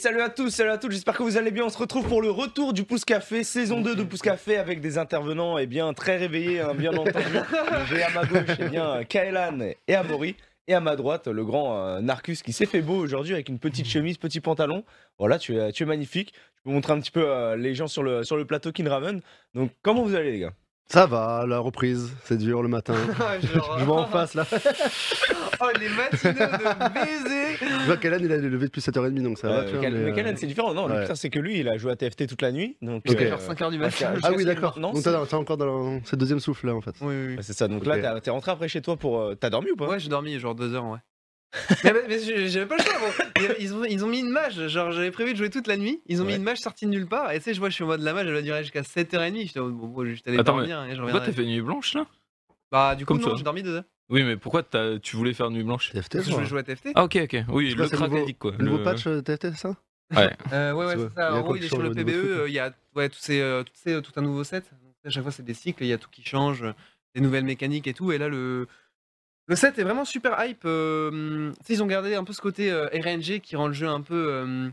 Salut à tous, salut à toutes, j'espère que vous allez bien. On se retrouve pour le retour du Pouce Café, saison 2 de Pouce Café avec des intervenants et bien très réveillés, hein, bien entendu. J'ai à ma gauche eh bien Kaelan et Amaury. Et à ma droite, le grand euh, Narcus qui s'est fait beau aujourd'hui avec une petite chemise, petit pantalon. Voilà, tu es, tu es magnifique. Je peux montrer un petit peu euh, les gens sur le, sur le plateau qui nous ramènent. Donc, comment vous allez, les gars Ça va, la reprise, c'est dur le matin. Genre, Je vois en face là. Oh, les matinées de baiser Je vois qu'Alan il a levé depuis 7h30 donc ça va. tu Euh, vois, Kaelan- mais, Mais euh, Kaelan, c'est différent. Non, lui, ouais. putain, c'est que lui, il a joué à TFT toute la nuit. Donc, Ok. euh, Genre 5h du matin. ok. Ah oui, d'accord. Non, Donc c'est- t'es t'es encore dans le- c'est le deuxième souffle là en fait. Oui, oui, Ouais, C'est ça, donc Ok. là, t'as- t'es rentré après chez toi pour. euh, T'as dormi ou pas oui. Ouais, j'ai dormi genre 2 heures, ouais. mais mais- mais j'ai- j'avais pas le choix, gros. Ils- Ils ont, ils ont mis une mage, genre j'avais prévu de jouer toute la nuit. Ils ont Ouais. mis une mage sortie de nulle part. Et tu sais, je vois, je suis au mode de la mage, elle va durer jusqu'à 7h30. J'étais en mode, bon, bon, je vais juste aller Attends, dormir et je Pourquoi t'as reviendrai. fait nuit blanche là Bah, du coup, Comme non, toi. j'ai dormi 2 heures. Oui, mais pourquoi t'as- tu voulais faire nuit blanche TFT Parce que je ça voulais jouer à TFT. Ah, ok, ok. Oui, Je crois que le c'est crack nouveau- addict quoi. Nouveau Le- patch euh, TFT c'est ça Euh, ouais, ouais, C'est c'est vrai. ça. Il y a En quoi gros, il qui est sur change le au niveau PBE, truc, euh, il y a ouais, tous ces, euh, tous ces- tout un nouveau set. Donc, à chaque fois, c'est des cycles, il y a tout qui change, euh, des nouvelles mécaniques et tout. Et là, le, le set est vraiment super hype. euh, tu sais, ils ont gardé un peu ce côté euh, RNG qui rend le jeu un peu. euh,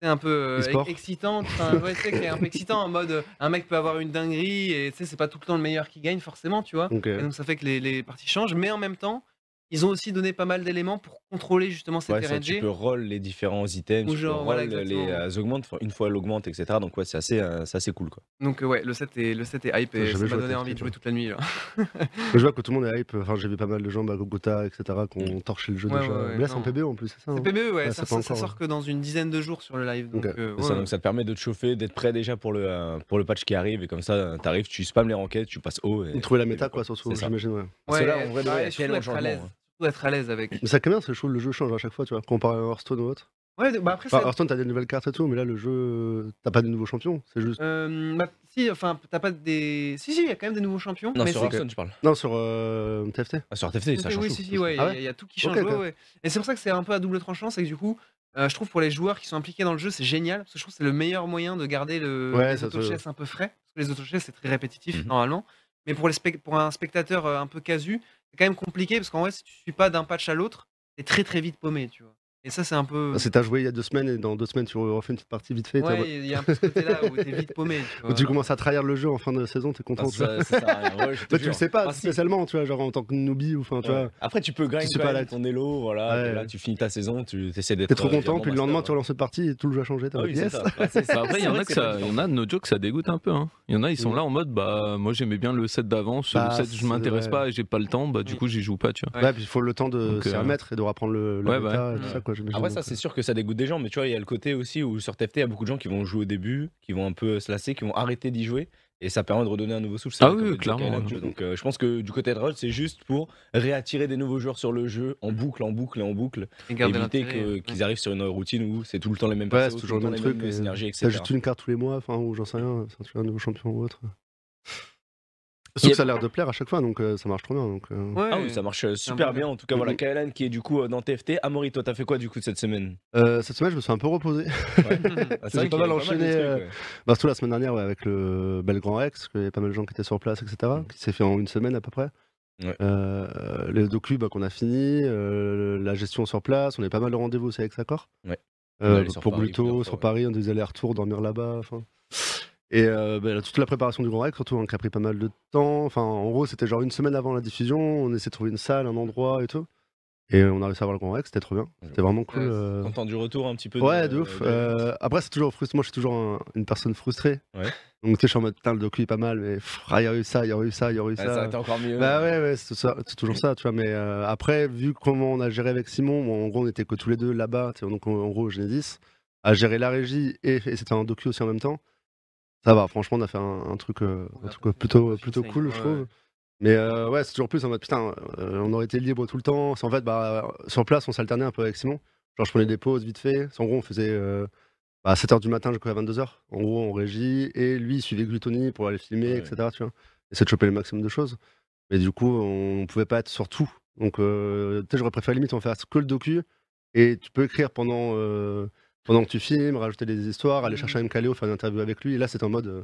tu sais, un peu euh, E-sport. excitant, enfin, ouais, tu sais, qui est un peu excitant en mode euh, un mec peut avoir une dinguerie et tu sais, c'est pas tout le temps le meilleur qui gagne forcément, tu vois. Donc Et euh, donc ça fait que les, les parties changent, mais en même temps, ils ont aussi donné pas mal d'éléments pour contrôler justement cette Ouais, ça, RNG. tu peux roll les différents items, Ou tu peux genre, voilà, roll les exactement. euh, augmentes, enfin, une fois elle augmente, etc. Donc ouais, c'est assez, euh, c'est assez cool quoi. Donc euh, ouais, le set est, le set est hype Putain, et ça j'avais joué à m'a donné Tetris, envie de quoi. jouer toute la nuit. Là. je vois que tout le monde est hype. Enfin, j'ai vu pas mal de gens, bah, Gogota, etc., qui ont torché le jeu Ouais, déjà. ouais, ouais, mais là, c'est en non. PBE en plus, c'est ça C'est hein PBE, ouais, Ah, ça, c'est pas ça- ça encore, sort que dans une dizaine de jours sur le live. Donc, Ok. euh, C'est Ça, ouais. donc ça te permet de te chauffer, d'être prêt déjà pour le, euh, pour le patch qui arrive et comme ça euh, t'arrives, tu spams les enquêtes, tu passes haut. Et... Ils trouvaient la méta quoi, surtout, C'est ça. j'imagine. Ouais. Parce que là, en ouais, vrai, de ouais, vrai, il y a surtout tellement de être à l'aise. changements, hein. surtout être à l'aise avec. Mais ça quand même, parce que je trouve le jeu change à chaque fois, tu vois, comparé à Hearthstone ou autre. Ouais, de- bah après, Enfin, ça- Hearthstone, t'as des nouvelles cartes et tout, mais là, le jeu, t'as pas de nouveaux champions, c'est juste. euh, bah, si, enfin, t'as pas des. Si, si, il y a quand même des nouveaux champions. Non, mais sur c'est- Hearthstone, je parle. Non, sur euh, TFT. Ah, sur TFT, ça Oui, change oui, tout. si, si, ouais, il Ah y a- ouais il y, a tout qui change. Ok, ouais, ok. ouais. Et c'est pour ça que c'est un peu à double tranchant, c'est que du coup, euh, je trouve pour les joueurs qui sont impliqués dans le jeu, c'est génial, parce que je trouve que c'est le meilleur moyen de garder le, Ouais, les ça, Mmh ça, autochesses un peu frais, parce que les autochesses c'est très répétitif Mhm. normalement, mais pour, les spec- pour un spectateur euh, un peu casu, c'est quand même compliqué, parce qu'en vrai, si tu suis pas d'un patch à l'autre, t'es très très vite paumé, tu vois. Et ça, c'est un peu. Ah, C'est t'as joué il y a deux semaines et dans deux semaines tu refais une petite partie vite fait. t'es en Ouais, mode- il y a un peu ce côté-là où t'es vite paumé. Tu Ou vois. tu commences à trahir le jeu en fin de saison, t'es Ah, content. tu vois. ça, ça sert à rien, ouais, je te Toi, Bah, tu le jure. sais pas Ah, si. spécialement, tu vois, genre en tant que newbie ou enfin, tu Ouais. vois. Après, tu peux grind sais quand pas, même là, ton elo, voilà, Ouais. et là, tu finis ta saison, tu essaies d'être. T'es trop euh, content, puis le Diamant lendemain tu Master, relances une partie et tout le jeu a changé. t'es en ouais. Ah mode, oui, c'est yes. ça. Ah, c'est- Bah après, il y c'est en vrai a que que c'est ça, pas il y en a, no joke, ça dégoûte un peu. hein. Il y en a, ils sont Oui. là en mode, bah, moi j'aimais bien le set d'avance, Bah, le set c'est je m'intéresse vrai. pas et j'ai pas le temps, bah du Oui. coup j'y joue pas, tu vois. Ouais. Ouais, puis il faut le temps de Donc, s'y euh, remettre et de reprendre le, la ouais, méta bah et tout ouais. ça, quoi, j'imagine. Après, donc, Ah euh, ça, c'est sûr que ça dégoûte des gens, mais tu vois, il y a le côté aussi où sur TFT, il y a beaucoup de gens qui vont jouer au début, qui vont un peu se lasser, qui vont arrêter d'y jouer, et ça permet de redonner un nouveau souffle. c'est Ah vrai, oui, comme oui, le dit clairement, Kaelan, ouais. tu hein. vois. Donc, euh, je pense que du côté de Roll, c'est juste pour réattirer des nouveaux joueurs sur le jeu en boucle, en boucle et en boucle, Et et garder éviter l'intérêt, que- ouais. qu'ils arrivent sur une routine où c'est tout le temps les mêmes Ouais, persos, c'est tout toujours le temps le les même mêmes truc, euh, et énergies, T'as etc. juste une carte tous les mois, enfin, ou j'en sais rien, enfin, tu vois, un nouveau champion ou autre. Sauf Yep. que ça a l'air de plaire à chaque fois, donc euh, ça marche trop bien. Donc, euh. Ouais, Ah oui, ça marche euh, un super bon bien. En tout cas, Mhm. voilà, Kaelan qui est du coup euh, dans TFT. Amaury, toi, t'as fait quoi du coup cette semaine Euh, cette semaine, je me suis un peu reposé. Ah, vrai J'ai pas qu'il y mal avait de enchaîné, trucs, euh, ouais. Bah, surtout la semaine dernière, ouais, avec le bel grand Rex, qu'il y avait pas mal de gens qui étaient sur place, etc., qui s'est fait en une semaine à peu près. Mm. Ouais. Euh, les docu bah, qu'on a fini, euh, la gestion sur place, on a pas mal de rendez-vous aussi avec Saccord. Ouais. On est Euh, allé sur pour Paris Gluto, plusieurs sur fois, ouais. Paris, on des allers-retours, dormir là-bas. enfin. Et euh, bah, toute la préparation du Grand Rex, surtout, hein, qui a pris pas mal de temps. Enfin, en gros, c'était genre une semaine avant la diffusion, on essayait de trouver une salle, un endroit et tout. Et on a réussi à voir le Grand Rex, c'était trop bien. C'était vraiment cool. Ouais, c'est- euh. Content du retour un petit peu. Ouais, de ouf. Euh, après, c'est toujours frustrant. Moi, je suis toujours un- une personne frustrée. Ouais. Donc, tu sais, je suis en mode, putain, le docu est pas mal, mais pff, ah, il y aurait eu ça, il y aurait eu ça, il y aurait eu Ah, ça. Ça a été encore mieux. bah ouais, ouais, c'est ça- c'est toujours ça, tu vois. Mais euh, après, vu comment on a géré avec Simon, bon, en gros, on était que tous les deux là-bas, tu sais, donc en, en gros, au Genesis, à gérer la régie et, et c'était un docu aussi en même temps. Ça va, franchement, on a fait un, un truc, euh, On un a truc, pas euh, fait plutôt, de plutôt filtre, cool, je ouais. trouve. Mais euh, ouais, c'est toujours plus en mode putain, euh, on aurait été libre tout le temps. C'est En fait, bah, sur place, on s'alternait un peu avec Simon. Genre, je prenais des pauses vite fait. En gros, on faisait euh, bah, 7h du matin jusqu'à 22h. En gros, on régie. Et lui, il suivait Glutoni pour aller filmer, Ouais. etc. Tu vois. Essayer de choper le maximum de choses. Mais du coup, on pouvait pas être sur tout. Donc, euh, tu sais, j'aurais préféré limite en faire que le docu. Et tu peux écrire pendant, euh, pendant que tu filmes, rajouter des histoires, aller chercher un MKLeo, faire une interview avec lui. Et là, c'était en mode. euh,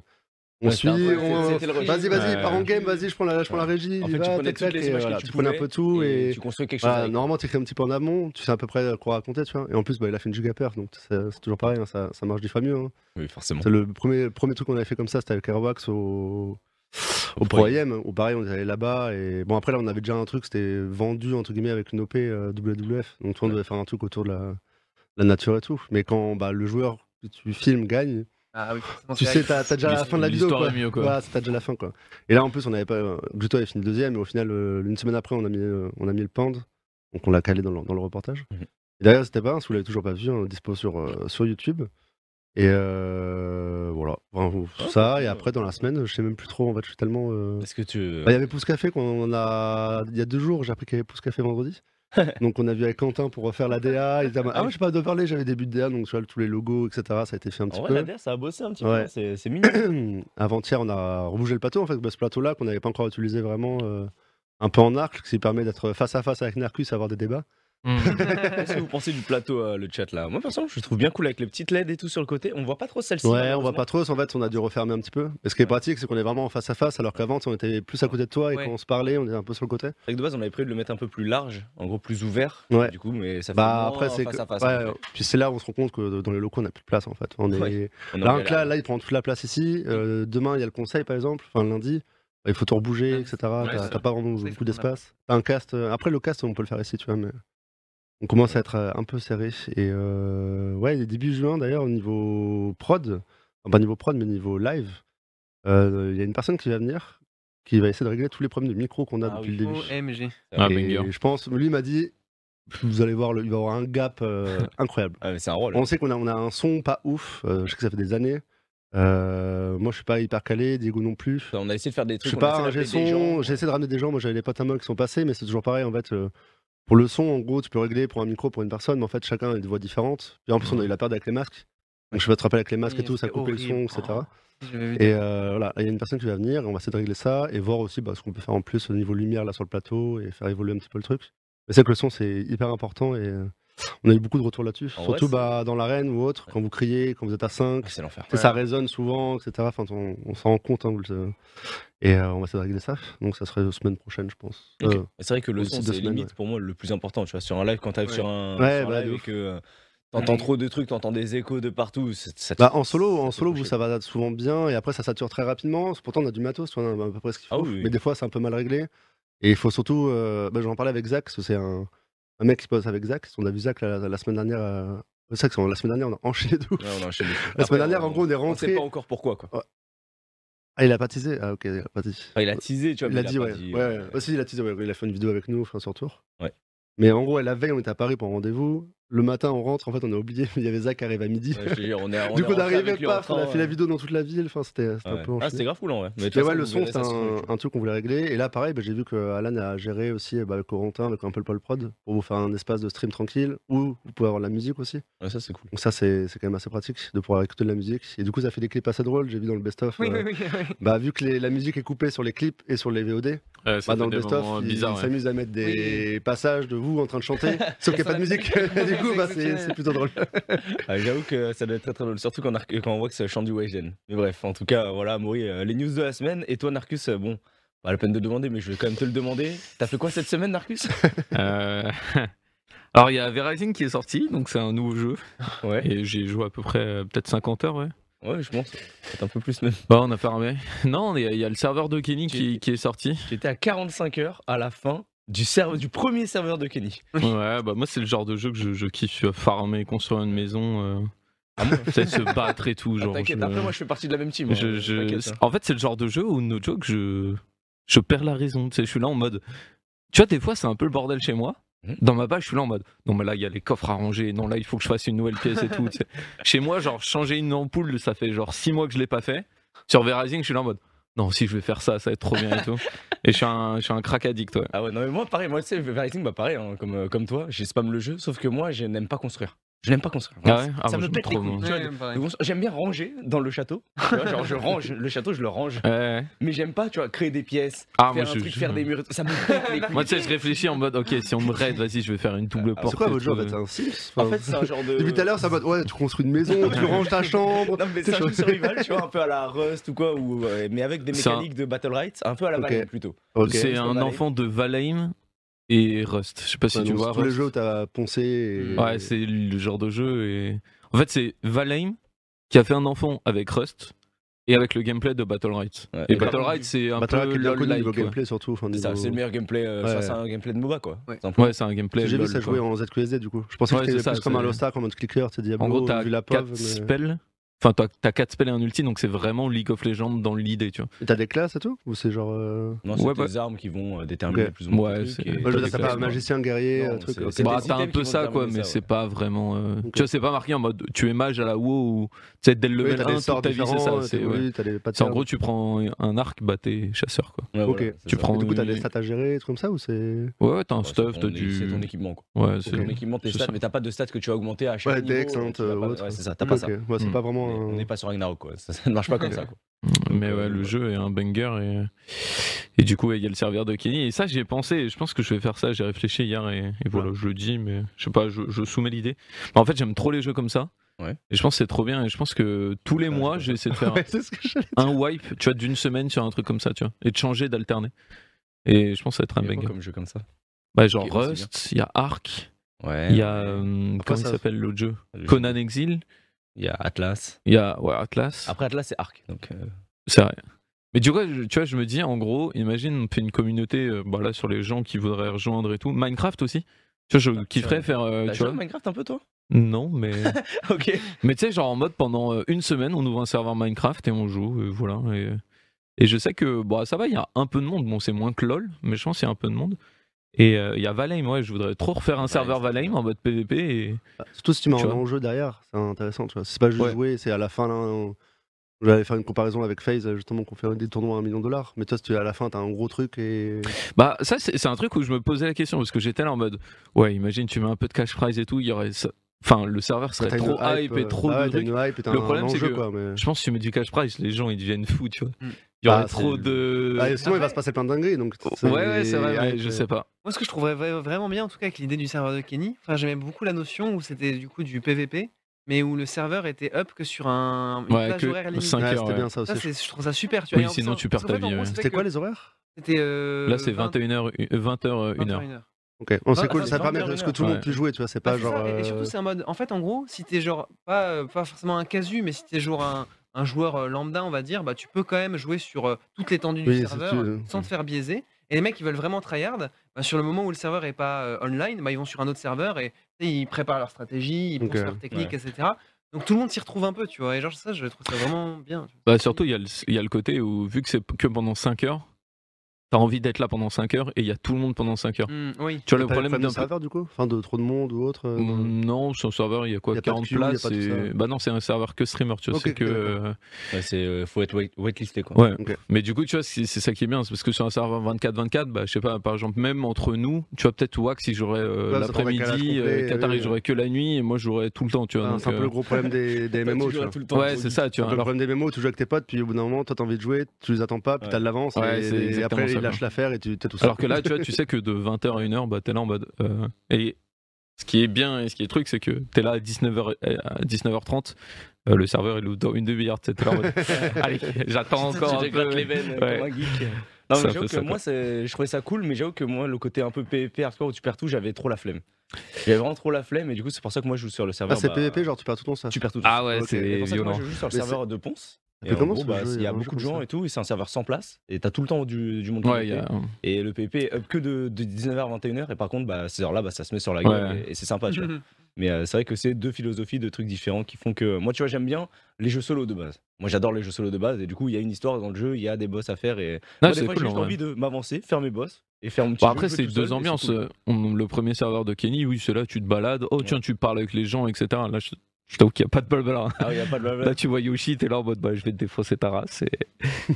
On Mmh. Ouais, suit, c'était un peu- on- c'était le rush. vas-y, vas-y, Ouais. pars en game, vas-y, je prends la, je prends la régie. En il fait, tu y va, prenais tac, tac, toutes les et images que voilà, tu tu prenais un pouvais peu tout Et et, tu construis quelque chose. Voilà, avec. normalement, t'écris un petit peu en amont, tu sais à peu près euh, quoi raconter, tu vois. Et en plus, bah, il a fait une giga peur, donc c'est c'est toujours pareil, hein, ça, ça marche dix fois mieux. hein. Oui, forcément. C'est le premier, le premier truc qu'on avait fait comme ça, c'était avec Airwax au, au Pro IM, où pareil, on est allé là-bas. Et bon, après, là, on avait déjà un truc, c'était vendu, entre guillemets, avec une OP euh, WWF. Donc, tu vois, on devait faire un truc autour de la, la nature et tout. Mais quand bah, le joueur que tu filmes gagne, Ah oui, forcément, tu c'est sais, vrai. t'as t'as déjà la fin de la vidéo. quoi. L'histoire est mieux, quoi. Voilà, c'est- t'as déjà la fin, quoi. Et là, en plus, on avait pas. Gluto avait fini deuxième, et au final, euh, une semaine après, on a mis, euh, on a mis le pand. Donc, on l'a calé dans le, dans le reportage. Mhm. Et d'ailleurs, c'était pas un, si vous l'avez toujours pas vu, on est dispo sur, euh, sur YouTube. Et euh, voilà. Enfin, ça, Ah. et après, dans la semaine, je sais même plus trop, en fait, je suis tellement. euh, Parce que tu. bah, Il y avait Pouce Café qu'on a. Il y a deux jours, j'ai appris qu'il y avait Pouce Café vendredi. donc on a vu avec Quentin pour refaire la DA. Il était en mode, ah ouais, je sais pas de parler, j'avais des buts de DA, donc tu vois, tous les logos, etc. Ça a été fait un petit En vrai, peu. Ah la DER, ça a bossé un petit Ouais. peu. hein, c'est- C'est mignon. Avant-hier, on a rebougé le plateau, en fait, bah, ce plateau-là qu'on n'avait pas encore utilisé vraiment euh, un peu en arc, ce qui permet d'être face à face avec Narcus, avoir des débats. Qu'est-ce que vous pensez du plateau, euh, le chat là Moi, personnellement, je le trouve bien cool avec les petites LED et tout sur le côté. On voit pas trop celle-ci. Ouais, on voit pas trop, en fait, on a dû refermer un petit peu. Et ce qui est pratique, c'est qu'on est vraiment en face à face, alors qu'avant, on était plus à côté de toi et Ouais. quand on se parlait, on était un peu sur le côté. Avec de base, on avait prévu de le mettre un peu plus large, en gros plus ouvert. Ouais. Du coup, mais ça fait. Bah moins après, c'est face que- à face, ouais, en fait. puis c'est là où on se rend compte que dans les locaux, on n'a plus de place, en fait. On est... Ouais. On Là, aurait donc là, là, il prend toute la place ici. Euh, demain, il y a le conseil, par exemple. Enfin, lundi, Bah, il faut tout rebouger, Ouais, etc. T'as ça. t'as pas vraiment Ça, il faut beaucoup qu'on d'espace. T'as un cast. euh, Après, le cast, on peut le faire ici, tu vois, mais on commence à être euh, un peu serré. Et euh, ouais, il est début juin, d'ailleurs, au niveau prod, enfin, pas niveau prod, mais niveau live, euh, il y a une personne qui va venir qui va essayer de régler tous les problèmes de micro qu'on a Ah depuis oui. le début. OMG. Ah, Et banger. je pense, lui m'a dit, vous allez voir, le- il va y avoir un gap euh, incroyable. Ah, mais c'est un rôle. On sait qu'on a, on a un son pas ouf, euh, je sais que ça fait des années. Euh, moi je suis pas hyper calé, Diego non plus. On a essayé de faire des Je trucs. suis on pas a un essayé j'ai d'appeler des gens. son, j'ai essayé de ramener des gens, moi j'avais des potes à moi qui sont passés, mais c'est toujours pareil en fait. euh, pour le son, en gros, tu peux régler pour un micro, pour une personne, mais en fait chacun a des voix différentes. Puis en plus on a eu la perte avec les masques. Donc je me rappelle avec les masques et Oui, tout, ça c'était coupait le son, horrible. etc. Si, j'avais vu. Et euh, voilà, il y a une personne qui va venir, et on va essayer de régler ça et voir aussi bah, ce qu'on peut faire en plus au niveau lumière là sur le plateau et faire évoluer un petit peu le truc. Mais c'est vrai que le son c'est hyper important et euh, on a eu beaucoup de retours là-dessus, En vrai, surtout Ah c'est- bah, dans l'arène ou autre, quand vous criez, quand vous êtes à 5, Ah, C'est l'enfer. ça résonne souvent, etc. Enfin, on, on s'en rend compte. hein, vous le- et euh, on va essayer de régler ça, donc ça serait la semaine prochaine, je pense. Ok. Euh, C'est vrai que le Aussi son, deux c'est semaines, limite pour moi le plus important. Tu vois, sur un live, quand t'arrives Ouais. sur un, Ouais, sur un bah, live de et ouf. que euh, t'entends Ouais. trop de trucs, t'entends des échos de partout. c'est- ça te- Bah, en solo, en te solo, touche. vous, ça va souvent bien, et après, ça sature très rapidement. Pourtant, on a du matos, on a à peu près ce qu'il Ah faut. oui, oui. Mais des fois, c'est un peu mal réglé. Et il faut surtout. euh, bah, J'en parlais avec Zach, parce que c'est un, un mec qui bosse avec Zach. On a vu Zach la, la- la semaine dernière. euh, Zach, c'est- la semaine dernière, on a enchaîné tout. Ah Ouais, on a enchaîné. La Après, semaine dernière, en gros, on est On sait rentré. pas encore pourquoi quoi. Ah, il a pâtissé Ah, ok, il a pâtissé. Enfin, il a teasé, tu vois. Il mais a dit, pas ouais. dit, ouais, euh, ouais. Aussi, il a teasé, ouais, Il a fait une vidéo avec nous, enfin, sur tour. Ouais. Mais en gros, la veille, on était à Paris pour un rendez-vous. Le matin, on rentre. En fait, on a oublié. mais Il y avait Zach qui arrive à midi. ouais, je te jure, on est. du coup, est on rentré n'arrivait avec lui pas. en On a train, fait la euh, vidéo dans toute la ville. Enfin, c'était c'était ouais. un peu Ah, enchaîné. c'était grave cool en vrai. Mais de toute Mais façon, ouais, le vous son, verrez c'est ça sur un, YouTube. un truc qu'on voulait régler. Et là, pareil, bah, j'ai vu que Alan a géré aussi bah, avec Corentin, avec un peu le Paul Prod, pour vous faire un espace de stream tranquille où vous pouvez avoir la musique aussi. Ouais, ça c'est cool. Donc, ça, c'est c'est quand même assez pratique de pouvoir écouter de la musique. Et du coup, ça fait des clips assez drôles. J'ai vu dans le best-of. Oui, euh, oui, oui. oui. Bah, vu que les- la musique est coupée sur les clips et sur les VOD, Ouais, ça bah, dans fait le des moments best-of, ils bizarres, ils ouais. s'amusent à mettre des passages de vous en train de chanter, sauf qu'il n'y a pas de musique. du coup, bah, c'est c'est plutôt drôle. Ah, J'avoue que ça doit être très très drôle, surtout quand, Nar- quand on voit que c'est le chant du Weizen. Mais bref, en tout cas, voilà, Amaury, euh, les news de la semaine. Et toi, Narcus, euh, bon, pas la peine de le demander, mais je vais quand même te le demander. T'as fait quoi cette semaine, Narcus Euh, Alors, il y a Verizon qui est sorti, donc c'est un nouveau jeu. Ouais, Et j'ai joué à peu près euh, peut-être 50 heures, ouais. ouais, je pense. Peut-être un peu plus même. Bah, on a fermé. Non, il y, a- il y a le serveur de Kenny Tu- qui, qui est sorti. J'étais à 45 heures à la fin du, serve- du premier serveur de Kenny. Ouais, bah moi, c'est le genre de jeu que je, je kiffe. euh, Farmer, construire une maison, euh, Ah bon peut-être se battre et tout. Ah, Genre, T'inquiète, je- après, moi, je fais partie de la même team. Je- hein, je- t'inquiète, hein. En fait, c'est le genre de jeu où, no joke, je, je perds la raison. Tu sais, je suis là en mode. Tu vois, des fois, c'est un peu le bordel chez moi. Mhm. Dans ma base, je suis là en mode. Non, mais là, il y a les coffres à ranger. Non, là, il faut que je fasse une nouvelle pièce et tout. tu sais. chez moi, genre, changer une ampoule, ça fait genre 6 mois que je l'ai pas fait. Sur Verizon, je suis là en mode. Non, si je vais faire ça, ça va être trop bien et tout. Et je suis un, je suis un crack addict, ouais. Ah ouais, non, mais moi, pareil, moi, tu sais, Verizon, bah pareil, hein, comme, euh, comme toi, j'ai spam le jeu, sauf que moi, je n'aime pas construire. Je n'aime pas construire. Ah ouais Ah, ça moi, me j'aime pète les trop, couilles. moi. tu vois, de- Ouais, bah, pareil. de construire. J'aime bien ranger dans le château. Tu vois, genre je range le château, je le range. Ouais, ouais. Mais j'aime pas, tu vois, créer des pièces, Ah, moi, faire un je- truc, je- faire des murs. et tout, Ça me pète les couilles. Moi, tu sais, je réfléchis en mode, ok, si on me raid, vas-y, je vais faire une Ah, double porte. Ah, C'est quoi et votre jeu en tout. fait C'est un Sims En fait, c'est un genre de. Depuis tout à l'heure, ça va. Ouais, tu construis une maison, tu ranges ta chambre. Non, mais c'est un jeu de survival, tu vois, un peu à la Rust ou quoi, ou, euh, mais avec des C'est un- mécaniques de Battle Rights, un peu à la Ok. Valheim plutôt. Ok. euh, C'est c'est un Valheim. enfant de Valheim et Rust. Je sais pas si Ouais, tu donc, vois. c'est tous les Rust. jeux où t'as poncé. et- Ouais, c'est le genre de jeu. Et... En fait, c'est Valheim qui a fait un enfant avec Rust et avec le gameplay de Battle Rights. Ouais, et bah, et Battle par- Rights, c'est un Battle Royale peu qui est bien LOL connu niveau like. gameplay surtout. enfin, C'est ça, niveau- c'est le meilleur gameplay, euh, Ouais. enfin, c'est un gameplay de MOBA quoi. Ouais. Simplement. Ouais, c'est un gameplay. J'ai vu LOL, ça quoi. jouer en ZQSD du coup. Je pensais Ouais, que c'était c'est ça, plus comme c'est- un Lost Ark en mode clicker, tu sais, Diablo, En gros, t'as vu la 4 POV. mais- spells. Enfin, t'as- t'as 4 spells et un ulti, donc c'est vraiment League of Legends dans l'idée, tu vois. Et T'as des classes et tout Ou c'est genre. euh, Non, c'est Ouais, des bah- armes qui vont euh, déterminer Ok. plus ou moins. Ouais, le c'est- truc, Moi, et- Moi je veux dire, des t'as pas classes, magicien, guerrier, Non, un truc. c'est- ok. c'est- Bah, des t'as un items peu qui vont ça, quoi, déterminer mais ça, c'est ouais. pas vraiment. euh, Ok. Tu vois, c'est pas marqué en mode tu es mage à la WoW ou. Tu sais, dès le Oui, level t'as 1, des sorts toute ta vie, c'est différents, ça. t'as C'est des- ouais. oui, t'as des C'est en patterns. gros, tu prends un arc, bah t'es chasseur, quoi. Ouais, Ok. voilà, c'est Tu ça. prends. Et du coup, t'as une- des stats à gérer, des trucs comme ça ou c'est. Ouais, ouais, t'as un Ouais, stuff, c'est t'as ton- C'est ton du. équipement quoi. Ouais, C'est c'est. ton équipement, tes C'est stats, ça. mais t'as pas de stats que tu vas augmenter à chaque Ouais, niveau. Dex, tu hein, vas pas- ou autre. Ouais, c'est ça, t'as pas ça. Ok, ouais, Hmm. c'est pas vraiment. On un- n'est pas sur Ragnarok quoi, ça, ça ne marche pas comme ça quoi. Mais ouais, euh, le ouais. jeu est un banger et, et du coup, ouais, il y a le serveur de Kenny. Et ça, j'y ai pensé. et Je pense que je vais faire ça. J'ai réfléchi hier et, et voilà, je le dis, mais je sais pas, je, je soumets l'idée. Mais en fait, j'aime trop les jeux comme ça. Ouais. Et je pense que c'est trop bien. Et je pense que tous les Ouais, mois, c'est je vais essayer de faire Ouais, c'est ce que j'allais un wipe, tu vois, d'une semaine sur un truc comme ça, tu vois, et de changer, d'alterner. Et je pense que ça va être un Il y a quoi banger. comme jeu comme ça. Bah, genre Ok, ouais, c'est Eh Rust, il y a Ark, Ouais. il y a. euh, Après, comment il ça- s'appelle l'autre jeu Le- Conan Exil, Il y a Atlas. il y a ouais, Atlas. Après Atlas c'est Arc donc. euh, C'est vrai. Mais du coup, je- tu vois, je me dis, en gros, imagine, on fait une communauté euh, bah là, sur les gens qui voudraient rejoindre et tout. Minecraft aussi. Tu vois, je Ah, kifferais tiens. faire. euh, T'as tu joué à vois Minecraft un peu toi Non, mais. Ok. mais tu sais, genre en mode pendant euh, une semaine, on ouvre un serveur Minecraft et on joue. euh, voilà. Et, et je sais que bah, ça va, il y a un peu de monde. Bon, c'est moins que LoL, mais je pense qu'il y a un peu de monde. Et euh, il y a Valheim, ouais, je voudrais trop refaire un serveur c'est Valheim en mode PVP. Et... Bah, Surtout si tu mets Tu un vois. enjeu derrière, c'est intéressant, tu vois. C'est pas juste Ouais. jouer, c'est à la fin, là, on- j'allais faire une comparaison avec FaZe, justement, qu'on fait des tournois à un million de dollars. Mais toi, si tu à la fin, t'as un gros truc et. Bah, ça, c'est c'est un truc où je me posais la question parce que j'étais là en mode, ouais, imagine, tu mets un peu de cash prize et tout, il y aurait. ça- Enfin, le serveur serait t'as une trop hype, et euh, trop bah ouais, de t'as trucs. une hype et t'as Le un problème, c'est enjeu, que- quoi. Mais... Je pense que tu mets du cash price, les gens ils deviennent fous, tu vois. Mm. Il y aurait Bah, c'est- trop de. Ah, et sinon, il va Après- se passer plein de dingueries. Donc Oh, ouais, ouais, c'est vrai, mais je sais pas. Moi, ce que je trouverais vra- vraiment bien, en tout cas, avec l'idée du serveur de Kenny, enfin, j'aimais beaucoup la notion où c'était du coup du PVP, mais où le serveur était up que sur un, une Ouais, plage que horaire limitée. cinq- Ouais, Dunker, c'était ouais. bien ça aussi. Ça, je- c'est- je trouve ça super. Tu Oui, vois, et en- sinon, parce tu qu'en perds ta fait, en vie, gros, ouais. C'était quoi les horaires C'était euh, Là c'est 20, 21h, 20h, 1h. 21h. Ok, bon, c'est Ouais, cool, Ah, ça, ça c'est permet vraiment de ce que tout le bien. monde puisse jouer, tu vois. C'est Bah, pas c'est genre. ça, et- Et surtout, euh, c'est un mode. En fait, en gros, si t'es genre pas, euh, pas forcément un casu, mais si t'es genre un, un joueur euh, lambda, on va dire, bah tu peux quand même jouer sur euh, toute l'étendue Oui, du c'est serveur sûr, euh, euh. sans te faire biaiser. Et les mecs, ils veulent vraiment tryhard. Bah, sur le moment où le serveur est pas euh, online, bah, ils vont sur un autre serveur et tu sais, ils préparent leur stratégie, ils Ok, pensent leur technique, etc. Donc tout le monde s'y retrouve un peu, tu vois. Et genre ça, je trouve ça vraiment bien. Bah, surtout, il y, a le- il y a le côté où, vu que c'est que pendant 5 heures, t'as envie d'être là pendant 5 heures et il y a tout le monde pendant 5 heures. Mmh, Mm, oui. Tu vois, le t'as pas problème de d'un peu. serveur, du coup Enfin, de trop de monde ou autre euh, Mm, Non, sur le serveur, il y a quoi Il y a pas de 40 queue, il y a places pas tout et- ça. Bah non, c'est un serveur que streamer, tu vois. Ok, c'est que. ok, euh, Ouais, c'est euh, faut être wait- waitlisté quoi. Ouais. Ok. Mais du coup, tu vois, c'est c'est ça qui est bien, c'est parce que sur un serveur 24-24, bah, je sais pas, par exemple, même entre nous, tu vois, peut-être Wack, si j'aurais euh, Ouais, ça prendrait l'après-midi, calage complet, euh, Qatari, oui. j'aurais que la nuit, et moi, j'aurais tout le temps, tu vois. enfin, donc, ah, C'est un peu euh, le gros problème des des Toi, tu MMO, tu joues vois. à tout le temps. Ouais, c'est ça, tu C'est un vois. peu le alors- problème des mémos, tu joues avec tes potes, puis au bout d'un moment, toi t'as envie de jouer, tu les attends pas, puis Ouais. t'as de l'avance, Ouais, et, c'est et exactement après ça, ils quoi. lâchent l'affaire et tu t'es tout seul. Alors que là, tu vois, tu sais que de 20h à 1h, bah, t'es là en mode. euh, et ce qui est bien et ce qui est truc, c'est que t'es là à 19h, euh, à 19h30, euh, le serveur il ouvre dans une demi-heure, t'es là en mode. Allez, j'attends encore un peu. les veines Ouais. comme un geek. Non, Ça mais j'avoue que fait ça, moi, c'est- je trouvais ça cool, mais j'avoue que moi, le côté un peu PvP hardcore où tu perds tout, j'avais trop la flemme. J'avais vraiment trop la flemme, et du coup, c'est pour ça que moi, je joue sur le Ah, serveur. c'est bah, PVP, genre tu perds tout ton ça. Tu perds tout. Ah ouais, Ok. Et c'est pour ça que moi, violent. je joue sur le Mais serveur de Ponce. Ça Et fait en comment, gros, ce bah, jeu, il y il y a a un beaucoup de jeu comme gens ça. et tout, et c'est un serveur sans place, et t'as tout le temps du, du monde. Ouais, il PvP. y a- Et le PvP up que de, de 19h à 21h, et par contre, bah, ces heures-là, bah, ça se met sur la gueule, Ouais. et, et c'est sympa, tu vois. Mais euh, c'est vrai que c'est deux philosophies, deux trucs différents qui font que euh, moi, tu vois, j'aime bien les jeux solo de base. Moi, j'adore les jeux solo de base, et du coup, il y a une histoire dans le jeu, il y a des boss à faire, et Non, moi, des c'est fois, cool. j'ai en juste vrai. envie de m'avancer, faire mes boss et faire mon petit. Bon, jeu, après, jouer c'est tout seul, deux et ambiances. cool. euh, on- le premier serveur de Kenny, oui, c'est là, tu te balades. Oh, tiens, tu parles avec les gens, etc. Là, je, je t'avoue qu'il n'y a pas de blabla. Ah, il y a pas de blabla. Là, tu vois Yoshi, t'es là en mode, bah, je vais te défausser ta race.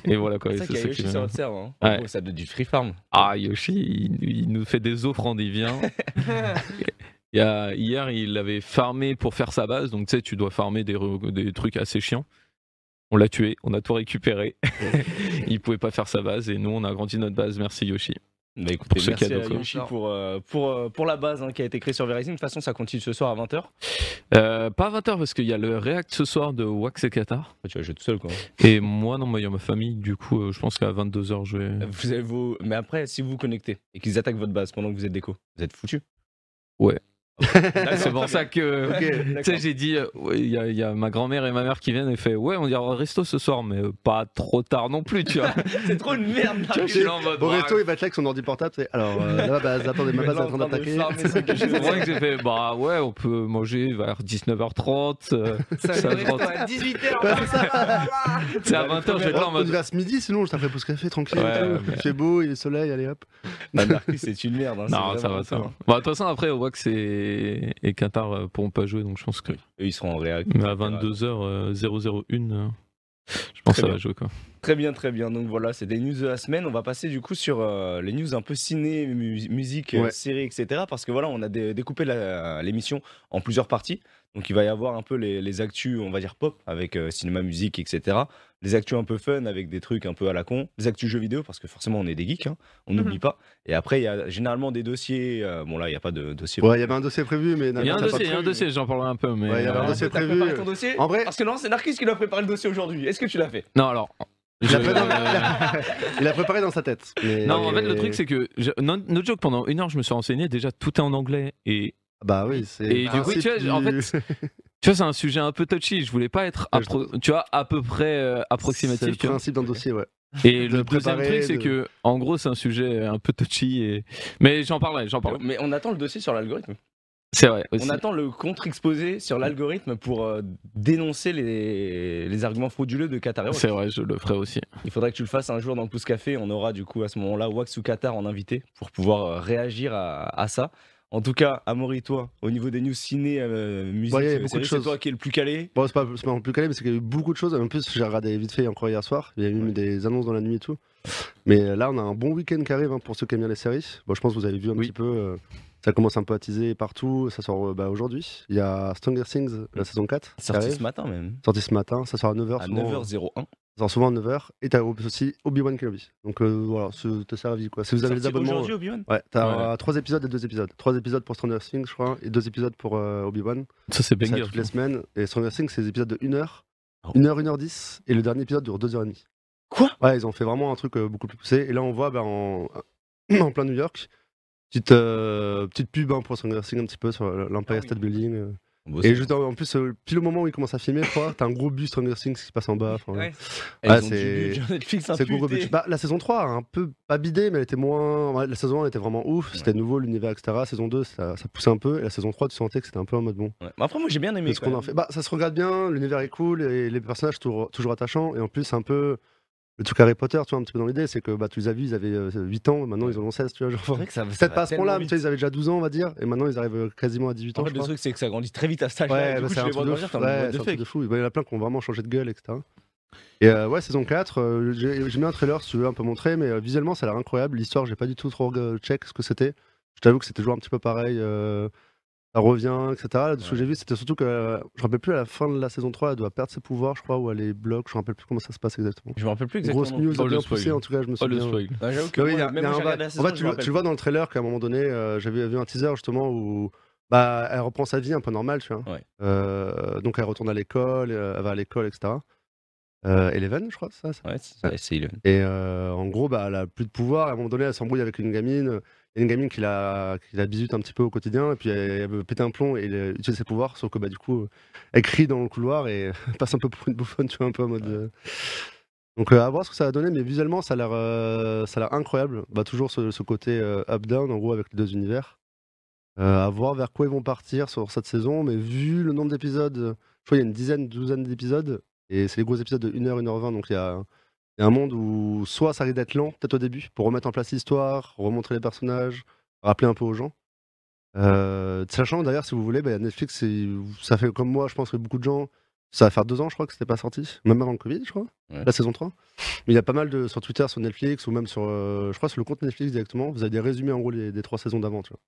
Et, et voilà quoi. C'est et ça qu'il y c'est a ça Yoshi qui est sur bien. votre serveur. hein. Ouais. Oh, ça donne du free farm. Ah, Yoshi, il, il nous fait des offrandes, il vient. Il y a- hier, il avait farmé pour faire sa base, donc tu sais, tu dois farmer des, re- des trucs assez chiants. On l'a tué, on a tout récupéré. il pouvait pas faire sa base et nous, on a agrandi notre base. Merci Yoshi. Bah écoutez, Pour ce merci cadeau, à quoi. Yoshi pour, euh, pour, euh, pour la base hein, qui a été créée sur Verizon. De toute façon, ça continue ce soir à 20h. Euh, pas à 20h parce qu'il y a le React ce soir de Wax et Qatar. Bah, tu vas jouer tout seul quoi. Et moi, non, moi, il y a ma famille, du coup, euh, je pense qu'à 22h, je vais. Euh, Vous avez vos... Mais après, si vous vous connectez et qu'ils attaquent votre base pendant que vous êtes déco, vous êtes foutu. Ah Ouais. Ah, C'est c'est bon. pour ça que. Tu sais, j'ai dit, euh, ouais, il y, a- il y a ma grand-mère et ma mère qui viennent et fait, ouais, on ira au resto ce soir, mais euh, pas trop tard non plus, tu vois. C'est trop une merde. Tu vois, je suis là en mode, Au bah, resto, il va être là avec son ordi portable. c'est, Alors, euh, là, bah, attendez, ma base est en train d'attaquer. Je vrai que j'ai fait, bah ouais, on peut manger vers 19h30. euh, Ça, Ça ça va. à 18h. Ouais, c'est c'est à 20h, je vais être là On en y mode. va ce midi, sinon je taperai pour ce café tranquille. Ouais, et tout. mais- Il fait beau, il y a le soleil, allez hop. Bah, C'est une merde. hein, Non, c'est ça vraiment va, ça ça. va. Bah, de toute façon, après, on voit que c'est. Et Qatar euh, pourront pas jouer, donc je pense que. Eux, ils seront en réact. Mais à euh, 22h001, je pense Très que ça bien. va jouer, quoi. Très bien, très bien. Donc voilà, c'est des news de la semaine. On va passer du coup sur euh, les news un peu ciné, mu- musique, euh, Ouais. série, etc. Parce que voilà, on a dé- découpé la- l'émission en plusieurs parties. Donc il va y avoir un peu les, les actus, on va dire pop, avec euh, cinéma, musique, etc. Les actus un peu fun, avec des trucs un peu à la con. Les actus jeux vidéo, parce que forcément on est des geeks, hein, on n'oublie pas. Et après, il y a généralement des dossiers. euh, bon là, il n'y a pas de dossier. Ouais, il y avait un dossier prévu, mais Il y a un t'as pas dossier, il y a un prévu. dossier, j'en parlerai un peu, mais. Ouais, il y avait un euh, dossier T'as prévu. préparé ton dossier En vrai- Parce que non, c'est Narcisse qui doit préparer le dossier aujourd'hui. Est-ce que tu l'as fait Non, alors. Il a, je- préparé, il a- il a préparé dans sa tête. mais- Non, en fait, le truc, c'est que. je- non, no joke, pendant une heure, je me suis renseigné. Déjà, tout est en anglais. Et Bah oui, c'est. le Et du coup, tu principe vois, en du- tu vois, c'est un sujet un peu touchy. Je voulais pas être, Ouais, je appro- tu vois, à peu près euh, C'est le approximatif. tu vois. principe d'un dossier, ouais. Et de le deuxième préparer, truc, c'est de- que, en gros, c'est un sujet euh, un peu touchy. Et... Mais j'en parlerai, j'en parlerai. Mais on attend le dossier sur l'algorithme. C'est vrai. On aussi. attend le contre-exposé sur l'algorithme pour euh, dénoncer les, les arguments frauduleux de Qatar Airways. C'est vrai, je le ferai aussi. Il faudrait que tu le fasses un jour dans le Pouce Café. On aura du coup à ce moment-là Wax ou Qatar en invité pour pouvoir euh, réagir à, à ça. En tout cas, Amaury, toi, au niveau des news ciné, euh, musique, Ouais, Bah, il y euh, a beaucoup de séries, c'est choses. toi qui es le plus calé. Bon, c'est pas, c'est pas plus calé, mais c'est qu'il y a eu beaucoup de choses. En plus, j'ai regardé vite fait encore hier soir. Il y a eu des annonces dans la nuit et tout. Mais euh, là, on a un bon week-end qui arrive hein, pour ceux qui aiment bien les séries. Bon, je pense que vous avez vu un Oui. petit peu. euh, ça commence un peu à teaser partout. Ça sort euh, bah, aujourd'hui. Il y a Stranger Things, la saison 4. qui Sorti arrive. ce matin même. Sorti ce matin. Ça sort à 9h. À souvent, euh, 9h01. Ça sort souvent à 9h. Et t'as aussi Obi-Wan Kenobi. Donc euh, voilà, c'est- t'es servi quoi. Si vous avez Sorti les abonnements. Aujourd'hui, Obi-Wan Ouais, t'as trois épisodes et deux épisodes. Trois épisodes pour Stranger Things, je crois, et deux épisodes pour euh, Obi-Wan. Ça, c'est Ça, banger. toutes les semaines. Et Stranger Things, c'est des épisodes de 1h, Ah Oh. 1h, 1h10, et le dernier épisode dure 2h30. Quoi Ouais, ils ont fait vraiment un truc euh, beaucoup plus poussé. Et là, on voit bah, en... en plein New York, petite, euh, petite pub hein, pour Stranger Things un petit peu sur l'Empire Ah oui. State Building. euh. Bon, bah, Et c'est- juste en, en plus, euh, pile au moment où ils commencent à filmer, je crois, t'as un gros bus Stranger Things qui passe en bas. enfin, Ouais. Elles Ah, ont c'est- du budget Netflix c'est gros imputé. but. Bah, la saison 3 a un peu pas bidé, mais elle était moins. ouais, La saison 1 était vraiment ouf, c'était nouveau, l'univers, etc. La saison 2, ça, ça poussait un peu. Et la saison 3, tu sentais que c'était un peu en mode bon. Ouais. Mais Après, moi j'ai bien aimé. qu'est-ce quand qu'on en même. fait Bah, ça se regarde bien, l'univers est cool, et les personnages toujours, toujours attachants. Et en plus, c'est un peu. Le truc Harry Potter, tu vois, un petit peu dans l'idée, c'est que bah, tu les as vus, ils avaient euh, 8 ans, maintenant ils en ont 16, tu vois. C'est Genre, vrai que ça- ça peut-être va pas à ce tellement point-là, mais vite. tu sais, ils avaient déjà 12 ans, on va dire, et maintenant ils arrivent euh, quasiment à 18 ans. En fait, je le crois. truc, c'est que ça grandit très vite à cet âge-là. et du Ouais, bah, coup, c'est tu un les vois truc de grandir, fou. t'es en mode, Ouais, what the c'est un fuck truc de fou. Il y en a plein qui ont vraiment changé de gueule, etc. Et euh, ouais, saison 4, euh, j'ai j'ai mis un trailer si tu veux un peu montrer, mais euh, visuellement ça a l'air incroyable. L'histoire, j'ai pas du tout trop euh, check ce que c'était. Je t'avoue que c'était toujours un petit peu pareil. euh, ça revient, etc. De ce que Ouais. j'ai vu, c'était surtout que euh, je me rappelle plus à la fin de la saison 3, elle doit perdre ses pouvoirs, je crois, ou elle est bloque. Je me rappelle plus comment ça se passe exactement. Je me rappelle plus exactement. Grosse news, Oh, le bien poussée, spoil. en tout cas, je me Oh, le souviens. spoil. Ah, j'avoue que Ah oui, moi, il y a- il même y a moi, un j'ai va- regardé la saison, en fait, tu, je le- me tu le vois dans le trailer qu'à un moment donné, euh, j'avais vu un teaser justement où bah, elle reprend sa vie un peu normale, tu vois. Ouais. Euh, donc elle retourne à l'école, euh, elle va à l'école, etc. Euh, Eleven, je crois, ça. ça. rappelle. Ouais, c'est- ouais, c'est Eleven. Et euh, en gros, bah, elle a plus de pouvoir. À un moment donné, elle s'embrouille avec une gamine. Il y a une gamine qui la, qui la bisute un petit peu au quotidien. Et puis elle, elle veut péter un plomb et elle euh, utilise ses pouvoirs. Sauf que bah, du coup, elle crie dans le couloir et passe un peu pour une bouffonne, tu vois, un peu en mode. euh. Donc euh, à voir ce que ça va donner. Mais visuellement, ça a l'air euh, ça a l'air incroyable. Bah, toujours ce, ce côté euh, up-down, en gros, avec les deux univers. Euh, à voir vers quoi ils vont partir sur cette saison. Mais vu le nombre d'épisodes, je crois qu'il y a une dizaine, douzaine d'épisodes. Et c'est les gros épisodes de 1h, 1h20. Donc il y a. Il y a un monde où soit ça risque d'être lent, peut-être au début, pour remettre en place l'histoire, remontrer les personnages, rappeler un peu aux gens. Euh, sachant d'ailleurs, si vous voulez, bah, Netflix, c'est- ça fait comme moi, je pense que beaucoup de gens, ça va faire deux ans, je crois, que c'était pas sorti, même avant le Covid, je crois, Ouais. la saison 3. Mais il y a pas mal de sur Twitter, sur Netflix, ou même sur, euh, je crois, sur le compte Netflix directement, vous avez des résumés en gros les- des trois saisons d'avant, tu vois.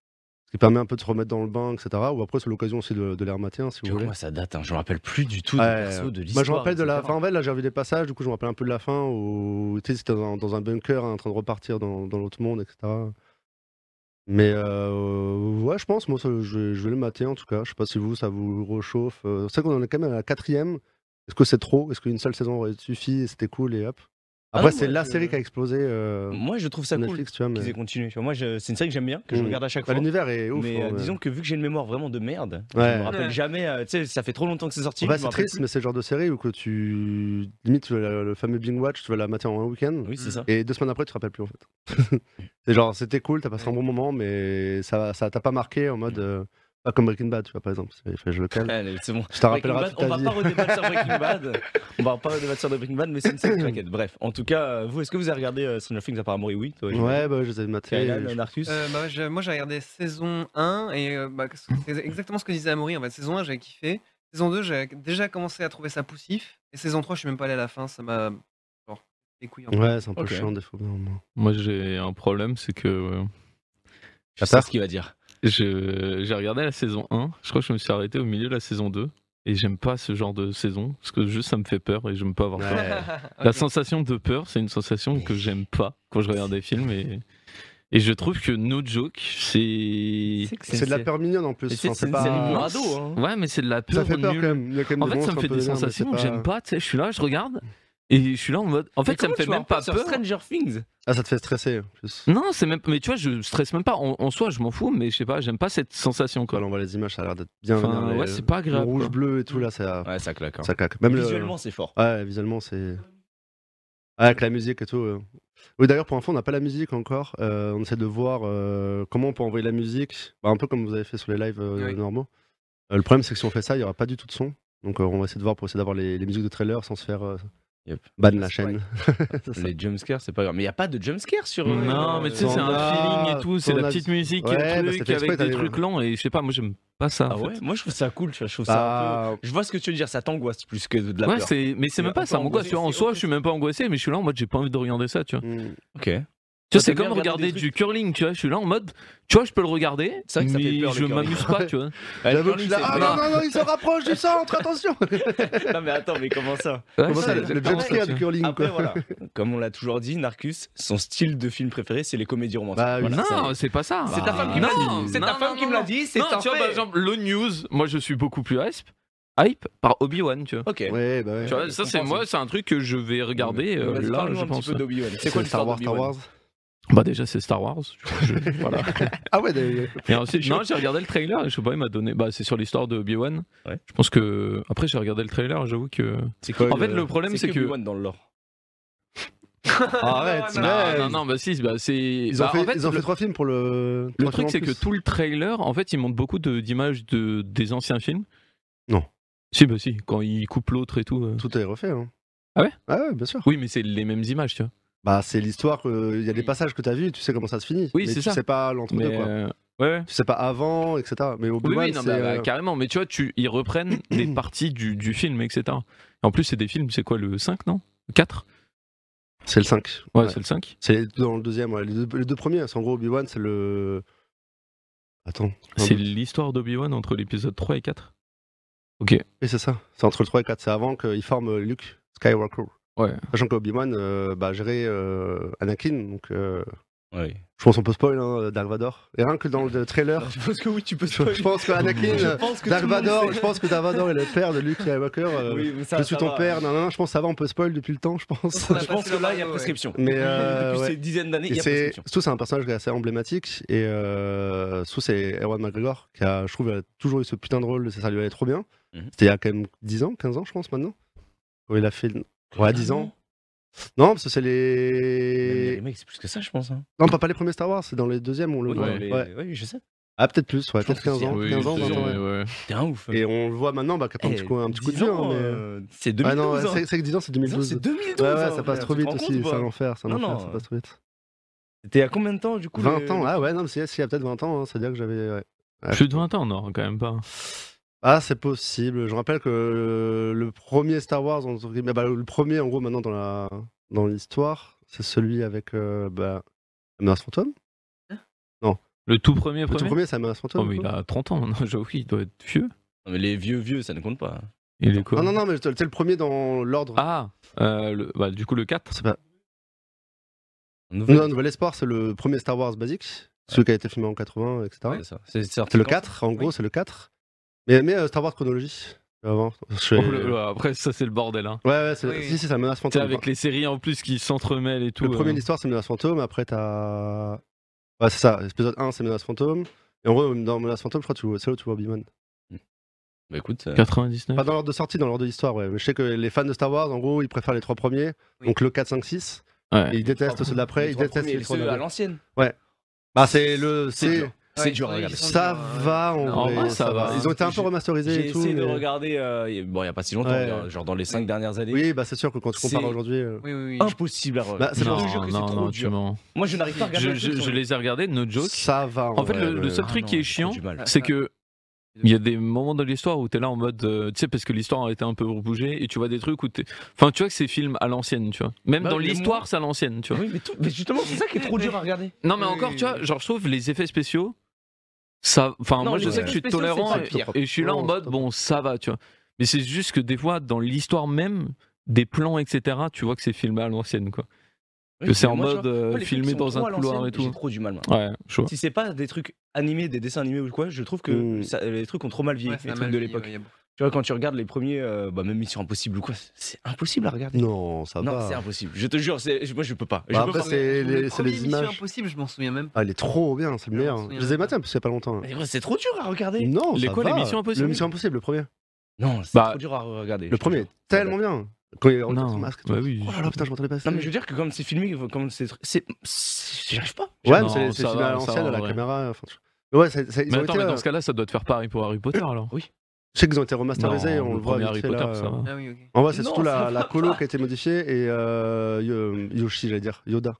Ce qui permet un peu de se remettre dans le bain, etc. Ou après, c'est l'occasion aussi de, de les remater, hein, si Tu vous vois, voulez. moi, ça date, hein, je me rappelle plus du tout Ouais, du perso, de Moi, l'histoire. je me rappelle de la etc. fin. En fait, là, j'ai revu des passages. Du coup, je me rappelle un peu de la fin où tu sais, c'était dans, dans un bunker hein, en train de repartir dans, dans l'autre monde, etc. Mais euh, ouais, je pense, moi, ça, je, je vais le mater en tout cas. Je sais pas si vous, ça vous réchauffe. Euh, C'est vrai qu'on en est quand même à la quatrième. Est-ce que c'est trop Est-ce qu'une seule saison aurait suffi et C'était cool et hop. Ah Après, non, c'est moi, la je- série qui a explosé euh, Moi, je trouve ça sur cool Netflix, tu vois. mais- qu'ils aient continué. Tu vois, moi, je- c'est une série que j'aime bien, que je Mm. regarde à chaque Bah, fois. L'univers est ouf. mais hein, euh, mais- disons que vu que j'ai une mémoire vraiment de merde, je Ouais. me rappelle Ouais. jamais, jamais. tu sais, ça fait trop longtemps que c'est sorti. Ouais, c'est triste, mais c'est le genre de série où que tu. Limite, tu veux la- le fameux Bing Watch, tu vas la mater en un week-end. Oui, c'est ça. Et deux semaines après, tu te rappelles plus en fait. c'est genre, c'était cool, t'as passé un bon moment, mais ça ça t'a pas marqué en mode. euh, pas comme Breaking Bad, tu vois, par exemple. C'est- fait, je le calme. Allez, c'est bon. Je te Breaking rappellerai Bad, toute on ta va vie. pas redébattre sur Breaking Bad. On va pas redébattre sur Breaking Bad, mais c'est une série claquette. Bref, en tout cas, euh, vous, est-ce que vous avez regardé euh, Stranger Things apparemment Oui, toi, Ouais, bah, je les avais matés. Kailan, je- Narcus. Euh, bah, je- moi j'ai regardé saison 1 et euh, bah, Mmh. c'est exactement ce que disait Amaury. En fait, saison 1 j'avais kiffé. Saison 2 j'ai déjà commencé à trouver ça poussif. Et saison 3 je suis même pas allé à la fin, ça m'a. Genre, les couilles en fait. Ouais, c'est un peu Ok. chiant des fois. non, non. Moi, j'ai un problème, c'est que euh, Je sais Qatar. ce qu'il va dire. je- j'ai regardé la saison 1. Je crois que je me suis arrêté au milieu de la saison 2. Et j'aime pas ce genre de saison, parce que juste ça me fait peur et j'aime pas avoir peur. Ouais. La Ok. sensation de peur, c'est une sensation que j'aime pas quand je regarde des films. Et, et je trouve que No Joke, c'est. C'est de la peur mignonne en plus. Mais tu sais, enfin, c'est c'est une pas- série noire. Ado, hein. Ouais, mais c'est de la peur. Ça fait peur nulle. quand même. Il y a quand même En fait, monstres ça me un fait peu des vénères, mais sensations c'est que j'aime pas. Tu sais, je suis là, je regarde. Et je suis là en mode. En fait, ça me fait même pas peur. Stranger Things. Ah, ça te fait stresser. en plus. Non, c'est même. Mais tu vois, je stresse même pas. En, en soi, je m'en fous, mais je sais pas, j'aime pas cette sensation Quand quoi. on voit les images, ça a l'air d'être bien. Enfin, vénère, ouais, les- c'est pas le agréable. rouge, quoi. bleu et tout, là, ça, Ouais, ça claque. hein. ça claque. Même le- Visuellement, c'est fort. Ouais, visuellement, c'est. Ouais, avec la musique et tout. euh. Oui, d'ailleurs, pour info, on n'a pas la musique encore. Euh, on essaie de voir euh, comment on peut envoyer la musique. Bah, un peu comme vous avez fait sur les lives euh, Oui. normaux. Euh, le problème, c'est que si on fait ça, il n'y aura pas du tout de son. Donc, euh, on va essayer de voir pour essayer d'avoir les, les musiques de trailer sans se faire euh, Yep. ban la Ouais. chaîne. C'est ça. Les jumpscares, c'est pas grave. Mais il n'y a pas de jumpscares sur. euh, Non, mais tu sais, c'est t'en un as- feeling et tout. C'est t'en la as- petite musique Ouais, et bah, c'est fait le truc exprès, avec t'as des les- trucs lents. Et je sais pas, moi, j'aime pas ça. Ah en fait. ouais, moi je trouve ça cool, tu vois, je trouve ça un peu- Bah, Je vois ce que tu veux dire, ça t'angoisse plus que de la Ouais, peur. c'est mais c'est Et même pas on ça peut m'angoisse. Tu vois, en angoisser, soi, ok. je suis même pas angoissé, mais je suis là en mode j'ai pas envie de regarder ça, tu vois. hmm. Ok. Toi, Tu vois, c'est t'aimes bien comme regarder regarder, des du curling, tu vois. Je suis là en mode, tu vois, je peux le regarder, C'est vrai que ça fait mais peur, le je curling. m'amuse pas, tu vois. J'avoue que je suis là, c'est Ah pas- non, non, non, il se rapproche du centre, attention Non mais attends, mais comment ça Comment ça, le- le jumpscare du curling, Après quoi voilà, comme on l'a toujours dit, Narcus, son style de film préféré, c'est les comédies romantiques. Bah, oui. Voilà, ça y Non, est. c'est pas ça. C'est ta Bah, femme qui me l'a non, dit. C'est non, ta non, femme qui me l'a non. dit. C'est Non, un tu vois, bah, par fait. exemple, le news, moi je suis beaucoup plus hype, hype par Obi-Wan, tu vois. Ah, Ok. Ouais, bah ouais. Tu vois, ça c'est moi, c'est un truc que je vais regarder euh, Vas-y, là, parle-nous je un pense. petit peu d'Obi-Wan. C'est quoi l'histoire Star Wars, Star d'Obi-Wan Wars Bah déjà c'est Star Wars. je- je- voilà. Ah ouais, d'ailleurs. Et ensuite, non, j'ai regardé le trailer et je sais pas, il m'a donné. Bah c'est sur l'histoire de Obi-Wan. Ouais. Je pense que après j'ai regardé le trailer, j'avoue que. C'est En fait, le problème c'est que. Obi-Wan dans le lore. Arrête, Non, Non, ouais. non, non, bah si, bah c'est. Ils ont bah, en fait fait, ils ont fait le- trois films pour le. Le trois films truc, en c'est que plus. tout le trailer, en fait, il montre beaucoup de- d'images de, des anciens films. Non. Si, bah si, quand il coupe l'autre et tout. euh. Tout est refait. Hein. Ah ouais Ah ouais, bien sûr. Oui, mais c'est les mêmes images, tu vois. Bah, c'est l'histoire, que- il y a des passages que t'as vus, tu sais comment ça se finit. Oui, mais c'est tu ça. sais pas l'entre-deux, Mais, quoi. euh, ouais, ouais. Tu sais pas avant, etc. Mais au bout Oui, oui, non, c'est. bah, bah, euh, carrément. Mais tu vois, tu, ils reprennent des parties du, du film, etc. En plus, c'est des films, c'est quoi, le 5, non Le 4 C'est le 5. ouais, c'est le 5. C'est les- dans le deuxième, ouais. les, deux, les deux premiers. hein, C'est en gros Obi-Wan, c'est le. Attends. C'est l'histoire d'Obi-Wan entre l'épisode 3 et 4. Oui, c'est ça. C'est entre le 3 et 4. C'est avant qu'ils forment Luke Skywalker. Ouais. Sachant que Obi-Wan euh, bah, gérait euh, Anakin, donc. euh, Oui. Je pense qu'on peut spoil hein, Dark Vador. Et rien que dans le trailer, Je pense que oui, tu peux je, je pense que Anakin, euh, pense Dark Vador, je pense que Dark Vador est le père de Luke Skywalker. euh, je suis ton père. Non, non, non, je pense que ça va, on peut spoil depuis le temps, je pense. Ouais. Je pense que là, il y a prescription. Mais, euh, Depuis ouais. ces dizaines d'années, il Et y a c'est prescription. Sous, c'est un personnage qui est assez emblématique. Et euh, Sous, c'est Erwan McGregor, qui a, je trouve, il a toujours eu ce putain de rôle, ça, ça lui allait trop bien. Mhm. C'était il y a quand même 10 ans, 15 ans, je pense, maintenant. Quand il a fait. Ouais, 10 Ah ans. Non, parce que c'est Mais les. mec, c'est plus que ça, je pense. hein. Non, pas, pas les premiers Star Wars, c'est dans les deuxièmes, on le Oui, voit. non, mais- Ouais. oui, je sais. Ah, peut-être plus, ouais, Je pense peut-être que 15 c'est- ans. oui, 15 ans, c'est- 20 ans, ouais. T'es un ouf. Et on le voit maintenant, bah, qu'après un Eh, petit coup, un petit coup de 10 vieux. ans, hein, mais... euh, C'est Ah non, 2012. ouais, hein. c'est c'est que 10 ans, c'est Dix ans, 2012. c'est 2012. Ouais, ouais, hein, ça passe frère, trop tu te vite rends aussi, compte, c'est un quoi. enfer, c'est un Non, enfer, non, ça euh, passe trop vite. T'es à combien de temps, du coup 20 euh, le- ans, ah ouais, non, mais c'est s'il y a peut-être 20 ans, hein, c'est-à-dire que j'avais. ouais. Ouais. Plus de 20 ans, non, quand même pas. Ah, c'est possible. Je rappelle que euh, le premier Star Wars, entre guillemets, bah, le premier en gros maintenant dans la dans l'histoire, c'est celui avec euh, bah, Menace Fantôme. Le tout premier, Le tout premier, premier, ça m'a 100 Oh, mais il a 30 ans. Non, j'avoue, il doit être vieux. Non, mais les vieux, vieux, ça ne compte pas. Il est quoi Ah, Non, non, non, mais t'es t'es le premier dans l'ordre. Ah euh, le- bah, Du coup, le 4. C'est pas... Un nouvel- Non, Nouvel Espoir, c'est le premier Star Wars basique, celui qui a été filmé en 80, etc. Ouais, ça. C'est sorti c'est le quand 4, en gros, Oui. c'est le 4. Mais, mais euh, Star Wars Chronologie, avant. Je- Oh, le- ouais, après, ça, c'est le bordel. Hein. Ouais, ouais, c'est Oui. si, si, c'est la menace Tu sais, fantôme. avec les séries en plus qui s'entremêlent et tout. le premier euh, de l'histoire, c'est menace fantôme, après t'as. Ouais, c'est ça, épisode 1, c'est menace fantôme. Et en gros, dans menace fantôme, je crois que tu vois- c'est là où tu vois Obi-Wan. Bah écoute, euh, 99. Pas dans l'ordre de sortie, dans l'ordre de l'histoire, ouais. Mais je sais que les fans de Star Wars, en gros, ils préfèrent les trois premiers, Oui. donc le 4, 5, 6. Ouais. Et ils détestent ceux d'après, les ils trois détestent premiers, les trois ceux à derniers. l'ancienne. Bah, c'est le. C'est C'est. dur. C'est Ouais, dur à ils euh, regarder. sont Ça durs, ouais. va, en, Non, vrai, en vrai, ça, ça va. va. Ils ont été un peu J'ai- remasterisés J'ai et tout. essayé de mais- regarder, euh, il y a- bon, il n'y a pas si longtemps, Ouais. genre dans les cinq dernières années. Oui, bah c'est sûr que quand tu compares C'est- aujourd'hui. euh, Oui, oui, oui. Impossible à Bah, regarder. c'est Je non, te jure que Ah, c'est non, trop non, tu dur. mens. Moi, je n'arrive pas à regarder. Je, un film je- sur je les ai regardés, no joke. Ça va. En fait, vrai, euh. le, le mais- seul truc non, qui est j'ai chiant, du mal. c'est que il y a des moments de l'histoire où t'es là en mode, euh, tu sais, parce que l'histoire a été un peu bougée et tu vois des trucs où t'es, enfin, tu vois que c'est film à l'ancienne, tu vois. Même Bah, dans mais l'histoire, moi- c'est à l'ancienne, tu vois. Oui, mais, tout- mais justement, c'est ça qui est trop dur à regarder. Non, mais Oui, encore, oui, tu vois, oui. genre, je trouve les effets spéciaux, ça. Enfin, Non, moi, je les sais que je suis effets spéciaux, c'est tolérant pas et, pire. et je suis là en Non, c'est mode, pas bon, ça va, tu vois. Mais c'est juste que des fois, dans l'histoire même, des plans, etc., tu vois que c'est filmé à l'ancienne, quoi. que c'est en hein. mode euh, filmé dans un couloir et J'ai tout. trop du mal. moi. Ouais, chaud. Si c'est pas des trucs animés, des dessins animés ou quoi, je trouve que Mm. ça- les trucs ont trop mal vieilli, Ouais, ça les a trucs mal de vieilli, l'époque. ouais, il y a beaucoup. Tu vois, quand tu regardes les premiers, euh, bah, même Mission Impossible ou quoi, c'est- c'est impossible à regarder. Non, ça Non, va. c'est impossible. Je te jure, c'est- moi, je peux pas. Je Bah, peux après, pas. c'est Le les, c'est premier les Mission images. Impossible, je m'en souviens même pas. Ah, il est trop bien, c'est le Je me meilleur. souviens Je les ai même pas. matés en plus il y a pas longtemps. hein. Mais gros, c'est trop dur à regarder. Non, Les ça quoi, va. les Missions Impossibles Le Mission Impossible, le premier. Non, c'est Bah, trop dur à regarder. je Le te premier, jure. est tellement bien. Quand il enlève son Non, masque. et tout. bah oui. Oh là là, putain, je m'entendais pas. Non, mais je veux dire que comme c'est filmé, comme c'est. c'est- c'est- J'y arrive pas. Ouais, mais Non, c'est les- ça c'est filmé va, à ça l'ancienne, va, à la ouais. caméra. enfin, tu- Mais Ouais, ça- ça- ils Mais ont attends, été. mais euh, dans ce cas-là, ça doit te faire pareil pour Harry Potter, alors. Oui. Je sais qu'ils ont été remasterisés, Non, on le le voit. premier vite Harry fait, Potter, là, ça va. euh. Ah oui, ok. En vrai, c'est Non, surtout ça la, va la colo qui a été modifiée et euh, Yo- Yoshi, j'allais dire, Yoda.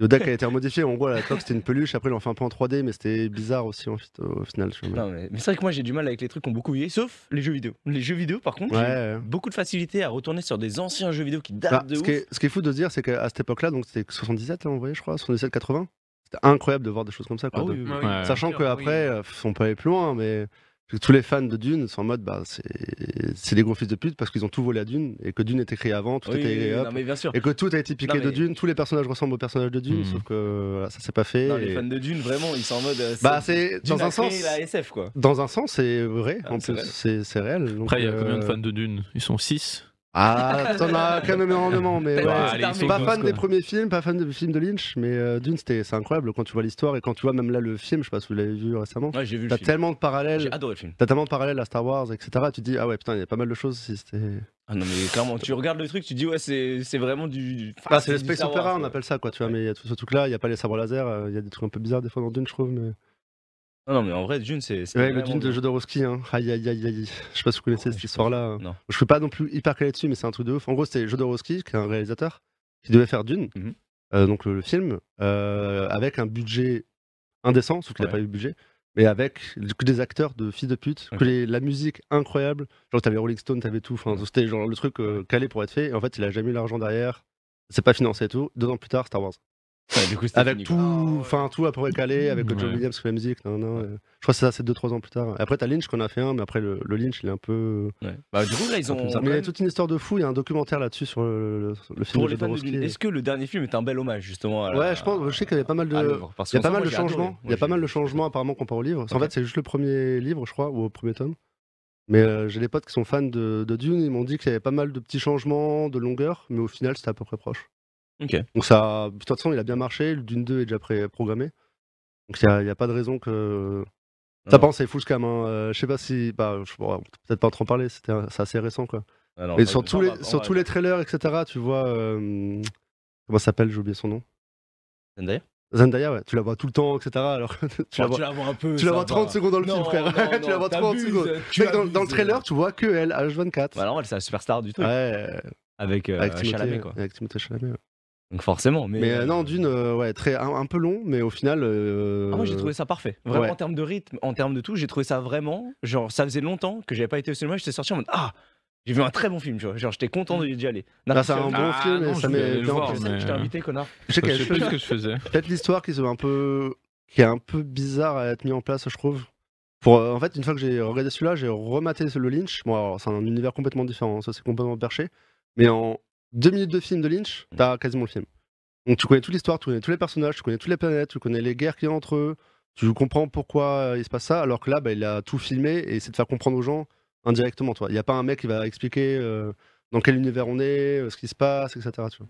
Yoda qui a été remodifié. En gros, à la l'époque, c'était une peluche. Après, ils l'ont fait un peu en 3D, mais c'était bizarre aussi en fait, au final. je sais pas. Non, mais, mais c'est vrai que moi j'ai du mal avec les trucs qui ont beaucoup vieilli, sauf les jeux vidéo. Les jeux vidéo, par contre, Ouais, j'ai ouais. beaucoup de facilité à retourner sur des anciens jeux vidéo qui datent Bah, de ce, ouf. qui est, ce qui est fou de se dire, c'est qu'à cette époque-là, donc c'était 77, là, on voyait, je crois, 77-80. C'était incroyable de voir des choses comme ça. Quoi, Ah de- oui, oui, oui. Ouais, Ouais. Sachant bien sûr, qu'après, oui. euh, on peut aller plus loin, mais parce que tous les fans de Dune sont en mode, bah, c'est c'est des gros fils de pute parce qu'ils ont tout volé à Dune et que Dune était créé avant, tout Oui, était oui, oui, hop, non, mais bien sûr. et que tout a été piqué Non, de mais- Dune, tous les personnages ressemblent aux personnages de Dune, Mhm. sauf que voilà, ça s'est pas fait. Non, et- les fans de Dune, vraiment, ils sont en mode. euh, Bah, c'est- c'est Dune dans a un créé sens. la SF, quoi. Dans un sens, c'est vrai. Ah, en c'est plus, vrai. c'est c'est réel. donc, Après, il y a euh, combien de fans de Dune Ils sont 6. Ah, t'en as quand même énormément, mais Bah, ouais. allez, ils sont Pas douze, fan quoi. des premiers films, pas fan des films de Lynch, mais euh, Dune, c'était c'est incroyable quand tu vois l'histoire et quand tu vois même là le film, je sais pas si vous l'avez vu récemment. Ouais, j'ai vu le T'as film. tellement de J'ai parallèles, adoré le film. t'as tellement de parallèles à Star Wars, etc. Tu te dis ah ouais putain, il y a pas mal de choses. Si c'était. Ah non, mais clairement, tu regardes le truc, tu dis, ouais, c'est c'est vraiment du. enfin, Ah, c'est le du space Star Wars, opéra, on quoi. appelle ça quoi. Tu vois, mais il y a tout ce truc-là, il y a pas les sabres laser, euh, il y a des trucs un peu bizarres des fois dans Dune, je trouve. Mais... Non, non, mais en vrai, Dune, c'est. c'est Ouais, le vraiment Dune de bien. Jodorowsky, hein. Aïe aïe aïe aïe. Je sais pas si vous connaissez Ouais, cette je- histoire-là. Non. Je suis pas non plus hyper calé dessus, mais c'est un truc de ouf. En gros, c'était Jodorowsky, qui est un réalisateur, qui devait faire Dune, Mhm. euh, donc le, le film, euh, avec un budget indécent, sauf qu'il Ouais. a pas eu de budget, mais avec du coup, des acteurs de fils de pute, que Ok. les- la musique incroyable. Genre, t'avais Rolling Stone, t'avais tout. Enfin, c'était genre le truc euh, calé pour être fait. Et en fait, il a jamais eu l'argent derrière. C'est pas financé et tout. Deux ans plus tard, Star Wars. Ouais, du coup, c'était Avec fini, quoi. tout, enfin tout à peu près calé, avec le John Ouais. Williams qui fait la musique. Non, non, euh, je crois que c'est ça, c'est 2-3 ans plus tard. Après, t'as Lynch qu'on a fait un, mais après, le, le Lynch, il est un peu. Ouais. Bah, du coup, là, ils un peu ont. bizarre. quand mais il y a même- toute une histoire de fou, il y a un documentaire là-dessus sur le, le- sur le film Pour de les fans de Jodorowsky. Dune, est-ce que le dernier film est un bel hommage, justement à la- Ouais, je pense, je sais qu'il y avait pas mal à de. l'œuvre, parce Il y a qu'en pas soi, mal de j'ai adoré. changements. Il y Moi, a pas j'ai- mal de changements apparemment comparé au livre. En Ok. fait, c'est juste le premier livre, je crois, ou au premier tome. Mais euh, j'ai des potes qui sont fans de, de Dune, ils m'ont dit qu'il y avait pas mal de petits changements de longueur, mais au final, c'était à peu près proche. Ok. Donc ça, de toute façon, il a bien marché. Le Dune 2 est déjà pré- programmé. Donc il n'y a, il y a pas de raison que. Ça Non, pense, c'est full scam. Hein. Euh, je sais pas si. Bah, je pourrais peut-être pas trop en parler, c'était un- c'est assez récent quoi. Ah non, Et pas sur de- tous on les, va- on sur va- tous les trailers, etc., tu vois. euh, comment ça s'appelle J'ai oublié son nom. Zendaya Zendaya, ouais. Tu la vois tout le temps, etc. Alors que tu la vois. un peu. Tu la ça va. vois 30 secondes dans le film, Non, frère. non, tu la non, vois 30 t'abuses, secondes. tu Mec, dans, dans le abuses. trailer, tu vois que elle, H24. Bah, normal, c'est la superstar du truc. ouais, Avec, euh, avec, Timothée, Chalamet, quoi. avec Timothée Chalamet. ouais. Donc, forcément. Mais, Mais euh, euh, non, d'une, euh, ouais, très, un, un peu long, mais au final. euh, Ah, moi j'ai trouvé ça parfait. Vraiment ouais. en termes de rythme, en termes de tout, j'ai trouvé ça vraiment. Genre, ça faisait longtemps que j'avais pas été au cinéma, j'étais sorti en mode Ah J'ai vu un très bon film, tu vois. Genre, j'étais content d'y d'y aller. Bah, c'est un bon Narcisse, euh, Ah, film, non, et ça je vais met aller le bien en voir, je place. sais que je t'ai mais- invité, connard. Je sais Je qu'il y a sais des plus choses- ce que je faisais. peut-être l'histoire qui se met un peu qui est un peu bizarre à être mis en place, je trouve. Pour, euh, en fait, une fois que j'ai regardé celui-là, j'ai rematé le Lynch. Bon, alors, c'est un univers complètement différent, hein, ça c'est complètement perché. Mais en deux minutes de film de Lynch, t'as quasiment le film. Donc tu connais toute l'histoire, tu connais tous les personnages, tu connais toutes les planètes, tu connais les guerres qu'il y a entre eux, tu comprends pourquoi euh, il se passe ça, alors que là, bah, il a tout filmé et c'est de faire comprendre aux gens indirectement. toi. Il n'y a pas un mec qui va expliquer euh, dans quel univers on est, euh, ce qui se passe, etc. tu vois.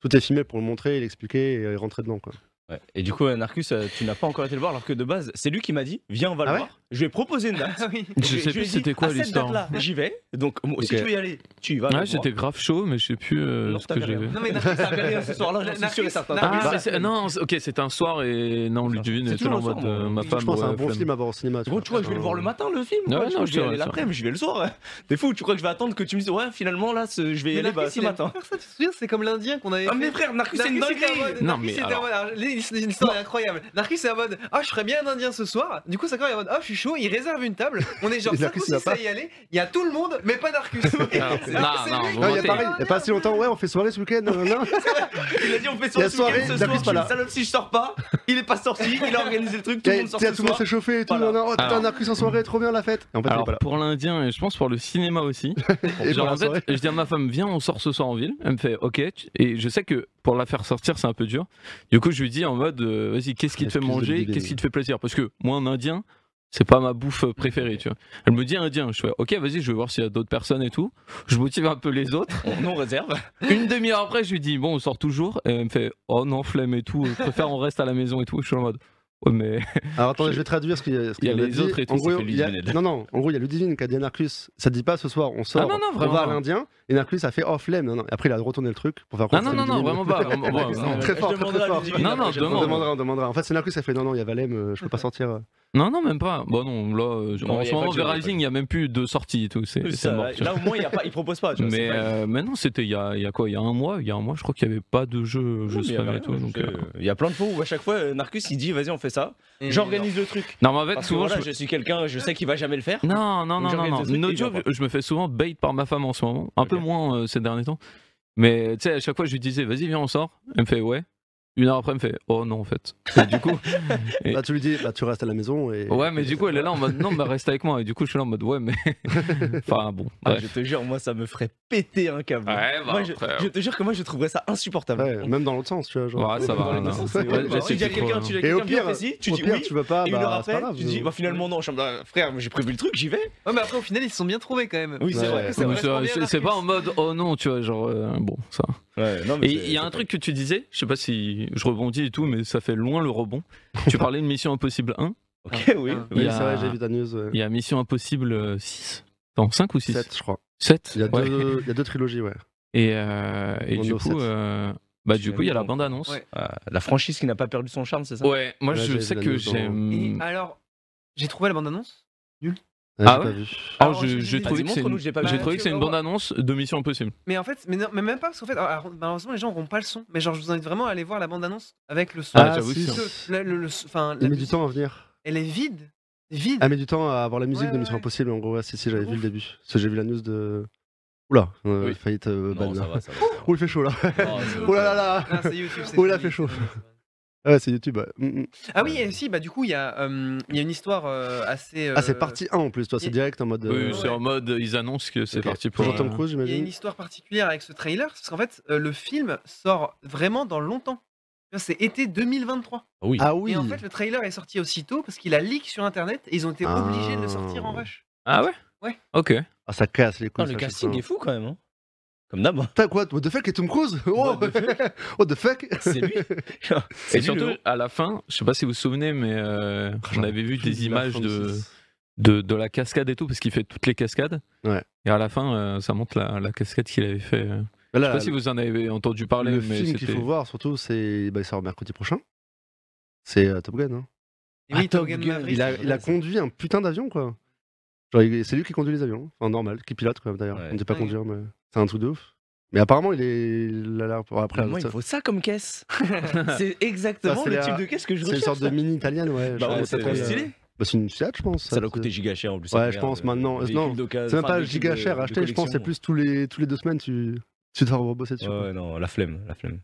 Tout est filmé pour le montrer, l'expliquer et euh, rentrer dedans. Quoi. Ouais. Et du coup, euh, Narcus, euh, tu n'as pas encore été le voir, alors que de base, c'est lui qui m'a dit Viens, on va le Ah ouais voir. Je lui ai proposé une date. oui. Je sais lui ai plus dit, c'était quoi À cette l'histoire. date-là, J'y vais. Donc, moi, si Ok. tu veux y aller, tu y vas. Ouais, avec moi. c'était grave chaud, mais je sais plus euh, Non, ce t'as que bien j'avais. raison. Non, mais Narcisse, ça avait rien ce soir-là, j'en suis sûr et certain. Ah, Narcisse, mais c'est- non, c'est- ok, c'était un soir et non, Ludivine C'est était toujours en le mode soir, euh, moi. ma Je femme. je pense que c'est ouais, un bon flemme. film à voir au cinéma. tu Gros, vois. tu vois, je vais le voir le matin, le film. Ouais, Ouais, tu non, vois, je vais y c'est vrai, aller c'est l'après-midi, je vais le soir. T'es fou, tu crois que je vais attendre que tu me dises Ouais, finalement, là, ce- je vais y Mais aller bah, Narcisse, ce il a matin. faire ça, tu te souviens C'est comme l'Indien qu'on avait Ah, fait. mais frère, Narcus, c'est une Narcisse était en dinguerie mode- Non, Narcisse mais était en mode- alors, l'histoire- L'histoire est incroyable. Narcisse est en mode Ah, je ferais bien un indien ce soir. Du coup, ça il est en mode Ah, je suis chaud. Il réserve une table. On est genre Et 5 ou Narcisse, il 6 va à y aller. Il y a tout le monde, mais pas Narcus. Ah, C'est- non, c'est non, lui qui vous Non, il y a mentez. pareil, il y a pas si longtemps, ouais, on fait soirée ce week-end. euh, nan, nan, nan. Il a dit On fait Il y a son ce week-end soirée, ce Narcisse soir. pas là. tu- Salope, si je sors pas, il est pas sorti, il a organisé le truc, tout Il le y a- monde tu sort sais, ce Tout le monde soir. s'est chauffé et tout. Voilà. nan, nan, Oh putain, Alors- on a cru sans soirée, trop bien la fête. Et en fait, il est Alors pas là. pour l'Indien et je pense pour le cinéma aussi. Et pour genre la en soirée. fait, je dis à ma femme viens, on sort ce soir en ville. Elle me fait ok. tu- Et je sais que pour la faire sortir c'est un peu dur. Du coup je lui dis en mode euh, vas-y qu'est-ce qui te fait Excuse de manger, l'idée. qu'est-ce qui te fait plaisir parce que moi un Indien c'est pas ma bouffe préférée tu vois. Elle me dit Indien, je fais ok vas-y je vais voir s'il y a d'autres personnes et tout. Je motive un peu les autres. On on réserve. Une demi-heure après, je lui dis bon, on sort toujours. Et elle me fait oh non, flemme et tout. Je préfère on reste à la maison et tout. Je suis en mode ouais, mais Alors attendez, je vais traduire ce qu'il y a. ce Il y a qu'il les dit. autres et tout, En ça gros, fait il y a- Ludivine. Non, non, en gros, il y a Ludivine qui a dit à Narcus, ça dit pas ce soir, on sort, Ah non, non, on vraiment. va à l'Indien, et Narcus a fait off flemme. Non, non. Après, il a retourné le truc pour faire non, croire Ah, non, que non, c'était non, Ludivine. vraiment pas. vraiment- ouais, non. Très fort, Je très, très demanderai à fort. Ludivine Non, la non, prochaine demande. On fois. demandera, on demandera. En fait, c'est Narcus qui a fait non, non, il y a Valem, euh, je peux pas sortir. euh. Non, non, même pas. Bon, non, là, euh, Non, en il y ce a pas moment, que le- vers Rising, il n'y a même plus de sortie et tout. C'est c'est Ça, mort. tu vois. Là, au moins, il y a pas- il propose pas. tu vois, c'est Mais, pas- euh, mais non, c'était il y a, il y a quoi Il y a un mois Il y a un mois, je crois qu'il n'y avait pas de Non, jeu, jeu mais y a spam et rien, tout. je donc, sais, euh, Il y a plein de fois où à chaque fois, euh, Narcus il dit vas-y on fait ça, Et j'organise le truc. Non, mais en fait, Parce que souvent, voilà, je... je suis quelqu'un, je sais qu'il va jamais le faire. Non, non, non, Donc, non, non. j'organise des trucs No et il va job, je me fais souvent bait par ma femme en ce moment. Un peu Ok. moins euh, ces derniers temps. Mais tu sais, à chaque fois, je lui disais, vas-y, viens, on sort. Elle me fait, ouais. Une heure après, elle me fait, oh non, en fait. Et du coup, Et- Bah, tu lui dis, bah, tu restes à la maison. Et... ouais, mais du coup, elle est là en mode, non, bah reste avec moi. Et du coup, je suis là en mode, ouais, mais. enfin, bon. Ah, bref. je te jure, moi ça me ferait péter un câble. Ouais, bah, moi, je, après, je te jure que moi je trouverais ça insupportable. Ouais, même dans l'autre sens, tu vois. Genre. Ouais, ça va. Dans les non. deux sens, c'est- Ouais, ouais, je bah, sais Il y a que quelqu'un, trop, tu, il y a Et au quelqu'un bien pire, fait si, tu au dis pire, oui. tu veux pas. Et une heure Bah, c'est après, pas grave. tu dis bah, finalement non, je suis en mode, frère, mais j'ai prévu le truc, j'y vais. Ouais, mais après, au final, ils se sont bien trouvés quand même. Oui, c'est Ouais. vrai. que Ouais, ça mais correspond bien à c'est- c'est- C'est pas en Narcisse. mode oh non, tu vois, genre euh, bon, ça. Ouais, non, mais Et c'est- il y a c'est un truc que tu disais, je sais pas si je rebondis et tout, mais ça fait loin le rebond. tu parlais de Mission Impossible 1, pas- Ok, oui. Ah. Oui, il y a- c'est vrai, j'ai vu ta news. euh, il y a Mission Impossible euh, 6, non, 5 ou 6 7, je crois. 7 Il y a deux il y a deux trilogies, ouais. Et, euh, et On est du au coup, sept. euh, bah, Je du coup, il y a la comprends. bande annonce. Ouais. Ouais, Euh, la franchise qui n'a pas perdu son charme, c'est ça moi Ouais, je j'ai sais vu la que news dans- Et j'aime. alors, j'ai trouvé la bande-annonce. Ouais, Ah j'ai ouais pas vu. Alors, alors, je- j'ai- j'ai vas-y, trouvé que c'est montre-nous, une, j'ai pas vu. j'ai trouvé que c'est une Bah, tu- bande annonce de Mission Impossible. Mais en fait, mais, non, mais même pas parce qu'en fait, alors, malheureusement, les gens n'auront pas le son. Mais genre, je vous invite vraiment à aller voir la bande-annonce avec le son. Ah, Parce j'avoue si. que que le- le- le- enfin, la Il met du musique, temps à venir. Elle est vide. Vide. Ah, mais du temps à avoir la musique Ouais, de ouais, Mission ouais. Impossible, en gros, ouais, si, si, j'avais vu Ouf. le début. Parce que j'ai vu la news de. Oula, euh, Oui. faillite euh, ban. Non, ça va, ça va. Oh, il fait chaud là. ça va. Oh, c'est- Oh là là là Ah, c'est YouTube, c'est Oh, il a fini, fait chaud. c'est fini, c'est fini. Ouais, c'est YouTube. ouais. Mm, mm. Ah oui, et aussi, bah, du coup, il y, a, euh, il y a une histoire euh, assez. Ah, c'est euh, partie 1 en plus, toi, c'est y- direct en mode. Oui, euh, c'est en mode ils annoncent que c'est ok. parti pour. Toujours Tom euh, Cruise, Il y a une j'imagine. histoire particulière avec ce trailer, parce qu'en fait, euh, le film sort vraiment dans longtemps. Tu vois, C'est été 2023. Ah oui Et en fait, le trailer est sorti aussitôt parce qu'il a leak sur internet et ils ont été Ah. obligés de le sortir en rush. Ah ouais. Ouais. Ok. Ah, ça casse les Putain, couilles. le ça, je sais casting pas. est fou quand même. hein. Comme d'hab. Putain, quoi What the fuck Et Tom Cruise Oh What the What the fuck C'est lui. C'est Et lui, le surtout, gros. à la fin, je sais pas si vous vous souvenez, mais euh, on avait vu Plus des la images fin du de, six. de, de la cascade et tout, parce qu'il fait toutes les cascades. Ouais. Et à la fin, euh, ça montre la, la cascade qu'il avait fait. euh. Là, je sais pas si vous en avez entendu parler, Ah, le mais film qu'il c'était. faut voir, surtout, c'est. Bah, il sort mercredi prochain. C'est euh, Top Gun, hein. Et oui, Ah, Top Top Gun Gun, Maverick, Il a, c'est il a vrai, conduit un putain d'avion, quoi. Genre, il- c'est lui qui conduit les avions. Enfin, normal, qui pilote, quoi, d'ailleurs. Ouais. On ne dit pas Ouais. conduire, mais c'est un truc de ouf. Mais apparemment, il est. il a l'air- bon, après, Moi, il ça- faut ça comme caisse. c'est exactement Ça, c'est le la- type de caisse que je c'est une recherche. sorte de ça. mini italienne, ouais. Bah, je ouais, sais c'est pas, trop euh, stylé. bah, c'est une Fiat, je pense. Ça doit c'est- coûter giga cher en plus. Ouais, je pense, maintenant. Non, C'est même pas giga cher à acheter, je pense. C'est plus tous les, tous les deux semaines, tu, tu dois rebosser dessus. Ouais, quoi. ouais, non, la flemme, la flemme.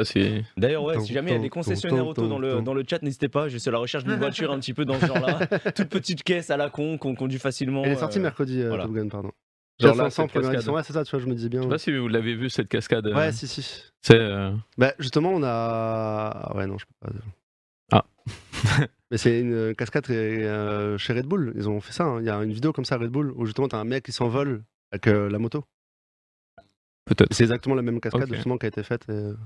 Ah, c'est- D'ailleurs, ouais, Ton, si jamais il y a ton, des ton, concessionnaires ton, auto dans le, ton. dans le chat, n'hésitez pas. Je suis à la recherche d'une voiture un petit peu dans ce genre-là. Toute petite caisse à la con qu'on conduit facilement. Elle est sortie euh, mercredi, euh, voilà. Top Gun, pardon. Genre Genre là, 500 cette première cascade. édition. Ouais, c'est ça, tu vois, je me disais bien. Je sais pas si vous l'avez vu cette cascade. euh, Ouais, si, si. c'est, euh, Bah, justement, on a. Ah Ouais, non, je peux pas. Ah. Mais c'est une euh, cascade qui est, euh, chez Red Bull. Ils ont fait ça. hein. Il y a une vidéo comme ça à Red Bull où justement t'as un mec qui s'envole avec euh, la moto. Peut-être. C'est exactement la même cascade Ok. justement qui a été faite. et, euh,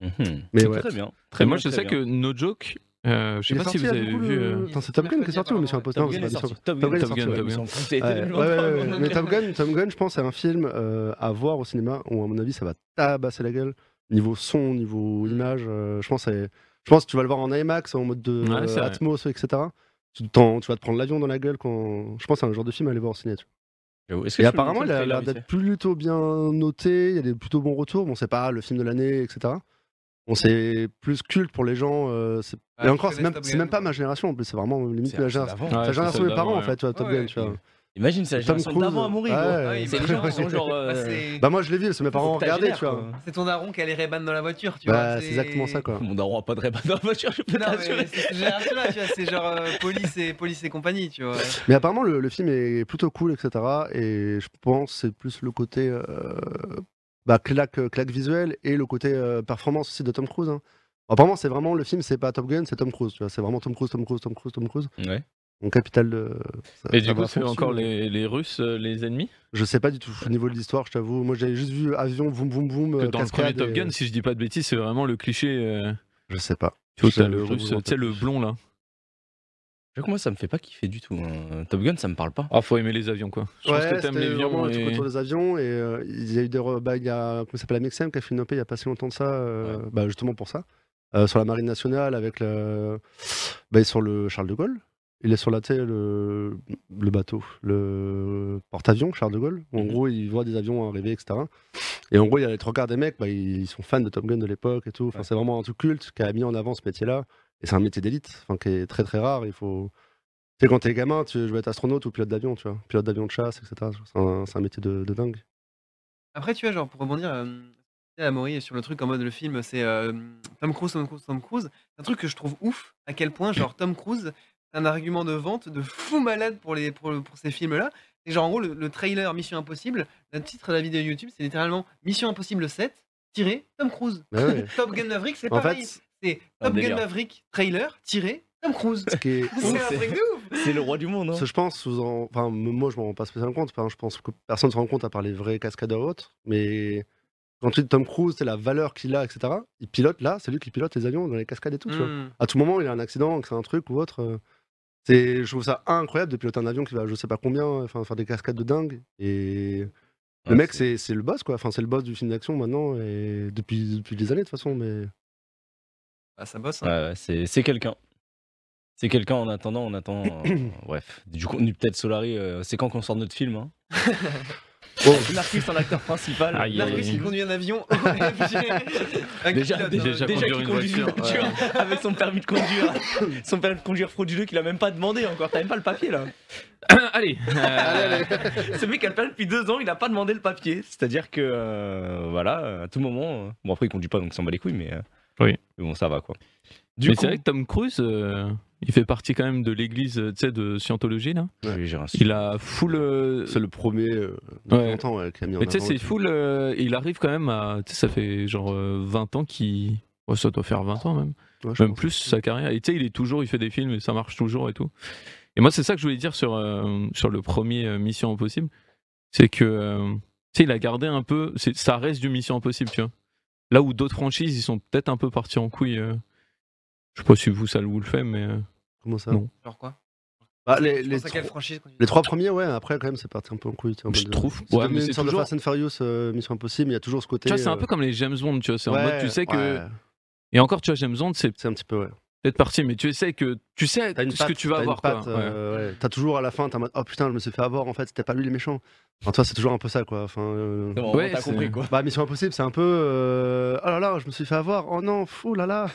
mhm. Mais C'est ouais. Très bien. Et Très moi, bien, je très sais bien. que No Joke, euh, je sais il est pas sorti, si vous là, avez du coup, vu. le- euh, Attends, c'est Top Gun qui est sorti ou Mission Impossible Top Non, Gun c'est est pas sorti. Mission Top Top Gun Gun est est sorti. sorti, ouais, ouais. mais on s'en fout, ça a été Ouais, tellement ouais, longtemps. ouais, ouais. Mais Top Gun, Top Gun, je pense, c'est un film euh, à voir au cinéma où, à mon avis, ça va tabasser la gueule. Niveau son, niveau Mm. image, euh, je pense c'est- je pense que tu vas le voir en IMAX, en mode de Ouais, euh, c'est vrai. Atmos, etc. Tu, t'en- tu vas te prendre l'avion dans la gueule quand. Je pense que c'est un genre de film à aller voir au ciné. tu vois. J'avoue, est-ce que Et je peux apparemment, il montrer a le l'air trailer d'être plutôt bien noté, il y a des plutôt bons retours. Bon, c'est pas le film de l'année, etc. On sait plus culte pour les gens. euh, c'est- Ah, Et je encore, c'est connais même, Top c'est Gun, même pas moi. ma génération, en plus, c'est vraiment vite limite fait C'est- la c'est génération. d'avant. Ouais, La c'est génération celle des parents, d'avant, en fait, tu vois, Top Ouais, Gun, tu vois. Imagine, c'est la Tom génération Cruise. d'avant à mourir. Ouais. gros. Ah oui, C'est bah, les gens qui sont genre. bah, euh, c'est- Bah moi je l'ai vu, parce que mes parents faut ont que t'ailles regardé, l'air, tu vois. quoi. c'est ton daron qui a les ray dans la voiture, tu Bah, vois. c'est exactement ça quoi. Mon daron a pas de rébat dans la voiture, je peux Non, mais t'assurer. c'est cette génération-là, tu vois, c'est genre euh, police, et, police et compagnie, tu vois. Mais apparemment le, le film est plutôt cool, etc. Et je pense que c'est plus le côté euh, bah, claque, euh, claque visuelle et le côté euh, performance aussi de Tom Cruise. hein. Apparemment c'est vraiment le film, c'est pas Top Gun, c'est Tom Cruise, tu vois. C'est vraiment Tom Cruise, Tom Cruise, Tom Cruise, Tom Cruise. Ouais. Mon capital de. ça- Et ça du coup, va c'est fond encore dessus. les, les Russes, euh, les ennemis Je sais pas du tout au niveau de l'histoire, je t'avoue. Moi j'avais juste vu avion, boum boum boum. Que euh, dans le premier cascade Top et- Gun, si je dis pas de bêtises, c'est vraiment le cliché. euh, Je sais pas. Tu vois, t'as Je- le je- russe, je- tu sais, le blond là. Je moi, ça me fait pas kiffer du tout. hein. Top Gun, ça me parle pas. Ah, faut aimer les avions quoi. Je pense que c'était t'aimes les vraiment avions. un truc et- autour des avions et euh, il y a eu des re- bah, il y a comment ça s'appelle la Mexem qui a fait une OP il y a pas si longtemps de ça euh, bah, justement pour ça euh, sur la marine nationale avec le bah, sur le Charles de Gaulle il est sur la tu sais, le le bateau le porte-avions Charles de Gaulle où, en Mhm. gros il voit des avions arriver etc et en gros il y a les trois quarts des mecs bah, ils sont fans de Top Gun de l'époque et tout enfin Ouais. c'est vraiment un truc culte qui a mis en avant ce métier là et c'est un métier d'élite enfin qui est très très rare il faut tu sais, quand t'es gamin, tu je veux être astronaute ou pilote d'avion, tu vois. Pilote d'avion de chasse, etc. C'est un, c'est un métier de, de dingue. Après, tu vois, genre, pour rebondir euh, tu sais, à Maury sur le truc en mode le film, c'est euh, Tom Cruise, Tom Cruise, Tom Cruise. C'est un truc que je trouve ouf, à quel point, genre, Tom Cruise, c'est un argument de vente de fou malade pour, les, pour, pour ces films-là. Et genre, en gros, le, le trailer Mission Impossible, le titre de la vidéo YouTube, c'est littéralement Mission Impossible 7, tiré Tom Cruise. Mais ouais. Top Gun Maverick, c'est en pareil. fait, C'est Un Top Gun délire. Maverick, trailer, tiré Tom Cruise. ce qui est ouf, C'est un truc de ouf. C'est le roi du monde. hein. ce que je pense, vous en- enfin, m- moi je m'en rends pas spécialement compte. Enfin, je pense que personne ne se rend compte à part les vrais cascadeurs ou autres. Mais quand tu dis Tom Cruise, c'est la valeur qu'il a, etc. Il pilote là, c'est lui qui pilote les avions dans les cascades et tout. Tu vois. Hmm. À tout moment, il a un accident, que c'est un truc ou autre. euh, C'est, je trouve ça incroyable de piloter un avion qui va, je sais pas combien, euh, enfin, faire des cascades de dingue. Et Ah, Ah, Le mec, c'est c'est le boss, quoi. Enfin, c'est le boss du film d'action maintenant, et depuis, depuis des années, de toute façon. Mais Bah, ça bosse. hein. Ouais, ouais, c'est c'est quelqu'un. C'est quelqu'un en attendant, on attend. euh, bref, du contenu peut-être Solari. euh, c'est quand qu'on sort notre film hein Euh, L'artiste en acteur principal. Aïe, aïe, L'artiste aïe. qui conduit un avion. au FG. Un Déjà, pilote, déjà, hein, déjà déjà conduire qu'il une conduit une voiture, voiture avec son permis de conduire, son permis de conduire frauduleux qu'il a même pas demandé encore. T'as même pas le papier là. Allez euh, Ce mec a le permis depuis deux ans, il a pas demandé le papier. C'est-à-dire que euh, voilà, à tout moment. euh, Bon après il conduit pas donc il s'en bat les couilles, mais. euh, Oui. mais bon ça va quoi. Du Mais coup, c'est vrai que Tom Cruise, euh, il fait partie quand même de l'église euh, tu sais, de Scientologie là. je vais gérer un Il a full. euh, c'est le premier euh, Ouais. depuis longtemps ouais, qui a mis en Mais tu sais, avant c'est le truc. full. euh, il arrive quand même à. Tu sais, ça fait genre euh, 20 ans qu'il. Ouais, ça doit faire 20 ans même. Ouais, je Même pense. plus sa carrière. Et tu sais, il est toujours, il fait des films et ça marche toujours et tout. Et moi, c'est ça que je voulais dire sur, euh, sur le premier euh, Mission Impossible. C'est que. euh, tu sais, il a gardé un peu. c'est- Ça reste du Mission Impossible, tu vois. Là où d'autres franchises, ils sont peut-être un peu partis en couille. euh, je sais pas si vous, ça vous le fait, mais. euh, Comment ça Non. Genre quoi Bah, les, Je les pense à quelle trois- franchise quand tu dis- les trois premiers, ouais. Après, quand même, c'est parti un peu en couille. tu sais, en Je mode- trouve. bah, C'est Ouais, devenu mais c'est une sorte toujours- de Fast and Furious, euh, Mission Impossible. Il y a toujours ce côté. Tu vois, c'est un peu euh, comme les James Bond, tu vois. C'est en ouais, mode, tu sais que. ouais, Et encore, tu vois, James Bond, c'est c'est un petit peu, ouais. peut-être parti, mais tu sais que. Tu sais T'as une ce patte, que tu vas t'as une avoir, patte, quoi. Ouais. euh, ouais. T'as toujours à la fin, t'as en mode, oh putain, je me suis fait avoir en fait, c'était pas lui le méchant. Enfin, toi, c'est toujours un peu ça, quoi. Enfin, euh, Bon, Ouais, t'as c'est- compris quoi. Bah Mission Impossible, c'est un peu euh, oh là là, je me suis fait avoir. Oh non, fou là là.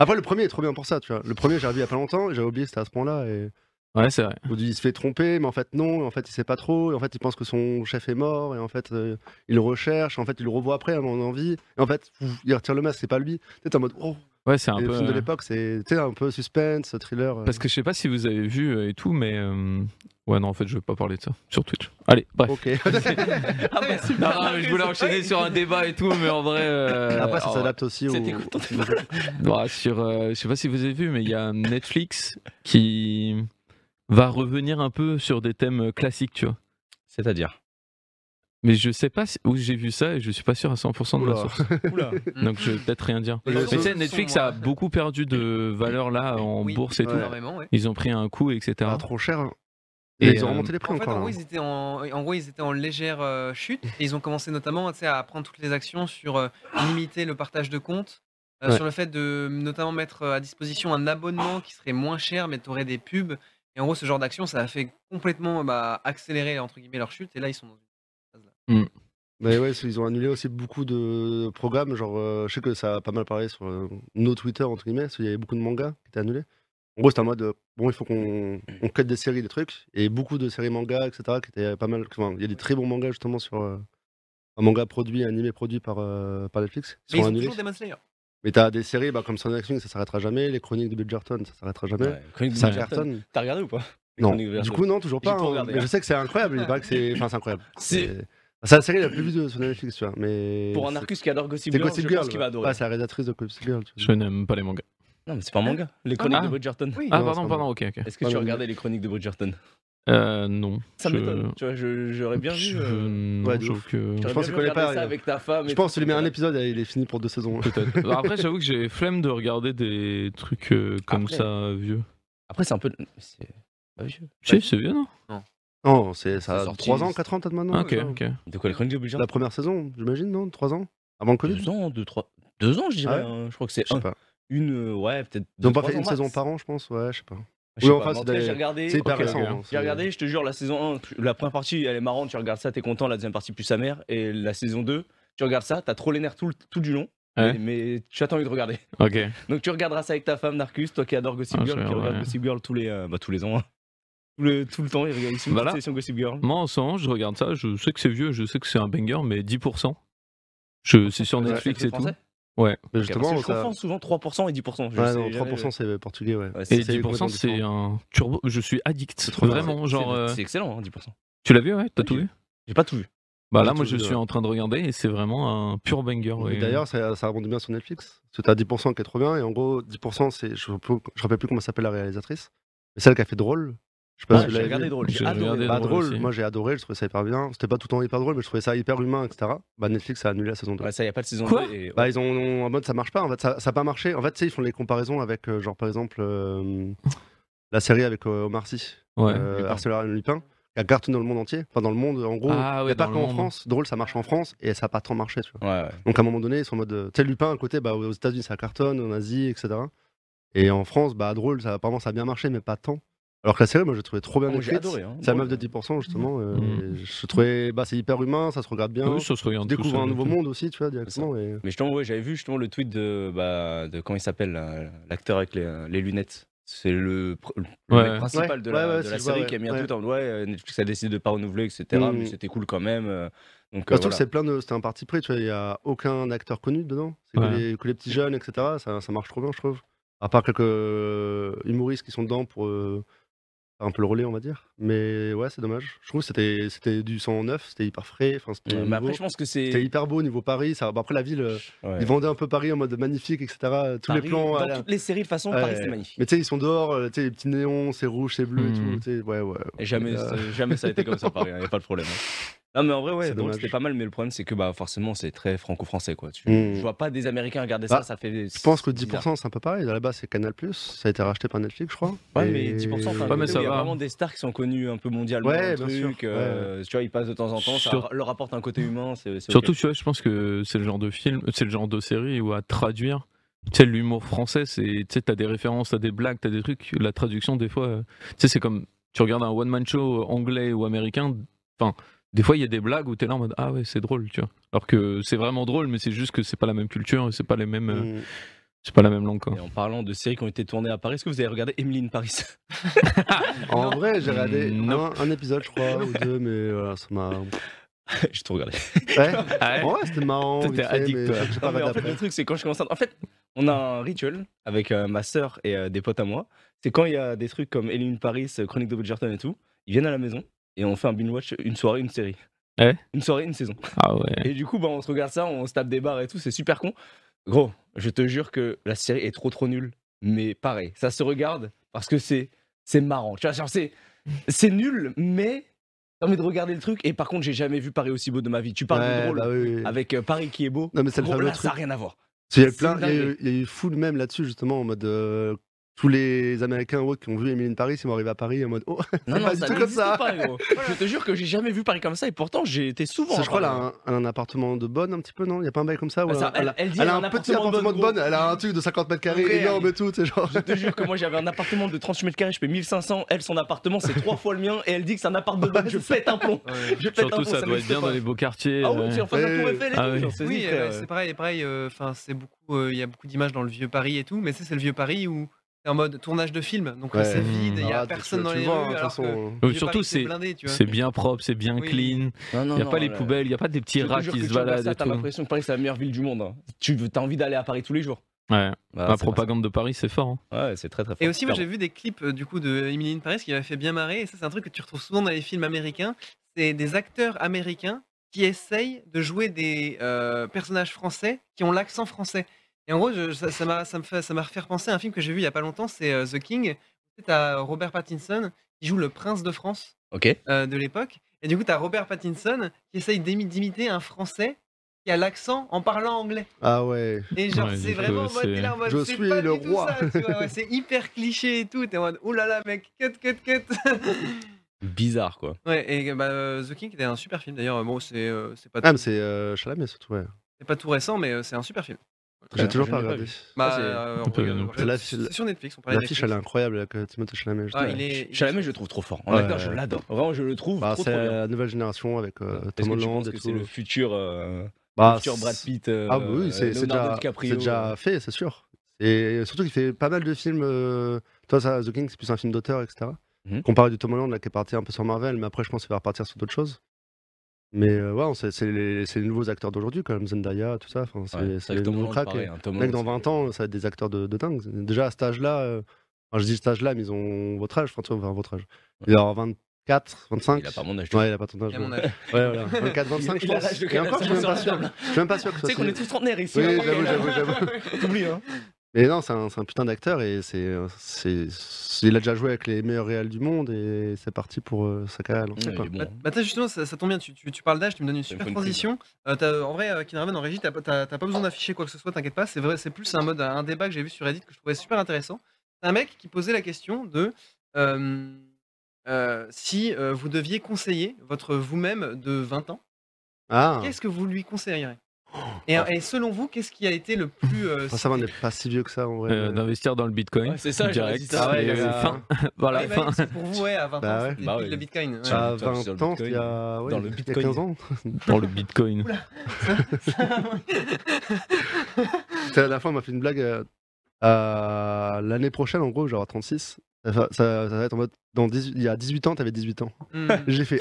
Après le premier est trop bien pour ça, tu vois. Le premier, j'ai revu il y a pas longtemps, et j'avais oublié que c'était à ce point-là et Ouais, c'est vrai. Ou il se fait tromper, mais en fait non, en fait il sait pas trop, et en fait il pense que son chef est mort, et en fait euh, il le recherche, en fait il le revoit après, en envie, et en fait pff, il retire le masque, c'est pas lui. T'es en mode oh, Ouais, c'est un et le peu. film de euh, l'époque, c'est tu sais, un peu suspense, thriller. euh. Parce que je sais pas si vous avez vu euh, et tout, mais. euh, Ouais, non, en fait, je vais pas parler de ça sur Twitch. Allez, bref. Ok. Ah bah, Non, super, non, mais je Marcus, voulais c'est enchaîner pareil. sur un débat et tout, mais en vrai. euh, Après, Ah, ça en- s'adapte aussi au. C'était content Ouais, sur, euh, je sais pas si vous avez vu, mais il y a Netflix qui va revenir un peu sur des thèmes euh, classiques, tu vois. C'est-à-dire Mais je sais pas si- où j'ai vu ça et je suis pas sûr à 100% de la Oula. source. hein. Oula. Donc je vais peut-être rien dire. Mais Les Mais tu sais, autres Netflix sont, a euh, beaucoup perdu de valeur là en oui, bourse et ouais. tout. énormément, ouais. Ils ont pris un coup, etc. Pas trop cher. hein. Et, Et ils euh, ont remonté les prix En fait, encore. en gros, là. hein. ils étaient en, en gros, ils étaient en légère euh, chute et ils ont commencé notamment tu sais, à prendre toutes les actions sur euh, limiter le partage de comptes, euh, Ouais. sur le fait de notamment mettre euh, à disposition un abonnement qui serait moins cher mais tu aurais des pubs. Et en gros, ce genre d'action, ça a fait complètement bah, accélérer entre guillemets leur chute et là, ils sont dans une. Mais ouais, ils ont annulé aussi beaucoup de programmes. Genre, euh, je sais que ça a pas mal parlé sur euh, nos Twitter, entre guillemets, parce qu'il y avait beaucoup de mangas qui étaient annulés. En gros, c'était en mode, euh, bon, il faut qu'on on cut des séries, des trucs. Et beaucoup de séries mangas, etc., qui étaient pas mal. Enfin, il y a des très bons mangas, justement, sur. euh, un manga produit, animé produit par, euh, par Netflix. Ils Mais ils sont ont annulés. toujours Demon Slayer. Mais t'as des séries bah, comme Sonic Swing, ça s'arrêtera jamais. Les chroniques de Bridgerton, ça s'arrêtera jamais. Ouais, Chronique de Ça Bridgerton. cartonne. T'as regardé ou pas Non. Chronique de Du Bridgerton. coup, non, toujours J'ai pas. tout hein. regardé, Mais hein. je sais que c'est incroyable. Il paraît que c'est. Enfin, c'est incroyable. C'est- C'est c'est la série la plus vue de- sur Netflix, tu vois. Mais Pour un c'est- Arcus qui adore Gossip c'est Girl, Gossip je Girl. Ah, pense qu'il va ouais. adorer. Ouais, c'est la rédactrice de Gossip Girl. tu vois. Je n'aime pas les mangas. Non, mais c'est pas un manga. Les Chroniques Ah. de Bridgerton. Oui. Ah, Non, pardon, c'est pas pardon, ok, ok. Est-ce que Pas tu le- regardais les Chroniques de Bridgerton Euh, non. Ça Je- m'étonne. Tu vois, je- j'aurais bien je... vu. euh, non, Ouais, de je ouf. trouve que- j'aurais pense bien qu'il vu connaît pas, regarder ça il- avec ta femme. et Je tout, pense que tu lui mets un etc. épisode et il est fini pour deux saisons. Peut-être. Bah, Après, j'avoue que j'ai flemme de regarder des trucs euh, comme Après. ça vieux. Après, c'est un peu. C'est pas vieux. Si, c'est vieux, non Non, c'est ça. C'est a sorti, 3 ans, c'est- 4 ans, peut-être maintenant. Ah, Ok, tu vois. ok. De quoi les Chroniques de Bridgerton La première saison, j'imagine, non 3 ans Avant le Covid Deux ans, deux, trois. Deux ans, je dirais. Ah ouais hein. Je crois que Je c'est sais un, pas. une. euh, Ouais, peut-être. Ils deux, ont pas trois fait une ans saison max. par an, je pense. Ouais, je sais pas. Je sais pas, Oui, enfin, mais en c'est tout cas, des- J'ai regardé. C'est hyper ok, récent. ok. hein, J'ai c'est- regardé, je te jure, la saison 1, la première partie, elle est marrante, tu regardes ça, t'es content, la deuxième partie, plus sa mère, et la saison 2, tu regardes ça, t'as trop les nerfs tout, le- tout du long, Ouais. mais, mais tu as envie de regarder. Ok. Donc tu regarderas ça avec ta femme, Narcus, toi qui adore Gossip Ah, je Girl, qui regarde, regarde ouais. Gossip Girl tous les, euh, bah, tous les ans, hein. tout, le, tout le temps, il regarde ici une Voilà. petite session Gossip Girl. Moi, en ce moment, je regarde ça. Je sais que c'est vieux, je sais que c'est un banger, mais 10%. Je, c'est sur Ouais, Netflix c'est et tout. français Mais Ok, parce Bah, justement, que je ça. confonds souvent 3% et 10%. Je Ouais, sais non, jamais. 3% c'est portugais, ouais. Ouais, Et c'est- C'est 10%, complètement c'est différent. un turbo. Je suis addict. trop bien. Vraiment, c'est- genre. euh, C'est excellent, hein, 10%. Tu l'as vu, ouais T'as Oui, tout j'ai- vu J'ai pas tout vu. Bah là, j'ai moi, tout je vu, suis ouais. en train de regarder et c'est vraiment un pur banger. Et ouais. D'ailleurs, ça, ça rebondit bien sur Netflix. Parce que t'as 10% qui est trop bien, et en gros, 10%, c'est. Je ne rappelle plus comment s'appelle la réalisatrice, mais celle qui a fait drôle. Je sais pas Ouais, si vous j'ai l'avez regardé vu. drôle, j'ai Ah, J'ai regardé adoré. Bah, Drôle drôle, aussi. moi j'ai adoré, je trouvais ça hyper bien. C'était pas tout le temps hyper drôle, mais je trouvais ça hyper humain, etc. Bah, Netflix a annulé la saison 2. Ouais, ça, y a pas de saison Quoi 2. Et... Bah, ils ont, ont- en mode ça marche pas, en fait, ça n'a pas marché. En fait, tu sais, ils font les comparaisons avec, euh, genre, par exemple, euh, la série avec euh, Omar Sy, Ouais. euh, Lupin. Arcelor et Lupin, qui a cartonné dans le monde entier. Enfin, dans le monde, en gros. Ah y ouais, a pas dans le qu'en monde. France, drôle, ça marche en France et ça n'a pas tant marché. Tu vois. Ouais, ouais. Donc à un moment donné, ils sont en mode. euh, Tu sais, Lupin à côté, bah, aux États-Unis ça cartonne, en Asie, etc. Et en France, bah, drôle, ça, apparemment ça a bien marché, mais pas tant. Alors que la série, moi, je trouvais trop bien Oh, j'ai Mm. écrite. adoré, hein, C'est la meuf drôle. de 10%, justement. euh, Mhm. et Je trouvais. Bah, c'est hyper humain, ça se regarde Ah bien. Ah Oui, ça se tu regarde. tout découvres seul un et nouveau tout. monde aussi, tu vois, directement. Et... Mais justement, ouais, j'avais vu justement le tweet de, bah, de comment il s'appelle, là, l'acteur avec les, euh, les lunettes. C'est le, pr- le Ouais. mec principal Ouais, de la, ouais, ouais, de si la je vois, série ouais, qui a mis un ouais. tweet en mode ouais, euh, Netflix a décidé de pas renouveler, etc. Mm. Mais c'était cool quand même. euh, Donc, euh, Bah, Surtout que voilà. c'est plein de. C'était un parti pris, tu vois, il n'y a aucun acteur connu dedans. C'est Ouais. que, les, que les petits jeunes, etc. Ça, ça marche trop bien, je trouve. À part quelques euh, humoristes qui sont dedans pour euh, faire un peu le relais, on va dire. Mais ouais, c'est dommage. Je trouve que c'était, c'était du 109, c'était hyper frais. Enfin, c'était, Ouais, mais nouveau. après, je pense que c'est. C'était hyper beau au niveau Paris. Ça... bah, après, la ville, euh, ouais. ils vendaient un peu Paris en mode magnifique, etc. euh, Tous Paris, les plans. Dans à la- toutes les séries, de façon, Ouais. Paris, c'est magnifique. Mais tu sais, ils sont dehors, euh, tu sais, les petits néons, c'est rouge, c'est bleu et Mhm. Hmm. tout. tu sais, Ouais, ouais. Et jamais, Euh, c'est- jamais ça a été comme ça, Paris, il n'y a pas de problème. hein. Non, mais en vrai, ouais, C'est donc dommage. c'était pas mal, mais le problème, c'est que bah, forcément, c'est très franco-français. quoi. Tu, Mm. Je vois pas des Américains regarder ça, Bah, ça fait. Je pense que 10%, c'est un peu pareil. Là-bas, c'est Canal. Ça a été racheté par Netflix, je crois. Ouais, Et- mais 10%, enfin, Ouais, mais il ça y a va. vraiment des stars qui sont connues un peu mondialement. Ouais, dans le bien truc, sûr, euh, Tu vois, ils passent de temps en temps, ça Sur- leur apporte un côté humain. c'est- c'est Surtout, ok. tu vois, je pense que c'est le genre de film, c'est le genre de série où à traduire, tu sais, l'humour français, c'est, tu sais, t'as des références, t'as des blagues, t'as des trucs. La traduction, des fois, euh, tu sais, c'est comme, tu regardes un one-man show euh, anglais ou américain, enfin, des fois, il y a des blagues où t'es là en mode, ah Mm. ouais, c'est drôle, tu vois. Alors que c'est vraiment drôle, mais c'est juste que c'est pas la même culture, et c'est pas les mêmes. euh, Mhm. C'est pas la même langue, quoi. Et en parlant de séries qui ont été tournées à Paris, est-ce que vous avez regardé Emily in Paris En vrai, j'ai regardé Mm, non. un, un épisode, je crois, ou deux, mais voilà, ça m'a. Ouais. J'ai tout regardé. Ah ouais En vrai, c'était marrant. T'étais vite fait, addict, mais toi. je sais que j'ai Non, mais pas en regardé fait, le après. truc, c'est quand je commence à... En fait, on a un rituel avec euh, ma sœur et euh, des potes à moi. C'est quand il y a des trucs comme Eline Paris, euh, Chronique de Bridgerton et tout, ils viennent à la maison et on fait un binge-watch une soirée, une série. Ah ouais Une soirée, une saison. Ah ouais. Et du coup, bah, on se regarde ça, on se tape des barres et tout, c'est super con. Gros, je te jure que la série est trop trop nulle. Mais pareil, ça se regarde parce que c'est c'est marrant. Tu vois, genre, c'est c'est nul, mais t'as envie de regarder le truc. Et par contre, j'ai jamais vu Paris aussi beau de ma vie. Tu parles de Ouais, drôle bah oui, oui. avec euh, Paris qui est beau. Non, mais c'est le Gros, fameux là, truc. ça n'a rien à voir. Il y a eu C'est plein, il y a dingue. eu, il y a eu full même là-dessus, justement, en mode. euh, tous les Américains ou autres qui ont vu Emily in Paris, ils vont arriver à Paris en mode Oh, Non, non, pas du ça tout comme n'existe ça. pas, gros. Je te jure que j'ai jamais vu Paris comme ça. Et pourtant, j'ai été souvent. Ça, à je crois, elle a Paris. un, elle a un appartement de bonne un petit peu, non Il n'y a pas un bail comme ça ou Bah, ça, elle, elle- elle dit elle elle a a un un petit appartement de appartement de bonne, bonne, elle a un truc de 50 mètres carrés Frère. énorme et tout, c'est genre. Je te jure que moi j'avais un appartement de 38 mètres carrés, je paye 1500, elle son appartement c'est trois fois le mien et elle dit que c'est un appart de bonne, je pète un plomb. Ouais. Je pète un Surtout, plomb, ça doit être n'existe bien pas. dans les beaux quartiers. Ah ouais. oui, c'est en face de la Tour Ouais. Eiffel et Ah tout, oui. genre, c'est Oui, zut, eh frère. euh, ben, c'est pareil, pareil. Enfin, c'est beaucoup. euh, Il y a beaucoup d'images dans le vieux Paris et tout, mais tu sais, c'est le vieux Paris où c'est en mode tournage de film, donc euh, Ouais. c'est vide, il y a Ah, tu- personne tu dans le les vois, hein, rues. de toute alors que le façon, Oui, vieux surtout, Paris, c'est- blindé, tu vois. C'est bien propre, c'est bien Oui. clean. Non, non, Il n'y a non, pas les là. poubelles, il n'y a pas des petits Je te rats jure qui que se tu regardes baladent ça, et T'as tout. l'impression que Paris c'est la meilleure ville du monde. hein. Tu veux, t'as envie d'aller à Paris tous les jours. Ouais. Bah, La c'est pas ça. propagande de Paris, c'est fort. hein. Ouais, c'est très très fort. Et aussi, moi, Pardon. j'ai vu des clips euh, du coup de Emily in Paris qui m'avait fait bien marrer. Et ça, c'est un truc que tu retrouves souvent dans les films américains. C'est des acteurs américains qui essayent de jouer des euh, personnages français qui ont l'accent français. Et en gros, je- ça ça m'a ça me fait- ça m'a refait penser à un film que j'ai vu il y a pas longtemps, c'est euh, The King. T'as Robert Pattinson qui joue le prince de France Ok. euh, de l'époque. Et du coup, t'as Robert Pattinson qui essaye d'imi- d'imiter un français qui a l'accent en parlant anglais. Ah ouais. Et genre, Ouais, c'est du coup, vraiment en mode, c'est- t'es là en mode, Je c'est suis pas le du tout roi. ça, tu vois, ouais, c'est hyper cliché et tout. T'es en mode, oh là là, mec, cut, cut, cut. Bizarre quoi. ouais, et bah, euh, The King était un super film d'ailleurs. Bon, c'est euh, c'est pas, Ah, tout- mais c'est euh, Chalamet surtout, ouais. c'est pas tout récent, mais euh, c'est un super film. J'ai toujours je pas l'ai pas regardé. Bah, c'est- euh, on peut- regarde- on peut- la- c'est sur Netflix, on parlait de L'affiche, elle est Netflix. incroyable avec euh, Timothée Chalamet. Ah, justement. il est- il est- Chalamet, je le trouve trop fort. En Ouais. acteur, je l'adore. Vraiment, je le trouve Bah, trop, c'est trop bien. la nouvelle génération avec euh, Est-ce Tom que tu Holland penses et que c'est tout. le futur, euh, le Bah, futur Brad c'est- Pitt euh, Ah bah oui, c'est c'est Leonardo déjà, DiCaprio, c'est déjà euh, fait, c'est sûr. Et surtout qu'il fait pas mal de films. euh, Toi, ça, The King, c'est plus un film d'auteur, etc. Mhm. Comparé du Tom Holland, là, qui est parti un peu sur Marvel, mais après, je pense qu'il va repartir sur d'autres choses. Mais euh, ouais, on sait- c'est les, c'est les nouveaux acteurs d'aujourd'hui, quand même, Zendaya, tout ça. Enfin, c'est ouais, c'est avec les Tom nouveaux Holland, cracks. pareil, hein, Tom Les mecs, dans Holland, 20 ans, ça va être des acteurs de, de dingue. Déjà, à cet âge-là, euh, enfin, je dis cet âge-là, mais ils ont votre âge, enfin, tu vois, enfin, votre âge. Il doit avoir 24, 25. Il a pas mon âge. Ouais, il a pas ton âge. Il y a mon ouais. âge. Ouais, voilà. 24, 25, je Il a l'âge pense. de Et encore, je suis même pas sûr. Je suis même pas sûr que Tu ça sais qu'on soit- est tous trentenaires ici. Oui, hein, j'avoue, Marc. j'avoue, j'avoue. T'oublies, hein. Mais non, c'est un, c'est un putain d'acteur et c'est, euh, c'est, c'est- il a déjà joué avec les meilleurs réels du monde et c'est parti pour euh, sa carrière à lancer, quoi. Bah, bah, t'as justement, ça, ça tombe bien, tu, tu, tu parles d'âge, tu me donnes une me super faut une transition. Euh, t'as- en vrai, euh, Kinraven, en régie, t'as pas- t'as t'as pas besoin d'afficher quoi que ce soit, t'inquiète pas, c'est vrai, c'est plus un mode, un débat que j'ai vu sur Reddit que je trouvais super intéressant. C'est un mec qui posait la question de euh, euh, si euh, vous deviez conseiller votre vous-même de 20 ans, Ah, Oh. qu'est-ce que vous lui conseilleriez et, euh, et selon vous, qu'est-ce qui a été le plus. euh, ça, ça va, on n'est pas si vieux que ça en vrai. Euh, D'investir dans le bitcoin. Ouais, c'est ça, j'aurais direct. dit Ah ça. Et, Ah Ouais, euh, j'aurais- fin. Voilà, Ouais, bah, fin. c'est pour vous, ouais, à 20 Bah ans, ouais. c'était Bah pile ouais. le bitcoin. ouais. à Sur le 20 ans, il y a, ouais, Dans le il y a Bitcoin. 15 ans. Dans le bitcoin. C'est à la fois, on m'a fait une blague. euh, euh, l'année prochaine, en gros, j'aurai 36. Ça, va- ça- ça va être en mode. Dans 18 il y a 18 ans, t'avais 18 ans. Hmm. J'ai Ah, fait.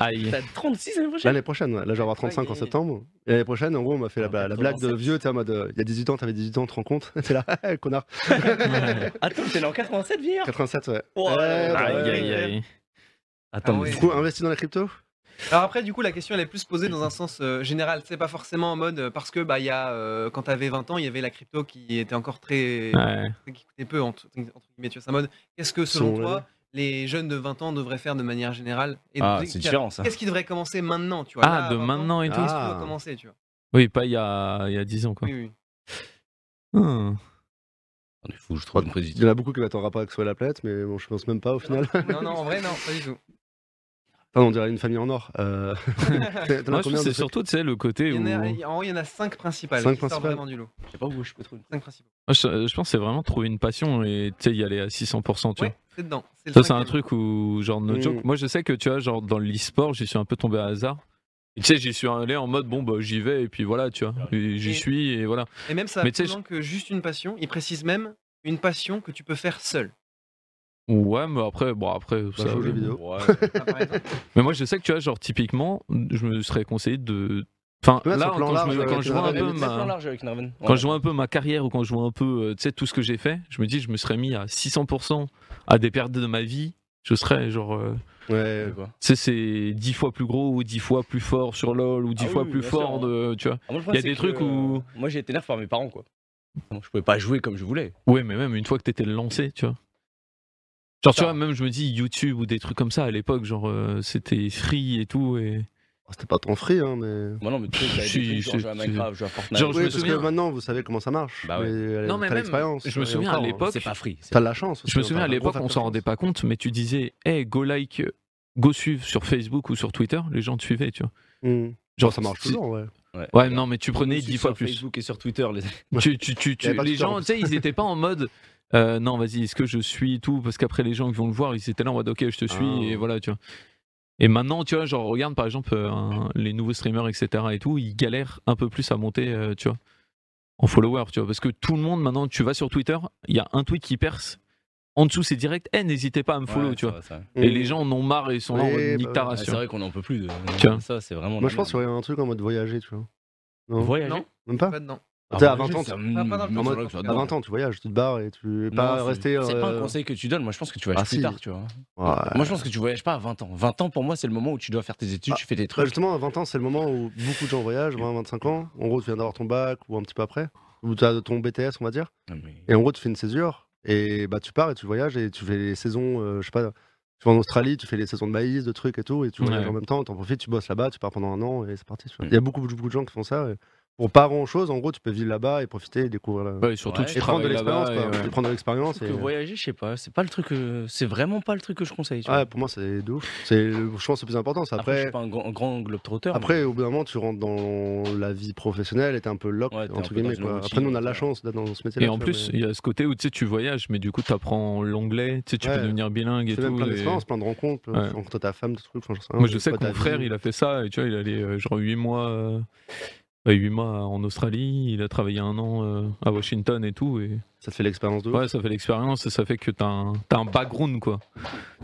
Aïe. T'as 36 l'année prochaine L'année prochaine, ouais. là, j'aurai 35 en Ouais. septembre. Et l'année prochaine, en gros, on m'a fait la, Ah, la blague de vieux. T'es en mode. euh, Il y a 18 ans, t'avais 18 ans, tu te rends compte T'es là, eh, connard. Attends, t'es né en 87, vieillard 87, ouais. Oh, Ouais, là, là, bah, ouais. Aïe, aïe, aïe. Attends, Ah ouais. Du coup, investi dans la crypto Alors après, du coup, la question elle est plus posée dans un sens euh, général. C'est pas forcément en mode euh, parce que bah il y a euh, quand t'avais 20 ans, il y avait la crypto qui était encore très Ouais. qui coûtait peu entre, entre guillemets. Tu vois, c'est en mode qu'est-ce que selon Selon toi les jeunes de 20 ans devraient faire de manière générale Et Ah, de- c'est différent ça. Qu'est-ce qui devrait commencer maintenant, tu vois là, Ah, à de 20 ans, maintenant et qu'est-ce tout. qu'il faut Ah. commencer, tu vois Oui, pas il y a, il y a 10 ans, quoi. Oui, oui. Hmm. On est fou, je trouve une Il y en a beaucoup qui mettent en rapport avec Soit la planète, mais bon, je pense même pas au final. Non, non, en vrai, non, pas du tout. Putain, on dirait une famille en or. Euh... t'en as Moi, je combien trouve que de c'est trucs surtout, tu sais, le côté Il y où. en a, Moi, il- en vrai, il y en a 5 principales. Cinq qui sortent principales. vraiment du lot. Je sais pas où je peux trouver. 5 principales. Je, je pense que c'est vraiment trouver une passion et, tu sais, y aller à 600%, tu vois. Ouais, c'est dedans. le Ça, c'est un cinquième. truc où, genre, no Mm. joke. Moi, je sais que, tu vois, genre, dans l'e-sport, j'y suis un peu tombé à hasard. Et tu sais, j'y suis allé en mode bon, bah j'y vais et puis voilà, tu vois. Et J'y Et- suis et voilà. Et même ça, Mais tu sais, plus que juste une passion, il précise même une passion que tu peux faire seul. Ouais, mais après, bon, après, ça, joue aux je- jeux vidéo. Ah, par exemple. Mais moi, je sais que tu vois, genre, typiquement, je me serais conseillé de. Enfin, Ouais, là, sur le plan quand, je, me- large, quand euh, je vois t'as un la peu limite. ma. Quand je vois un peu ma carrière ou quand je vois un peu euh, tu sais, tout ce que j'ai fait, je me dis, je me serais mis à 600% à des périodes de ma vie. Je serais genre, euh, Ouais. tu sais, c'est 10 fois plus gros ou 10 fois plus fort sur LoL ou 10 Ah fois oui, plus bien fort, sûr, de, tu vois. Il y a des trucs où- Moi j'ai été nerf par mes parents quoi. Donc, je pouvais pas jouer comme je voulais. Ouais, mais même une fois que t'étais lancé, tu vois. Genre, tu Ça. vois, même je me dis YouTube ou des trucs comme ça à l'époque, genre, euh, c'était free et tout. Et... Oh, C'était pas tant free, hein, mais. Moi non, mais tu sais, j'avais Si, des trucs, genre, c'est- jouer à c'est- Minecraft, jouer à Fortnite. Genre, je oui, me parce souviens- que maintenant, vous savez comment ça marche. Bah ouais. mais, Non, mais t'as même, l'expérience. je me et souviens à encore, hein. l'époque, C'est pas free. c'est T'as de la chance. Je me aussi, souviens hein, à t'as un gros l'époque, on facteur s'en rendait pas compte, mais tu disais, hey, go like, euh, go suivre sur Facebook ou sur Twitter, les gens te suivaient, tu vois. chance. Mm. Genre, ça marche c'est- toujours, ouais. Ouais, non, mais tu Nous, prenais sur 10 fois plus. Facebook et sur Twitter, les Tu, tu, tu, tu- avait pas de les Twitter, en gens, plus. tu sais, ils étaient pas en mode. euh, non, vas-y, est-ce que je suis et tout Parce qu'après, les gens qui vont le voir, ils étaient là en mode, ok, je te suis, Ah. et voilà, tu vois. Et maintenant, tu vois, genre, regarde par exemple euh, un- les nouveaux streamers, etc. et tout, ils galèrent un peu plus à monter, euh, tu vois, en follower, tu vois. Parce que tout le monde, maintenant, tu vas sur Twitter, il y a un tweet qui perce. En dessous, c'est direct, eh, n'hésitez pas à me follow, Ouais, tu ça vois. va, ça va. Et les gens en ont marre et ils sont là en Oui, mode, bah nique ta ouais. race, Ah, tu c'est vois. vrai qu'on en peut plus de Tiens. ça, c'est vraiment. Moi, je pense qu'il y aurait un truc en mode voyager, tu vois. Non, voyager. Non. même pas. Pas dedans. Tu sais, à 20 ans, tu- pas en mode- à 20 ans, tu voyages, tu te barres et tu pas rester. C'est pas un euh, conseil que tu donnes. Moi, je pense que tu voyages Ah, plus si. tard, tu vois. ouais. Bah, Moi, je pense que tu voyages pas à 20 ans. 20 ans, pour moi, c'est le moment où tu dois faire tes études, Ah, tu fais tes Bah, trucs. justement, à 20 ans, c'est le moment où beaucoup de gens voyagent, 20, 25 ans. En gros, tu viens d'avoir ton bac ou un petit peu après, ou tu as ton BTS, on va dire. Non, mais- Et en gros, tu fais une césure et bah, tu pars et tu voyages et tu fais les saisons, euh, je sais pas, tu vas en Australie, tu fais les saisons de maïs, de trucs et tout, et tu voyages Ouais. en même temps, t'en profites, tu bosses là-bas, tu pars pendant un an et c'est parti. tu vois. Il y a beaucoup, beaucoup de gens qui font ça. et Pour pas grand-chose, en gros, tu peux vivre là-bas et profiter et découvrir la... Ouais, et surtout, Ouais. tu Et prendre de travailles l'expérience, là-bas, quoi. et ouais. Et prendre de l'expérience. Que et- voyager, je sais pas. C'est pas le truc. euh, C'est vraiment pas le truc que je conseille. tu vois. Ouais, pour moi, c'est de ouf. C'est, le- je pense, le plus important. C'est Après, je après, suis pas un grand, globe globetrotter. mais- après, au bout d'un moment, tu rentres dans la vie professionnelle et t'es un peu lock, Ouais, t'es un entre peu guillemets. dans une Quoi. routine, Après, nous, on a de la ouais. chance d'être dans ce métier-là. Et tu en vois, plus, mais il y a ce côté où tu sais, tu voyages, mais du coup, tu apprends l'anglais, tu sais, tu Ouais. peux devenir bilingue et c'est tout. même plein et- d'expériences, plein de rencontres. plein- Ouais. Tu rencontres ta femme, des trucs. enfin, j'en rien, Moi, je des sais que potes, mon ta frère, vie. il a fait ça, et tu vois, il allait euh, genre 8 mois, euh, bah, 8 mois en Australie, il a travaillé un an euh, à Washington et tout, et Ça te fait l'expérience de ouf. ouais, ça fait l'expérience, et ça fait que t'as un, t'as un background, quoi.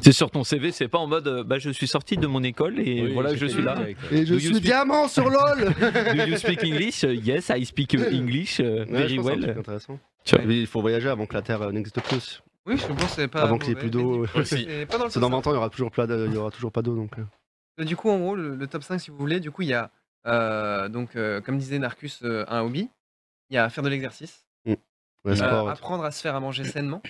C'est sur ton CV, c'est pas en mode, euh, bah, je suis sorti de mon école, et Oui, voilà, j'ai je fait suis des là. trucs avec, euh, Et je Do you suis speak- diamant sur LOL Do you speak English? Yes, I speak euh, English euh, Ouais, je very pense que c'est un truc well. intéressant. Tu vois. Oui, Il faut voyager avant que la Terre euh, n'existe plus. Oui, je pense que c'est pas. Avant qu'il y ait mauvais, plus d'eau. euh, mais du coup, c'est pas dans le C'est top dans 20 5. ans, il y aura toujours pas d'eau- il y aura toujours pas d'eau. Donc, euh. Euh, Du coup, en gros, le, le top 5, si vous voulez, du coup, il y a, euh, donc, euh, comme disait Narcus, euh, un hobby. Il y a faire de l'exercice. Ouais, c'est euh, pas- apprendre à se faire à manger sainement.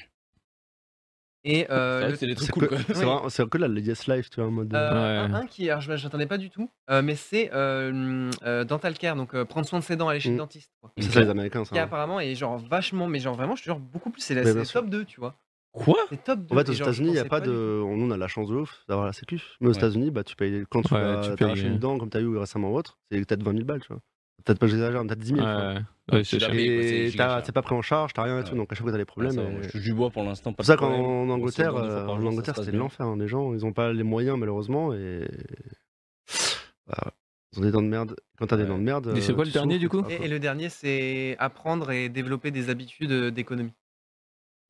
Et euh, c'est vrai le que C'est des trucs c'est cool. que- quoi. c'est Oui. vraiment- c'est que la Yes Life, tu vois, en mode. euh, Euh, Ouais. un, un qui, alors je m'attendais pas du tout, euh, mais c'est euh, euh, dental care, donc euh, prendre soin de ses dents, aller chez Mm. le dentiste. Quoi. C'est ça, les Américains, ça. hein. Qui apparemment est genre vachement, mais genre vraiment, je suis genre beaucoup plus, c'est la Mais c'est bien le sûr. top 2, tu vois. Quoi C'est top 2. En fait, aux et genre, je États-Unis, il n'y a pensais pas du de. tout. On a la chance de ouf d'avoir la Sécu. Mais aux Ouais. États-Unis, bah, tu payes quand tu Ouais, vas tu t'as payes, arraché euh. une dent, comme tu as eu récemment ou autre, c'est peut-être 20 000 balles, tu vois. Peut-être pas j'exagère, mais peut-être 10 000. tu vois. Ouais, ouais, c'est Tu l'as cher. payé, quoi, c'est Et giga t'as- cher. t'es pas pris en charge, t'as rien et tout, Ouais. Ah, donc à chaque fois t'as des problèmes. Ça, et- moi, Je suis du bois pour l'instant. C'est pour ça qu'en en Angleterre, euh, en Angleterre c'était l'enfer l'enfer. hein. Les gens, ils n'ont pas les moyens malheureusement et bah, ils ont des dents de merde. Quand t'as des Ouais. dents de merde, Mais c'est euh, quoi le tu dernier, souffres, du coup etc., Et, quoi. et le dernier, c'est apprendre et développer des habitudes euh, d'économie.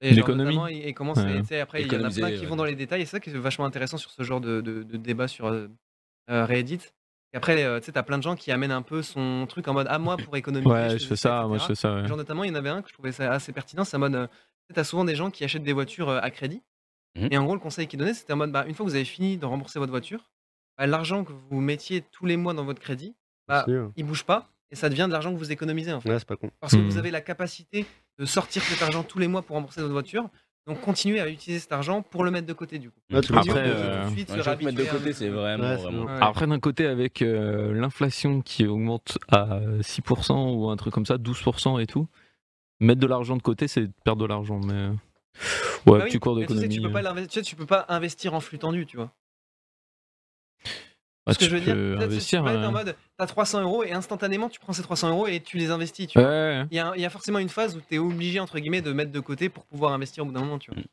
Et genre, L'économie notamment, Et, et comment c'est. Ouais. tu sais, Après, il y en a Économiser, plein qui ouais. vont dans les détails, et c'est ça qui est vachement intéressant sur ce genre de, de- de débat sur euh, euh, Reddit. Et après, euh, tu sais, t'as plein de gens qui amènent un peu son truc en mode Ah, moi, pour économiser. Ouais, je fais ça, moi, je etc. fais ça, ouais. Genre notamment, il y en avait un que je trouvais ça assez pertinent, c'est en mode, euh, tu sais, t'as souvent des gens qui achètent des voitures euh, à crédit, Mmh. Mhm. et en gros le conseil qu'ils donnaient, c'était en mode, bah, une fois que vous avez fini de rembourser votre voiture, bah, l'argent que vous mettiez tous les mois dans votre crédit, bah Ah. C'est, euh, il bouge pas, et ça devient de l'argent que vous économisez en fait. Ouais, c'est pas con. Parce que Mhm. vous avez la capacité de sortir cet argent tous les mois pour rembourser votre voiture, donc continuez à utiliser cet argent pour le mettre de côté du coup. Là, tu Après, le dis, euh, Tout de suite, se Je mettre de réhabituer à un côté, autre c'est truc. vraiment. Ouais, c'est vraiment- bon. Ouais. Après, d'un côté, avec euh, l'inflation qui augmente à 6% ou un truc comme ça, 12% et tout, mettre de l'argent de côté, c'est perdre de l'argent. Mais euh, ouais, Bah oui, petit cours mais tu sais, d'économie. tu, peux pas euh, l'investir- tu sais, tu peux pas investir en flux tendu, tu vois. bah, Ce que je veux dire, peux tu sais, investir. euh, tu peux être ouais. en mode, t'as 300 euros et instantanément tu prends ces 300 euros et tu les investis, tu Ouais, vois. ouais, Il y, a, il y a forcément une phase où tu es obligé, entre guillemets, de mettre de côté pour pouvoir investir au bout d'un moment, tu vois. ouais.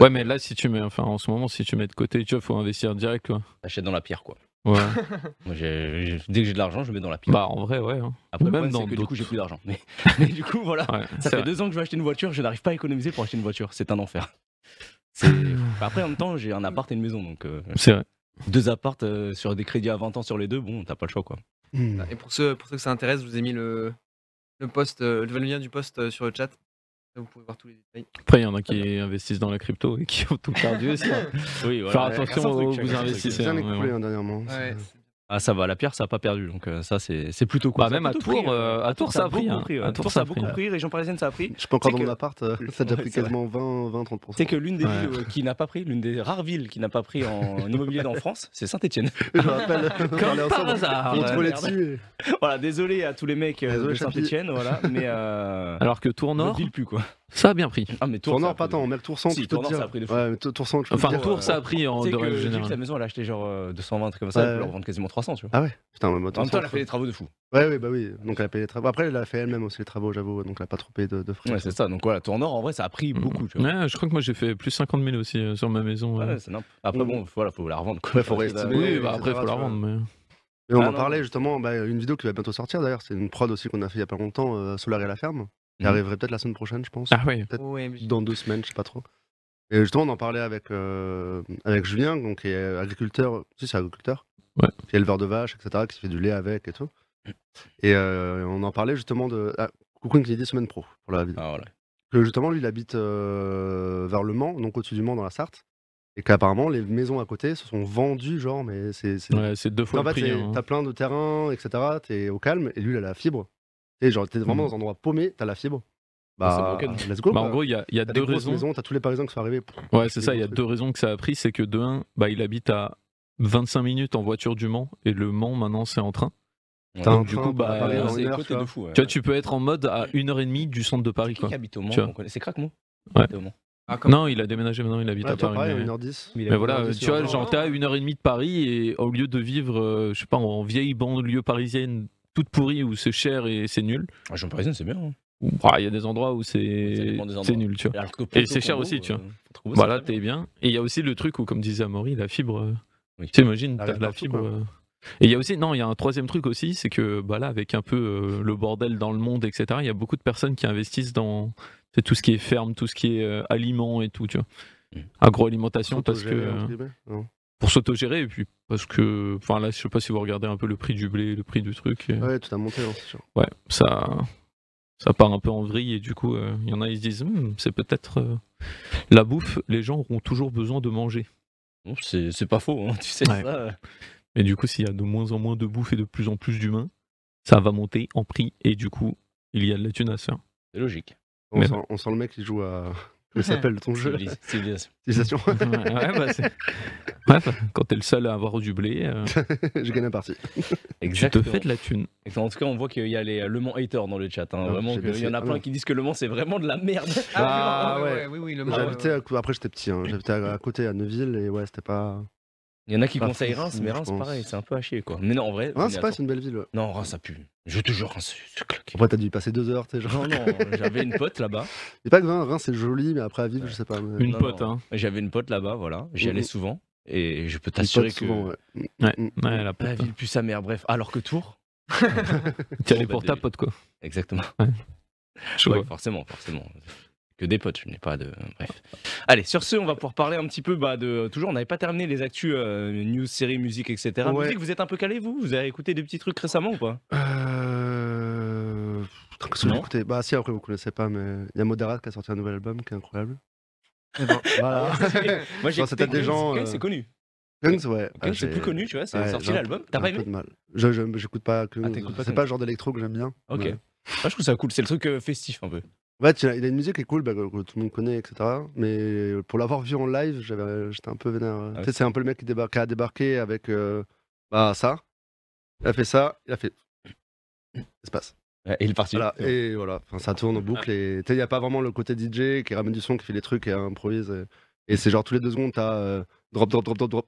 Ouais, mais là, si tu mets, enfin, en ce moment, si tu mets de côté, tu vois, faut investir direct, quoi. T'achètes dans la pierre, quoi. Ouais. Moi, j'ai- j'ai- dès que j'ai de l'argent, je le mets dans la pile. Bah, en vrai, ouais. hein. Après, même le problème, dans c'est que du d'autres- coup, j'ai plus d'argent. Mais, mais du coup, voilà. Ouais, Ça c'est fait vrai. deux ans que je veux acheter une voiture, je n'arrive pas à économiser pour acheter une voiture. C'est un enfer. C'est- Après, en même temps, j'ai un appart et une maison. Donc, euh, C'est vrai. deux apparts euh, sur des crédits à 20 ans sur les deux, bon, t'as pas le choix, quoi. Hmm. Et pour ceux, pour ceux que ça intéresse, je vous ai mis le, le, post, euh, le lien du post euh, sur le chat. Là, vous pouvez voir tous les détails. Ah, Après, il y en a qui investissent dans la crypto et qui ont tout perdu aussi. hein. Oui, Faire voilà. attention chacun son où truc, vous chacun son C'est truc. investissez. bien hein, écoulé vraiment. hein, dernièrement. Ouais, C'est- c'est bien. Ah, ça va, la pierre, ça a pas perdu. Donc, euh, ça, c'est c'est plutôt cool. Bah, Ça a même à plutôt pris, Tours, euh, euh, à Tours, ça a beaucoup pris. hein. pris, ouais. À Tours, ça a pris. beaucoup pris. Région parisienne, ça a pris. Je peux encore C'est dans mon que- appart, euh, ça a déjà Ouais, pris c'est vrai. quasiment 20, 20, 30%. C'est que l'une des Ouais. villes euh, qui n'a pas pris, l'une des rares villes qui n'a pas pris en immobilier en France, c'est Saint-Etienne. Je me rappelle, on parlait par ensemble, hasard. on ouais. trouvait Merde. dessus. et- voilà, désolé à tous les mecs euh, Désolé, de Chapi. Saint-Etienne, voilà, mais. Euh... Alors que Tour notre Nord, ville plus quoi. ça a bien pris. Ah, mais Tours, Tournant, ça a pas pris de- tant, mais le Toursan, Si, tu peux te Tournant, ça a dire. pris de fou. Ouais, mais Tour- Toursan, tu peux te Enfin, dire. euh, Tours, ça a pris en euh, Tu sais de que règle j'ai vu que générale. la maison elle a acheté genre euh, 220 un truc comme ça, elle Ouais. peut leur vendre quasiment 300 tu vois. Ah ouais Putain, mais en attends. même temps elle a fait des travaux de fou. Ouais, ouais, bah oui. Donc elle a payé les travaux. Après, elle a fait elle-même aussi les travaux, j'avoue. Donc elle a pas trop payé de, de frais. Ouais c'est ça, donc voilà, Tours Nord en vrai ça a pris beaucoup tu vois. Ouais, Mm-hmm. Ah, je crois que moi j'ai fait plus 50 000 aussi euh, sur ma maison. ouais. Ah, Ouais, c'est nimp. Après bon, voilà, faut la revendre quoi. Ouais, faut réestimer. Oui, etc., bah après, faut tu la vois. rendre. mais- Et on Ah, non. en parlait justement, bah, une vidéo qui va bientôt sortir d'ailleurs, c'est une prod aussi qu'on a fait il y a pas longtemps, euh, Solar et la ferme, qui Mhm. arriverait peut-être la semaine prochaine, je pense. Ah oui. Peut-être OMG. Dans deux semaines, je sais pas trop. Et justement, on en parlait avec, euh, avec Julien, donc, qui est agriculteur, si c'est agriculteur, Ouais. qui est éleveur de vaches, etc., qui fait du lait avec et tout. Et euh, on en parlait justement de. Ah, Koukoun qui dit semaine pro pour la vidéo Ah voilà. que justement, lui, il habite euh, vers le Mans, donc au-dessus du Mans, dans la Sarthe, et qu'apparemment, les maisons à côté se sont vendues, genre, mais c'est... c'est- Ouais, c'est deux fois en le fait, prix. c'est- hein. t'as plein de terrain, etc., t'es au calme, et lui, il a la fibre. Et genre, t'es vraiment Mhm. dans un endroit paumé, t'as la fibre. c'est Bah, broken. let's go. quoi. Bah, en gros, il y a, il y a t'as des deux grosses raisons. maisons, t'as tous les Parisiens qui sont arrivés. pour Ouais, acheter c'est ça. des Il y a gros deux raisons que ça a pris. C'est que de un, bah, il habite à 25 minutes en voiture du Mans. Et le Mans, maintenant, c'est en train. trucs. T'as un Donc, du train coup, pour bah, Paris Ouais, en c'est une heure, côté tu vois. de fou. ouais. Tu vois, tu peux être en mode à 1h30 du centre de Paris. Qui Quoi. qui habite au Mans Tu vois. on connaît- C'est Craquemont Ouais. Au Mans. Ah, comme- Non, il a déménagé maintenant, il habite Ouais, à toi, Paris. pareil, mais- 1h10. Mais voilà, Ouais, tu vois, ouais. genre t'es à une heure et demie de Paris et au lieu de vivre, euh, je sais pas, en vieille banlieue parisienne toute pourrie où c'est cher et c'est nul, Ah, Jean parisienne c'est bien. hein. ou- bah, il y a des endroits où Ça c'est dépend des c'est endroits. nul, tu vois. Alors que Et Porto c'est cher Combo, aussi, tu vois. euh, Porto Combo, c'est Voilà, très bien. t'es bien. Et il y a aussi le truc où, comme disait Amaury, la fibre. euh, Oui. T'imagines, Elle t'as arrive la partout, fibre. quoi. euh. Et il y a aussi, non, il y a un troisième truc aussi, c'est que bah là, avec un peu euh, le bordel dans le monde, etc., il y a beaucoup de personnes qui investissent dans c'est tout ce qui est ferme, tout ce qui est euh, aliments et tout, tu vois. Mm. Agroalimentation, parce que. Autogéré, euh, entre guillemets. Non. pour s'autogérer et puis parce que enfin là je sais pas si vous regardez un peu le prix du blé le prix du truc et- ouais. Ouais, tout a monté, hein, c'est sûr. ça ça part un peu en vrille et du coup euh, il y en a ils se disent Hmm, c'est peut-être euh, la bouffe les gens auront toujours besoin de manger Bon, C'est c'est pas faux, hein, tu sais Ouais. ça. euh, et du coup s'il y a de moins en moins de bouffe et de plus en plus d'humains ça va monter en prix et du coup il y a de la thune à se faire C'est logique. On Mais- sent- on sent le mec qui joue à. Comment il s'appelle ton jeu là Civilis- Civilisation. Civilisation. ouais, bah, c'est- Ouais, bah, quand t'es le seul à avoir du blé euh, J'ai gagné la partie. tu te Exactement. fais de la thune Et En tout cas, on voit qu'il y a les Le Mans haters dans le chat. hein. Ah, vraiment, j'ai que- il y en a baissé. plein Ah qui disent que Le Mans c'est vraiment de la merde. Ah, Ah, oui, ouais. ouais, oui, oui, le euh, Mans, ouais, J'habitais ouais. à... cou- après j'étais petit, hein. j'habitais à... à côté à Neuville et ouais c'était pas. Il y en a qui Pas conseillent Reims, forcément, mais je Reims, pense. pareil, c'est un peu à chier quoi. Mais non, en vrai. Hein, mais c'est pas attends. c'est une belle ville. Ouais. Non, Reims ça pue. Je te jure, Reims, c'est- c'est claqué. Après t'as dû y passer deux heures, t'es genre. Non, non, j'avais une pote là-bas. C'est pas que Reims, Reims, c'est joli mais après à vivre je sais pas. Mais... une Non, pote non. hein J'avais une pote là-bas, voilà. J'y allais Mhm. souvent. Et je peux Une t'assurer pote que souvent, ouais. ouais, Mm, mm. hein. ouais, la pote la ville pue sa mère, bref. Alors que Tours. t'y Bon, bah, allais pour ta des- pote quoi Exactement. Je Ouais, vois. forcément, forcément. Que des potes, je n'ai pas de. Bref. Allez, sur ce, on va pouvoir parler un petit peu bah, de. Toujours, on n'avait pas terminé les actus, euh, news, séries, musique, etc. Ouais. Musique, vous êtes un peu calé, vous Vous avez écouté des petits trucs récemment ou pas Euh... putain, Qu'est-ce que Non. j'ai écouté Bah si après vous connaissez pas mais il y a Moderat qui a sorti un nouvel album qui est incroyable. Eh Et ben, bon, Voilà. Moi, j'ai Non, c'est peut-être écouté des Guns, gens, Guns, euh, C'est connu. Kungs ouais. Ah, Guns, c'est plus connu, tu vois. C'est sorti l'album. T'as pas aimé Un peu de mal. Je je- j'écoute pas Kungs. Ah, t'écoutes pas c'est Kungs. pas le genre d'électro que j'aime bien. Ok. mais- Moi, je trouve ça cool. C'est le truc euh, festif un peu. Ouais, tu- il a une musique qui est cool, bah, que, que tout le monde connaît, etc. Mais pour l'avoir vu en live, j'avais- j'étais un peu vénère. ouais. Ah Tu ouais. sais, c'est un peu le mec qui, débarque- qui a débarqué avec euh, bah, ça. Il a fait ça, il a fait. Espace. Ouais, Et il est parti. Voilà, C'est bon. et voilà, Enfin, ça tourne en boucle. Et tu sais, il n'y a pas vraiment le côté DJ qui ramène du son, qui fait les trucs et improvise. Et, et c'est genre tous les deux secondes, t'as euh, drop, drop, drop, drop, drop.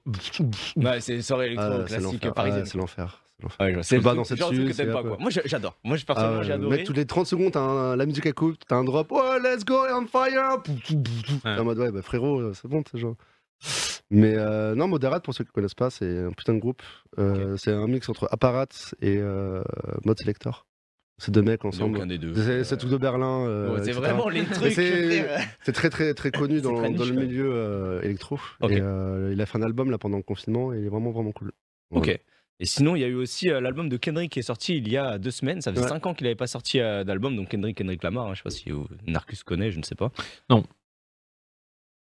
Ouais, c'est soirée électro Ah, c'est classique l'enfer. parisienne. Ah, c'est l'enfer. C'est l'enfer. Ouais, je vois, c'est peux le pas truc- danser genre le truc dessus, que t'aimes c'est pas, un peu- quoi. Moi, j'a- j'adore. Moi, je- personnellement, Ah, j'ai le adoré. Mec, toutes les 30 secondes, t'as un- la musique à coupe, t'as un drop, oh let's go, on fire Pouf, pouf, pouf, pouf. Ouais. T'es en mode, ouais, bah frérot, euh, c'est bon, t'es genre. Mais euh, non, Moderat, pour ceux qui ne connaissent pas, c'est un putain de groupe. Euh, C'est un mix entre Apparat et euh, Mode Selector. C'est deux mecs ensemble. Donc un des deux. C'est c'est tout de Berlin. euh, Ouais, c'est etc. vraiment les Mais trucs. C'est frère. c'est très très très connu dans, très niche, dans le ouais. milieu euh, électro. Ok. Et, euh, il a fait un album là pendant le confinement et il est vraiment vraiment cool. Ok. Voilà. Et sinon, il y a eu aussi euh, l'album de Kendrick qui est sorti il y a deux semaines. Ça fait Ouais. cinq ans qu'il n'avait pas sorti euh, d'album. Donc Kendrick, Kendrick Lamar. hein, je sais pas si euh, Narcus connaît, je ne sais pas.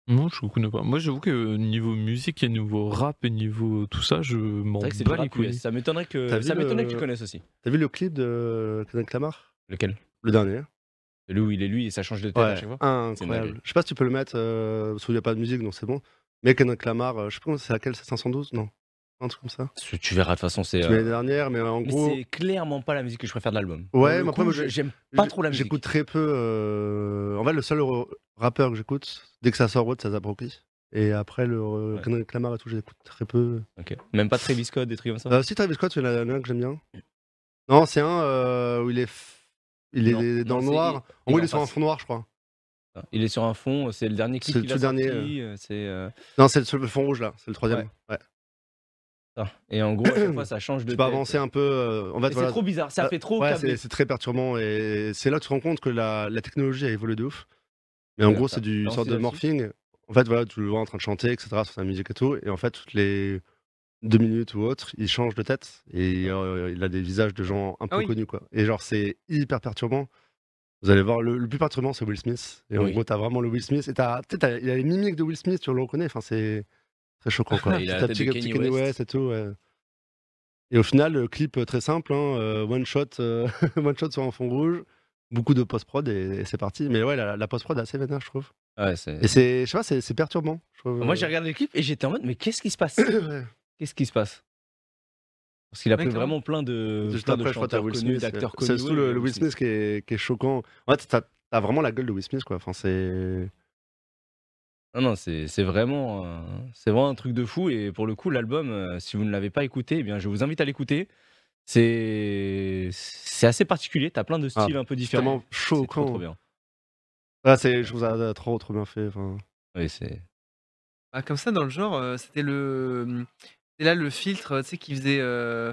Non, je ne connais pas. Moi, j'avoue que niveau musique et niveau rap et niveau tout ça, je m'en C'est vrai que c'est bats du les rap US. couilles. Ça m'étonnerait T'as que vu ça m'étonnerait le- que tu connaisses aussi. T'as vu le clip de Kendrick Lamar Lequel Le dernier. Celui où il est lui et ça change de tête à Ouais, chaque fois. C'est une incroyable. dinguerie. Je sais pas si tu peux le mettre euh, parce qu'il n'y a pas de musique donc c'est bon. Mais Kendrick Lamar, euh, je sais pas comment c'est laquelle, c'est 512 Non. Un truc comme ça. Ce- Tu verras de toute façon, c'est. C'est euh, l'année dernière, mais en Mais gros. c'est clairement pas la musique que je préfère de l'album. Ouais, Pour le mais après, coup, moi, je- j'ai- j'aime pas J- trop la musique. J'écoute très peu. euh, En fait, le seul re- rappeur que j'écoute, dès que ça sort autre, ça s'approprie. Et après, le euh, Ouais. Kendrick Lamar et tout, j'écoute très peu. Ok. Même pas Travis Scott, des trucs comme ça. Euh, si Travis Scott, il y en a il y en a un que j'aime bien. Non, c'est un euh, où il est, f- il est Non, non, dans c'est- le noir. il En gros, en il est sur un passe. fond noir, je crois. Il est sur un fond. C'est le dernier clip C'est qu'il tout a dernier, sorti, euh, C'est. euh, Non, c'est le, seul- le fond rouge là, c'est le troisième. Ouais. ça. Et en gros, à chaque fois, ça change de. Tu peux tête. avancer un peu. euh, en fait, Mais voilà, C'est trop bizarre. Ça Ah, fait trop. Ouais, câblé. c'est, c'est très perturbant et c'est là que tu te rends compte que la, la technologie a évolué de ouf. Mais en Ouais, gros, t'as- c'est du t'as sorte lancé de là-dessus morphing. En fait, voilà, tu le vois en train de chanter, etc., sur sa musique et tout. Et en fait, toutes les deux minutes ou autre, il change de tête et euh, il a des visages de gens Ah un peu oui. connus, quoi. Et genre, c'est hyper perturbant. Vous allez voir, le, le plus perturbant, c'est Will Smith. Et en Oui. gros, t'as vraiment le Will Smith. Et t'as, tu sais, t'as- il a les mimiques de Will Smith, tu le reconnais. Enfin, c'est très choquant, quoi. Il a C'est la un tête petit, de petit Kanye Kanye West. West et tout, ouais. Et au final, le clip euh, très simple, hein, euh, one shot, euh, one shot sur un fond rouge, beaucoup de post prod et, et c'est parti. Mais ouais, la, la post prod est assez vénère, je trouve. Ouais, c'est- Et c'est, je sais pas, c'est, c'est perturbant. je trouve. Bah, Moi, j'ai regardé le clip et j'étais en mode, mais qu'est-ce qui se passe Ouais. Qu'est-ce qui se passe Parce qu'il a Ouais, pris clairement. vraiment plein de, Juste plein de après, je crois que t'as chanteurs Will connus, Smith. d'acteurs C'est connus. surtout ouais, le, le Will Smith qui est, qui est choquant. En fait, t'as, t'as vraiment la gueule de Will Smith, quoi. Enfin, c'est. Non, non, c'est c'est vraiment, euh, c'est vraiment un truc de fou. Et pour le coup, l'album, euh, si vous ne l'avez pas écouté, eh bien, je vous invite à l'écouter. C'est c'est assez particulier. T'as plein de Ah, styles un peu différents. Tellement C'est trop, choquant. trop bien. Ah, c'est, je trouve ça euh, trop, trop bien fait. enfin. Oui, c'est. Bah, comme ça, dans le genre, euh, c'était le. c'était là le filtre, euh, tu sais, qui faisait, euh,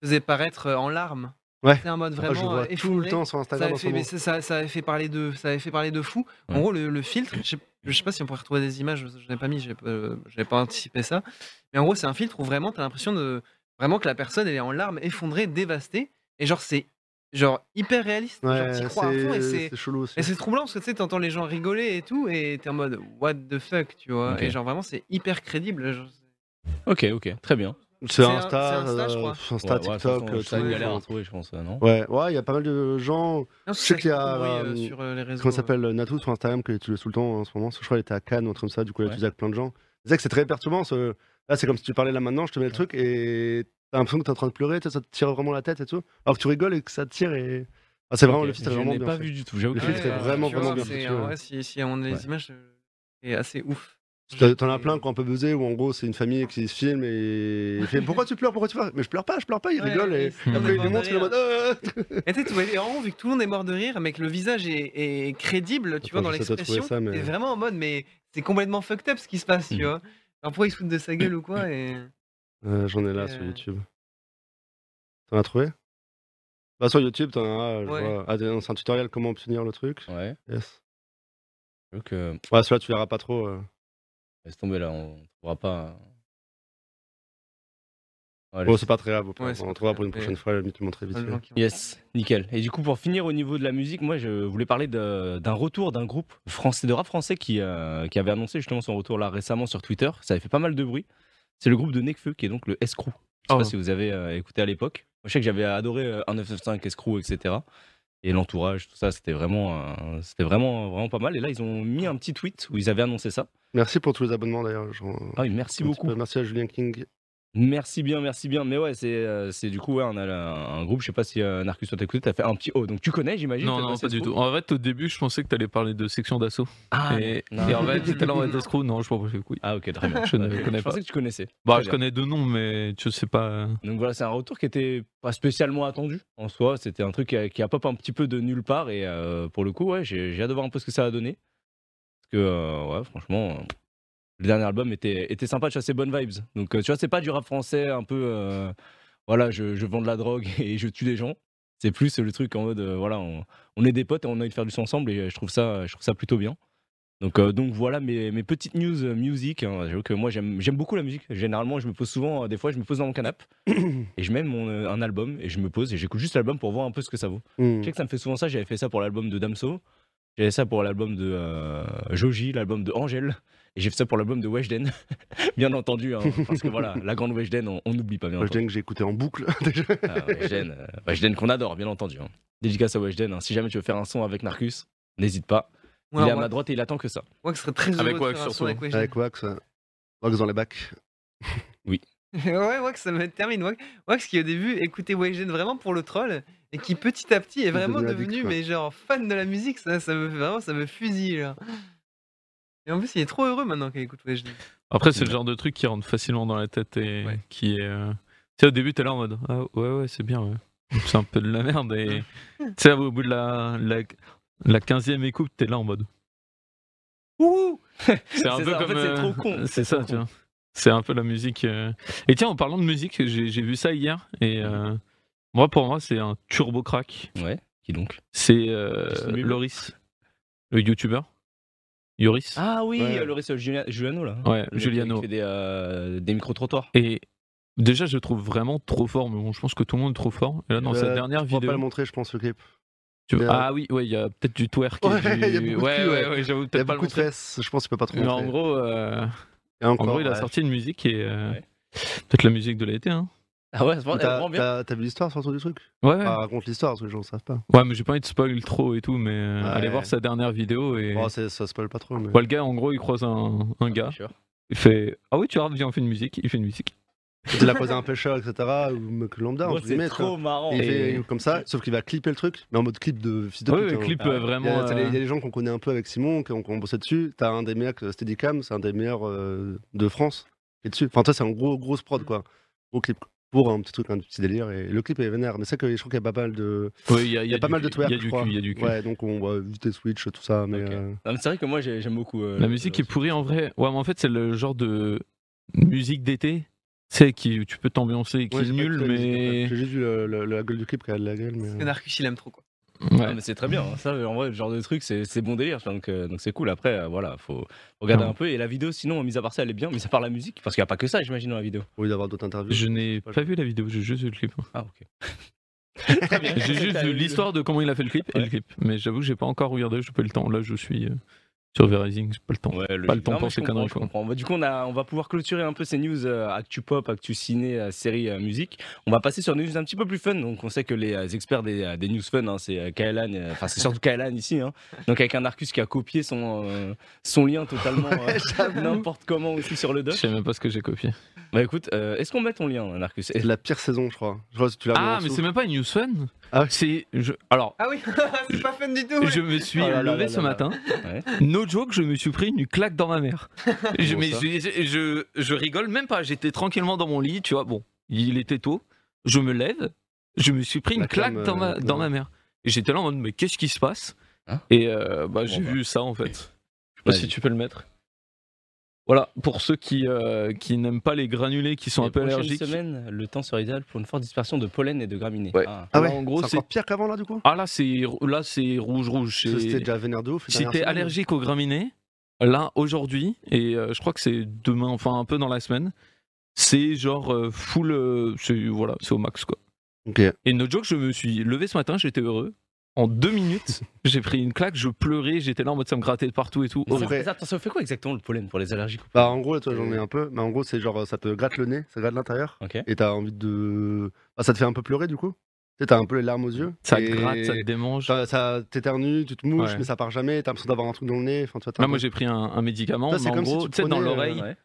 faisait paraître euh, en larmes. Ouais. C'était un mode Ah, je vraiment vois euh, tout le effondré. temps sur Ça Instagram avait, en ce fait, mais moment. ça, ça- ça avait fait parler de, ça avait fait parler de fou. En Ouais. gros, le, le filtre, je sais, je sais pas si on pourrait retrouver des images, je n'ai pas mis, j'ai pas- euh, j'avais pas anticipé ça. Mais en gros, c'est un filtre où vraiment, tu as l'impression de, vraiment que la personne, elle est en larmes, effondrée, dévastée. Et genre, c'est genre hyper réaliste. genre, t'y Ouais, crois à fond et c'est- c'est, c'est chelou aussi. et c'est troublant parce que tu sais, t'entends les gens rigoler et tout, et t'es en mode what the fuck, tu vois. Ok. Et genre vraiment, c'est hyper crédible. genre, c'est- Ok, ok, très bien. C'est C'est un- Insta, c'est Insta, je crois. Ouais, euh, Insta, ouais, de toute TikTok, façon, euh, ça, il tout, y a l'air à enfin, trouver, je pense, euh, non Ouais, ouais, il y a pas mal de gens. Non, sais qu'il y a, euh, sur euh, les réseaux. Comment ça s'appelle euh, Natou sur Instagram que tu le sous le temps en ce moment parce que Je crois qu'elle était à Cannes ou un truc comme ça, du coup elle a Ouais. utilisé avec plein de gens. C'est vrai que c'est très perturbant. ce- Là, c'est comme si tu parlais là maintenant, je te mets le truc et t'as l'impression que t'es en train de pleurer, tu sais, ça te tire vraiment la tête et tout. Alors que tu rigoles et que ça te tire et. Ah, c'est vraiment Ok, le filtre est Je vraiment n'ai bien pas fait. vu du tout. j'avoue Le que- filtre est Ah ouais, vraiment, tu vois, vraiment bien c'est- foutu, en ouais. vrai, si, si on a les images, euh, c'est assez ouf. T'en- T'en as Mm. plein qui ont un peu buzzé où en gros c'est une famille qui se filme et il fait pourquoi tu pleures pourquoi tu pleures mais je pleure pas je pleure pas il Ouais, rigole et oui, c'est après il mort de démontre il est en rire. mode Euh, Et tu sais, tout- et en gros, vu que tout le monde est mort de rire, mais que le visage est, est crédible, tu Attends, vois, dans j'essaie de trouver l'expression, ça, mais- t'es vraiment en mode, mais c'est complètement fucked up ce qui se passe, tu vois. Alors pourquoi il se fout de sa gueule ou quoi et... Euh, J'en ai là sur Euh. YouTube. T'en as trouvé Bah sur YouTube, t'en as. je Ouais. vois. Ah, c'est un tutoriel comment obtenir le truc. Ouais, Yes. j'avoue que. euh, Ouais, celui-là, tu verras pas trop. euh. Laisse tomber là, on ne trouvera pas. Allez. Bon, c'est pas très grave. au pire, Ouais, c'est on pas en trouvera très pour une grave, prochaine mais- fois. Je vais te montrer vite Plein de gens fait. qui ont- Yes, nickel. Et du coup, pour finir au niveau de la musique, moi, je voulais parler de- d'un retour d'un groupe français de rap français qui, euh, qui avait annoncé justement son retour là récemment sur Twitter. Ça avait fait pas mal de bruit. C'est le groupe de Nekfeu qui est donc le Escrew. Je sais Oh. pas si vous avez euh, écouté à l'époque. Moi, Je sais que j'avais adoré euh, 1995, Escrew, etc. Et l'entourage, tout ça, c'était vraiment, euh, c'était vraiment, vraiment pas mal. Et là, ils ont mis un petit tweet où ils avaient annoncé ça. Merci pour tous les abonnements d'ailleurs. j'en- un Ah oui, merci petit beaucoup. peu. Merci à Julien King. Merci bien, merci bien. Mais ouais, c'est euh, c'est du coup, ouais, on a là un, un groupe, je sais pas si euh, Narcus, toi t'as écouté, t'as fait un petit O. Donc tu connais, j'imagine Non, t'as non, passé pas ce du tout. groupe En fait, au début, je pensais que t'allais parler de section d'assaut. Ah, et, non. et en fait, j'étais là en mode escroc. Non, je m'en fais les couilles. Ah ok, très bien. Je ne Ok, connais pas. pensais que tu connaissais. Bah, Très je bien. connais deux noms, mais tu sais pas. euh, Donc voilà, c'est un retour qui était pas spécialement attendu en soi. C'était un truc qui a, qui a pop un petit peu de nulle part et euh, pour le coup, ouais, j'ai j'ai hâte de voir un peu ce que ça a donné. Parce que, euh, ouais, franchement, euh, Le dernier album était, était sympa, tu vois, c'est bonnes vibes. Donc, euh, tu vois, c'est pas du rap français un peu. euh, voilà, je, je vends de la drogue et je tue des gens. C'est plus le truc en mode, euh, voilà, on, on est des potes et on a envie de faire du son ensemble et euh, je trouve ça, je trouve ça plutôt bien. Donc, euh, donc voilà mes, mes petites news euh, musique. hein. J'avoue que moi j'aime j'aime beaucoup la musique. Généralement, je me pose souvent, euh, des fois, je me pose dans mon canapé et je mets mon, euh, un album et je me pose et j'écoute juste l'album pour voir un peu ce que ça vaut. Hmm. Je sais que ça me fait souvent ça. J'avais fait ça pour l'album de Damso. J'avais ça pour l'album de euh, Joji, l'album de Angèle. Et j'ai fait ça pour l'album de Weshden. bien entendu, hein, parce que voilà, la grande Weshden, on on n'oublie pas bien Moi, je entendu. dirais que j'ai écouté en boucle déjà. Ah, Weshden, euh, Weshden qu'on adore, bien entendu. hein. Dédicace à Weshden. hein. Si jamais tu veux faire un son avec Narcus, n'hésite pas. Il Ouais, est à ouais. ma droite et il attend que ça. Wax serait très heureux Avec de Wax, faire un son surtout. avec Wax. Avec Wax. euh, Wax dans les bacs. ouais, Wax, ça me termine. Wax, Wax qui au début écoutait Waygen vraiment pour le troll et qui petit à petit est vraiment devenu addict, devenu, quoi. mais genre fan de la musique, ça, ça me vraiment, ça me fusille. genre. Et en plus, il est trop heureux maintenant qu'il écoute Waygen. Après, c'est le genre de truc qui rentre facilement dans la tête et Ouais. qui est. euh, Tu sais, au début, t'es là en mode Ah ouais, ouais, c'est bien, ouais. C'est un peu de la merde. Et tu sais, au bout de la, la, la 15e écoute, t'es là en mode Ouh C'est un C'est peu ça, en comme. fait, c'est euh, trop con, C'est ça, tu vois. C'est un peu la musique. euh. Et tiens, en parlant de musique, j'ai j'ai vu ça hier. Et euh, moi, pour moi, c'est un turbo crack. Ouais, qui donc C'est euh, Justin Bieber. Loris, le youtubeur. Yoris. Ah oui, Ouais. euh, Loris Julia- Juliano là. ouais, Le mec Juliano. Qui fait des, euh, des micro-trottoirs. Et déjà, je le trouve vraiment trop fort, mais bon, je pense que tout le monde est trop fort. Et là, dans Euh, sa dernière On va pas le vidéo. montrer, je pense, le clip. tu vois- Euh, Ah oui, ouais, il y a peut-être du twerk. et Ouais, du- il y a beaucoup de ouais, cul, ouais, ouais. ouais, j'avoue, Il y a peut-être pas le beaucoup de montrer. fesses, je pense qu'il peut pas trop Mais en montrer. gros, euh, Et en encore, gros, il a ouais. sorti une musique et euh, Ouais. peut-être la musique de l'été. Hein. Ah ouais, c'est vraiment, elle est T'as vraiment bien. t'as- t'as vu l'histoire surtout du truc Ouais, ouais. Bah, Raconte l'histoire, parce que les gens ne savent pas. Ouais, mais j'ai pas envie de spoil trop et tout, mais euh, Ouais. allez voir sa dernière vidéo. Et... Oh, c'est- ça spoil pas trop. Mais... Ouais, le gars, en gros, il croise un, un gars. Il fait Ah oui, tu vois, viens, on fait une musique. Il fait une musique. Il a posé un pêcheur, etc. Ou mec lambda, Moi, entre guillemets, tu vois. marrant. Et hein. il Et- fait comme ça, sauf qu'il va clipper le truc, mais en mode clip de fils de Ouais, pute, ouais, hein. clip Ah ouais. euh, Il y, a, vraiment. t'as les- il y a euh, des gens qu'on connaît un peu avec Simon, qu'on qu'on bossait dessus. T'as un des mecs, euh, Steadicam, c'est un des meilleurs euh, de France, qui est dessus. Enfin, ça, c'est un gros, grosse prod, quoi. Gros clip. Pour un petit truc, un petit délire. Et le clip est vénère. Mais c'est que je trouve qu'il y a pas mal de. euh, ouais, Il y a, il Il y a pas du- mal de twerk. Il y a du je crois. cul, il y a du cul. Ouais, donc on va éviter Switch, tout ça. Mais. Ok. euh, Non, mais c'est vrai que moi j'ai- j'aime beaucoup. euh, La le- musique le- est pourrie en vrai. Ouais, mais en fait, c'est le genre de musique d'été. C'est qui tu peux t'ambiancer, qui ouais, est j'ai pas nul, écouté la musique, en fait. mais. J'ai juste vu le- le- la gueule du clip qui a de la gueule. Parce que Mais... Narcus, il aime trop quoi. Ah, Ouais. mais c'est très bien. hein. Ça, en vrai, le genre de truc, c'est c'est bon délire. Donc euh, donc c'est cool. Après, euh, voilà, faut regarder Non. un peu. Et la vidéo, sinon, mis à part ça, elle est bien. Mis à part la musique, parce qu'il n'y a pas que ça, j'imagine, dans la vidéo. euh, Au lieu d'avoir d'autres interviews. Je n'ai pas vu la vidéo, j'ai juste vu le clip. Ah, ok. J'ai juste T'as vu vu le- l'histoire de comment il a fait le clip et Ouais. le clip. Mais j'avoue que j'ai pas encore regardé, j'ai pas eu le temps. Là, je suis euh, sur Verizing, j'ai pas le temps. Ouais, Pas le temps Non, mais pour je ces comprends, conneries, je quoi. comprends. Bah, du coup, on, a, on va pouvoir clôturer un peu ces news euh, actu pop, actu ciné, euh, série, euh, musique. On va passer sur des news un petit peu plus fun. Donc, on sait que les euh, experts des, euh, des news fun, hein, c'est euh, Kaelan, euh, enfin, c'est surtout Kaelan ici. hein. Donc, avec un Arcus qui a copié son, euh, son lien totalement euh, n'importe comment aussi sur le Je doc. sais même pas ce que j'ai copié. Bah, écoute, euh, est-ce qu'on met ton lien, hein, Arcus C'est la pire saison, je crois. Je crois que tu l'as mis en Ah, mais dessous. c'est même pas une news fun. Ah ouais. C'est. je- Alors, Ah oui, c'est pas fun du tout. ouais. je me suis Oh là là levé là ce là. matin. Ouais. No joke, je me suis pris une claque dans ma mère. je, Comment mais ça je, je- je- je rigole même pas. J'étais tranquillement dans mon lit, tu vois. Bon, il était tôt. Je me lève. Je me suis pris La une claque clame, dans, ma, euh, dans ouais. Ah. ma mère. Et j'étais là en mode, mais qu'est-ce qui se passe Hein Et euh, bah, j'ai Bon, bah. vu ça en fait. Je sais Bah, pas si Vas-y. tu peux le mettre. Voilà, pour ceux qui, euh, qui n'aiment pas les granulés, qui sont un Les peu prochaines allergiques. semaines, le temps sera idéal pour une forte dispersion de pollen et de graminées. Ouais. Ah. Ah Là, ouais, en gros, c'est encore pire qu'avant, là, du coup Ah là, c'est là, c'est rouge rouge. Parce que c'est- C'était déjà vénère de ouf. les dernières J'étais semaines. allergique aux graminées. Là, aujourd'hui, et euh, je crois que c'est demain, enfin un peu dans la semaine, c'est genre euh, full. euh, c'est- voilà, c'est au max quoi. Ok. Et no joke, je me suis levé ce matin, j'étais heureux. En deux minutes, j'ai pris une claque, je pleurais, j'étais là en mode ça me grattait de partout et tout. Oh, Mais ça- Horrible. mais Attends, ça fait quoi exactement le pollen pour les allergiques Bah en gros, toi j'en ai un peu, mais en gros c'est genre ça te gratte le nez, ça gratte l'intérieur, Ok. et t'as envie de... Bah, ça te fait un peu pleurer du coup, tu sais, t'as un peu les larmes aux yeux. Ça et te gratte, ça te démange. ça- ça t'éternues, tu te mouches, Ouais. mais ça part jamais, t'as l'impression d'avoir un truc dans le nez, enfin tu vois, t'as Là, un moi peu- j'ai pris un, un médicament, Ça, c'est mais en comme si gros, tu tu sais, dans prenais, euh, l'oreille, ouais.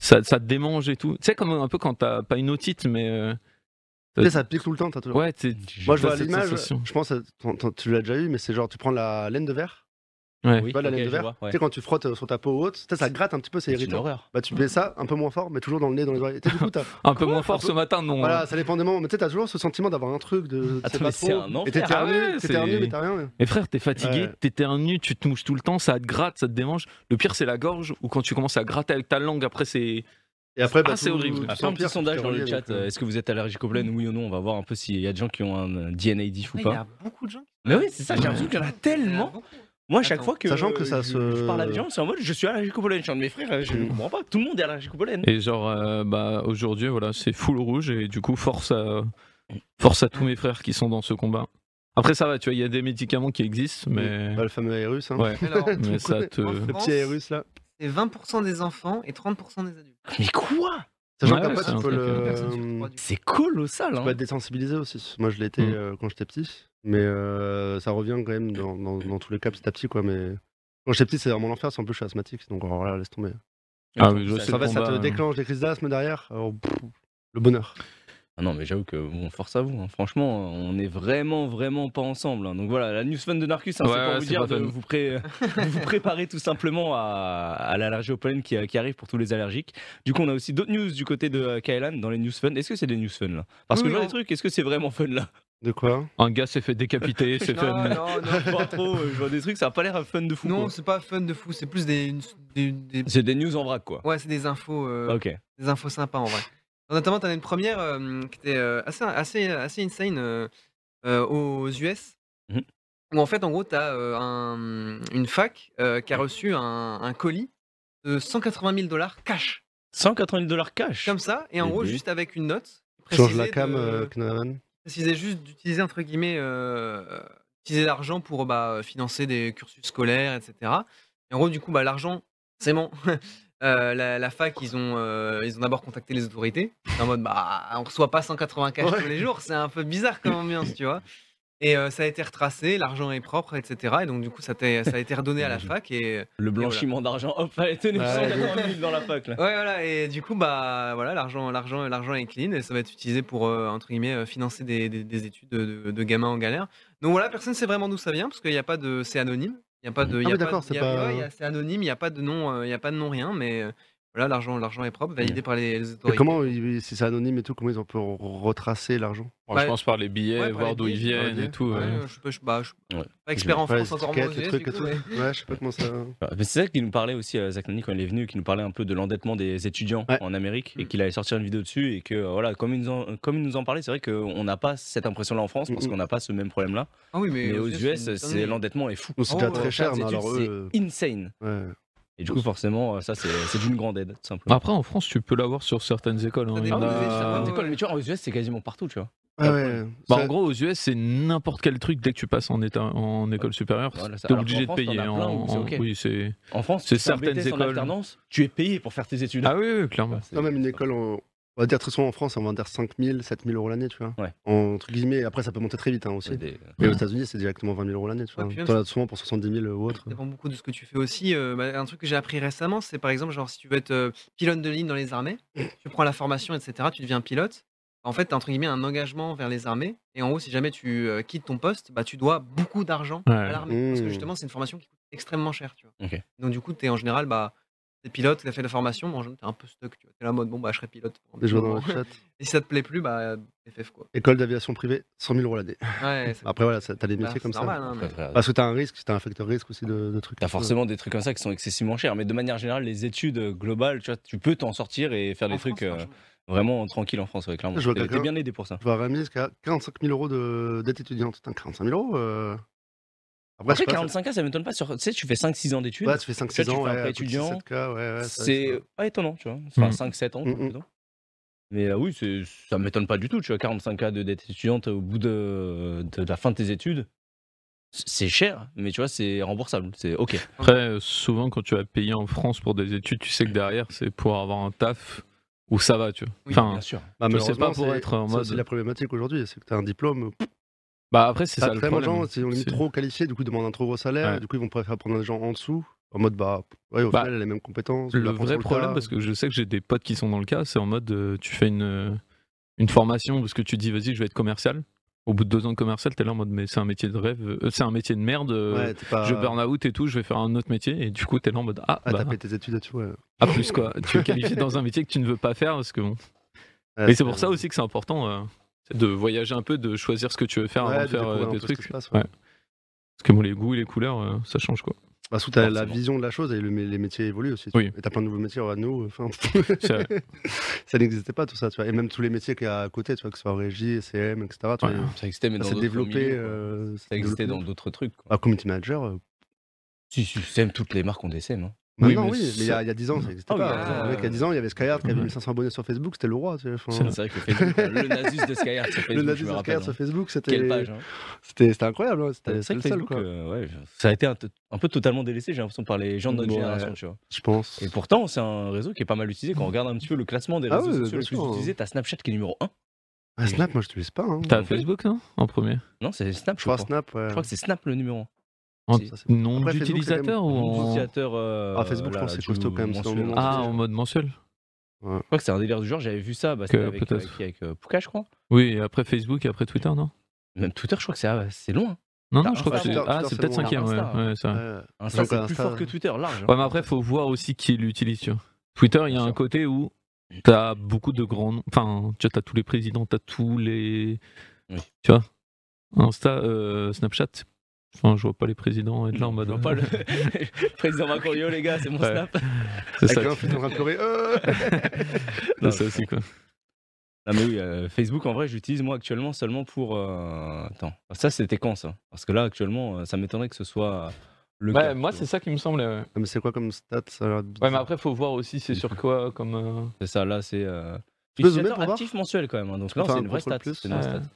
ça, ça te démange et tout. Tu sais, comme un peu quand t'as pas une otite, mais. euh, Tu sais, ça pique tout le temps, t'as toujours... ouais, t'es- Moi je t'as vois cette l'image, sensation. je pense, euh, t'en- t'en- tu l'as déjà eu, mais c'est genre tu prends la laine de verre, Ouais. Oui, vois, de la ok, laine de je verre. vois, ouais. Tu sais, quand tu frottes euh, sur ta peau haute, ça, ça gratte un petit peu, c'est C'est une irritant. horreur. Bah, tu fais ça un peu moins fort, mais toujours dans le nez, dans les oreilles. Et du coup, t'as- Un peu moins fort Un peu- Ah, ce matin, non. voilà, ça dépend des moments. Mais tu sais, t'as toujours ce sentiment d'avoir un truc de. Attends, c'est pas mais c'est trop. un enfer. Et t'éternues, Ah ouais, t'éternues, c'est- mais t'as rien. Mais frère, t'es fatigué, Ouais. t'éternues, tu te mouches tout le temps, ça te gratte, ça te démange. Le pire, c'est la gorge, ou quand tu commences à gratter avec ta langue, après, c'est. Et après, bah, Ah, c'est tout- horrible. tout Après, Après, un s'empire, petit tout sondage dans le s'empire, chat. donc, euh, euh, Est-ce que vous êtes allergique aux plaines Oui ou non On va voir un peu s'il y a des gens qui ont un euh, DNA diff ou Il y pas. a beaucoup de gens qui. Mais oui, c'est ça, j'ai l'impression qu'il y en a tellement. Moi, à chaque Attends. fois que, Sachant que ça je, se- je parle avec des gens, c'est en mode je suis allergique aux pollen. Je suis un de mes frères, euh, je ne comprends pas. Tout le monde est allergique aux pollen. Et genre, euh, bah, aujourd'hui, voilà, c'est full rouge, et du coup, force à, force à tous mes frères qui sont dans ce combat. Après, ça va, tu vois, il y a des médicaments qui existent, mais. bah, le fameux russe. Hein. Ouais, Alors, mais ça te. En Le France, petit russe là. c'est 20% des enfants et 30% des adultes. Mais quoi Sachant Ouais, qu'après, c'est un tu peux truc, le. euh, Personne sur trois, Tu du coup. C'est colossal. Hein. peux être désensibilisé aussi. Moi, je l'étais Mm. euh, quand j'étais petit. Mais euh, ça revient quand même dans, dans, dans tous les cas petit à petit, quoi. Mais quand j'étais petit, c'est vraiment l'enfer. C'est en plus, je suis asthmatique. Donc, oh là, laisse tomber. Ah, mais je sais Ça, le va, ça combat, te hein. déclenche des crises d'asthme derrière. Alors, pff, le bonheur. Ah non, mais j'avoue que bon, force à vous. hein. Franchement, on est vraiment, vraiment pas ensemble. hein. Donc voilà, la news fun de Narcus, hein, Ouais, c'est pour ouais, vous c'est dire pas de fun. vous, pré- de vous préparer tout simplement à, à l'allergie au pollen qui, qui arrive pour tous les allergiques. Du coup, on a aussi d'autres news du côté de euh, Kaelan dans les news fun. Est-ce que c'est des news fun là Parce que Oui, je vois on- des trucs, est-ce que c'est vraiment fun là De quoi Un gars s'est fait décapiter, c'est Non, non, fun. non. Je vois trop, euh, je vois des trucs, ça a pas l'air fun de fou. Non, quoi. c'est pas fun de fou, c'est plus des, une- des- des- c'est des news en vrac quoi. Ouais, c'est des infos, euh, Bah, Ok. des infos sympas en vrai. Bah, Notamment, t'en as une première euh, qui était euh, assez, assez, assez insane euh, euh, aux US, Mhm. où en fait, en gros, t'as euh, un- une fac euh, qui a reçu un, un colis de 180 000 dollars cash, 180 000 dollars cash. comme ça, et en Eh gros, bien. juste avec une note. qui Change la précisait cam, de- euh, Knanaman. précisait juste d'utiliser entre guillemets euh, utiliser l'argent pour bah, euh, financer des cursus scolaires, etc. Et en gros, du coup, bah, l'argent, c'est bon. Euh, la, la fac, ils ont, euh, ils ont d'abord contacté les autorités. En mode, bah, on reçoit pas 180 cash tous les jours, c'est un peu bizarre comme ambiance, tu vois. Et euh, ça a été retracé, l'argent est propre, etc. Et donc, du coup, ça, t'est- ça a été redonné à la fac. Et, Le blanchiment d'argent, hop, allez, tenez, Ouais, 180 000 dans la fac là. Ouais, voilà, et du coup, bah, voilà, l'argent, l'argent, l'argent est clean et ça va être utilisé pour, euh, entre guillemets, euh, financer des, des- des études de, de- de gamins en galère. Donc voilà, personne ne sait vraiment d'où ça vient parce qu'il n'y a pas de. C'est anonyme. Il y a pas de. il y Ah a oui, pas- d'accord, c'est il y a- pas- ouais, il y a- c'est anonyme, il n'y a pas de nom, euh, il y a pas de nom, rien, mais euh, voilà, l'argent, l'argent est propre, validé par les, les Mais autorités. comment, ils- si c'est anonyme et tout, comment ils ont pu retracer l'argent Moi, je pense par les billets, Ouais, par voir les d'où ils billets, viennent ouais. et tout. Ouais, ouais. euh, je suis pas, je suis pas- je suis Ouais. pas expert en Ouais, les France, encore moins aux étiquettes, les US, trucs du et coup, tout. mais- Ouais, je sais pas comment ça. Ah, mais C'est ça qu'il nous parlait aussi, euh, Zach Nani, quand il est venu, qu'il nous parlait un peu de l'endettement des étudiants Ouais. en Amérique et Mm. qu'il allait sortir une vidéo dessus. Et que, euh, voilà, comme il nous en, comme il nous en parlait, c'est vrai qu'on n'a pas cette impression-là en France parce Mm, mm. qu'on n'a pas ce même problème-là. Ah oui, mais, Mais, aux c'est une US, c'est dinguerie. l'endettement est fou. Nous, c'est Oh, déjà ouais, très Faire cher, des mais alors études, eux. C'est insane. euh, ouais. Et du coup, forcément, euh, ça, c'est c'est d'une grande aide, tout simplement. Après, en France, tu peux l'avoir sur certaines écoles. hein. Ça Il y dépend en des- bah, a- ça Ah, dépend des- mais tu vois, aux US, c'est quasiment partout, tu vois. Ah ouais. Bah, Ça- en gros, aux US, c'est n'importe quel truc dès que tu passes en, état- en école supérieure. Voilà, ça- T'es alors obligé de qu'en France, payer. t'en as plein en- où c'est en- ok. Oui, c'est. En France, C'est tu fais un certaines BTS en écoles. alternance, tu es payé pour faire tes études. Ah oui, oui, clairement. C'est- Non, même une école, on, on va dire très souvent en France, on va dire 5 000, 7 000 euros l'année, tu vois. Ouais. Entre guillemets, après ça peut monter très vite hein, aussi. c'est des- Mais aux États-Unis, c'est directement 20 000 euros l'année, tu Ouais, vois. puis même T'en as souvent pour 70 000 ou autre. Ça dépend beaucoup de ce que tu fais aussi. Euh, bah, un truc que j'ai appris récemment, c'est par exemple, genre, si tu veux être euh, pilote de ligne dans les armées, tu prends la formation, etc., tu deviens pilote. En fait, tu as entre guillemets un engagement vers les armées. Et en gros, si jamais tu euh, quittes ton poste, bah, tu dois beaucoup d'argent à Ouais. l'armée. Parce que Mmh. justement, c'est une formation qui coûte extrêmement cher. Tu vois. Ok. Donc, du coup, tu es en général, bah, t'es pilote, tu as fait la formation, mais en général, tu es un peu stuck. Tu vois. es là en mode, bon, bah, je serai pilote. pendant un Des petit joueurs dans moment. le chat. Et si ça te plaît plus, bah, FF quoi. École d'aviation privée, 100 000 euros l'année. Ouais, c'est Après, voilà, ça- t'as des bah, métiers c'est comme ça. normal, hein, mais- Frère, Parce que t'as un risque, t'as un facteur risque aussi de, de Bah, trucs. T'as forcément des trucs comme ça qui sont excessivement chers, mais de manière générale, les études euh, globales, tu vois, tu peux t'en sortir et faire en des France, trucs euh, franchement. vraiment tranquilles en France, ouais, clairement. Je vois T'es quelqu'un- t'es bien aidé pour ça. Je vois Ramis qui a 45 000 euros de- d'aide étudiante. Putain, 45 000 euros euh. Après, je Après, sais pas, 45K, ça m'étonne pas. Sur... Tu sais, tu fais 5-6 ans d'études, Ouais, tu fais 5-6 Tu ans, fais un prêt ouais, étudiant. 7 ouais, ouais, ça- Bah, c'est pas étonnant, tu vois. Enfin, Mm. 5-7 ans, Mm, mm. plutôt. Mais euh, oui, c'est- ça m'étonne pas du tout, tu vois. 45K de dette étudiante au bout de, de la fin de tes études, c'est cher, mais tu vois, c'est remboursable. C'est OK. Après, euh, souvent, quand tu vas payer en France pour des études, tu sais que derrière, c'est pour avoir un taf où ça va, tu vois. Oui, Enfin, Bien sûr. Bah, Je sais malheureusement, pas pour c'est- être en c'est mode- aussi la problématique aujourd'hui, c'est que t'as un diplôme. bah après, c'est T'as ça le tellement de problème. gens, si on les met C'est- trop qualifiés, du coup, ils demandent un trop gros salaire, Ouais. et du coup, ils vont préférer prendre des gens en dessous, en mode, bah, ouais, au Bah, final, elle a les mêmes compétences. le vrai problème, parce que je sais que j'ai des potes qui sont dans le cas, c'est en mode euh, tu fais une, euh, une formation parce que tu dis vas-y, je vais être commercial. Au bout de deux ans de commercial, t'es là en mode, mais c'est un métier de rêve, euh, c'est un métier de merde, euh, Ouais, t'es pas. je burn out et tout, je vais faire un autre métier. Et du coup, t'es là en mode, ah, Ah, bah, t'as fait tes études là-dessus, ouais. à Ah, plus quoi. tu es qualifié dans un métier que tu ne veux pas faire parce que bon. Ouais, Et c'est pour ça aussi que c'est important euh, c'est de voyager un peu, de choisir ce que tu veux faire Ouais, avant de de faire euh, découvrir un des peu ce qui trucs. se passe, ouais. ouais. Parce que bon, les goûts et les couleurs, euh, ça change quoi. Bah, surtout, t'as la Forcément. vision de la chose et le- les métiers évoluent aussi. tu Oui. vois. Et t'as plein de nouveaux métiers, ouais, nous, enfin, C'est vrai. ça n'existait pas tout ça, tu vois. Et même tous les métiers qu'il y a à côté, tu vois, que ce soit régie, CM, etc. Tu Ouais. vois, Ça existait, mais dans ça s'est d'autres développé. milieux, quoi. euh, Ça s'est existait dans développé. d'autres trucs. quoi. Ah, community manager. euh, Si, si, SEM, toutes les marques ont des SEM. hein. Oui, maintenant, mais Oh, oui, mais il y, a il y a 10 ans, ça n'existait Ah, oui, pas. ah, Le mec, il y a 10 ans, il y avait Skyhard qui avait 1500 abonnés sur Facebook, c'était le roi. tu vois, enfin, C'est Ah, vrai. C'est vrai que Facebook, euh, le Nasus de Skyheart sur le Facebook, je nazi me de rappelle. Skyhard sur hein. Facebook, c'était Quelle page hein. c'était- c'était incroyable. ouais, C'était C'est c'était vrai le que seul, Facebook, quoi. euh, ouais, ça a été un, t- un peu totalement délaissé, j'ai l'impression, par les gens de notre Ouais. génération, tu vois. Je pense. Et pourtant, c'est un réseau qui est pas mal utilisé. Quand on regarde un petit peu le classement des Ah réseaux ouais, sociaux les bien sûr. plus utilisés, t'as Snapchat qui est numéro 1. Ah, Snap, moi, je l'utilise pas. hein. T'as Facebook, non En premier Non, c'est Snap, Je je crois. crois Snap, ouais. Je crois que c'est Snap le numéro 1. En Si. nombre Après, Facebook, d'utilisateurs ou c'est quand même en... Utilisateur, euh, Ah, Facebook, je là, pense que c'est du costaud quand même, c'est dans le mensuel. monde Ah, entier. en mode mensuel Je crois que c'est un délire du genre, j'avais vu ça, bah, Que c'était avec, peut-être. avec, avec, euh, Puka, je crois. Oui, et après Facebook et après Twitter, non Même Twitter, je crois que c'est ah, c'est loin. Non, T'as non, je crois que Insta, c'est. Twitter, Ah, Twitter, c'est c'est peut-être loin. cinquième, ouais. Insta, ouais, c'est vrai. Ouais. Insta, Donc, c'est Insta, plus fort que ouais. Twitter, large. hein. Ouais, mais après, faut voir aussi qui l'utilise, tu vois. Twitter, il y a Bien un sûr. côté où t'as beaucoup de grands noms. Enfin, tu vois, t'as tous les présidents, t'as tous les. Oui. Tu vois Insta, euh, Snapchat. Enfin, je vois pas les présidents être là en Je mode. euh, vois pas le président Macron, yo les gars, c'est mon Ouais. Snap. C'est ça, Avec un fils en train de pleurer. euh. c'est ça aussi, quoi. Non mais oui, euh, Facebook en vrai j'utilise moi actuellement seulement pour... euh, Attends, ça c'était quand ça Parce que là actuellement euh, ça m'étonnerait que ce soit euh, le Ouais, cas, moi, tu c'est ça qui me semble. Ouais, Mais c'est quoi comme stat ça a l'air bizarre. mais après, faut voir aussi c'est sur quoi comme. euh, vois. C'est ça, là c'est... Euh... Tu peux zoomer utilisateur pour voir actif mensuel quand même, hein, donc Tu peux non faire c'est un une vraie stat. contrôle plus C'est une vraie euh, stat.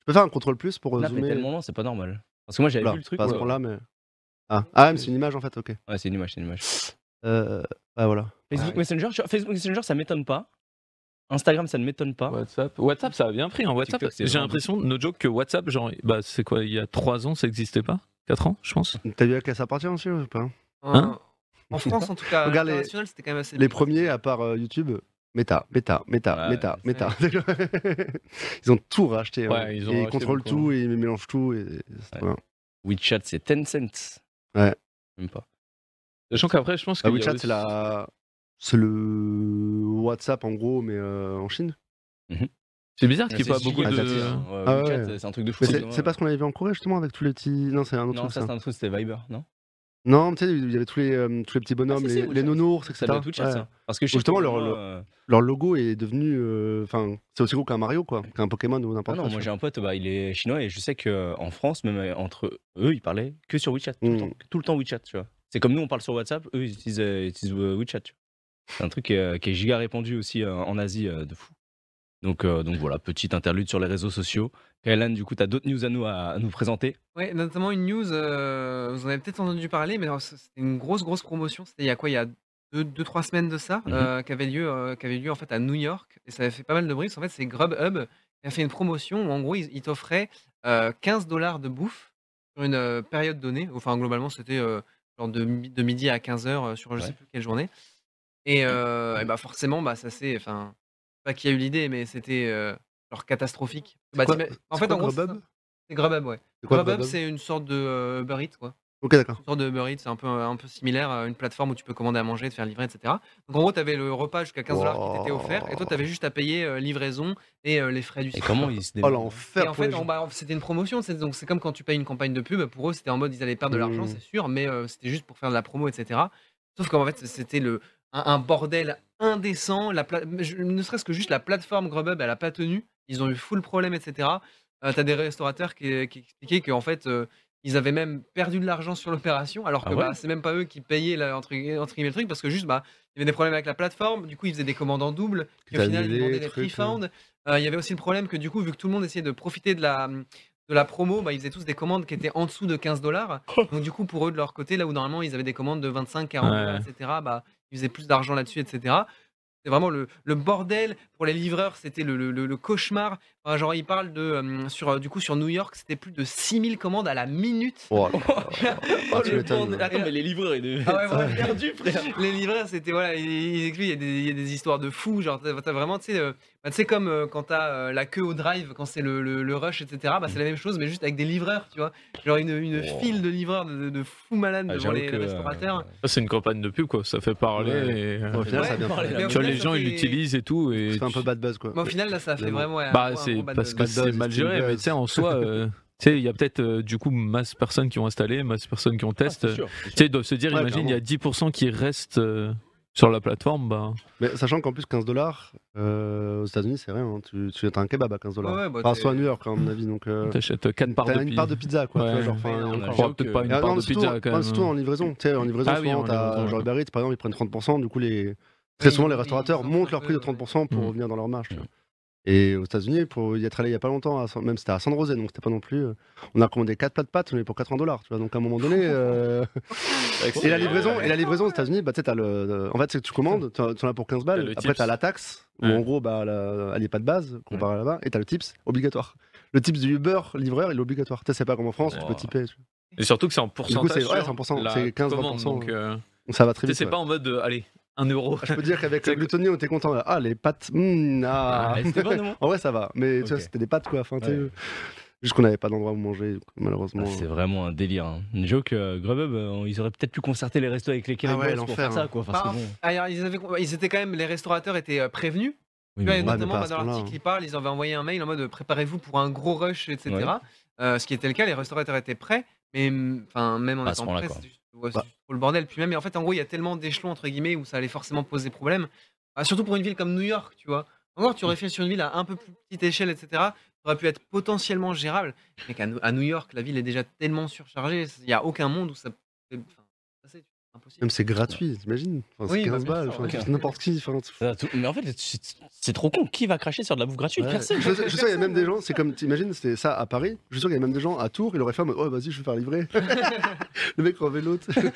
Je peux faire un contrôle plus pour euh, Snap est zoomer. tellement lent, c'est pas normal. Parce que moi j'avais Là, vu le truc... pas à ce où- point-là, mais. Ah, ah mais c'est une image en fait, ok. Ouais c'est une image, c'est une image. Euh, ah, voilà. Facebook Ouais. Messenger, tu vois, Facebook Messenger ça m'étonne pas. Instagram ça ne m'étonne pas. WhatsApp. WhatsApp, ça a bien pris. Hein. WhatsApp, TikTok, c'est j'ai vraiment- l'impression, no joke, que WhatsApp, genre, bah, c'est quoi, il y a 3 ans, ça n'existait pas 4 ans, je pense T'as vu à quoi ça appartient aussi ou pas Hein en France, en tout cas, Regarde les- international, c'était quand même assez. Les premiers, à part euh, YouTube, Meta, Meta, Meta, Ouais, Meta, c'est Meta. ils ont tout racheté. Ouais, hein. ils ont et ils racheté contrôlent beaucoup, tout, et ils mélangent tout. Et... c'est trop bien. WeChat c'est Tencent. Ouais. Même pas. Sachant qu'après, je pense que. Ah, WeChat, c'est la. C'est le WhatsApp en gros, mais euh, en Chine. C'est bizarre qu'il n'y ait Ah, pas beaucoup asiatique, de. hein. Ouais, Ah WeChat, ouais. c'est un truc de fou. Mais c'est ouais. c'est pas ce qu'on avait vu en Corée justement avec tous les petits. Non, c'est un autre Non, truc. ça ça. c'est un truc, c'était Viber, non Non, mais tu sais, il y avait tous les, euh, tous les petits bonhommes, Ah, si, si, les, WeChat. les nounours, Ça etc. doit être WeChat, Ouais. ça. Parce que je sais Justement, que leur- moi, leur- euh, Leur logo est devenu. euh, Enfin, c'est aussi gros qu'un Mario, quoi. Qu'un Pokémon ou ah n'importe non, quoi. moi tu j'ai un pote, bah, il est chinois et je sais qu'en France, même euh, entre eux, ils parlaient que sur WeChat. Tout, le, Mm. temps, tout le temps WeChat, tu vois. C'est comme nous, on parle sur WhatsApp, eux, ils utilisent, euh, ils utilisent, euh, WeChat. tu vois. C'est un truc qui est, qui est giga répandu aussi euh, en Asie euh, de fou. Donc, euh, donc voilà, petite interlude sur les réseaux sociaux. Kailan, du coup, t'as d'autres news à nous, à, à nous présenter. Ouais, notamment une news, euh, vous en avez peut-être entendu parler, mais alors, c- c'était une grosse, grosse promotion. C'était il y a quoi Il y a 2-3 semaines de Mmh ça, Mhm. euh, qui avait lieu, euh, qui avait lieu en fait à New York. Et ça avait fait pas mal de bruit. parce qu'en fait, c'est Grubhub qui a fait une promotion où en gros, ils, ils t'offraient euh, 15 dollars de bouffe sur une euh, période donnée. Enfin, globalement, c'était euh, genre de, mi- de midi à 15h sur je Ouais. sais plus quelle journée. Mmh. Et, euh, et bah forcément, bah, ça c'est. Enfin, je sais pas qui a eu l'idée, mais c'était euh, genre catastrophique. Bah, quoi- t'ima- c'est en fait, quoi en gros, c'est Grubhub ça. c'est Grubhub, ouais. C'est quoi, Grubhub, Grubhub Bah, c'est une sorte de euh, Uber Eats, quoi. Ok, d'accord. Une sorte de Uber Eats, c'est un peu, un peu similaire à une plateforme où tu peux commander à manger, te faire livrer, etc. Donc en gros, tu avais le repas jusqu'à 15 dollars qui t'était offert, et toi, tu avais juste à payer euh, livraison et euh, les frais du Et site. comment ils se Oh développent Et l'enfer en pour les fait, gens. en- bah, c'était une promotion, c'est- donc c'est comme quand tu payes une campagne de pub, pour eux, c'était en mode ils allaient perdre de l'argent, Mm. c'est sûr, mais euh, c'était juste pour faire de la promo, etc. Sauf qu'en fait, c'était le, un, un bordel indécent, la pla- je- ne serait-ce que juste la plateforme Grubhub, elle a pas tenu, ils ont eu full problème, etc. Euh, T'as des restaurateurs qui, qui expliquaient qu'en fait, euh, ils avaient même perdu de l'argent sur l'opération, alors que Ah ouais bah, c'est même pas eux qui payaient la, entre, gu- entre guillemets le truc, parce que juste, bah, il y avait des problèmes avec la plateforme, du coup, ils faisaient des commandes en double, Qui puis au final, ils t'annulaient, demandaient des trucs, pre-found. Euh, Il y avait aussi le problème que du coup, vu que tout le monde essayait de profiter de la, mmh, de la promo, bah, ils faisaient tous des commandes qui étaient en dessous de 15 dollars. Donc du coup, pour eux, de leur côté, là où normalement ils avaient des commandes de 25, 40 dollars, Ouais. etc., bah, ils faisaient plus d'argent là-dessus, etc. C'est vraiment le, le bordel pour les livreurs, c'était le, le- le- le cauchemar. Enfin, genre, ils parlent de, euh, sur, euh, du coup, sur New York, c'était plus de 6000 commandes à la minute. Oh là là. Ah, tu Le m'étonnes. bordel. Attends, mais les livreurs, ils devaient Ah ouais, vraiment. perdu, frère. les livreurs, c'était voilà, ils ils expliquent, il y, a des- il y a des histoires de fous, genre t'as t'as vraiment, tu sais, euh, Bah, tu sais, comme euh, quand t'as euh, la queue au drive, quand c'est le, le- le rush, etc., bah, c'est la même chose, mais juste avec des livreurs, tu vois. Genre une, une Oh. file de livreurs de, de- de fous malades Ah, devant j'avoue les, les que, euh, restaurateurs. Ça, c'est une campagne de pub, quoi. Ça fait parler. Ouais. et, euh, Au final, ça a bien parler fait. là. Mais au tu vois, final, les ça gens, ils fait- l'utilisent et tout. Et C'est un tu- peu bad buzz quoi. Mais au final, là, ça fait Vraiment. vraiment. ouais, un Bah, gros- un c'est gros bad buzz. parce que bad c'est buzz, mal c'est géré, une mais buzz. tu sais, en soi, euh, tu sais, il y a peut-être euh, du coup masse personnes qui ont installé, masse personnes qui ont test. c'est Tu sûr. sais, ils doivent se dire, Ouais, imagine, il y a 10% qui restent euh, sur la plateforme, bah, Mais sachant qu'en plus 15 dollars aux États-Unis, c'est rien. hein. Tu, tu as un kebab à 15 dollars. Ouais, ouais, bah, enfin, t'es- soit à New York, hein, à mon avis. Donc, euh, t'achètes 4 parts de t'as une pi- part de pizza quoi. tu Ouais. vois, genre, enfin, On encore. prendra peut-être pas une Ah, part non, de surtout, pizza quand ouais, même. surtout en livraison. Tu sais, en livraison, Ah oui, souvent, en t'as- livraison, genre ouais. Uber Eats, par exemple, ils prennent 30%. Du coup, les... très Oui, souvent, les ils- restaurateurs ils en montent font leur un prix de peu, 30% pour Mm. revenir dans leur marge. tu Mm. vois. Et aux États-Unis, pour y être allé il y a pas longtemps, à San- même c'était à San José, donc c'était pas non plus. euh, On a commandé 4 plats de pâtes, on est pour 80 dollars. Tu vois, donc à un moment donné. euh, et la livraison, et la livraison aux États-Unis, bah, tu sais, t'as le... en fait, c'est que tu commandes, t'en t'en as pour 15 T'as balles. le Après, tips. t'as la taxe, où Ouais. en gros, bah, la- elle est pas de base, comparé à là-bas, et t'as le tips obligatoire. Le tips du Uber, livreur, il est obligatoire. Tu sais, c'est pas comme en France, tu Wow. peux tiper. tu vois. Et surtout que c'est en pourcentage. c'est- ouais, sur c'est en pourcent, la c'est 15-20%, commande, donc, ouais. euh, Donc, Ça va très tu sais, vite. c'est ouais. pas en mode, euh, allez, 1 euro. Je peux dire qu'avec C'est- le gluttony, on était content. là. Ah, les pâtes, hmm, ah. Ah, C'était bon, non En vrai, ça va. Mais tu vois, Ok. c'était des pâtes, quoi. Enfin, tu sais, Ouais. Juste qu'on n'avait pas d'endroit où manger, malheureusement. Ah, C'est vraiment un délire. Hein. Joke, euh, Grubhub, euh, ils auraient peut-être pu concerter les restos avec les Québécois ouais, pour l'enfer, faire ça, hein. quoi. Parce que Bah, bon, alors, ils, avaient- ils étaient quand même, les restaurateurs étaient euh, prévenus. oui, Tu vois, mais et bon. ouais, mais notamment, pas à bah, ce dans point-là. l'article, hein. ils parlent, ils envoient envoyé un mail en mode euh, préparez-vous pour un gros rush, etc. Ouais. Euh, ce qui était le cas, les restaurateurs étaient prêts, mais mm, enfin, même en Pas à ce étant point-là, prêts, quoi. c'est juste, ouais, c'est Bah. juste trop le bordel. Puis même, et en fait, en gros, il y a tellement d'échelons entre guillemets où ça allait forcément poser problème, Ah, surtout pour une ville comme New York, tu vois. Encore, Mm. tu aurais fait sur une ville à un peu plus petite échelle, etc. Ça aurait pu être potentiellement gérable. Mais qu'à Nou- à New York, la ville est déjà tellement surchargée, il n'y a aucun monde où ça. peut- enfin, c'est impossible. Même c'est gratuit, t'imagines Enfin, Oui, C'est bah, 15 bien balles, sûr, enfin, ouais. c'est n'importe qui. enfin, tu- Ça, tout- Mais en fait, c'est- c'est trop con. Qui va cracher sur de la bouffe gratuite Ouais. Personne. Je suis sûr- je suis sûr qu'il y a même des gens, c'est comme, t'imagines, c'était ça à Paris. Je suis sûr qu'il y a même des gens à Tours, ils auraient fait en mode, oh vas-y, je vais faire livrer. le mec en vélo. tu sais.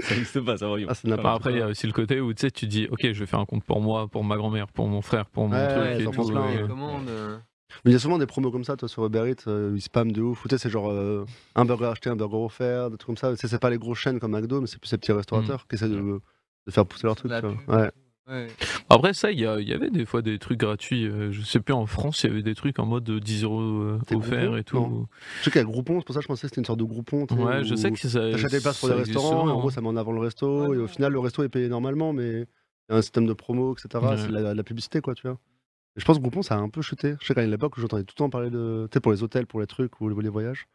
Ça n'existe pas, ça va. Ah, c'est Bah, n'importe après, il y a aussi le côté où tu sais, tu dis, ok, je vais faire un compte pour moi, pour ma grand-mère, pour mon frère, pour mon Ouais, truc ouais, et ça tout, pense plein, euh, Les commandes, euh, Mais il y a souvent des promos comme ça, toi, sur Uber Eats, euh, ils spamment de ouf. Tu sais, c'est genre euh, un burger acheté, un burger offert, des trucs comme ça. Tu sais, c'est pas les grosses chaînes comme McDo, mais c'est plus ces petits restaurateurs Mmh. qui essaient de, de faire pousser leur de truc. la tu vois. pub. Ouais. ouais. Après, ça, il y, a- il y avait des fois des trucs gratuits. euh, je sais plus, en France, il y avait des trucs en mode euh, 10 euros euh, Des offerts groupons et tout. Je sais qu'il y a Groupon, c'est pour ça que je pensais que c'était une sorte de Groupon. tu sais, Ouais, je où sais que ça. T'achètes des places pour ça des existe restaurants, souvent, en gros, hein. ça met en avant le resto, Ouais, et au non. final, le resto est payé normalement, mais il y a un système de promo, etc. Ouais. C'est de la, de la publicité, quoi, tu vois. Et je pense que Groupon, ça a un peu chuté. Je sais qu'à une époque, j'entendais tout le temps parler de. Tu sais, pour les hôtels, pour les trucs, ou les voyages.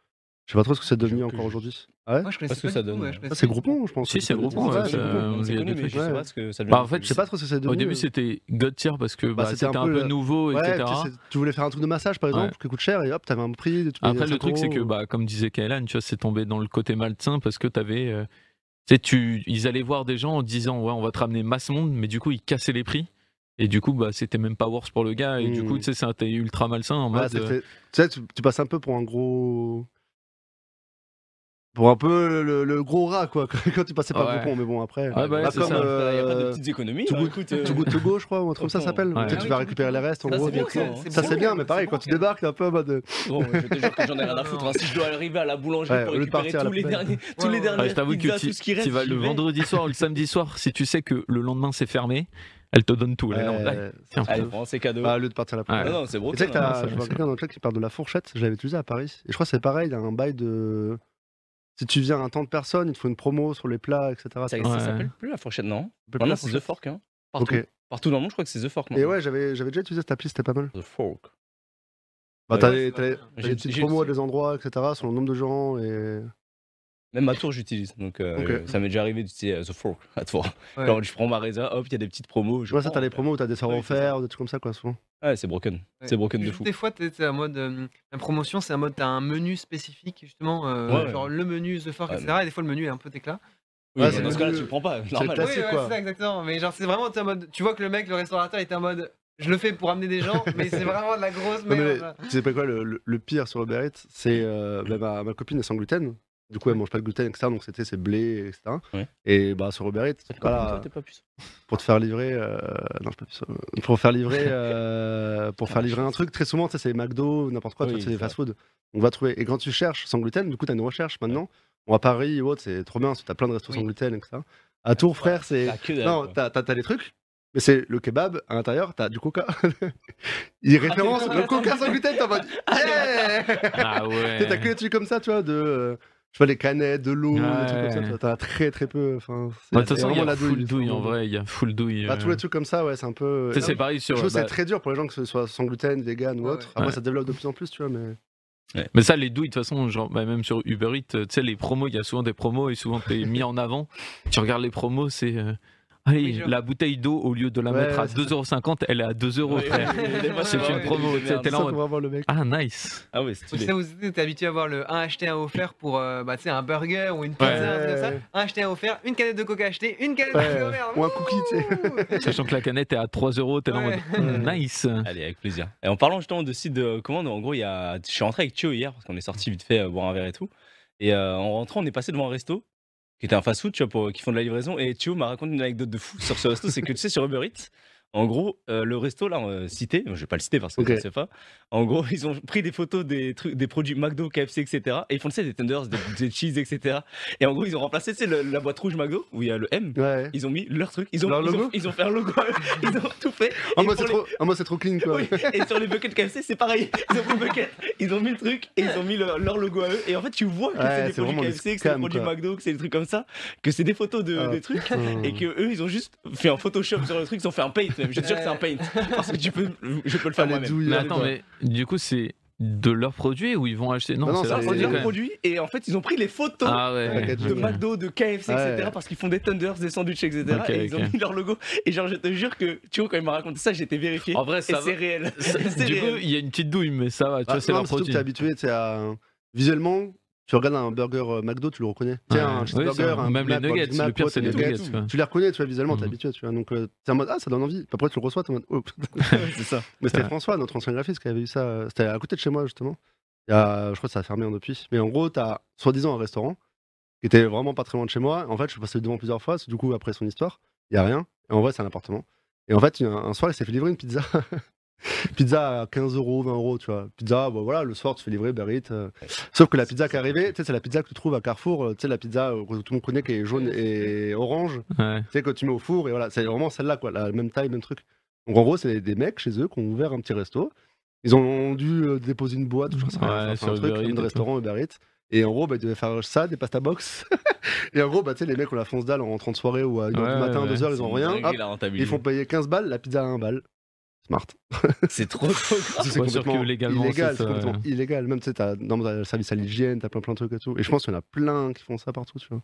Je sais pas trop ce que c'est devenu J'avoue que encore je- aujourd'hui. Ah ouais Moi, je Parce connaissais que pas ça du tout, donne- euh, ouais, je Ah, connaissais c'est pas du tout. Groupon, je pense. Si, c'est Groupon, Ouais, ouais, c'est ça- Groupon. il y a des trucs. Ouais. ce que ça Bah, en fait, Je sais pas trop ce que c'est devenu. Au début, c'était God tier parce que euh. Bah, bah, c'était un peu le- nouveau, Ouais, etc. tu, sais, c'est- tu voulais faire un truc de massage par exemple, Ouais. qui coûte cher, et euh, hop, t'avais un prix. tu payais Après, le 5 truc, c'est que, euros. bah, comme disait Kaelan, tu vois, c'est tombé dans le côté malsain parce que t'avais. euh, tu sais, tu, ils allaient voir des gens en disant, ouais, on va te ramener masse monde, mais du coup, ils cassaient les prix. Et du coup, bah, c'était même pas worse pour le gars. Et du Mm. coup, tu sais, c'est un- t'es ultra malsain en Ouais, mode. euh, c'était- tu sais, tu, tu passes un peu pour un gros. Pour un peu le, le gros rat, quoi, quand tu passais par Ouais. le Groupon, mais bon, après. Ouais, bah, pas c'est comme, ça. euh, Il n'y a pas de petites économies. Too hein, Good- écoute, euh, Too Good To Go, je crois, ou un truc comme ça Autant. s'appelle. Ouais. Peut-être Ah tu oui, vas Too récupérer Good les To restes, en Ça, gros. c'est bien, donc, ça. euh, ça, c'est bien, mais pareil, quand tu débarques, t'es un peu en mode. Bon, je te jure que j'en ai rien à foutre. hein. Si je dois arriver à la boulangerie Ouais, pour au lieu de récupérer partir à la tous les poubelle. derniers, tous Ouais, les ouais. derniers Ah, je t'avoue pizzas, que tout ce qui tu, reste, tu vas j'y le vais. vendredi soir ou le samedi soir, si tu sais que le lendemain c'est fermé, elle te donne tout. Elle est là, euh, ouais. c'est un peu- Allez, prends, c'est cadeau. Bah, au lieu de partir à la Ouais. Ah poubelle. non, c'est Et Tu sais que broken. hein. Ah, t'as- ça, je je vois sais. quelqu'un dans le chat qui parle de la fourchette, je l'avais utilisé à Paris. Et je crois que c'est pareil, il y a un bail de. Si tu viens un temps de personnes, il te faut une promo sur les plats, etc. Ça Ouais. ça s'appelle plus la fourchette, non Peu Maintenant, plus, c'est en fait. The Fork. hein. Ok. Partout. Partout dans le monde, je crois que c'est The Fork. Et maintenant. ouais, j'avais j'avais déjà utilisé cette appli, c'était pas mal. The Fork. Bah, Ouais, t'as ouais, des- c'est t'as pas des mal. t'as J'ai- des petites j'ai- promos à des endroits, etc., sur le nombre de gens. Et... Même à Tours, j'utilise. Donc, euh, ça m'est déjà arrivé d'utiliser euh, The Fork à Tours. Ouais. Genre, je prends ma résa, hop, il y a des petites promos. Tu Je vois, ça, prends. t'as les promos où t'as des sorts Oui, c'est ça. offerts, des trucs comme ça, quoi, souvent. Ouais, c'est broken. Ouais. C'est broken de Juste fou. Des fois, t'es t'es en mode. euh, la promotion, c'est en mode. T'as un menu spécifique, justement. euh, Ouais, Ah, ouais. genre le menu The Fork, Ouais, etc. Et des fois, le menu est un peu d'éclat. Oui, Ouais, mais c'est dans le ce cas-là, mieux. tu le prends pas. le Normal. classique. Ouais, ouais, quoi. c'est ça, exactement. Mais genre, c'est vraiment. t'es en mode, tu vois que le mec, le restaurateur, il était en mode. Je le fais pour amener des gens, mais c'est vraiment de la grosse Non, mais merde. là. tu sais pas quoi, le, le- le pire sur Uber Eats, c'est euh, bah, ma, ma copine est sans gluten. Du coup, elle mange pas de gluten, etc. Donc, c'était ses blés, etc. Ouais. Et bah, sur Uber Eats, voilà, Toi, t'es pas puce. pour te faire livrer. euh, Non, je peux plus. euh, Pour faire livrer, euh, pour faire livrer un truc, très souvent, tu sais, c'est McDo, n'importe quoi, Oui, tu vois, c'est des c'est vrai. fast-food. On va trouver. Et quand tu cherches sans gluten, du coup, tu as une recherche maintenant. Bon, à Paris ou autre, c'est trop bien, tu as plein de restos Oui. sans gluten, etc. À Tours, frère, c'est. La queue Bah, dalle, Non, quoi. t'as t'as- t'as des trucs. Mais c'est le kebab, à l'intérieur, t'as du coca. Ah, Il référence coca, le coca sans gluten, t'es en mode. Yeah Ah ouais. T'as que des trucs comme ça, tu vois, de. euh, Je sais pas, les canettes, de l'eau, des trucs comme ça, Ouais. tu vois, t'as très très peu. enfin, c'est- Ouais, Bah, De toute c'est façon, il y vraiment a full c'est douille en vraiment- vrai, il y a full douille. Bah, euh. tous les trucs comme ça, ouais, c'est un peu. Tu sais, c'est pareil sur. Je trouve que c'est bah, très dur pour les gens que ce soit sans gluten, vegan ou Ouais, autre. ouais. Après, Ouais. ça développe de plus en plus, tu vois, mais. Mais ça, les douilles, de toute façon, genre, bah, même sur Uber Eats, euh, tu sais, les promos, il y a souvent des promos et souvent t'es mis en avant. Tu regardes les promos, c'est. euh, Oui, Allez, genre. la bouteille d'eau, au lieu de la Ouais, mettre à ouais, c'est ça. 2,50€, elle est à 2€, frère. C'est ouais, une ouais, promo, tu sais, t'es C'est là ça en qu'on mode. va voir le mec. Ah, nice. Ah ouais, Tu stylé. sais, vous êtes habitué à voir le 1 acheté, 1 offert pour euh, bah, tu sais, un burger ou une pizza, Ouais. un truc comme ça. 1 acheté, 1 offert, une canette de coca achetée, une canette Ouais. de coca offert. Ou un cookie, tu sais. Sachant que la canette est à 3€, t'es là en Ouais. mode. hmm, Nice. Allez, avec plaisir. Et en parlant justement de sites de commande, en gros, il y a... je suis rentré avec Thio hier parce qu'on est sorti vite fait euh, boire un verre et tout. Et euh, en rentrant, on est passé devant un resto qui était un fast-food, tu vois, pour- qui font de la livraison. Et Thio m'a raconté une anecdote de fou sur ce resto. c'est que tu sais, sur Uber Eats, en gros, euh, le resto là, euh, cité, je vais pas le citer parce que Ok. je ne sais pas. En gros, ils ont pris des photos des trucs, des produits McDo, KFC, etc. Et ils font tu sais, des tenders, des, des cheese, etc. Et en gros, ils ont remplacé tu sais, le- la boîte rouge McDo où il y a le M. Ouais. Ils ont mis leur truc, ils ont, Leur ils ont- logo ils ont fait un logo, ils ont tout fait. En Et mode, pour Ah, c'est trop- en mode, c'est trop clean, quoi. oui, et sur les buckets KFC, c'est pareil. Ils ont pris le bucket, ils ont mis le truc et ils ont mis le- leur logo à eux. Et en fait, tu vois que Ouais, c'est des c'est produits vraiment des KFC, que c'est des scams, produits quoi. McDo, que c'est des trucs comme ça, que c'est des photos de, Ah, des trucs. putain. Et que eux, ils ont juste fait un Photoshop sur le truc, ils ont fait un paint. Même. Je suis sûr que c'est un paint parce que tu peux, je peux le faire Ah, les moi-même. douilles, Mais euh, attends, mais du coup, c'est de leurs produits ou ils vont acheter Ah Non, Non, non, c'est ça, leur c'est C'est produit. leur leurs quand même. produits et en fait, ils ont pris les photos. Ah ouais. Packaging. De McDo, de KFC, etc. Ouais. Parce qu'ils font des Thunders, des sandwichs, etc. Ok, et ils ont ok. mis leur logo. Et genre, je te jure que, tu vois, quand il m'a raconté ça, j'étais vérifié. En vrai, et Oh, ça va. c'est réel. Ça- C'est Du coup, réel. il y a une petite douille, mais ça va, tu Ah, vois, c'est non, leur mais surtout que produit. t'es habitué, tu sais, à- visuellement, tu regardes un burger euh, McDo, tu le reconnais. Tu sais, Ouais. un Oui, cheeseburger, ça, un Même les Big Mac, nuggets, Big Mac, le pire, ouais, c'est les t'es habitué. nuggets. tu vois. Tu les reconnais, tu vois, visuellement, t'es Mhm. habitué, tu vois. Donc, euh, t'es en mode, ah, ça donne envie. Après, tu le reçois, t'es en mode, oh. c'est ça. Mais c'était Ouais. François, notre ancien graphiste, qui avait eu ça. euh, C'était à côté de chez moi, justement. Il y a- je crois que ça a fermé en depuis. Mais en gros, t'as soi-disant un restaurant qui était vraiment pas très loin de chez moi. En fait, je suis passé devant plusieurs fois. Du coup, après son histoire, il y a rien. Et en vrai, c'est un appartement. Et en fait, il y a un un soir, il s'est fait livrer une pizza. pizza à 15 euros, 20 euros, tu vois. Pizza, bah voilà, le soir, tu fais livrer Berit. Sauf que la pizza qui est arrivée, tu sais, c'est la pizza que tu trouves à Carrefour. euh, Tu sais, la pizza euh, que tout le monde connaît qui est jaune et orange. Ouais. Tu sais, que tu mets au four, et voilà, c'est vraiment celle-là, quoi, la même taille, même truc. Donc en gros, c'est des mecs chez eux qui ont ouvert un petit resto. Ils ont dû euh, déposer une boîte, ou je sais Ouais, pas, enfin, sur un truc, Uber Eats comme et de tout. restaurant Uber Eats. Et en gros, bah, ils devaient faire ça, des pasta box. et en gros, bah, tu sais, les mecs ont la fonce dalle en rentrant de soirée ou à 1h Ouais, du matin, ouais, 2h, ils ont rien. Hop, ils font payer 15 balles, la pizza à 1 balle. Smart. C'est trop, trop grave. C'est Ouais, sûr que légalement, illégal, c'est c'est ça, complètement illégal. Même, tu sais, t'as dans le service à l'hygiène, t'as plein plein de trucs et tout. Et je pense qu'il y en a plein qui font ça partout, tu vois.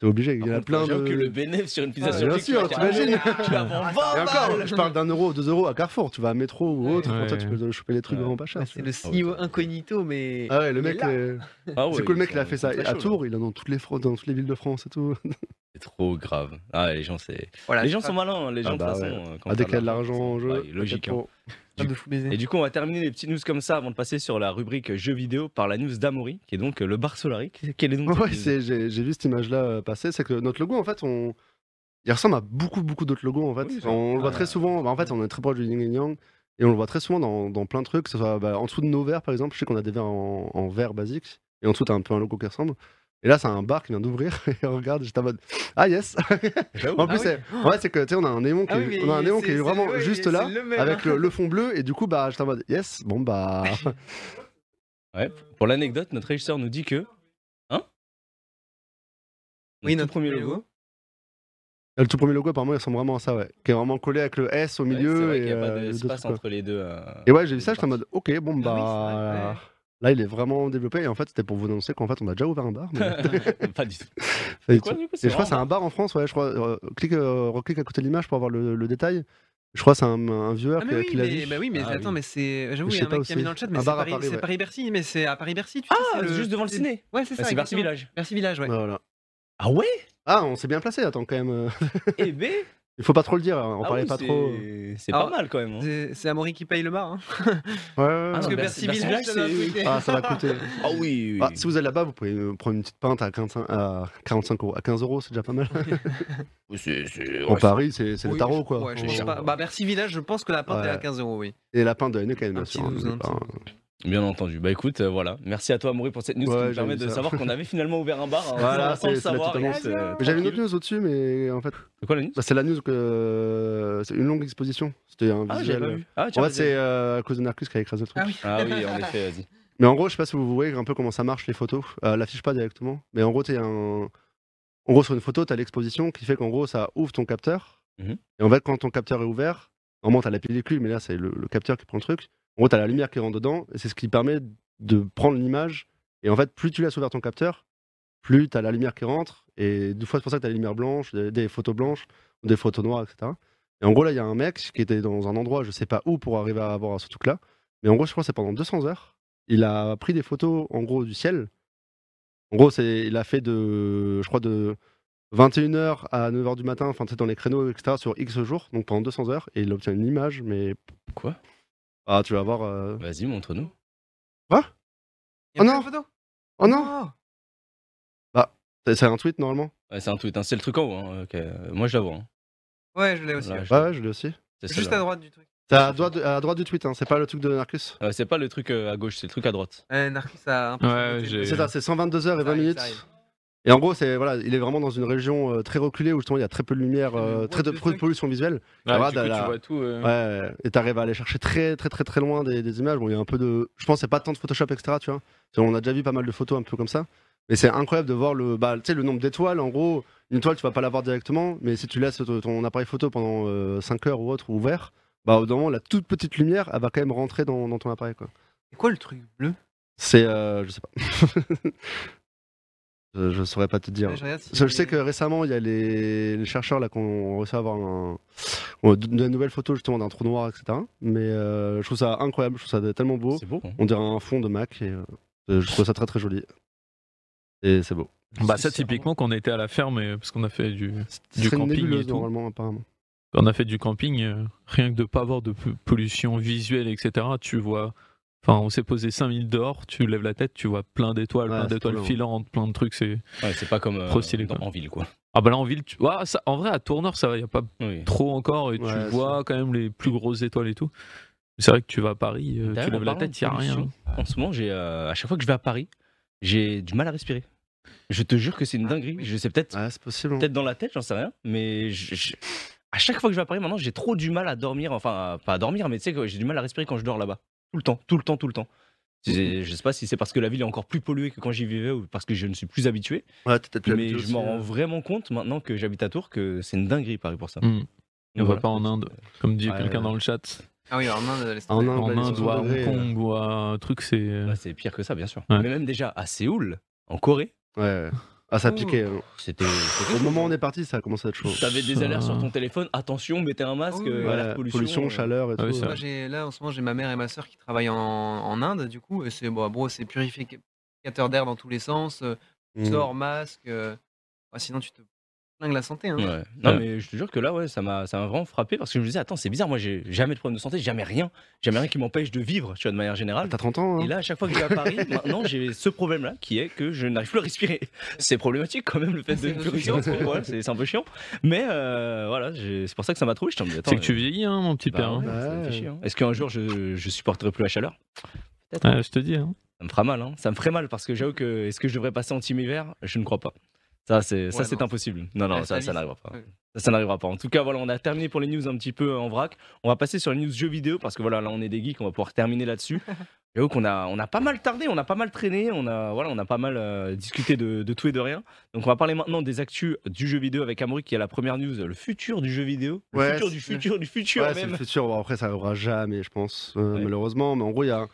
T'es obligé, il y en a plein de... J'avoue que le bénéfice sur une pizza Ah, sur bien le sûr, t'imagines. Tu vas vendre 20 Et encore, balles. Ah, je parle d'un euro, deux euros à Carrefour, tu vas à métro ou autre, Ouais. comme ça, tu peux choper les trucs Ouais. vraiment pas cher. Ouais, tu C'est vois. le CEO incognito, mais. Ah ouais, le mec, Mais là- euh, Ah ouais, c'est cool, le mec, ils il a sont- fait ça ils sont à chauds, Tours, il est dans toutes les Fran- dans toutes les villes de France et tout. là. C'est trop grave. Ah, les gens, c'est. Voilà, Les gens je sont malins, hein, les gens, Ah bah de toute ouais. façon. euh, quand Ah, t'as dès qu'il y a de l'argent en bah, jeu, il est logique. hein. t'inquiète pas de fou baiser. Et du coup, on va terminer les petites news comme ça avant de passer sur la rubrique jeux vidéo par la news d'Amaury, qui est donc euh, le bar Solari. Quel est donc pas. cette Ouais, news c'est- j'ai j'ai vu cette image-là euh, passer, c'est que notre logo, en fait, on... il ressemble à beaucoup, beaucoup d'autres logos, en fait. Oui, ça- on le voit ah, très souvent, bah, en fait, on est très proche du yin et yang, et on le voit très souvent dans, dans plein de trucs, que ce soit bah, en dessous de nos verres, par exemple, je sais qu'on a des verres en, en verre basique, et en dessous, t'as un peu un logo qui ressemble. Et là, c'est un bar qui vient d'ouvrir, et regarde, j'étais en mode, ah yes En Ah plus, c'est- en fait, c'est que tu sais, on a un néon qui, Ah oui, est- mais on a un néon qui est, c'est- c'est- vraiment ouais, juste c'est là, le même, avec hein. le, le fond bleu, et du coup, bah, j'étais en mode yes, bon bah. Pour l'anecdote, notre régisseur nous dit que. Hein Oui, Notre notre tout premier logo. le tout premier logo, apparemment, il ressemble vraiment à ça, ouais, qui est vraiment collé avec le S au Ouais, milieu. c'est vrai et, qu'il n'y a pas euh, les deux d'espace trucs, quoi. entre les deux. euh, Et ouais, j'ai vu ça, les j'étais en mode ok, bon Ah oui, bah. c'est vrai, ouais. Là, il est vraiment développé, et en fait, c'était pour vous annoncer qu'en fait, on a déjà ouvert un bar. mais- parties. Pas du tout. ça y est, Quoi, du coup, Et je crois vraiment que c'est un bar en France, ouais, je crois. euh, clique, euh, reclique à côté de l'image pour avoir le, le détail. Je crois que c'est un, un viewer Ah, qui, mais oui, qui l'a mais, vu. bah oui, mais Ah, attends, oui. mais c'est. J'avoue, Je il y sais a un pas mec où qui a mis c'est. dans le chat, Un mais c'est bar à Paris, Paris, c'est ouais. Paris-Bercy, mais c'est à Paris-Bercy, tu sais. Ah, le- juste devant le ciné. Ouais, c'est ça. Bah, C'est Bercy exactement. Village. Bercy Village, ouais. Voilà. Ah ouais Ah, on s'est bien placé, attends, quand même. euh, Eh ben Il faut pas trop le dire, hein, on Ah parlait oui, pas c'est- trop. C'est pas Alors, mal quand même. hein. C'est- C'est Amaury qui paye le bar. hein. Ouais, ouais, ouais. Ah, Parce non, que Bercy- Bercy Bercy Village, Village, c'est un c'est- truc- bah, Ah, ça va coûter. Ah oui, oui. Ah, si vous êtes là-bas, vous pouvez euh, prendre une petite pinte à 45, à 45 euros. À 15 euros, c'est déjà pas mal. en Paris, c'est c'est le Oui, tarot, je- quoi. ouais, je On- pense pas. Bah, Bercy Village, je pense que la pinte Ouais. est à 15 euros, oui. Et la pinte de Heineken, bien Un sûr. petit hein, douze, c'est un pas- petit douze. Bien entendu. Bah écoute, euh, voilà. Merci à toi, Amaury, pour cette news qui Ouais, me j'avais permet vu de ça. savoir qu'on avait finalement ouvert un bar. hein, Voilà, sans- sans c'est- le c'est la savoir. petite Et, euh, Mais J'avais une autre tranquille. news au-dessus, mais en fait, C'est quoi la news bah, c'est la news que. euh, c'est une longue exposition. C'était un Ah, j'avais visuel. pas vu. Ah, En tiens, fait, vas-y. c'est euh, à cause de Narcus qui a écrasé le truc. Ah oui. Ah oui, en effet, vas-y. Mais en gros, je sais pas si vous voyez un peu comment ça marche les photos. Euh, l'affiche pas directement. Mais en gros, t'es un. En gros, sur une photo, tu as l'exposition qui fait qu'en gros, ça ouvre ton capteur. Mhm. Et en fait, quand ton capteur est ouvert, normalement, tu as la pellicule, mais là, c'est le, le capteur qui prend le truc. En gros, tu as la lumière qui rentre dedans. Et c'est ce qui permet de prendre l'image. Et en fait, plus tu laisses ouvert ton capteur, plus tu as la lumière qui rentre. Et du fois, c'est pour ça que tu as des lumières blanches, des, des photos blanches, des photos noires, etc. Et en gros, là, il y a un mec qui était dans un endroit, je sais pas où, pour arriver à avoir ce truc-là. Mais en gros, je crois que c'est pendant 200 heures. Il a pris des photos, en gros, du ciel. En gros, c'est, il a fait de, je crois, de 21h à 9h du matin, enfin, tu sais, dans les créneaux, etc., sur X jours, donc pendant 200 heures, et il obtient une image, mais. Quoi Ah, tu vas voir. euh, Vas-y, montre-nous. Il y a Oh pas non. de photo Oh non c'est, c'est un tweet, normalement. Ouais, c'est un tweet, hein. c'est le truc en haut. hein, ok. Euh, Moi, je l'avoue. Hein. Ouais, je l'ai aussi. Là, ouais. je- Ouais, ouais, je l'ai aussi. c'est Juste celle-là. à droite du truc. C'est à droite, de- à droite du tweet, hein, c'est pas le truc de Narcus. Ouais, c'est pas le truc euh, à gauche, c'est le truc à droite. Ouais, Narcus a un peu. Ouais, sauté. j'ai- C'est, ça, c'est 122 h et Ça 20 arrive, ça minutes. arrive. Et en gros, c'est, voilà, il est vraiment dans une région euh, très reculée où justement il y a très peu de lumière, Mais euh, what très de, the peu de fuck pollution visuelle. Ah, Regarde, du coup, elle tu a- vois tout. euh, Ouais, ouais. et t'arrives à aller chercher très très très très loin des, des images. Bon, il y a un peu de. Je pense que c'est pas tant de Photoshop, etc. Tu vois. Parce qu'on a déjà vu pas mal de photos un peu comme ça. Mais c'est incroyable de voir le, bah, tu sais, le nombre d'étoiles. En gros, une étoile, tu vas pas la voir directement. Mais si tu laisses ton, ton appareil photo pendant 5 heures ou autre ouvert, bah, au bout d'un moment, la toute petite lumière, elle va quand même rentrer dans, dans ton appareil. quoi. C'est quoi le truc bleu C'est. euh, je sais pas. je, je saurais pas te dire. Ouais, je regarde si- Je je sais que récemment, il y a les, les chercheurs là qui ont réussi à avoir un, ont de, de nouvelles photos justement d'un trou noir, etc. Mais euh, je trouve ça incroyable, je trouve ça tellement beau. C'est beau. hein. On dirait un fond de Mac et euh, je trouve ça très très joli. Et c'est hein. beau. Bah, ça, typiquement, quand on était à la ferme, et- parce qu'on a fait du. C'est Du c'est une camping et nébuleuse tout. normalement, apparemment. On a fait du camping, euh, rien que de pas avoir de p- pollution visuelle, etc. Tu vois, enfin, on s'est posé 5 minutes dehors, tu lèves la tête, tu vois plein d'étoiles, Ouais, plein c'est d'étoiles trop bien. filantes, plein de trucs. C'est Ouais, c'est pas comme euh, Trop stylé, dans- quoi. en ville, quoi. ah bah là en ville, tu... ouais, ça- en vrai à Tourneur ça va, y a pas Oui. trop encore et tu Ouais, vois quand même les plus grosses étoiles et tout. Mais C'est vrai que tu vas à Paris, Bah, euh, D'ailleurs, tu en lèves la parlant de tête, y a rien. pollution, En ce moment, j'ai euh, à chaque fois que je vais à Paris, j'ai du mal à respirer. Je te jure que c'est une Ah, dinguerie. oui. Je sais peut-être Ouais, c'est possible. hein. peut-être dans la tête, j'en sais rien, mais je- je- à chaque fois que je vais à Paris maintenant, j'ai trop du mal à dormir, enfin à- pas à dormir, mais tu sais que j'ai du mal à respirer quand je dors là-bas. Tout le temps, tout le temps, tout le temps. Mmh. C'est- Je sais pas si c'est parce que la ville est encore plus polluée que quand j'y vivais ou parce que je ne suis plus habitué, Ouais, t'es peut-être plus mais habitué je m'en aussi, rends euh. vraiment compte maintenant que j'habite à Tours que c'est une dinguerie Paris pour ça. Hmm. On Donc va voilà. pas en Inde, comme dit Ouais. bah, quelqu'un dans le chat. Ah oui, en Inde, laisse En tomber. Inde, En là, les Inde 60 ou à Hong degrés, Kong ou à un truc, c'est. euh, Bah, Là, c'est pire que ça, bien sûr. Ouais. Mais même déjà à Séoul, en Corée, euh, Ouais. Ah, ça piquait. hein. c'était. c'était Au chaud. moment où on est parti, ça a commencé à être chaud. T'avais des Ça- alertes sur ton téléphone, attention, mettez un masque, Oui, euh, Ouais, alerte pollution. euh. chaleur et Ah oui, tout. c'est Moi, j'ai- là, en ce moment, j'ai ma mère et ma soeur qui travaillent en, en Inde, du coup, et c'est bon, bro, c'est purificateur d'air dans tous les sens, euh, Mm. sors, masque, euh, bah, sinon tu te flingues la santé. Hein. Ouais. Non, Ouais. mais je te jure que là, ouais, ça m'a, ça m'a vraiment frappé parce que je me disais, attends, c'est bizarre, moi, j'ai jamais de problème de santé, jamais rien, jamais rien qui m'empêche de vivre, tu vois, de manière générale. T'as 30 ans, hein Et là, à chaque fois que je vais à Paris, maintenant, j'ai ce problème-là qui est que je n'arrive plus à respirer. C'est problématique quand même, le fait de C'est ne plus respirer, chiant. ouais, c'est, c'est un peu chiant. Mais euh, voilà, j'ai- c'est pour ça que ça m'a trouvé. Je t'en dis, attends, C'est que tu vieillis, hein, mon petit bah père. hein. ouais, ça me fait Ouais. chier, hein. Est-ce qu'un jour, je, je supporterai plus la chaleur Ouais, je te dis. hein. Ça me fera mal, hein. Ça me ferait mal parce que j'avoue que est-ce que je devrais passer en team hiver Je ne crois pas. Ça, c'est, ça, Ouais, c'est non. impossible. Non, non, Ouais, ça, la ça vie, n'arrivera pas. Ouais. Ça, ça n'arrivera pas. En tout cas, voilà, on a terminé pour les news un petit peu euh, en vrac. On va passer sur les news jeux vidéo parce que voilà, là, on est des geeks, on va pouvoir terminer là-dessus. J'avoue qu'on a, on a pas mal tardé, on a pas mal traîné, on a, voilà, on a pas mal euh, discuté de, de tout et de rien. Donc, on va parler maintenant des actus du jeu vidéo avec Amaury qui a la première news, le futur du jeu vidéo. Le Ouais, futur du c'est- futur du futur ouais, c'est même. le futur. Bon, après, ça arrivera jamais, je pense, euh, Ouais. malheureusement. Mais en gros, il y a,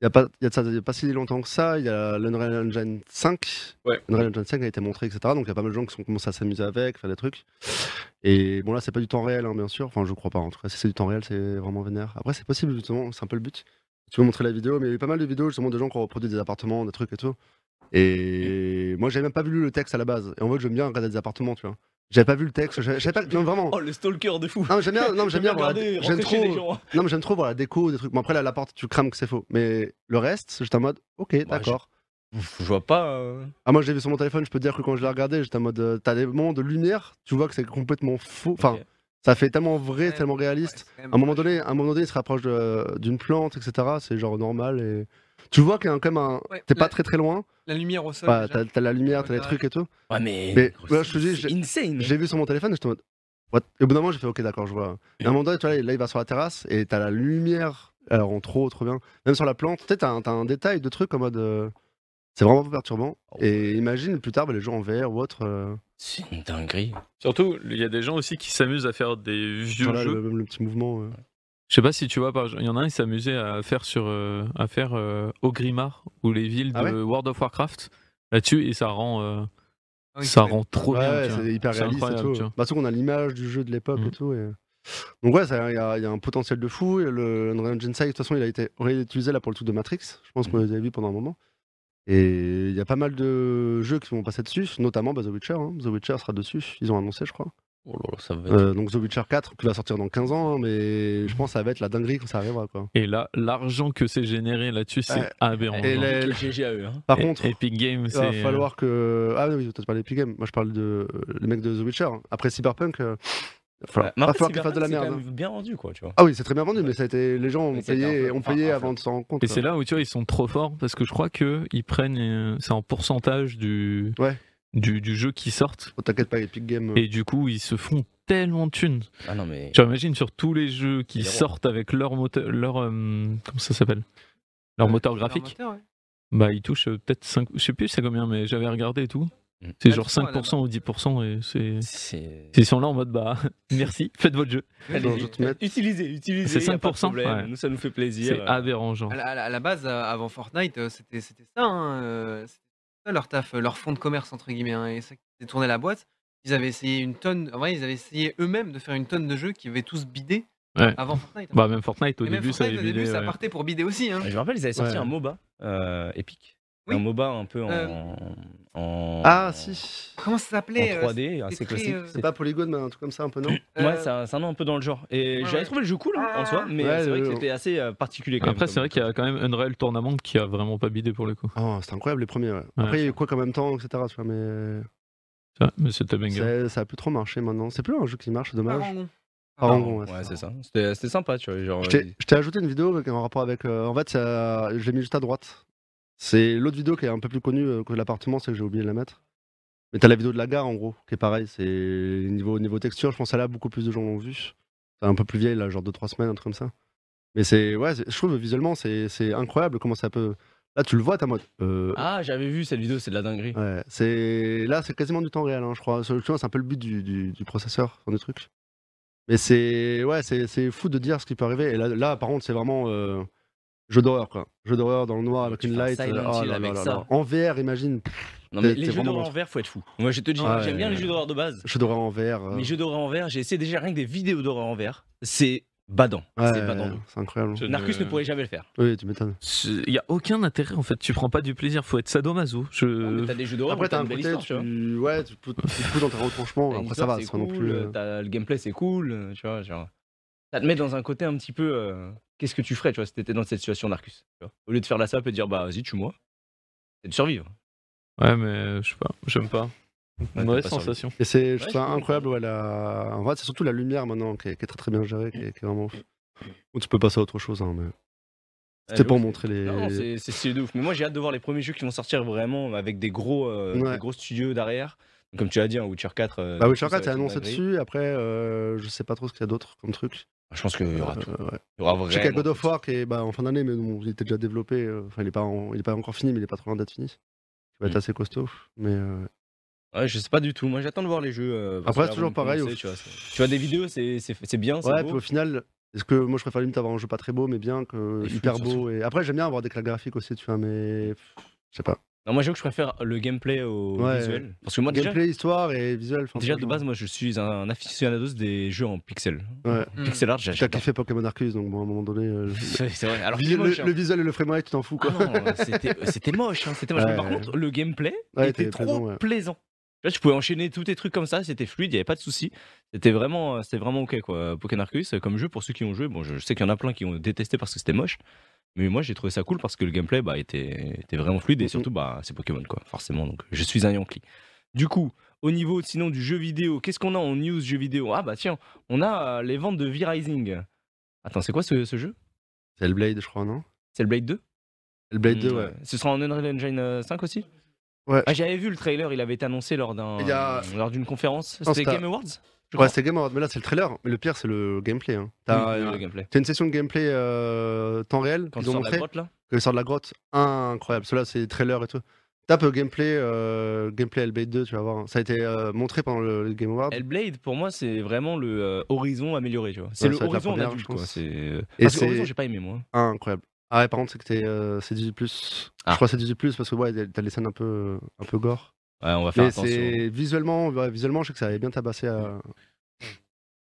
il y a pas, il y a de ça, il y a pas si longtemps que ça. Il y a l'Unreal Engine 5. Ouais. L'Unreal Engine 5 a été montré, etc. Donc, il y a pas mal de gens qui sont commencé à s'amuser avec, faire des trucs. Et bon, là, c'est pas du temps réel, hein, bien sûr. Enfin, je crois pas. En tout cas, si c'est du temps réel, c'est vraiment vénère. Après, c'est possible, justement. C'est un peu le but. Tu veux montrer la vidéo, mais il y a eu pas mal de vidéos, justement, de gens qui ont reproduit des appartements, des trucs et tout. Et moi, j'avais même pas vu le texte à la base. Et en mode, j'aime bien regarder des appartements, tu vois. J'avais pas vu le texte. j'avais- j'avais pas... Non, vraiment. Oh, le stalker de fou. Non, mais j'aime bien, non, mais Ah, j'aime bien, voir la- Regardez, j'aime rentrer trop, chez les gens. non, mais j'aime trop voir la déco, des trucs. Bon, après, là, la porte, tu crames que c'est faux. Mais le reste, c'est juste en mode, ok, d'accord. Ouf, Je vois pas. euh, Ah, moi, j'ai vu sur mon téléphone, je peux te dire que quand je l'ai regardé, j'étais en mode, euh, t'as des moments de lumière, tu vois que c'est complètement faux. Enfin, ok. ça fait tellement vrai, Ouais, tellement ouais, réaliste. c'est quand même À un moment donné, à un moment donné, il se rapproche de- d'une plante, etc. C'est genre normal et Tu vois qu'il y a quand même un. Ouais, T'es la- pas très très loin. La lumière au sol. Bah, déjà. t'as t'as la lumière, t'as les Ouais, trucs et tout. Ouais, mais. Mais gros, ouais, c'est- je te dis, c'est insane. J'ai vu sur mon téléphone et j'étais en mode. What Et au bout d'un moment, j'ai fait OK, d'accord, je vois. Et à un moment donné, tu vois, là, il va sur la terrasse et t'as la lumière. Alors, en trop, trop bien. Même sur la plante, tu sais, t'as un, t'as un détail de trucs en mode. euh, C'est vraiment pas perturbant. Et imagine plus tard, bah, les gens en VR ou autre. euh, Oh, C'est une dinguerie. Surtout, il y a des gens aussi qui s'amusent à faire des vieux voilà, jeux. le, même le petit mouvement. euh. Je sais pas si tu vois, par- il y en a un qui s'amusait à faire sur euh, à faire euh, Ogrimmar ou les villes de Ah ouais World of Warcraft là-dessus et ça rend euh, Ah oui, ça c'est- rend trop Ouais, bien. ouais, tu vois. c'est hyper C'est réaliste et incroyable, tout. tu vois. Bah, surtout qu'on a l'image du jeu de l'époque Mhm. et tout. et- Donc, ouais, ça- il y, a il y a un potentiel de fou. Et le Unreal Engine 5, de toute façon, il a été réutilisé là pour le truc de Matrix. Je pense Mm. qu'on les avait vus pendant un moment. Et il y a pas mal de jeux qui vont passer dessus, notamment bah, The Witcher. hein. The Witcher sera dessus, ils ont annoncé, je crois. Oh là là, ça va être. Euh, donc, The Witcher 4 qui va sortir dans 15 ans, hein, mais je pense que ça va être la dinguerie quand ça arrivera. Quoi. Et là, l'argent que c'est généré là-dessus, c'est Ouais. aberrant. Et genre. les- Quel GG à eux, hein. Par Et- contre, Epic Games, Il va c'est euh, falloir que. Ah oui, peut-être pas l'Epic Games. Moi, je parle de euh, les mecs de The Witcher. Après Cyberpunk, euh, il va falloir, Mais va après, falloir qu'ils fassent de la Cyberpunk, merde. hein. c'est quand même bien rendu, quoi, tu vois. Ah oui, c'est très bien vendu, mais ça a été. Les gens ont Mais c'était un payé, flop. ont Enfin, payé un avant de s'en rendre compte. euh, Et c'est là où tu vois, ils sont trop forts parce que je crois que ils prennent, euh, c'est en pourcentage du, Ouais. du, du jeu qui sortent Oh, T'inquiète pas, Epic Games. et du coup ils se font tellement de thunes. Ah non, mais. Tu imagines sur tous les jeux qui Zéro. sortent avec leur moteur, leur euh, comment ça s'appelle, leur Euh, moteur leur graphique, moteur, ouais. bah ils touchent euh, peut-être 5, je sais plus c'est combien, mais j'avais regardé et tout. Mm. C'est Bah, genre je crois, 5% ou 10% et c'est. C'est. Ils sont là en mode bah merci, faites votre jeu. Dans un autre mètre. Utilisez, utilisez. C'est y a pas de 5%, problème, ouais. Nous, ça nous fait plaisir. C'est aberrant genre. À la, à la- à la base, euh, avant Fortnite, euh, c'était c'était ça, hein, euh, c'était ça leur taf, euh, leur fonds de commerce entre guillemets, hein, et ça qui faisait tourner la boîte. Ils avaient essayé une tonne, en vrai, ils avaient essayé eux-mêmes de faire une tonne de jeux qui avaient tous bidé Ouais. avant Fortnite. hein. Bah même Fortnite au Et même début ça Fortnite, avait au début, vidé, ça ouais. partait pour bider aussi. hein. Euh, Je me rappelle, ils avaient sorti Ouais. un MOBA euh, épique. Oui. Un MOBA un peu en. Euh. en- Ah si Comment ça En s'appelait euh, 3D, assez très, classique. euh, C'est pas Polygon, mais un truc comme ça, un peu non euh, Ouais, c'est un, c'est un nom un peu dans le genre. Et Ouais, ouais. j'avais trouvé le jeu cool hein, en soi, mais Ouais, c'est vrai le- que c'était assez euh, particulier quand même. Après c'est comme- vrai qu'il y a quand même Unreal Tournament qui a vraiment pas bidé pour le coup. Oh, c'est incroyable les premiers. ouais. Après, il y a eu quoi qu'en même temps, etc. tu vois, mais Ça, mais c'était banger. ça, ça a plus trop marché maintenant. C'est plus un jeu qui marche, c'est dommage. Parangon. Parangon, ouais, Ouais, c'est c'est ça. C'était c'était sympa, tu vois. Genre, euh, Je t'ai- je t'ai ajouté une vidéo en rapport avec. euh, en fait, ça- je l'ai mis juste à droite. C'est l'autre vidéo qui est un peu plus connue euh, que l'appartement, c'est que j'ai oublié de la mettre. Mais t'as la vidéo de la gare en gros, qui est pareil. C'est niveau, niveau texture, je pense à là, beaucoup plus de gens l'ont vu. C'est un peu plus vieille, là, genre 2-3 semaines, un truc comme ça. Mais c'est. Ouais, c'est- je trouve visuellement, c'est c'est incroyable comment ça peut. Là, tu le vois, t'as mode. euh, Ah, j'avais vu cette vidéo, c'est de la dinguerie. Ouais, c'est là, c'est quasiment du temps réel, hein, je crois. Tu vois, c'est un peu le but du, du, du processeur, enfin, du truc. Mais c'est ouais, c'est c'est fou de dire ce qui peut arriver. Et là, là par contre, c'est vraiment euh, jeu d'horreur, quoi. Jeu d'horreur dans le noir avec Tu une fais un light. Silent oh Hill là avec là là ça. là. En VR, imagine. Non, T'es- mais t'es les jeux vraiment d'horreur dans- en verre, faut être fou. Moi, je te dis, Ouais. j'aime bien les jeux d'horreur de base. Jeu d'horreur en VR. euh, Les jeux d'horreur en verre, j'ai essayé déjà rien que des vidéos d'horreur en verre. C'est badant. ouais, c'est badant. c'est incroyable. Je Narcus ne pourrait jamais le faire. Oui, tu m'étonnes. Il y a aucun intérêt en fait, tu prends pas du plaisir, faut être sadomaso. Je... T'as des jeux d'horreur, Après, où t'as un une belle côté, histoire, tu vois. tu ouais, tu peux tu te fous dans tes retranchements. T'as une Après, ça histoire, va, c'est c'est pas non cool, plus. euh, t'as- le gameplay c'est cool, euh, tu vois, genre, ça te met dans un côté un petit peu, euh, qu'est-ce que tu ferais, tu vois, si t'étais dans cette situation d'Arcus, tu vois. au lieu de faire la sape et de dire, bah vas-y, tue-moi, c'est de survivre. Ouais mais je sais pas, j'aime pas. t'as Mauvaise pas servi. sensation. Et c'est je Ouais, trouve ça je comprends. incroyable, ouais, la- en fait, c'est surtout la lumière maintenant qui est, qui est très très bien gérée, qui est, qui est Mm. vraiment. Ou tu peux passer à autre chose, hein, mais. C'était de pour ouf. montrer les. Non, non, c'est c'est stylé de ouf, mais moi j'ai hâte de voir les premiers jeux qui vont sortir vraiment avec des gros, euh, Ouais. des gros studios derrière, comme tu l'as dit, un Witcher 4. euh, Bah, du Witcher coup, ça 4 va est être une annoncé dinguerie. dessus, après, euh, je sais pas trop ce qu'il y a d'autre comme truc. Je pense qu'il y aura Euh, tout. ouais. Il y aura vraiment Je sais qu'il y a God of tout. War qui est bah, en fin d'année, mais bon, il était déjà développé, euh, enfin, il, est pas en- il est pas encore fini, mais il est pas trop loin d'être fini. Il va être Mm. Ah, assez costaud, mais. euh, Ouais, je sais pas du tout, moi j'attends de voir les jeux. euh, parce Après, que c'est là, toujours vous me pareil, connaissez, au- Tu vois, c'est- tu vois, des vidéos, c'est- c'est c'est bien, c'est Ouais, beau. puis au final, est-ce que moi je préfère limite avoir un jeu pas très beau, mais bien que Et fluide, hyper beau. surtout. Et... Après, j'aime bien avoir des claques graphiques aussi, tu vois, mais. pff, Je sais pas. Non, moi, je que je préfère le gameplay au Ouais. visuel. Parce que moi, déjà, Gameplay, histoire et visuel. enfin, déjà tu de vois, base, moi, je suis un aficionados des jeux en pixel. Ouais. Hmm. Pixel art, T'as j'achète. kiffé Pokémon Arceus, donc bon, à un moment donné. euh, le- C'est c'est vrai. Alors, le, c'est moche, le- hein. le visuel et le framerate, tu t'en fous Ah quoi. non, c'était- c'était moche. hein, c'était moche. Mais par Ouais. contre, le gameplay Ouais, était t'es trop plaisant, plaisant. ouais. Tu vois, tu pouvais enchaîner tous tes trucs comme ça, c'était fluide, il n'y avait pas de souci. C'était vraiment, euh, c'était vraiment ok quoi. Pokémon Arceus, euh, comme jeu, pour ceux qui ont joué, bon, je je sais qu'il y en a plein qui ont détesté parce que c'était moche, mais moi j'ai trouvé ça cool parce que le gameplay bah, était, était vraiment fluide et Mhm. surtout bah, c'est Pokémon quoi, forcément. Donc je suis un Yankee. Du coup, au niveau sinon du jeu vidéo, qu'est-ce qu'on a en news jeu vidéo Ah bah tiens, on a euh, les ventes de V-Rising. Attends, c'est quoi ce, ce jeu C'est Hellblade, je crois, non C'est le Blade 2 Hellblade Mm, 2, Hmm, ouais. Ce sera en Unreal Engine euh, 5 aussi Ouais. Ah, J'avais vu le trailer, il avait été annoncé lors d'un- Il y a- lors d'une conférence. pense C'était que t'as- Game Awards je Ouais, crois. c'était Game Awards, mais là c'est le trailer. Mais le pire, c'est le gameplay. Hein. T'as Oui, euh, le gameplay. t'as une session de gameplay euh, temps réel Quand qu'ils tu ont sors de montré, la grotte là que sort de la grotte. Incroyable. Cela, c'est trailer et tout. Tape euh, gameplay, euh, gameplay LB 2, tu vas voir. Ça a été euh, montré pendant le, le Game Awards. Hellblade, pour moi, c'est vraiment le euh, horizon amélioré, tu vois. C'est Ouais, le ça va être la horizon en première, adulte, je pense. quoi. C'est... euh, Et Parce que Horizon, c'est j'ai pas aimé, moi. incroyable. Ah ouais, par contre, c'est que t'es, euh, c'est 18+. Ah. Je crois que c'est 18+, parce que ouais, t'as les scènes un peu, un peu gore. Ouais, on va faire Mais attention. c'est visuellement, ouais, visuellement, je sais que ça avait bien tabassé à...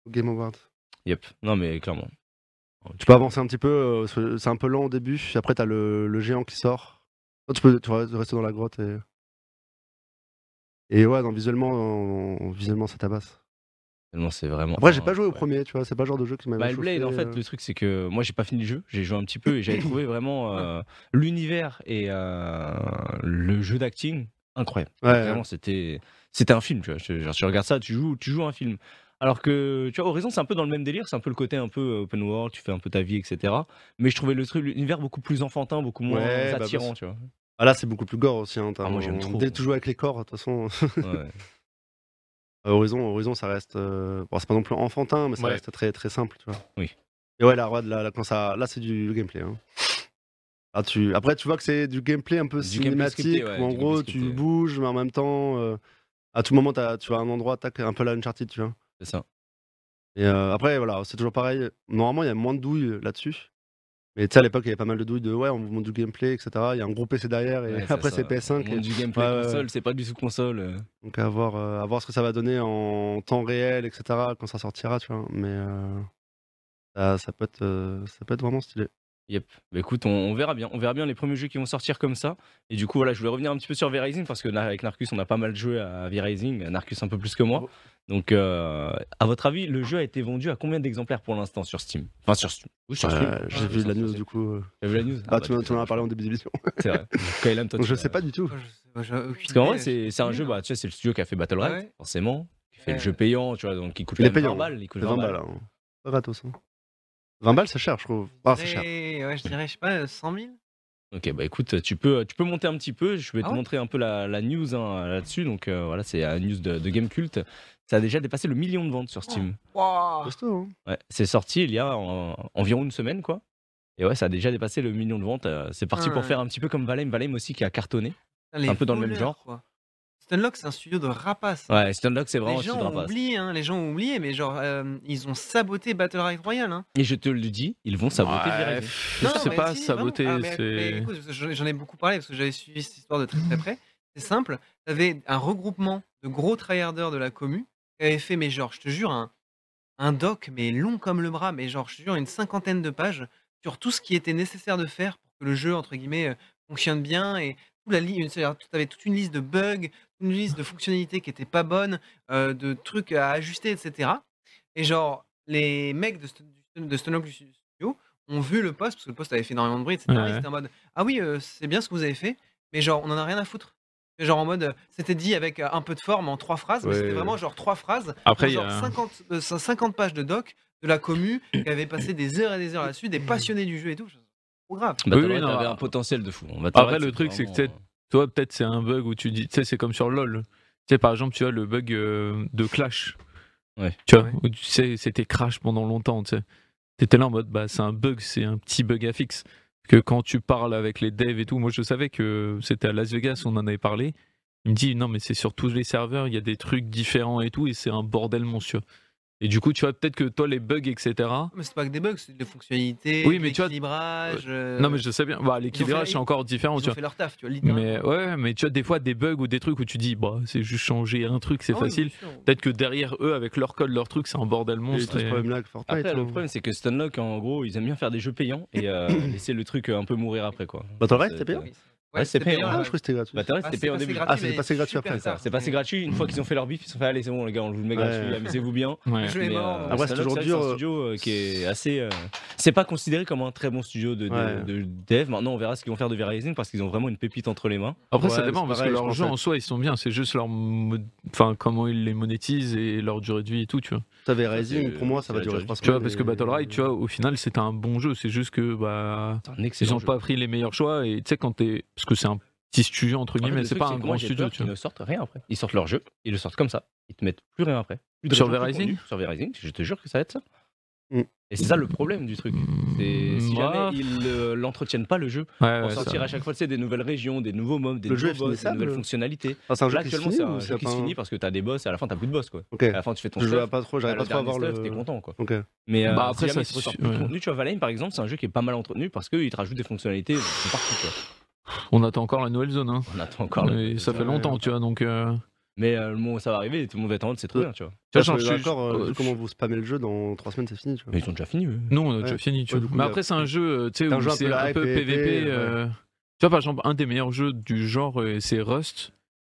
au Game Awards. Yep. Non, mais clairement. Tu peux avancer un petit peu, euh, c'est- c'est un peu lent au début, puis après t'as le, le géant qui sort. Toi, tu peux tu vas rester dans la grotte et. Et ouais, non, visuellement, on- visuellement ça tabasse. Non, c'est vraiment. Après, j'ai pas Ah, joué au ouais. premier, tu vois, c'est pas le genre de jeu qui m'avait Bah, Hellblade, chauffé, en fait, euh. le truc, c'est que moi, j'ai pas fini le jeu. J'ai joué un petit peu et j'avais trouvé vraiment euh, l'univers et euh, le jeu d'acting incroyable. Ouais, euh, Vraiment, c'était, c'était un film, tu vois. Je- genre, tu regardes ça, tu joues, tu joues un film. Alors que, tu vois, Horizon, c'est un peu dans le même délire, c'est un peu le côté un peu euh, open world, tu fais un peu ta vie, etc. Mais je trouvais le truc, l'univers beaucoup plus enfantin, beaucoup moins Ouais, bah, attirant, parce- tu vois. Ah, là, c'est beaucoup plus gore aussi. Hein, t'as- Ah, moi, j'aime on- trop. Dès que tu joues avec les corps, de toute façon, Ouais. Euh, Horizon, Horizon, ça reste. euh, Bon, c'est pas non plus enfantin, mais ça Ouais. reste très, très simple, tu vois. Oui. Et ouais, là, regarde, là, là, quand ça... là c'est du gameplay. hein. Ah, tu... Après, tu vois que c'est du gameplay un peu Du gameplay cinématique, scripté, ouais, où en du gros, gameplay tu scripté. bouges, mais en même temps, euh, à tout moment, t'as- tu as un endroit, tac, un peu la Uncharted, tu vois. C'est ça. Et euh, après, voilà, c'est toujours pareil. Normalement, il y a moins de douilles là-dessus. Mais tu sais, à l'époque, il y avait pas mal de douilles de ouais, on vous montre du gameplay, etc. Il y a un gros PC derrière, et Ouais, c'est après, ça. c'est PS5. Le monde et- du gameplay Ouais, ouais, console, ouais. c'est pas du sous-console. euh. donc à voir, euh, à voir ce que ça va donner en temps réel, etc. Quand ça sortira, tu vois. Mais euh, ça, ça peut être, euh, ça peut être vraiment stylé. Bah écoute, on, on verra bien. On verra bien les premiers jeux qui vont sortir comme ça. Et du coup, voilà, je voulais revenir un petit peu sur V-Rising parce que na- avec Narcus, on a pas mal joué à V-Rising. Narcus un peu plus que moi. Donc, euh, à votre avis, le jeu a été vendu à combien d'exemplaires pour l'instant sur Steam Enfin, sur Steam. Oui, sur Steam. Ah, Euh, J'ai vu la news du coup. euh. T'as vu la news Ah, tu m'en tu m'en as parlé en début d'émission. C'est vrai. Kaylan, toi, Donc tu je l'as- sais pas du tout. Moi, Oh, je sais pas, j'ai aucune Parce qu'en vrai, idée, c'est c'est un jeu, bah, tu sais, c'est le studio qui a fait Battle Ah Royale, ouais forcément. Qui fait le Ouais. jeu payant, tu vois, donc il coûte Il est quand même payant, 20 balles. Il coûte C'est 20 balles. hein. Pas gratos. hein. 20 balles, c'est cher, je trouve. Oh, Ah, c'est je cher. dirais- ouais, je dirais, je sais pas, 100 000 Ok, bah écoute, tu peux, tu peux monter un petit peu. Je vais Ah te ouais montrer un peu la, la news hein, là-dessus. Donc euh, voilà, c'est la news de, de Game Cult. Ça a déjà dépassé le million de ventes sur Steam. Waouh Costaud, hein. Ah. Ouais, c'est sorti il y a en- environ une semaine, quoi. Et ouais, ça a déjà dépassé le million de ventes. Euh, c'est parti Ah pour ouais. faire un petit peu comme Valheim. Valheim aussi qui a cartonné. Putain, les Un peu dans le même voleurs, genre. quoi. Stunlock, c'est un studio de rapaces. Ouais, Stunlock, c'est vraiment les un gens studio ont rapace. oublié, hein, les gens ont oublié, mais genre, euh, ils ont saboté Battle Royale. Hein. Et je te le dis, ils vont saboter Ouais, Virage. pff, Non, Je sais mais pas, si, saboter, vraiment. Ah, mais- mais c'est. écoute, parce que J'en j'en ai beaucoup parlé parce que j'avais suivi cette histoire de très très près. C'est simple, t'avais un regroupement de gros tryharders de la commu qui avait fait, mais genre, je te jure, un, un doc, mais long comme le bras, mais genre, je te jure, une cinquantaine de pages sur tout ce qui était nécessaire de faire pour que le jeu, entre guillemets, euh, fonctionne bien et toute la li- une- c'est-à-dire, t'avais toute une liste de bugs, une liste de Mmh. fonctionnalités qui étaient pas bonnes, euh, de trucs à ajuster, etc. Et genre, les mecs de, Stun- de Stunlock Studio ont vu le poste, parce que le poste avait fait énormément de bruit, etc. Ouais, Ils ouais. étaient en mode Ah oui, euh, c'est bien ce que vous avez fait, mais genre, on en a rien à foutre. Et Genre en mode, euh, c'était dit avec euh, un peu de forme en trois phrases, mais Ouais. c'était vraiment genre trois phrases, Après, il y genre a. 50, euh, 50 pages de doc de la commu qui avait passé des heures et des heures là-dessus, des Mmh. passionnés du jeu et tout. C'est Trop grave. Battle Oui, oui, Royale non, avait ah. Bah, un potentiel de fou. Battle Après, Royale, le truc, c'est que vraiment- Toi, peut-être c'est un bug où tu dis, tu sais, c'est comme sur LoL. Tu sais, par exemple, tu as le bug euh, de Clash. Ouais. Tu vois, Ouais. où tu sais, c'était Crash pendant longtemps, tu sais. T'étais là en mode, bah, c'est un bug, c'est un petit bug à fixe. Que quand tu parles avec les devs et tout, moi je savais que c'était à Las Vegas, on en avait parlé. Il me dit, non, mais c'est sur tous les serveurs, il y a des trucs différents et tout, et c'est un bordel monstrueux. Et du coup, tu vois, peut-être que toi, les bugs, etc. Mais c'est pas que des bugs, c'est des fonctionnalités, Oui, de mais tu vois- l'équilibrage. Non, euh, mais je sais bien, bah, l'équilibrage, fait- c'est encore différent, tu ils vois. ont fait leur taf, tu vois, littéralement. Mais ouais, mais tu as des fois des bugs ou des trucs où tu dis bah c'est juste changer un truc, c'est Ah oui, facile. bien sûr. Peut-être que derrière eux, avec leur code, leur truc, c'est un bordel Il y a eu monstre. tout ce et- problème-là avec Fortnite. Après, le hein. problème, c'est que Stunlock, en gros, ils aiment bien faire des jeux payants et euh, laisser le truc euh, un peu mourir après, quoi. Bah, Battle Royale, C'est- c'était payant Ouais, Ouais, c'est c'était payant. Ah, ouais. je crois que c'était gratuit. Battle Royale, Ah, c'était c'est payant au passé début. gratuit, Ah, c'est mais passé gratuit super après, ça. tard. C'est passé Mm. gratuit, une fois qu'ils ont fait leur bif, ils sont fait allez c'est bon les gars, on vous le met Ouais. gratuit, amusez-vous bien. Ouais. Le jeu est Mais, mort. euh, Après, c'est Stunlock, toujours vrai que dur, C'est un euh, studio euh, qui est assez. euh, C'est pas considéré comme un très bon studio de, de, Ouais. de dev. Maintenant, on verra ce qu'ils vont faire de V-Rising parce qu'ils ont vraiment une pépite entre les mains. Après, Ouais, ça c'est dépend parce pareil, que je leurs pense jeux que- en soi, ils sont bien. C'est juste leur, mo- enfin comment ils les monétisent et leur durée de vie et tout, tu vois. Ça va, Rising, c'est- pour moi, ça va c'est la durer durée. trois semaines. Tu vois, parce que et- Battle Ride, tu vois, au final, c'était un bon jeu. C'est juste que, bah, C'est un ils excellent ont jeu. pas pris les meilleurs choix. Et tu sais, quand t'es. Parce que c'est un petit studio, En entre fait, guillemets, Ah, le c'est truc, pas un que grand moi, j'ai studio, peur tu qu'ils vois. ne sortent rien après. Ils sortent leur jeu, ils le sortent comme ça. Ils te mettent plus rien après. Plus de Sur raison, plus de Verizon contenu. Sur Verizon, je te jure que ça va être ça. Mm. Et c'est ça le problème du truc. C'est si Moi, jamais ils euh, l'entretiennent pas le jeu, ouais, pour ouais, sortir Euh, ça- à chaque fois tu sais, des nouvelles régions, des nouveaux mobs, des Le jeu nouveaux est boss, des finissable nouvelles fonctionnalités. Enfin, c'est un Là jeu qui se actuellement finit c'est ou un c'est jeu qui pas se un- finit parce que t'as des boss et à la fin t'as plus de boss quoi. Ok. À la fin tu fais ton Je stuff, jouais pas trop, j'arrive t'as pas le trop à dernier voir stuff, t'es le. content quoi. Ok. Mais Bah, après, après, si jamais ça, ils te ressortent c'est- plus de ouais. contenu, tu vois, Valheim par exemple, c'est un jeu qui est pas mal entretenu parce qu'il te rajoute des fonctionnalités de partout. quoi. On attend encore la nouvelle zone. Hein. On attend encore. le- Et ça fait Ouais. longtemps, tu vois. Donc, euh, Mais euh, le moment où ça va arriver, et tout le monde va être en mode c'est trop Ouais. bien, tu vois. tu vois, Là, genre, je je suis suis- d'accord, euh, euh, je- comment vous spammez le jeu, dans trois semaines, c'est fini, tu vois. Mais ils ont déjà fini. eux. Non, on a Ouais. déjà fini. Tu Ouais, vois. du coup, mais il y a- après, c'est un jeu, euh, tu sais, C'est un où jeu un c'est peu un peu hype, PVP. ouais. euh, Tu vois, par exemple, un des meilleurs jeux du genre, euh, c'est Rust.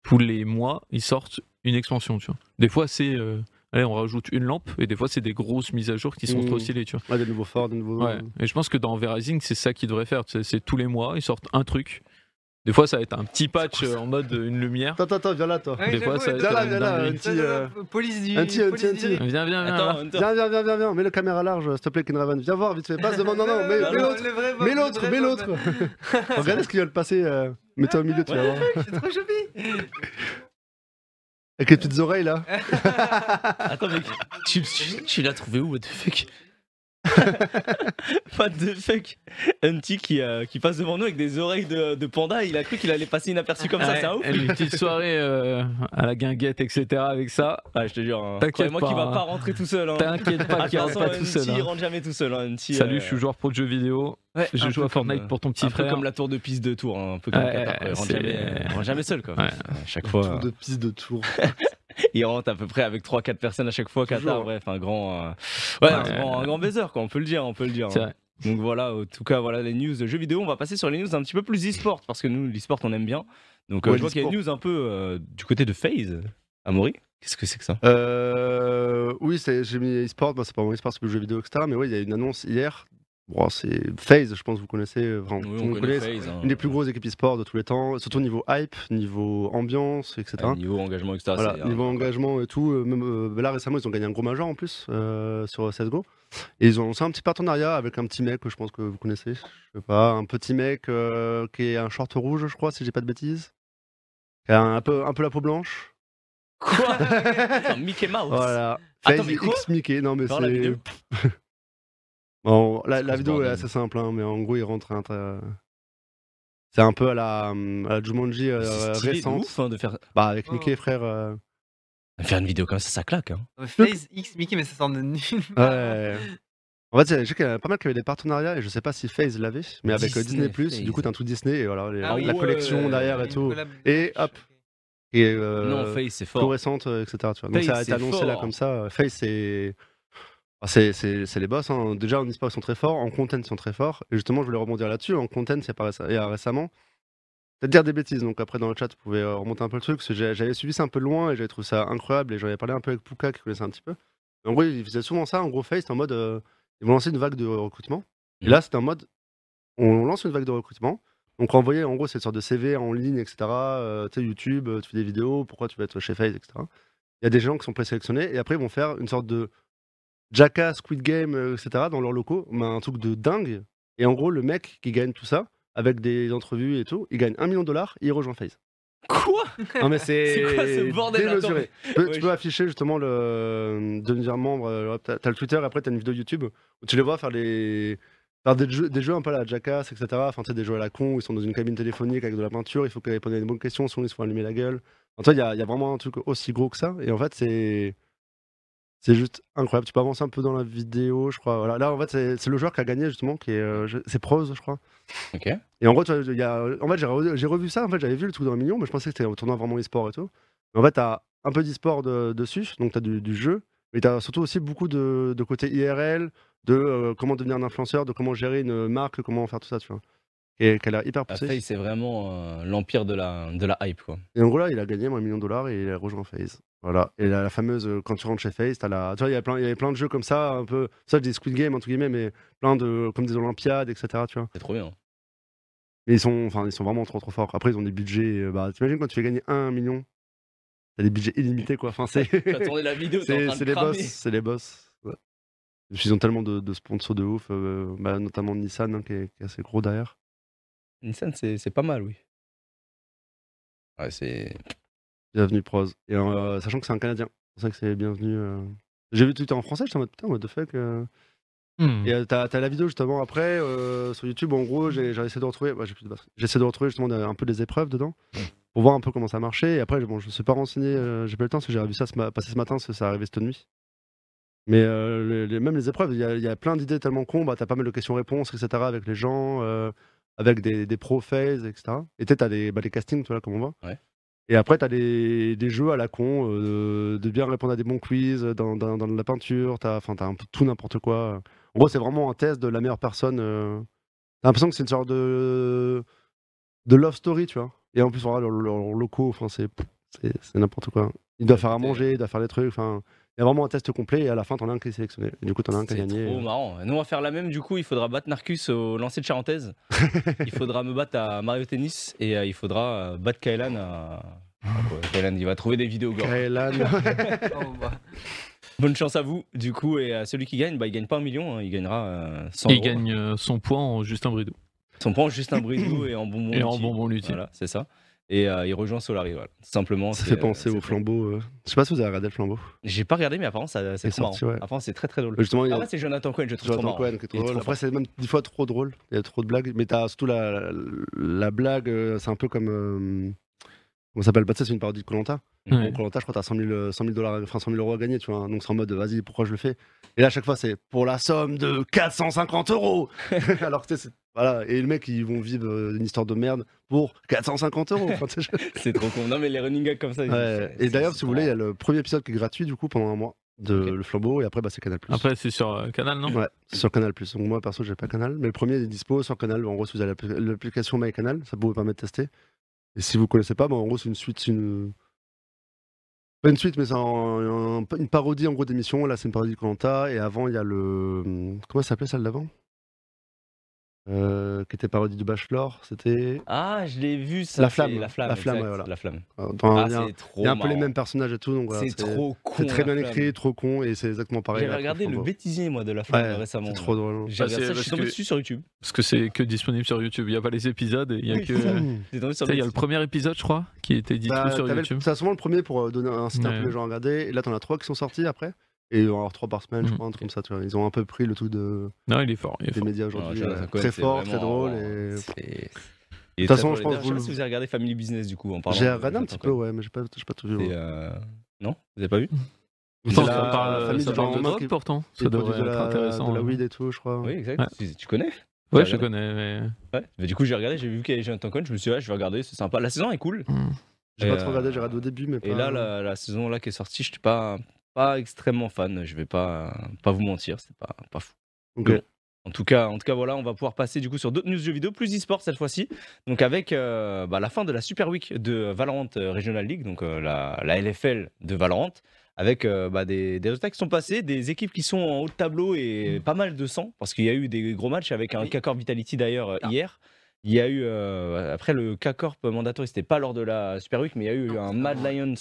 Tous les mois, ils sortent une expansion, tu vois. Des fois, c'est. euh, Allez, on rajoute une lampe, et des fois, c'est des grosses mises à jour qui sont Mm. trop stylées, tu vois. Ouais, des nouveaux forts, des nouveaux. Ouais. Et je pense que dans Verizing, c'est ça qu'ils devraient faire. tu sais, C'est tous les mois, ils sortent un truc. Des fois, ça va être un petit patch euh, en mode euh, une lumière. Attends, attends, attends, viens là, toi. Des fois, ça va être Viens là, euh, viens là, dinguerie. un petit, euh, Police du. un petit, un petit, euh, police du- un petit. Viens, viens, viens. Attends, Hunter, Viens, viens, viens, viens, viens, mets le caméra large, s'il te plaît, Kenraven. Viens voir, vite fait. Passe devant. Non, non, mets le- mets l'autre. le vrai Bob, Mets le l'autre, vrai mets Bob. l'autre. Regardez ce qui va le passer. euh, Mets-toi au milieu, tu vas voir. C'est trop joli. Avec les petites oreilles là. Attends, mais tu, tu- tu l'as trouvé où, what the fuck What the fuck Hunty qui, euh, qui passe devant nous avec des oreilles de, de panda, il a cru qu'il allait passer inaperçu comme ça, Ouais, c'est un ouf Une petite soirée euh, à la guinguette, etc. avec ça. Ah, je te jure, hein. T'inquiète moi qui pas, va hein. pas rentrer tout seul. Hein. T'inquiète pas, qu'il Attention, rentre pas tout Hunty, seul. il hein. rentre jamais tout seul. hein, Hunty, Salut, euh, je suis joueur pro de jeux vidéo. ouais, Je un joue peu à Fortnite comme, euh, pour ton petit Un peu frère. comme la tour de piste de Tours, hein, un peu comme Ouais, Qatar, quoi. Il rentre c'est- jamais, il rentre jamais seul quoi. Ouais. À chaque Tour fois, de piste de tour. il rentre à peu près avec 3-4 personnes à chaque fois, Qatar, Toujours. bref, un grand, euh, ouais, un, Ouais. grand, un grand baiser quoi, on peut le dire, on peut le dire. C'est hein. vrai. Donc voilà, en tout cas, voilà les news de jeux vidéo. On va passer sur les news un petit peu plus e-sport parce que nous, l'e-sport, on aime bien. Donc euh, Ouais, je vois qu'il y a une news un peu euh, du côté de FaZe. Amaury Qu'est-ce que c'est que ça Euh, oui, c'est- j'ai mis e-sport, bah, c'est pas mon e-sport, c'est le jeu vidéo, etc. Mais oui, il y a eu une annonce hier. Bon, c'est FaZe, je pense que vous connaissez. euh, Enfin, tout le monde connaît, c'est FaZe. hein. Une des plus grosses équipes e-sport de tous les temps, surtout niveau hype, niveau ambiance, etc. hein. Ah, niveau engagement, etc. Voilà, c'est, euh, niveau engagement et tout. euh, Même, euh, là, récemment, ils ont gagné un gros major en plus euh, sur CSGO. Et ils ont lancé un petit partenariat avec un petit mec que je pense que vous connaissez. Je sais pas, un petit mec euh, qui est un short rouge, je crois, si j'ai pas de bêtises. Qui a un peu, un peu la peau blanche. Quoi Attends, Mickey Mouse Voilà. Oh, Attends, Face mais quoi X Mickey, non mais Dans la vidéo c'est. Bon, la, C'est la quoi ce vidéo est bordel assez simple, hein, mais en gros, il rentre. à l'intérieur. C'est un peu à la, hum, à la Jumanji euh, C'est stylé de récente. ouf hein, de faire... Bah, avec Oh. Mickey, frère. euh, faire une vidéo comme ça, ça claque. Hein. Phase X Mickey, mais ça sort de nul. Ouais. En fait, je sais qu'il y en a pas mal qui avaient des partenariats, et je sais pas si FaZe l'avait, mais avec euh, Disney, Disney, du coup, FaZe. t'as tout Disney, et voilà, les- Ah oui. la Ouais. collection derrière et Une tout. collab- Et hop. Et, euh, non, FaZe, c'est plus fort. récente, euh, etc. tu vois. Donc Face, ça a été c'est annoncé là fort. comme ça. Face, c'est. Ah, C'est, c'est, c'est les boss. hein. Déjà, en e-sport, ils sont très forts. En content, ils sont très forts. Et justement, je voulais rebondir là-dessus. En content, c'est pas réce- il y a récemment. Peut-être dire des bêtises. Donc après, dans le chat, vous pouvez euh, remonter un peu le truc. Parce que j'ai- j'avais suivi ça un peu de loin et j'avais trouvé ça incroyable. Et j'en avais parlé un peu avec Puka qui connaissait un petit peu. En gros, ils faisaient souvent ça. En gros, Face, en mode. euh, ils vont lancer une vague de recrutement. Et Mhm. là, c'était en mode. On lance une vague de recrutement. Donc envoyer, en gros, cette sorte de CV en ligne, etc. euh, tu sais, YouTube, euh, tu fais des vidéos, pourquoi tu vas être chez FaZe, etc. Il y a des gens qui sont présélectionnés et après ils vont faire une sorte de Jackass, Squid Game, euh, etc. dans leurs locaux, mais un truc de dingue. Et en gros, le mec qui gagne tout ça, avec des entrevues et tout, il gagne un million de dollars et il rejoint FaZe. Quoi Non mais c'est C'est quoi ce bordel Attends, démesuré. Tu peux, Ouais, tu je- peux afficher justement le devenir membre. euh, T'as t'as le Twitter, après t'as une vidéo YouTube où tu les vois faire les faire des jeux, des jeux un peu à la Jackass, etc. Enfin, tu sais, des jeux à la con. où Ils sont dans une cabine téléphonique avec de la peinture. Il faut qu'ils répondent à une bonne question. Sinon, ils se font allumer la gueule. En toi, il y, a- il y a vraiment un truc aussi gros que ça. Et en fait, c'est c'est juste incroyable. Tu peux avancer un peu dans la vidéo, je crois. Voilà. Là, en fait, c'est c'est le joueur qui a gagné justement, qui est euh, je- c'est Prose, je crois. Ok. Et en gros, tu vois, il y a- en fait, j'ai re- j'ai revu ça. En fait, j'avais vu le truc d'un million, mais je pensais que c'était un tournoi vraiment e-sport et tout. Mais en fait, t'as un peu d'e-sport de- dessus, donc t'as du, du jeu, mais t'as surtout aussi beaucoup de, de côté IRL, de euh, comment devenir un influenceur, de comment gérer une marque, comment faire tout ça, tu vois. Et qu'elle a hyper poussé. FaZe, Ah, c'est vraiment euh, l'empire de la, de la hype. quoi. Et en gros, là, il a gagné moi, un million de dollars et il a rejoint FaZe. Voilà. Et la, la fameuse, euh, quand tu rentres chez FaZe, t'as la. Tu vois, il y, a plein- il y avait plein de jeux comme ça, un peu. Ça, je dis Squid Game, entre guillemets, mais plein de. comme des Olympiades, etc., tu vois. C'est trop bien. Mais ils sont, enfin, ils sont vraiment trop, trop forts. Après, ils ont des budgets. euh, Bah, t'imagines quand tu fais gagner un million T'as des budgets illimités, quoi. Enfin, c'est. J'attendais la vidéo, t'es en train de C'est c'est les cramer. boss, c'est les boss. ouais. Et puis, Ils ont tellement de, de sponsors de ouf, euh, bah, notamment Nissan hein, qui, est, qui est assez gros derrière. Nissan, c'est c'est pas mal, oui. Ouais, c'est. Bienvenue Proz. Et euh, sachant que c'est un Canadien, c'est pour ça que c'est bienvenu. euh. J'ai vu tout en français, j'étais en mode putain, what the fuck. euh. Hmm. Et euh, t'as t'as la vidéo justement après euh, sur YouTube. En gros, j'ai j'ai essayé de retrouver. ouais, j'ai plus de batterie. J'ai essayé de retrouver justement de- un peu des épreuves dedans pour voir un peu comment ça marchait. Et après, bon, je ne suis pas renseigné. euh, j'ai pas eu le temps parce que j'ai vu ça ce ma- passer ce matin parce que ça arrivait cette nuit. Mais euh, le- les- même les épreuves, il y, a- il y a plein d'idées tellement con. Bah, t'as pas mal de questions-réponses, etc. Avec les gens, euh, avec des, des pro-phases, etc. Et t'as t'as des, bah, des castings, tu vois, comme on voit. Ouais. Et après, t'as des, des jeux à la con, euh, de bien répondre à des bons quiz euh, dans, dans- dans de la peinture. T'as enfin, t'as un peu tout n'importe quoi. En gros, c'est vraiment un test de la meilleure personne. euh. T'as l'impression que c'est une sorte de, de love story, tu vois. Et en plus, voilà, leurs leurs locaux, enfin, c'est c'est- c'est n'importe quoi. Ils doivent faire à manger, ils doivent faire des trucs. Enfin, il y a vraiment un test complet et à la fin, t'en as un qui est sélectionné. Et du coup, t'en as un qui a C'est gagné. euh. trop marrant. Nous, on va faire la même, du coup, il faudra battre Narcus au lancer de Charentaise. il faudra me battre à Mario Tennis et euh, il faudra euh, battre Kaelan à. Ah, quoi, Kaelan, il va trouver des vidéos, gore. Kaelan. Oh, bah. Bonne chance à vous, du coup, et à celui qui gagne, bah, il gagne pas un million, hein, il gagnera euh, 100 Il euros. gagne euh, son point en Justin Bridou Son point, juste un bridou et en bonbon. et en liquide. bonbon l'utile. Voilà, c'est ça. Et euh, il rejoint Solari, voilà. Tout Simplement. Ça c'est, fait euh, penser c'est au très- flambeau. euh. Je sais pas si vous avez regardé le flambeau. J'ai pas regardé, mais apparemment, ça- c'est Il est trop marrant. sorti, ouais. Apparemment, c'est très très drôle. Justement, il y Ah a ouais, c'est Jonathan Cohen, je le trouve trop marrant. Jonathan Cohen qui est trop Il est drôle. trop Après, c'est même dix fois trop drôle. Il y a trop de blagues. Mais t'as surtout la, la blague, euh, c'est un peu comme. euh, comment ça s'appelle Bah, tu sais, c'est une parodie de Colanta. Ouais. Pour Colanta, je crois que t'as 100 000, euh, 100 000 dollars, enfin 100 000 euros à gagner, tu vois. hein. Donc c'est en mode, vas-y, pourquoi je le fais Et là, à chaque fois, c'est pour la somme de 450 euros. Alors que tu sais, c'est- voilà. Et le mec, ils vont vivre euh, une histoire de merde pour 450 euros. Enfin, tu sais, je- C'est trop con. Non, mais les running gags comme ça. ils- Ouais. c'est- Et d'ailleurs, c'est si vous voulez, il y marrant. a le premier épisode qui est gratuit du coup pendant un mois de Le Flambeau et après, bah, c'est Canal Plus. Après, c'est sur euh, Canal, non Ouais, c'est sur Canal Plus. Donc moi perso, j'ai pas Canal, mais le premier est dispo sur Canal. En gros, si vous avez l'appli- l'application My Canal, ça peut vous permettre de tester. Et si vous connaissez pas, bah, en gros, c'est une suite, c'est une pas une suite, mais c'est un- un- une parodie en gros d'émission. Là, c'est une parodie de Colanta. Et avant, il y a le comment ça s'appelait celle d'avant Euh, Qui était parodie du Bachelor. C'était Ah, je l'ai vu ça. La c'est flamme. La flamme. La flamme, exact, ouais, voilà. La flamme. euh, dans un- Ah, il y a un- c'est trop. il y a un peu les marrant. mêmes personnages et tout. Donc voilà, C'est trop con. C'est très la bien flamme. écrit, trop con, et c'est exactement pareil. J'avais là, regardé pour le Flambeau. bêtisier, moi, de la flamme Ouais, euh, récemment. C'est trop drôle. J'ai regardé Bah, c'est ça, je parce suis tombé que- dessus sur YouTube. Parce que c'est que disponible sur YouTube. Il n'y a pas les épisodes et il y a Oui, que. c'est ça. Tu J'ai tombé sur sais, Il y a le- le premier épisode, je crois, qui était dit Bah, sur t'avais- YouTube. T'as souvent le premier pour euh, donner un site un Ouais. peu les gens à regarder. Et là, t'en as trois qui sont sortis après. Et il va y en avoir trois par semaine, je Mhm. crois, un truc comme ça. Tu vois. Ils ont un peu pris le tout de, Non, il est fort. il est des fort. médias Non, aujourd'hui. Jonathan ouais. Cohen, très c'est fort, très vraiment- euh, drôle. c'est- Et... Il est De toute très drôle. façon, je pense D'ailleurs, que vous sais pas le- si vous avez regardé Family Business du coup en parlant. euh, J'ai de regardé un Jonathan petit peu, ouais, mais j'ai pas, j'ai pas tout vu. Cohen. ouais. Et, euh, Non Vous avez pas vu C'est Pourtant, la- ça la parle, famille ça de parle Jean de Morin drogue, qui- pourtant. Des Ça produits devrait de être la, intéressant. de la hein. weed et tout, je crois. Oui, exact. Ouais. Tu, tu connais Ouais, je Ouais. connais, mais. Ouais. Mais du coup, j'ai regardé, j'ai vu qu'il y avait Jonathan Cohen. Je me suis dit, ah, je vais regarder, c'est sympa. La saison est cool. Hmm. J'ai Et, pas trop regardé, euh, j'ai regardé au début, mais pas. Et là, la, la saison là qui est sortie, je suis pas, pas extrêmement fan. Je vais pas, pas vous mentir, c'est pas, pas fou. Ok. En tout cas, en tout cas, voilà, on va pouvoir passer du coup sur d'autres news jeux vidéo, plus e-sport cette fois-ci. Donc avec euh, bah, la fin de la Super Week de Valorant euh, Regional League, donc euh, la, la LFL de Valorant, avec euh, bah, des, des résultats qui sont passés, des équipes qui sont en haut de tableau et pas mal de sang, parce qu'il y a eu des gros matchs avec un Mmh. Oui. K-Corp Vitality d'ailleurs euh, hier. Il y a eu, euh, après le K-Corp Mandatory, c'était pas lors de la Super Week, mais il y a eu Non, un c'est Mad avant. Lions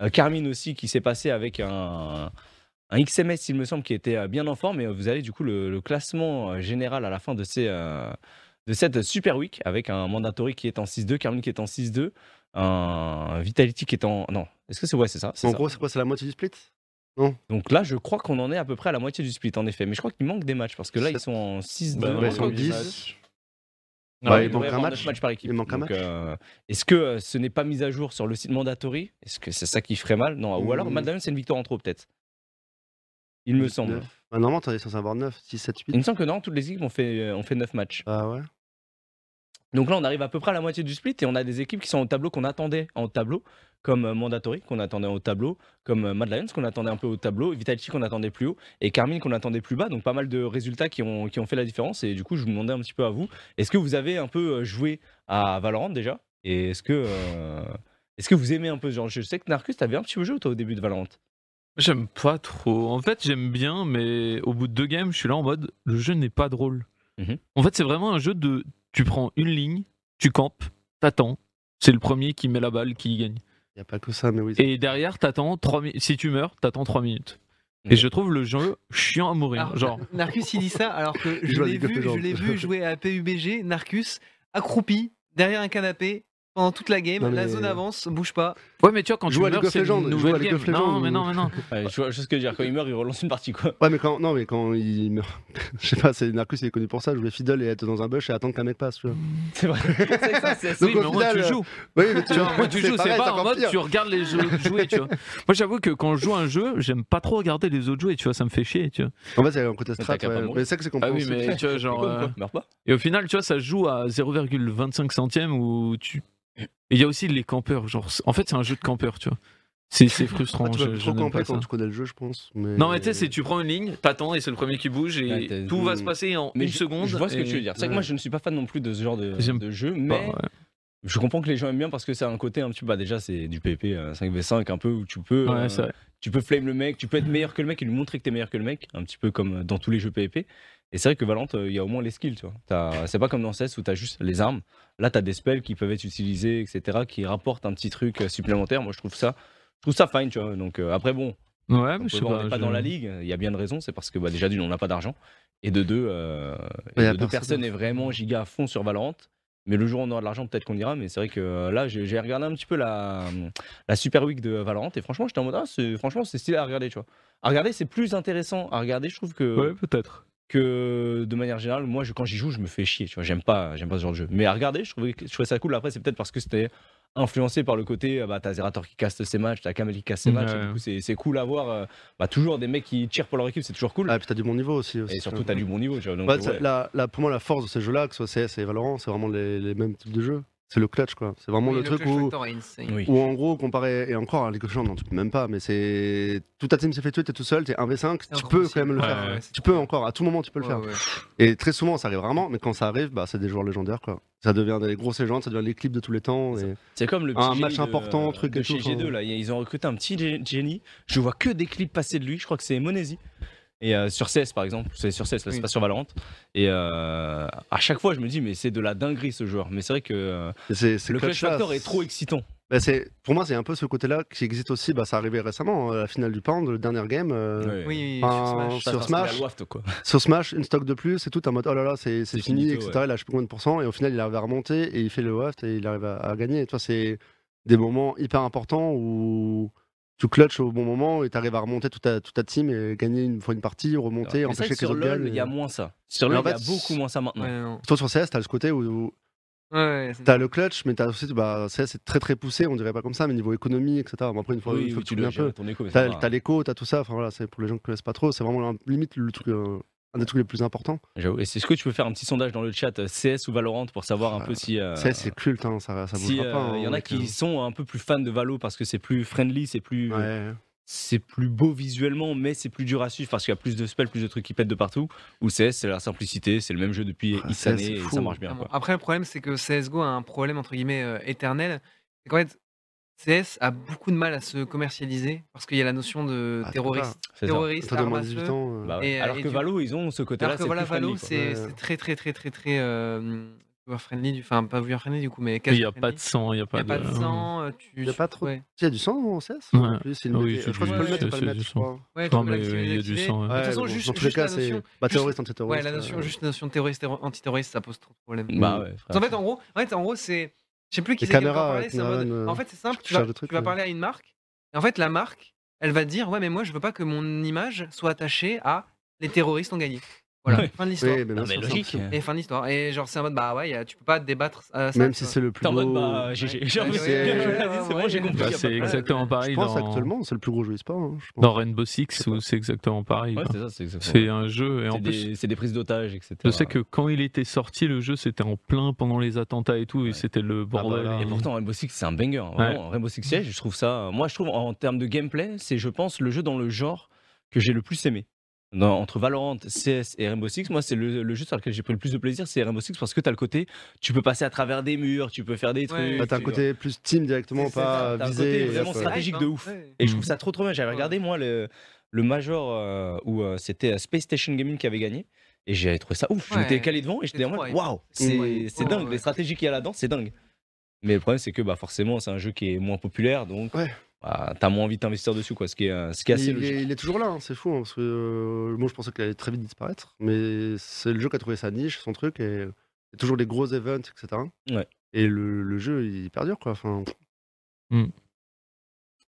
euh, Carmine aussi qui s'est passé avec un, un XMS, il me semble, qui était euh, bien en forme. Et euh, vous avez du coup le, le classement euh, général à la fin de, ces, euh, de cette Super Week avec un Mandatory qui est en 6-2, Carmine qui est en 6-2, un Vitality qui est en. Non, est-ce que c'est ouais, c'est ça, c'est En ça. gros, c'est quoi C'est la moitié du split Donc là, je crois qu'on en est à peu près à la moitié du split en effet. Mais je crois qu'il manque des matchs parce que là, ils sont en 6-2. Bah, Ouais, ils sont encore 10. Non, Ouais, il il manque devrait y un avoir match. neuf matchs par équipe. Il manque un Donc, match. euh, Est-ce que euh, ce n'est pas mis à jour sur le site Mandatory Est-ce que c'est ça qui ferait mal Non. Ou alors, Mm. Madame, c'est une victoire en trop, peut-être. Il me semble. Neuf. Ah, normalement, t'en es censé avoir 9, 6, 7, Il 8. me semble que non, toutes les équipes ont fait, euh, ont fait 9 matchs. Ah ouais. Donc là, on arrive à peu près à la moitié du split et on a des équipes qui sont au tableau qu'on attendait en tableau, comme euh, Mandatory qu'on attendait au tableau, comme euh, Mad Lions qu'on attendait un peu au tableau, Vitality qu'on attendait plus haut et Carmine qu'on attendait plus bas. Donc pas mal de résultats qui ont, qui ont fait la différence. Et du coup, je vous demandais un petit peu à vous, est-ce que vous avez un peu euh, joué à Valorant déjà Et est-ce que, euh, est-ce que vous aimez un peu ce genre de jeu Je sais que Narcus, t'avais un petit peu joué toi au début de Valorant. J'aime pas trop. En fait, j'aime bien, mais au bout de deux games, je suis là en mode le jeu n'est pas drôle. Mhm. En fait, c'est vraiment un jeu de tu prends une ligne, tu campes, t'attends. C'est le premier qui met la balle qui gagne. Il n'y a pas que ça, mais oui. Et derrière, t'attends 3 minutes. Si tu meurs, t'attends 3 minutes. Et je trouve le jeu chiant à mourir. Ah. Alors, Genre, Narcus, il dit ça alors que Il je joue à l'ai League of vu, Legends. je l'ai vu jouer à PUBG, Narcus, accroupi, derrière un canapé, pendant toute la game, Non, la mais- zone avance, bouge pas. ouais, mais tu vois, quand Joue à tu League meurs, of c'est Legends, une joue nouvelle à League game. of Non, Legends, mais non, mais non. Ouais, je vois je vois ce que je veux dire. Quand il meurt, il relance une partie, quoi. Ouais, mais quand, non, mais quand il meurt. Je sais pas, c'est Narcus, il est connu pour ça. Jouer Fiddle et être dans un bush et attendre qu'un mec passe. Tu vois. C'est vrai. Donc, Oui, au mais au moins, tu final, joues. Oui, mais tu Tu vois, au moins, tu joues, c'est pareil, pas en encore mode pire. tu regardes les jeux jouer, tu vois. Moi, j'avoue que quand je joue à un jeu, j'aime pas trop regarder les autres jouer, tu vois, ça me fait chier, tu vois. En fait, c'est un côté t'as strat. qu'à pas ouais. mourir. Mais c'est ça que c'est Ah oui, compréhensible. mais tu vois, genre. Comme euh, quoi, meurt pas. Et au final, tu vois, ça se joue à 0,25 centième où tu. Et Il y a aussi les campeurs, genre. c'est- En fait, c'est un jeu de campeurs, tu vois. C'est c'est frustrant. Ah, tu je, vas je trop n'aime camper pas ça. quand tu connais le jeu, je pense. Mais... Non, mais tu sais, c'est tu prends une ligne, t'attends et c'est le premier qui bouge et Ouais, t'as- tout va hmm. se passer en Mais une je- seconde. Je vois ce que et- tu veux dire. C'est vrai que ouais. moi, je ne suis pas fan non plus de ce genre de, J'aime de jeu, Bah, mais ouais. je comprends que les gens aiment bien parce que c'est un côté un petit peu. Bah, déjà, c'est du PP euh, 5v5, un peu où tu peux. euh, Ouais, c'est vrai. tu peux flame le mec, tu peux être meilleur que le mec et lui montrer que t'es meilleur que le mec, un petit peu comme dans tous les jeux PvP. Et c'est vrai que Valorant, euh, il y a au moins les skills, tu vois. T'as- C'est pas comme dans CS où t'as juste les armes. Là, t'as des spells qui peuvent être utilisés, etc., qui rapportent un petit truc euh, supplémentaire. Moi, je trouve ça, je trouve ça fine, tu vois. Donc euh, après, bon, Ouais, on mais je peut sais voir, on pas. n'est pas je- dans la ligue. Il y a bien de raison. C'est parce que bah, déjà d'une, on n'a pas d'argent, et de deux, euh, et Ouais, y a de deux, personne. personne est vraiment giga à fond sur Valorant. Mais le jour où on aura de l'argent, peut-être qu'on ira. Mais c'est vrai que euh, là, j'ai j'ai regardé un petit peu la, la Super Week de Valorant. Et franchement, j'étais en mode, ah, c'est- franchement, c'est stylé à regarder, tu vois. À regarder, c'est plus intéressant à regarder, je trouve, que, Ouais, peut-être. que de manière générale. Moi, je- quand j'y joue, je me fais chier, tu vois. J'aime pas, j'aime pas ce genre de jeu. Mais à regarder, je trouvais, que- je trouvais ça cool. Après, c'est peut-être parce que c'était influencé par le côté, euh, bah, t'as Zerator qui casse ses matchs, t'as Kamel qui casse ses matchs. et Ouais. du coup, c'est c'est cool à voir. euh, bah, toujours des mecs qui tirent pour leur équipe, c'est toujours cool. Ah, puis t'as du bon niveau aussi. et aussi, surtout, tu vois. t'as du bon niveau, tu vois. Donc, Ouais, c'est- ouais. la- la- pour moi, la force de ces jeux-là, que ce soit CS et Valorant, c'est vraiment les, les mêmes types de jeux. C'est le clutch, quoi. C'est vraiment Oui, le, truc clutch où, factor est insane. Oui. où, en gros, comparé. Et encore, à League of Legends, non, tu peux même pas, mais c'est. Toute ta team s'est fait tuer, t'es tout seul, t'es 1v5, C'est tu peux quand impossible. même le Ouais, faire. ouais. Tu peux encore, à tout moment, tu peux le Ouais, faire. ouais. Et très souvent, ça arrive rarement, mais quand ça arrive, bah, c'est des joueurs légendaires, quoi. Ça devient des grosses légendes, ça devient les clips de tous les temps. et- C'est comme le petit Un génie match de- important, truc de et chez tout, G2 enfin. là, ils ont recruté un petit gé- génie. Je vois que des clips passer de lui. Je crois que c'est Monesi. Et euh, sur CS par exemple, c'est sur CS, là, c'est Oui. pas sur Valorant. Et euh, à chaque fois, je me dis mais c'est de la dinguerie ce joueur. Mais c'est vrai que euh, et c'est- c'est le clutch là, factor est c'est- trop excitant. Bah, c'est- pour moi, c'est un peu ce côté-là qui existe aussi. Bah, ça arrivait récemment, hein, la finale du Pound, le dernier game. Ouais. euh, Oui, oui, un- sur Smash. Ça, sur c'est Smash. la Loaft, quoi. Sur Smash, une stock de plus, c'est tout en mode oh là là, c'est c'est C'est fini, finito, etc. Il a je sais plus combien de pourcents, et au final, il arrive à remonter, et il fait le waft, et il arrive à, à gagner. Et toi, c'est des moments hyper importants où tu clutches au bon moment, et tu arrives à remonter toute ta, toute ta team, et gagner une fois une partie, remonter, Mais c'est vrai empêcher que que les sur autres LoL, gagnent. il y a moins ça. Sur Mais LoL, en il y a fait, beaucoup moins ça maintenant. Ouais, non. Toi, sur CS, t'as le côté où, où Ouais, ouais, c'est- t'as le clutch, mais t'as aussi, bah, CS, c'est très très poussé, on dirait pas comme ça, mais niveau économie, etc. Bon, après, une fois, Oui, une fois oui, que tu tu connais dois un peu. gérer ton écho. mais T'as ça va. t'as l'écho, t'as tout ça. Enfin voilà, c'est pour les gens qui connaissent pas trop, c'est vraiment la- limite le truc, euh, un des trucs les plus importants. J'avoue. Et c'est ce que tu peux faire un petit sondage dans le chat euh, CS ou Valorant pour savoir un peu si. euh, Ça, c'est culte, hein, ça, Ah. ça si, bougera euh, pas. hein, il y en a mec, qui sont un peu plus fans de Valo parce que c'est plus friendly, c'est plus hein. Ouais. c'est plus beau visuellement, mais c'est plus dur à suivre parce qu'il y a plus de spells, plus de trucs qui pètent de partout. Ou CS, c'est la simplicité, c'est le même jeu depuis Ah, X CS, années c'est et fou. ça marche bien. Clairement. Quoi. Après, le problème, c'est que CSGO a un problème entre guillemets euh, éternel. C'est qu'en fait, CS a beaucoup de mal à se commercialiser parce qu'il y a la notion de Ah, terroriste, C'est ça. terroriste, Toi, t'as moins de arme à 18 feu. ans. euh, Bah ouais. Et, euh, Alors et que du- Valo, ils ont ce côté-là, Alors que c'est voilà, plus friendly, Valo, quoi. c'est Ouais. c'est très très très très très euh, viewer friendly, du- enfin pas viewer friendly du coup, mais Il quasi n'y a pas friendly. de sang, il Y n'y a a pas pas de de. sang, euh, tu. Il y a tu- pas trop- Ouais, Il y a du sang en CS Ouais. en plus, il le Oui, met- c'est euh, Je crois que je peux du- le mettre, c'est- je peux c'est le mettre, du je sang. crois. ouais, Non, faut mais l'activer, il y a du l'activer. sang. ouais. Ouais, toute façon, bon, juste- dans tous les juste cas, la c'est notion- bah, juste- terroriste, anti-terroriste. Ouais, la notion, euh, juste la notion de terroriste, terro- antiterroriste, ça pose trop de problèmes. Bah ouais, frère. Mmh. En fait, en gros, en fait, en gros, c'est. Je sais plus Les qui c'est qui a caméras, encore parlé, c'est en mode- Kinderman, euh, En fait, c'est simple, je tu vas, cherche le truc, tu vas ouais. parler à une marque, et en fait, la marque, elle va te dire Ouais, mais moi, je veux pas que mon image soit attachée à les terroristes ont gagné. Voilà, Ouais. fin de l'histoire. Oui, mais Non, bien mais sûr, Bah, logique. c'est- Et fin de l'histoire. Et genre, c'est en mode Bah ouais, y a- tu peux pas débattre à ça. Même tu si vois. c'est le plus T'es en mode, beau. bah, Ouais, GG. J'ai ouais, envie de- ouais, c'est bon, ouais, j'ai ouais. compris. Bah, y a pas de c'est problème. exactement Je pareil pense dans actuellement, c'est le plus gros jeu e-sport. hein, je pense. dans Rainbow Six où c'est exactement pareil. Ouais, quoi. c'est ça, c'est exactement C'est ça. un jeu et en C'est plus. des, c'est des prises d'otages, etc. Je sais que quand il était sorti, le jeu c'était en plein pendant les attentats et tout, Ouais. et c'était le bah bordel. là. Et pourtant, Rainbow Six, c'est un banger. hein, vraiment. Rainbow Six Siege, je trouve ça. Moi, je trouve en termes de gameplay, c'est, je pense, le jeu dans le genre que j'ai le plus aimé. Dans- entre Valorant, CS et Rainbow Six, moi, c'est le, le jeu sur lequel j'ai pris le plus de plaisir, c'est Rainbow Six, parce que t'as le côté, tu peux passer à travers des murs, tu peux faire des trucs. Bah, T'as un tu- côté plus team directement, C'est- c'est pas ça, t'as un visé. euh, côté et vraiment hop, ouais. stratégique. de ouf. Ouais. Mmh. Et je trouve ça trop trop bien. J'avais regardé moi le, le Major euh, où euh, c'était euh, Space Station Gaming qui avait gagné. Et j'ai trouvé ça ouf. Je Ouais. m'étais calé devant et j'étais en mode trois, waouh, c'est Ouais. c'est dingue. Ouais. Les stratégies qu'il y a là-dedans, c'est dingue. Mais le problème, c'est que bah, forcément, c'est un jeu qui est moins populaire, donc Ouais. bah, t'as moins envie d'investir dessus, quoi, ce qui est, euh, ce qui est Il, assez il logique. est, il est toujours là, hein, c'est fou. hein, parce que euh, moi, je pensais qu'il allait très vite disparaître. Mais c'est le jeu qui a trouvé sa niche, son truc. Et il y a toujours des gros events, etc. Ouais. Et le, le jeu, il perdure, quoi. Enfin,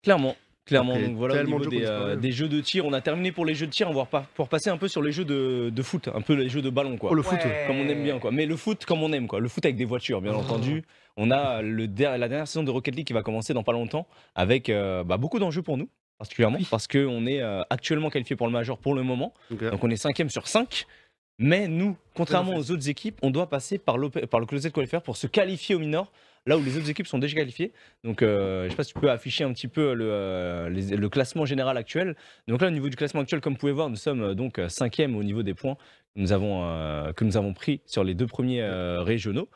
Clairement. Clairement, Après, donc voilà au tellement niveau de jeux des, qu'on euh, disparaît. des jeux de tir, on a terminé pour les jeux de tir, on va repa- pour passer un peu sur les jeux de, de foot, un peu les jeux de ballon quoi. oh, le foot. Ouais. comme on aime bien quoi. Mais le foot comme on aime quoi. Le foot avec des voitures bien Oh. entendu. On a le der- la dernière saison de Rocket League qui va commencer dans pas longtemps avec euh, bah, beaucoup d'enjeux pour nous particulièrement parce qu'on est euh, actuellement qualifié pour le major pour le moment. Ok. Donc on est cinquième sur 5. Mais nous, contrairement aux autres équipes, on doit passer par, l'op- par le closet qualifier pour se qualifier au minor, là où les autres équipes sont déjà qualifiées. Donc euh, je ne sais pas si tu peux afficher un petit peu le, euh, les- le classement général actuel. Donc là, au niveau du classement actuel, comme vous pouvez voir, nous sommes euh, donc euh, cinquième au niveau des points que nous avons, euh, que nous avons pris sur les deux premiers euh, régionaux.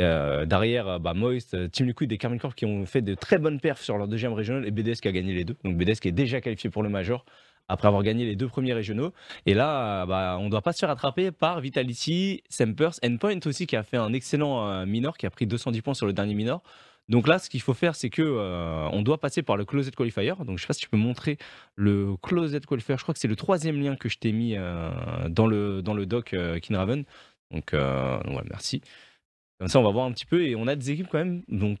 Euh, derrière, euh, bah, Moist, euh, Team Liquid et Carmel Corp qui ont fait de très bonnes perfs sur leur deuxième régional et BDS qui a gagné les deux. Donc BDS qui est déjà qualifié pour le major après avoir gagné les deux premiers régionaux. Et là, euh, bah, on ne doit pas se faire attraper par Vitality, Sempers, Endpoint aussi qui a fait un excellent euh, minor, qui a pris 210 points sur le dernier minor. Donc là, ce qu'il faut faire, c'est que euh, on doit passer par le Closet Qualifier. Donc je sais pas si tu peux montrer le Closet Qualifier. Je crois que c'est le troisième lien que je t'ai mis euh, dans, le, dans le doc euh, Kinraven. Donc euh, voilà, merci. Comme ça, on va voir un petit peu. Et on a des équipes quand même. Donc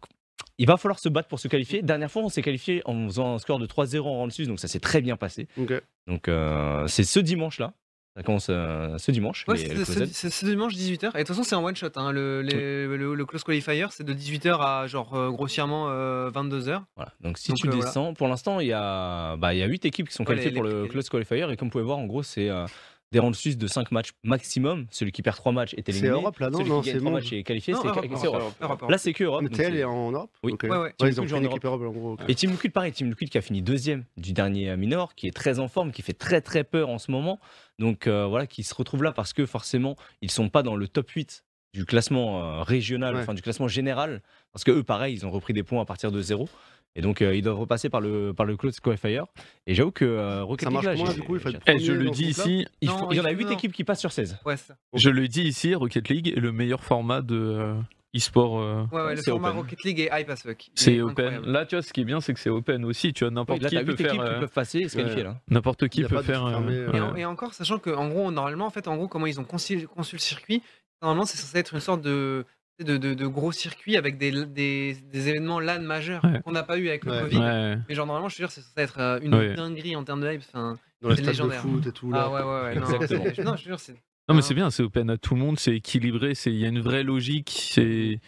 il va falloir se battre pour se qualifier. Dernière fois, on s'est qualifié en faisant un score de 3-0 en round 6. Donc ça s'est très bien passé. Ok. Donc euh, c'est ce dimanche-là. Ça commence euh, ce dimanche. Ouais, les- c'est le c'est- close-out. c'est- c'est dimanche 18h. Et de toute façon, c'est en one shot. hein, Le, les- le, le close qualifier, c'est de 18h à genre euh, grossièrement 22h. Voilà. Donc si Donc, tu euh, voilà. descends, pour l'instant, il y a bah, il y a 8 équipes qui sont Ouais, qualifiées les- pour les le piquets. Close Qualifier. Et comme vous pouvez voir, en gros, c'est euh, des rounds suisses de 5 matchs maximum. Celui qui perd 3 matchs est C'est éliminé. Europe, là, non, Celui non, qui c'est gagne 3 monde. matchs est qualifié. c'est- Europe, c'est Europe. Europe, Europe. Là, c'est que Europe. Mais donc TL c'est- est en Europe Oui. Ok. Ouais, ouais. Ouais, ils ont Team pris Liquid une joue en équipe Europe, en gros. ok. Et Team Liquid, pareil, Team Liquid qui a fini deuxième du dernier minor, qui est très en forme, qui fait très très peur en ce moment. Donc euh, voilà, qui se retrouve là parce que forcément, ils sont pas dans le top 8 du classement euh, régional, Ouais. enfin du classement général, parce que eux, pareil, ils ont repris des points à partir de zéro. Et donc, euh, ils doivent repasser par le, par le close qualifier. Et j'avoue que euh, Rocket Ça League, marche là, comment, j'ai- du coup, il faut j'ai- être Eh, je premier le dans ce dis groupe-là ici, il, Non, faut- il y en a il faut- 8 non. équipes qui passent sur 16. Ouais, c'est ça. je le dis ici, Rocket League est le meilleur format de euh, e-sport. euh, Ouais, ouais, le c'est format open. Rocket League est hype as fuck. Il C'est est open. incroyable. Là, tu vois, ce qui est bien, c'est que c'est open aussi. Tu vois, Oui, n'importe là, qui t'as 8 peut équipes faire. qui hein. euh, peuvent passer et se ouais. qualifier là. N'importe Il qui y a peut pas de faire. euh, fermé, euh, Et, ouais. en- et encore, sachant que en gros, normalement, en fait, en gros, comment ils ont conçu, conçu le circuit, normalement, c'est censé être une sorte de, de, de- de gros circuit avec des, des, des événements LAN majeurs Ouais. qu'on n'a pas eu avec le Ouais. Covid. Ouais. Mais genre, normalement, je te jure, c'est censé être euh, une Ouais. dinguerie en termes de hype. Enfin, Dans les C'est stades de légendaire. foot et tout. ah là. ouais, ouais, ouais. non, Exactement. c'est- Non, je te jure, c'est. Non, mais c'est bien, c'est open à tout le monde, c'est équilibré, c'est- il y a une vraie logique. C'est.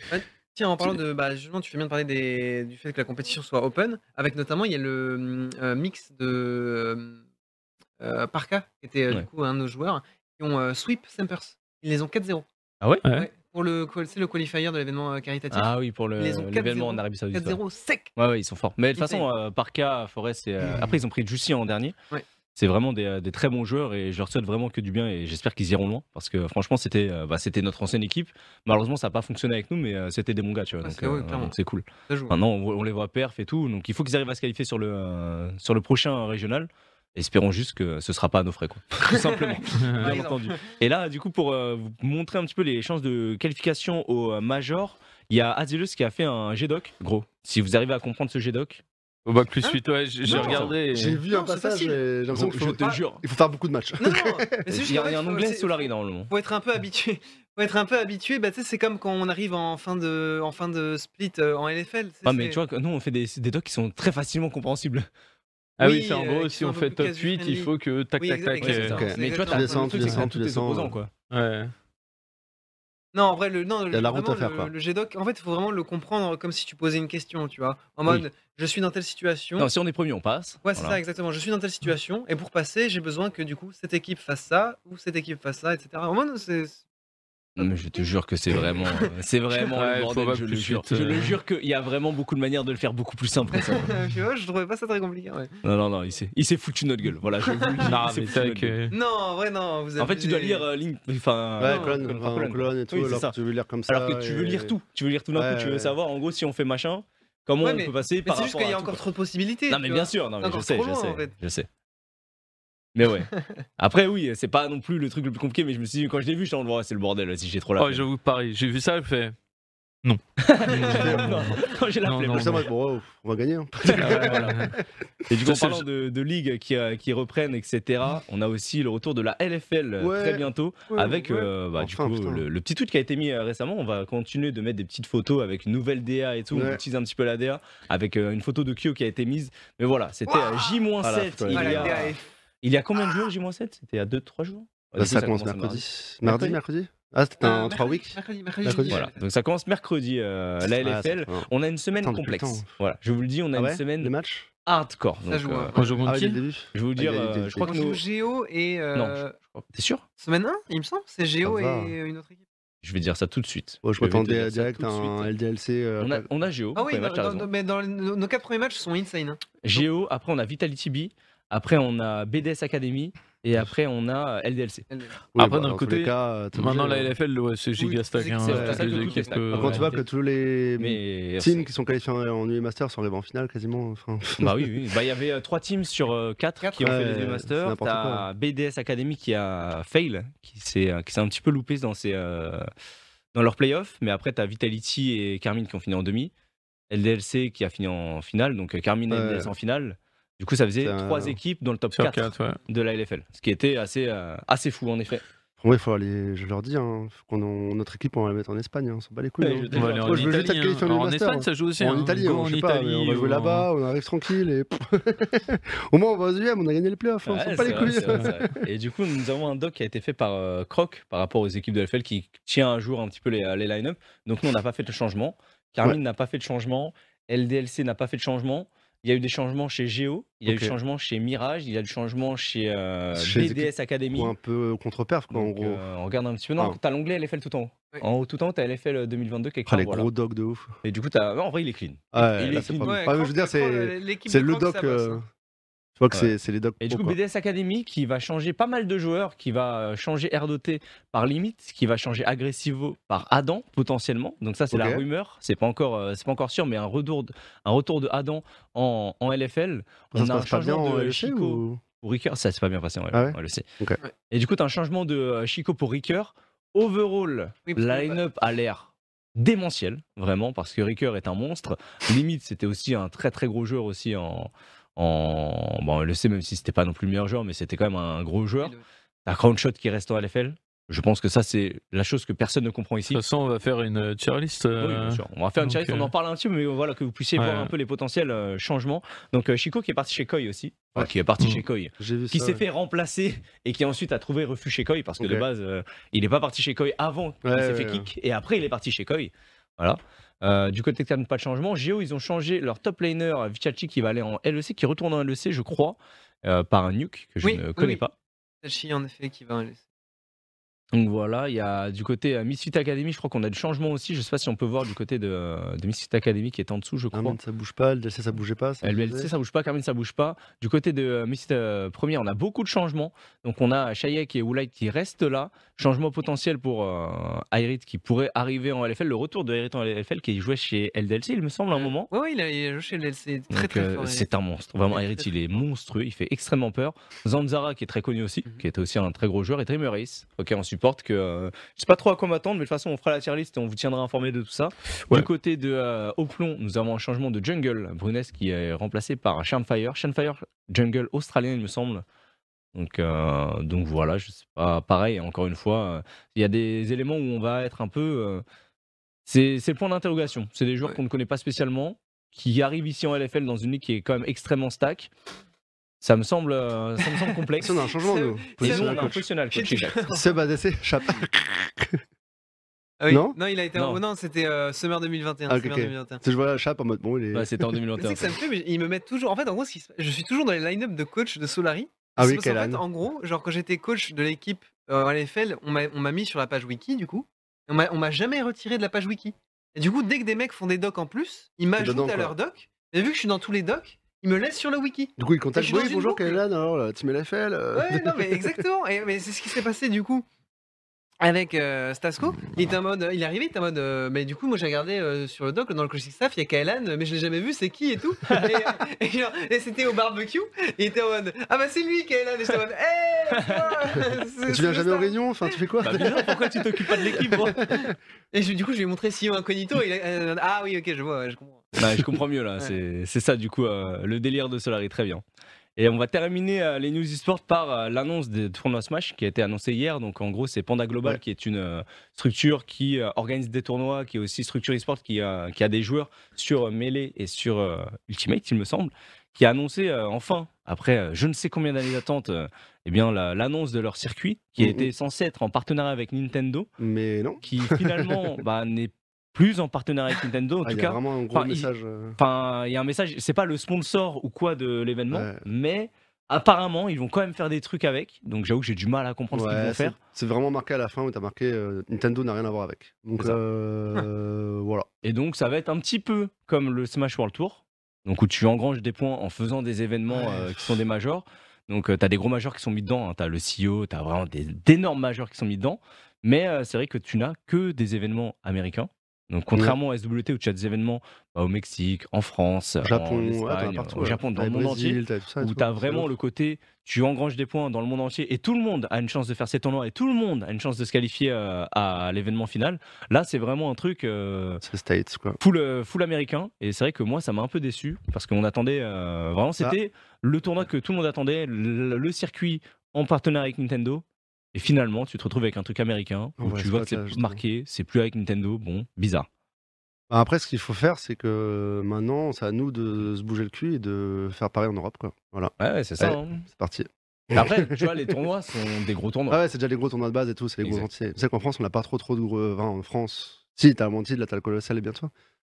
Tiens, en parlant de. Bah, justement, tu fais bien de parler des- du fait que la compétition soit open, avec notamment, il y a le hum, euh, mix de hum, euh, Parka, qui était euh, Ouais. du coup un de nos joueurs, qui ont euh, sweep Sempers. Ils les ont 4-0. Ah ouais Ouais. Pour le, qual- c'est le qualifier de l'événement euh, caritatif. Ah oui, pour le- Ils les ont l'événement 4-0, en Arabie Saoudite. ouais. 4-0 sec. Ouais, ouais, ils sont forts. Mais de toute Ils façon, euh, Parka, Forest, et, euh, après ils ont pris Jussi en dernier. Ouais. C'est vraiment des, euh, des très bons joueurs et je leur souhaite vraiment que du bien et j'espère qu'ils iront loin parce que franchement c'était euh, bah, c'était notre ancienne équipe. Malheureusement ça n'a pas fonctionné avec nous mais euh, c'était des bons gars tu vois. Ouais, donc c'est- ouais, euh, clairement. donc c'est cool. Ça joue. Maintenant on, on les voit perf et tout donc il faut qu'ils arrivent à se qualifier sur le euh, sur le prochain euh, régional. Espérons juste que ce sera pas à nos frais quoi. Tout simplement. Par Bien exemple. entendu. Et là, du coup, pour euh, vous montrer un petit peu les chances de qualification au euh, Major, il y a Azilus qui a fait un G-Doc, gros. Si vous arrivez à comprendre ce G-Doc, Au bac plus 8, ouais, j'ai j'ai Non. regardé. J'ai vu Non, un c'est passage et facile. j'ai l'impression gros, qu'il je faut... te Ah, jure, il faut faire beaucoup de matchs. Non, non, mais c'est juste Euh, il y a qu'en fait, il y a un faut- anglais c'est- Solari normalement. Faut être un peu habitué. Faut être un peu habitué. Bah, tu sais, c'est comme quand on arrive en fin de, en fin de split euh, en LFL. tu sais, Ah mais c'est- tu vois, que nous on fait des, des docs qui sont très facilement compréhensibles. Ah Oui, oui, c'est en euh, gros, qui si sont un on peu fait plus top casus 8, il friendly. faut que tac, Oui, tac, exact- exactement, tac. euh, c'est ok. exactement Mais tu euh. vois, ça. t'as descends, un tu truc, c'est descends, un tu tous les descends. opposants quoi. ouais. Non, en vrai, le, non, y a de la le- route vraiment, à faire, le- quoi. Le G-Doc, en fait, il faut vraiment le comprendre comme si tu posais une question, tu vois. En mode, je suis dans telle situation. Non, si on est premier, on passe. ouais, c'est Voilà. ça, exactement. Je suis dans Mmh. telle situation, et pour passer, j'ai besoin que, du coup, cette équipe fasse ça, ou cette équipe fasse ça, etc. En mode, c'est. Non, mais je te jure que c'est vraiment, euh, c'est vraiment Ouais, le faut bordel, pas je plus le jure. vite, euh. Je le jure qu'il y a vraiment beaucoup de manières de le faire beaucoup plus simple. que ça. tu vois, je trouvais pas ça très compliqué. ouais. non, non, non, il s'est, il s'est foutu de notre gueule. Voilà, je vous le dis, Non, il s'est mais foutu de Ah, tac. notre gueule. euh, Non, en vrai, non, vous En fait, tu dois abusez. lire euh, ligne- enfin, Ouais, non, colonne, comme enfin, par colonne. colonne et tout. Oui, c'est alors ça. que tu veux lire comme ça. Alors que tu veux et- lire tout, tu veux lire tout d'un Ouais, coup, tu veux ouais. savoir en gros si on fait machin, comment Ouais, on mais- peut passer Mais par c'est rapport juste qu'il y à a tout, quoi. encore trop de possibilités. Non tu mais vois. bien sûr, non mais je encore sais, trop je loin, sais, en fait. je sais. Mais ouais. Après oui, c'est pas non plus le truc le plus compliqué, mais je me suis dit quand je l'ai vu, je t'en vois, c'est le bordel si j'ai trop la. Oh, flemme. j'avoue, pareil, j'ai vu ça, je fais. Non. Quand j'ai la Non, flemme. non, Comme ça, moi, bon, ouais, on va gagner. hein. Et du coup, en C'est le- parlant de, de ligues qui, euh, qui reprennent, etc., on a aussi le retour de la LFL euh, Ouais. très bientôt, Ouais, avec ouais. euh, bah, du Enfin, coup, putain. le, le petit tweet qui a été mis euh, récemment. On va continuer de mettre des petites photos avec une nouvelle DA et tout. On Ouais. utilise un petit peu la DA, avec euh, une photo de Kyo qui a été mise. Mais voilà, c'était euh, J-7 Ah, la photo, il, ouais. y a, il y a combien de Ah. jours, J-7 C'était il y a 2-3 jours Bah, Du coup, ça commence à mardi. mercredi. Mardi, mercredi Ah, c'était un 3 weeks Euh, Mercredi, mercredi, Mercredi, jeudi. Voilà, donc ça commence mercredi, euh, la Ah, c'est LFL. trop bien. on a une semaine Putain, depuis le complexe. temps. Voilà, je vous le dis, on a Ah ouais une semaine Le match hardcore. Ça Donc, joue, hein. euh, ouais. Moi, je Ah, remonte ouais, dès qui le début. je vais vous Ah, dire, il y a- euh, il y a- je crois On que joue nos... Géo et. euh, Non, je- T'es sûr Semaine 1, il me semble. C'est Géo Ça et va. euh, une autre équipe. Je vais dire ça tout de suite. Ouais, je vais te m'attendais dire ça à direct tout à de un suite. LDLC. euh, On a, on a Géo. Ah oui, premier dans- match, t'as dans- raison. dans- mais dans les- nos nos quatre premiers matchs sont insane. hein. Géo, après on a Vitality B, après on a BDS Academy et après on a LDLC. oui, Après, bah, d'un dans tous côté, les cas, euh, t'es Maintenant, la obligé, euh, LFL, ouais, c'est giga stack. c'est- hein, c'est avec pour ça que les tout équipes, est stack. euh, Quand tu vois que tous les Mais teams qui sont qualifiés en UE Master sont arrivés en finale quasiment. Enfin, bah oui, oui. Bah, il y avait euh, trois teams sur euh, quatre, Quatre. qui ont Ouais, fait les deux c'est masters. n'importe T'as BDS Academy qui a fail, qui s'est euh, qui s'est un petit peu loupé dans ses euh, dans leurs playoffs, mais après t'as Vitality et Carmine qui ont fini en demi, LDLC qui a fini en finale, donc euh, Carmine et Ouais. LDLC en finale. Du coup, ça faisait C'est un- trois équipes dans le top sur 4, quatre, ouais. de la LFL, ce qui était assez euh, assez fou en effet. pour moi, il faut aller, je leur dis, hein, faut qu'on en- notre équipe, on va la mettre en Espagne, hein, on s'en bat les couilles. Ouais, hein. je- On va aller Moi, en je veux juste Italie, être qualifié en hein. Alors, En Master, Espagne, hein. ça joue aussi. Ou en hein. Italie, Go hein, en je sais pas, mais on va Italie, jouer ou en- là-bas, on arrive tranquille et au moins on va aux UM, on a gagné les playoffs, on Ouais, s'en bat c'est les vrai, couilles. c'est vrai, c'est vrai. Et du coup, nous avons un doc qui a été fait par euh, Croc par rapport aux équipes de LFL qui tient un jour un petit peu les, euh, les line-up. Donc, nous, on n'a pas fait de changement. Carmine n'a pas fait de changement. LDLC n'a pas fait de changement. Il y a eu des changements chez Géo. Il y a eu Ok. des changements chez Mirage. Il y a eu des changements chez, euh, Chez les BDS Academy. Ou un peu contre-perf, quoi, en Donc, gros. euh, on regarde un petit peu. Non, Ah. t'as l'onglet LFL tout en haut. Oui. En haut tout en haut, t'as LFL 2022 qui est Ah, clean, les voilà. gros dogs de ouf. Et du coup, t'as- en vrai, il est clean. Ouais, Il là, est c'est clean. pas Ouais, mal. Enfin, je veux dire, Croc, c'est Croc, euh, l'équipe c'est de le Croc, doc. ça bosse, euh, hein. Je crois que Ouais. c'est- c'est les docs. Et du pro, coup, quoi. BDS Academy qui va changer pas mal de joueurs, qui va euh, changer RDT par limite, qui va changer Agressivo par Adam potentiellement. Donc ça, c'est Ok. la rumeur. C'est pas encore, euh, c'est pas encore sûr, mais un retour de, un retour de Adam en, en LFL. Ça on se a un passe pas bien changement en de LFC Chico ou pour Ricker. Ça, c'est pas bien passé. ouais, Ah ouais on le sait. Ok. Ouais. Et du coup, t'as un changement de euh, Chico pour Ricker. Overall, Oui, parce que- la line-up a l'air démentiel, vraiment, parce que Ricker est un monstre. Limite, c'était aussi un très très gros joueur aussi en. en bon, on le sait, même si c'était pas non plus le meilleur joueur, mais c'était quand même un gros joueur. T'as Crownshot qui reste en LFL. Je pense que ça, c'est la chose que personne ne comprend De ici. toute façon, on va faire une tier list. Oui, bien euh, sûr. On va faire une donc, charité, on euh, en parle un petit peu, mais voilà que vous puissiez ouais. voir un peu les potentiels euh, changements. Donc euh, Chico qui est parti chez Koi aussi, Enfin, qui est parti Mhm. chez Koi, J'ai vu qui ça, s'est Ah ouais. fait remplacer et qui ensuite a trouvé refuge chez Koi parce que de Ok. base euh, il n'est pas parti chez Koi avant qu'il Ouais, s'est ouais, fait ouais. kick et après il est parti chez Koi. Voilà. Euh, du côté externe, pas de changement. Géo, ils ont changé leur top laner, Vichachi qui va aller en LEC, qui retourne en LEC, je crois, euh, par un nuke que je Oui, ne oui, connais oui. pas. Tachi, en effet, qui va en laisser. Donc voilà, il y a du côté euh, Misfit Academy, je crois qu'on a du changement aussi. Je sais pas si on peut voir du côté de, euh, de Misfit Academy qui est en dessous, je crois. Armin, ça bouge pas, le DLC ça bougeait pas. ça LBLC, faisait. ça bouge pas, Carmine, ça bouge pas. Du côté de euh, Mist euh, Premier, on a beaucoup de changements. Donc on a Shayek et Oulite qui restent là. Changement potentiel pour euh, Ayrit qui pourrait arriver en LFL. Le retour de Ayrit en LFL qui jouait chez LDLC, il me semble, à un moment. Ouais, ouais, il a, il a joué chez le LC. Très, Donc, très euh, fort. il est. c'est un monstre. Vraiment, Il est Ayrit, très, il est monstrueux. Il fait extrêmement peur. Zanzara, qui est très connu aussi, Mhm. qui était aussi un très gros joueur, et Dreamer Ace, auquel on supporte. Que, euh, je sais pas trop à quoi m'attendre, mais de toute façon, on fera la tier list et on vous tiendra informé de tout ça. Ouais. Du côté de euh, Oplon, nous avons un changement de jungle. Brunes qui est remplacé par Shanfire. Shanfire, jungle australien, il me semble. Donc, euh, donc voilà, je sais pas. Pareil, encore une fois, euh, il y a des éléments où on va être un peu. euh, c'est c'est le point d'interrogation. C'est des joueurs Ouais. qu'on ne connaît pas spécialement, qui arrivent ici en LFL dans une ligue qui est quand même extrêmement stack. Ça me semble, euh, ça me semble complexe. Ça, on a un changement, C'est- nous. Et Position nous, de on a un coach. professionnel coach, exact. Seb ADC, chapeau. Ah oui. Non non, il a été en. Non. oh, non, c'était euh, Summer 2021. Ah, ok, Summer ok. 2021. Tu sais, Je vois la chape Bah, en mode bon, il est. Ouais, C'était en Mais Tu sais 2021. que ça me fait, mais ils me mettent toujours. En fait, en gros, ce qui se- je suis toujours dans les line-up de coach de Solari. ah C'est oui, parce qu'en Kélan. fait, en gros, genre quand j'étais coach de l'équipe euh, à l'EFL, on m'a on m'a mis sur la page wiki du coup. Et On m'a on m'a jamais retiré de la page wiki. Et du coup, dès que des mecs font des docs en plus, ils m'ajoutent dedans, à quoi. leur doc. Mais vu que je suis dans tous les docs, ils me laissent sur le wiki. Du coup, il Je contacte. suis dans Oui, une bonjour boucle. Kélan, alors là, Team LFL. euh, Ouais, non, mais exactement. Et mais c'est ce qui s'est passé du coup. avec euh, Stasco. Il était en mode, il est arrivé, il était en mode, euh, mais du coup, moi j'ai regardé euh, sur le doc, dans le coaching staff, il y a Kaelan, mais je l'ai jamais vu, c'est qui et tout. Et, et genre, et c'était au barbecue, il était en mode, ah bah c'est lui Kaelan, et j'étais en mode, hé Tu viens jamais aux réunions Enfin, tu fais Bah, quoi pourquoi tu t'occupes pas de l'équipe Et je- du coup, je lui ai montré Sillon Incognito, et il a- euh, ah oui, ok, je vois, ouais, je comprends. Bah, je comprends mieux là, Ouais. c'est- c'est ça du coup euh, le délire de Solari, très bien. Et on va terminer euh, les news e-sport par euh, l'annonce des tournois Smash qui a été annoncée hier. Donc en gros, c'est Panda Global Ouais. qui est une euh, structure qui euh, organise des tournois, qui est aussi structure e-sport qui, euh, qui a des joueurs sur euh, Melee et sur euh, Ultimate, il me semble, qui a annoncé euh, enfin, après euh, je ne sais combien d'années d'attente, euh, eh bien la- l'annonce de leur circuit qui Mhm. était censé être en partenariat avec Nintendo, Mais non. qui finalement bah, n'est plus en partenariat avec Nintendo. En Ah, tout Il y a cas, vraiment un gros enfin, il- message. euh, Enfin, il y a un message, c'est pas le sponsor ou quoi de l'événement, Ouais. mais apparemment, ils vont quand même faire des trucs avec. Donc j'avoue que j'ai du mal à comprendre ce qu'ils ouais, vont c'est- faire. C'est vraiment marqué à la fin où t'as marqué euh, Nintendo n'a rien à voir avec. Donc C'est ça. euh, voilà. Et donc ça va être un petit peu comme le Smash World Tour, donc où tu engranges des points en faisant des événements Ouais. euh, qui sont des majors. Donc tu t'as des gros majors qui sont mis dedans, hein. t'as le CEO, t'as vraiment des- d'énormes majors qui sont mis dedans. Mais euh, c'est vrai que tu n'as que des événements américains. Donc contrairement à SWT où tu as des événements bah, au Mexique, en France, Au Japon, en ouais, t'en as Espagne, partout, au ouais. Japon, dans T'as le monde entier. Brésil, t'as tout ça et où tout. tu as C'est vraiment ouf. le côté tu engranges des points dans le monde entier et tout le monde a une chance de faire ses tournois et tout le monde a une chance de se qualifier euh, à l'événement final. Là, c'est vraiment un truc euh, C'est States quoi. full, euh, full américain et c'est vrai que moi, ça m'a un peu déçu parce qu'on attendait euh, Ah. vraiment, c'était le tournoi que tout le monde attendait, le, le circuit en partenariat avec Nintendo. Et finalement, tu te retrouves avec un truc américain où Ouais, tu c'est vois pas que c'est ça, justement. marqué, c'est plus avec Nintendo, bon, bizarre. Bah, Après, ce qu'il faut faire, c'est que euh, maintenant, c'est à nous de se bouger le cul et de faire pareil en Europe quoi. Voilà, Ouais, ouais, c'est ça, ça. hein. c'est parti. Après, tu vois, les tournois sont des gros tournois. Ah ouais, c'est déjà les gros tournois de base et tout, c'est les gros Exact. entiers. Tu sais qu'en France, on n'a pas trop trop de gros. Enfin, en France, si, t'as le Mantide, là, t'as le Colossal et bientôt.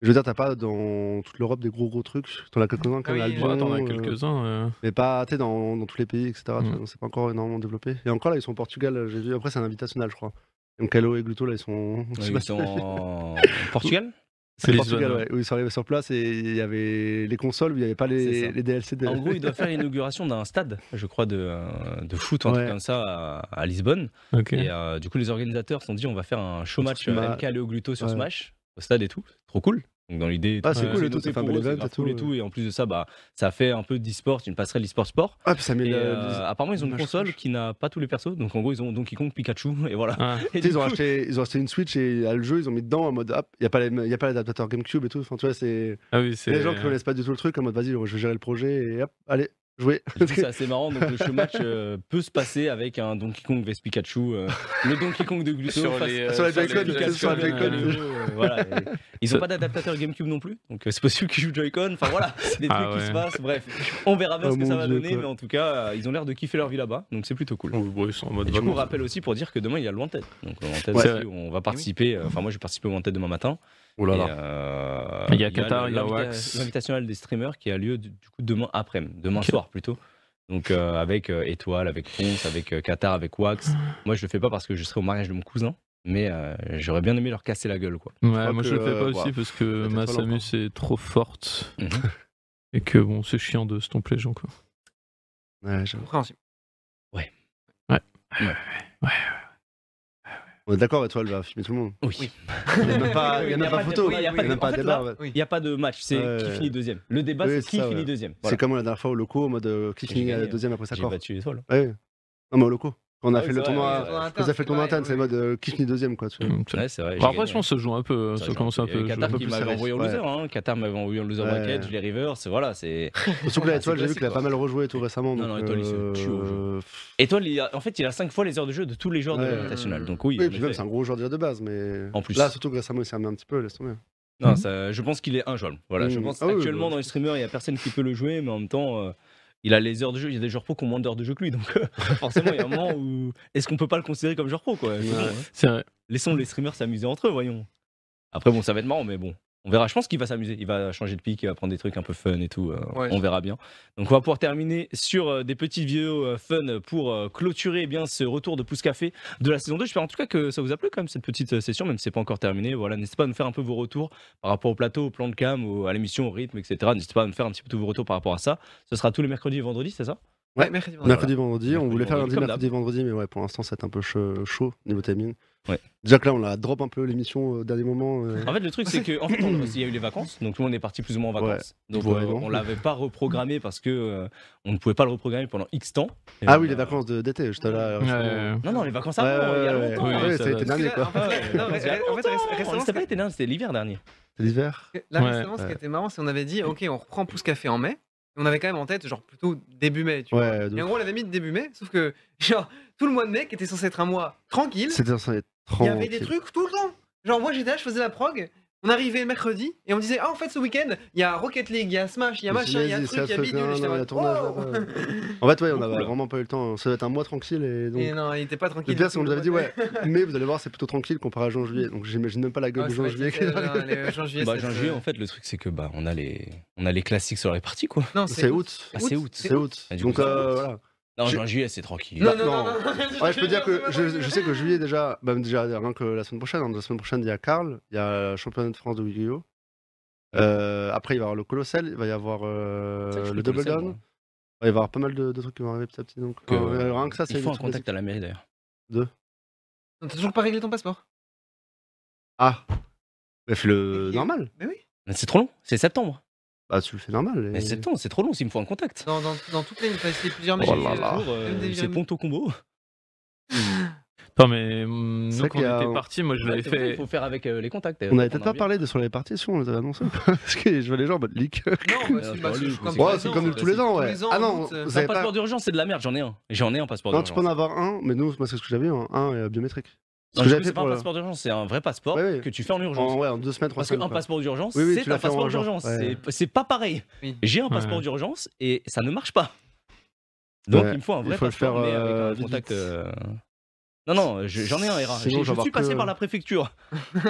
Je veux dire, t'as pas dans toute l'Europe des gros gros trucs. T'en as quelques-uns Ah comme oui, l'Albion, Ouais, t'en as euh, quelques-uns. euh. mais pas, tu sais, dans, dans tous les pays, etc. tu Mm. vois, C'est pas encore énormément développé. Et encore là, ils sont au Portugal, j'ai vu. Après, c'est un invitational, je crois. Donc, Calo et Gluto, là, ils sont. Ouais, je sais pas Ils si- sont en Portugal C'est le Lisbonne, Portugal, ouais. ouais, où ils sont arrivés sur place et il y avait les consoles, où il n'y avait pas C'est ça. les, les DLC. De... En gros, il doit faire l'inauguration d'un stade, je crois, de, euh, de foot, ou un truc Ouais. comme ça, à, à Lisbonne. Ok. Et euh, du coup, les organisateurs se sont dit, on va faire un show match Smash. MK Léo Gluto sur Ouais. Smash, au stade et tout. C'est Trop cool. Donc, dans l'idée, euh, Ah, c'est Ouais, cool et noté tout, c'est un pour bel eux, event grave et cool et tout. Et en plus de ça, bah, ça fait un peu d'e-sport, une passerelle e-sport-sport. Ah, puis ça met Et le- euh, apparemment, ils ont une Smash, console Smash. qui n'a pas tous les persos. Donc, en gros, ils ont Donkey Kong, Pikachu, et voilà. Ah, Et du Tu sais, ils, ont coup, acheté, ils ont acheté une Switch et là, le jeu, ils ont mis dedans en mode hop, il n'y a pas les- y a pas l'adaptateur GameCube et tout. Enfin, tu vois, c'est ah oui, c'est. les gens qui connaissent pas du tout le truc en mode vas-y, je vais gérer le projet et hop, allez, jouez. Du coup, c'est assez marrant. Donc, le show match euh, peut se passer avec un Donkey Kong vs Pikachu, euh, le Donkey Kong de Gluto face euh, sur la les Joy-Con, Joy-Con, sur la euh, Joy-Con. euh, Euh, voilà. Et Ils Ça- n'ont pas d'adaptateur GameCube non plus, donc euh, c'est possible qu'ils jouent Joy-Con. Enfin voilà, c'est des trucs Ah qui se ouais. passent. Bref, on verra bien Oh ce que mon ça va Dieu, donner, quoi. Oh, mais en tout cas, euh, ils ont l'air de kiffer leur vie là-bas, donc c'est plutôt cool. oui, bon, ils sont en mode Et du coup, on vacances. rappelle aussi pour dire que demain il y a le Wanted. Donc le Wanted, Ouais. aussi, C'est vrai. Eh on va participer. euh, Enfin, moi je vais participer au Wanted demain matin. Oh là Et, là. euh, Il y a Qatar, il y a l'invita- Wax. L'invitationnel des streamers qui a lieu du du coup demain après, demain Ok. soir plutôt. Donc euh, avec euh, Étoile, avec Ponce, avec euh, Qatar, avec Wax. Moi je le fais pas parce que je serai au mariage de mon cousin, mais euh, j'aurais bien aimé leur casser la gueule quoi. Ouais, crois moi je que, le fais pas euh, aussi bah, parce que peut-être ma pas Samus est trop forte Mhm. et que bon, c'est chiant de stomper les gens quoi. Ouais, j'avoue. Compréhensible. on est d'accord, Étoile va filmer tout le monde. Oui. Oui. Il n'y a même pas, Oui, il y a oui, y même a pas pas de- photo, oui, il y n'y a a pas de- même en pas fait, débat. là, ouais. Oui. Il n'y a pas de match, c'est Ouais. qui finit deuxième. Le débat, Oui, c'est c'est qui ça, finit ouais. deuxième. C'est Voilà. comme la dernière fois au loco en mode euh, qui J'ai finit gagné, euh, deuxième après ça J'ai corps. battu Étoile. Ouais. Non, mais au loco. Quand on a Ah oui, fait c'est le vrai, tournoi, ouais. quand on a fait le tournoi interne, c'est en mode euh, qui finit deuxième quoi. Tu vois. Mm, ça- Mhm. Ouais, c'est vrai. Bon, j'ai après, gagné. je pense que ça joue un peu, ça Ouais, commence un il y a peu. Qatar un peu qui plus m'avait serré, envoyé en ouais. loser. hein. Qatar m'avait envoyé en loser Ouais. bracket, les rivers, c'est voilà. c'est... Surtout que là, Ah, Étoile, c'est j'ai vu qu'il a pas classique, mal rejoué tout récemment. Non, donc, non, Étoile, il se euh, tue au jeu. pff, Et toi, il a- en fait, il a 5 fois les heures de jeu de tous les joueurs de Ouais. l'international. Donc oui, Oui, en puis même, effet. c'est un gros joueur déjà de base, mais. En plus. Là, surtout que récemment, il s'est remis un petit peu, laisse tomber. hein. Non, ça- je pense qu'il est injouable. Voilà, je Mm. pense Mhm. Ah oui, actuellement bah, dans les streamers, il n'y a personne qui peut le jouer, mais en même temps, euh, il a les heures de jeu. Il y a des joueurs pro qui ont moins d'heures de jeu que lui, donc forcément, il y a un moment où est-ce qu'on peut pas le considérer comme joueur pro quoi C'est Ouais. bon, hein. C'est vrai. Laissons les streamers s'amuser entre eux, voyons. Après, bon, ça va être marrant, mais bon. On verra, je pense qu'il va s'amuser, il va changer de pic, il va prendre des trucs un peu fun et tout, euh, Ouais. on verra bien. Donc on va pouvoir terminer sur euh, des petites vidéos euh, fun pour euh, clôturer eh bien ce retour de Pouce Café de la saison 2. J'espère en tout cas que ça vous a plu quand même cette petite euh, session, même si c'est pas encore terminé. Voilà, n'hésitez pas à nous faire un peu vos retours par rapport au plateau, au plan de cam, au- à l'émission, au rythme, etc. N'hésitez pas à nous faire un petit peu tous vos retours par rapport à ça. Ce sera tous les mercredis et vendredis, c'est ça Ouais, mercredi. vendredi. Mercredi, vendredi, on Mercredi, voulait faire vendredi, lundi, comme mercredi, vendredi, mais ouais, pour l'instant, ça va être un peu che- chaud niveau timing. Ouais. Déjà que là, on la drop un peu l'émission au dernier moment. euh, En fait, le truc, c'est que en fait, on- il y a eu les vacances, donc tout le monde est parti plus ou moins en vacances. Donc, Ouais, euh, non. on l'avait pas reprogrammé parce que euh, on ne pouvait pas le reprogrammer pendant X temps. Et Ah on oui, a- les vacances de- d'été, je te la. je te- Non, non, les vacances Ouais, avant, il y a ouais, longtemps. hein. ouais, Oui, ouais, ça ça a va. été Parce que dernier, là, quoi. Ah En fait, non, Il y a mais- en longtemps. fait, ré- récemment, C'était pas l'été dernier, c'était l'hiver dernier. C'est l'hiver. Là, Ouais. récemment, ce qui était marrant, c'est qu'on avait dit, ok, on reprend Pouce Café en mai. Et on avait quand même en tête, genre, plutôt début mai, tu vois. Ouais, de Et en ouf. gros, on l'avait mis de début mai, sauf que, genre, tout le mois de mai, qui était censé être un mois tranquille, c'était censé être il y avait des tranquille. trucs tout le temps. Genre, moi, j'étais là, je faisais la prog. On arrivait le mercredi et on me disait Ah, en fait, ce week-end, il y a Rocket League, il y a Smash, il y a Mais machin, il y a vas-y, truc, il y ça a se fait, bidule. non, Et j'étais en non, il y a mode, oh tournage Wow. En fait, ouais, on avait vraiment pas eu le temps. hein. Ça va être un mois tranquille et donc. Et non, il était pas Le tranquille. Ah, pire, du c'est qu'on tout, nous avait dit, le ouais, mais vous allez voir, c'est plutôt tranquille comparé à juin-juillet. Donc j'imagine même pas la gueule Ah, de c'est vrai que juin-juillet. c'était- non, les- Jean-Juillet, Bah, c'est- juin, juillet, en fait, le truc, c'est que bah, on a les, on a les classiques sur les parties, quoi. Non, C'est août. Ah, c'est août. C'est août. Ah, du coup, Donc c'est euh, août. voilà. Non, Je- juin, juillet, c'est tranquille. Non, Bah, non, non, non. Ouais, je peux dire que je, je sais que juillet déjà, bah, déjà rien que la semaine prochaine, hein, la semaine prochaine il y a Karl, il y a le championnat de France de Wigio. après il va y avoir le Colossal, il va y avoir euh, C'est vrai que je suis le Double Colossal, Down, moi. Ouais, il va y avoir pas mal de, de trucs qui vont arriver petit à petit. Donc Que- euh, rien que ça, c'est Il faut un une petite contact à la mairie d'ailleurs. T'as toujours pas réglé ton passeport Ah, bah, fais-le normal. Mais oui. Mais C'est trop long, c'est septembre. Bah tu le fais normal. et- Mais septembre, c'est trop long s'il me faut un contact. Dans, dans, dans toutes les. Enfin, c'était plusieurs Oh là j'ai- là. Pour, euh, Même des c'est virements. Ponto Combo. Non, mais hum, C'est nous, vrai quand qu'il y a on un- était partis, moi je l'avais Ouais, c'est vrai, Il fait. faut faire avec euh, les contacts. On avait peut-être pas parlé de sur les parties si on les avait annoncées. Parce que je vois les gens en mode leak. Non, bah, Alors, c'est bah, je c'est lui, comme c'est tous Ouais, les c'est ans, comme euh, tous les ans, ouais. tous les ans, Ah en non, août, euh, vous Un avez pas. passeport d'urgence, c'est de la merde, j'en ai un. J'en ai un passeport Non, tu d'urgence. peux en avoir un, mais nous, moi, c'est ce que j'avais, un, un euh, biométrique. Ce Non, que du j'avais coup, fait c'est pas pour un le- passeport d'urgence, c'est un vrai passeport Ouais, ouais. que tu fais en urgence. en, ouais, en deux semaines, trois Parce qu'un semaines. quoi. passeport d'urgence, Oui, oui, tu c'est l'as un fait en passeport urgence, d'urgence. ouais. C'est- C'est pas pareil. Oui. J'ai un passeport Ouais. d'urgence et ça ne marche pas. Donc Ouais. il me faut un Il vrai faut le passeport, faire, mais euh, avec un vite, contact. vite. euh, Non, non, je- j'en ai un, RA. Sinon, J'ai- je vais Je avoir suis passé que- par la préfecture.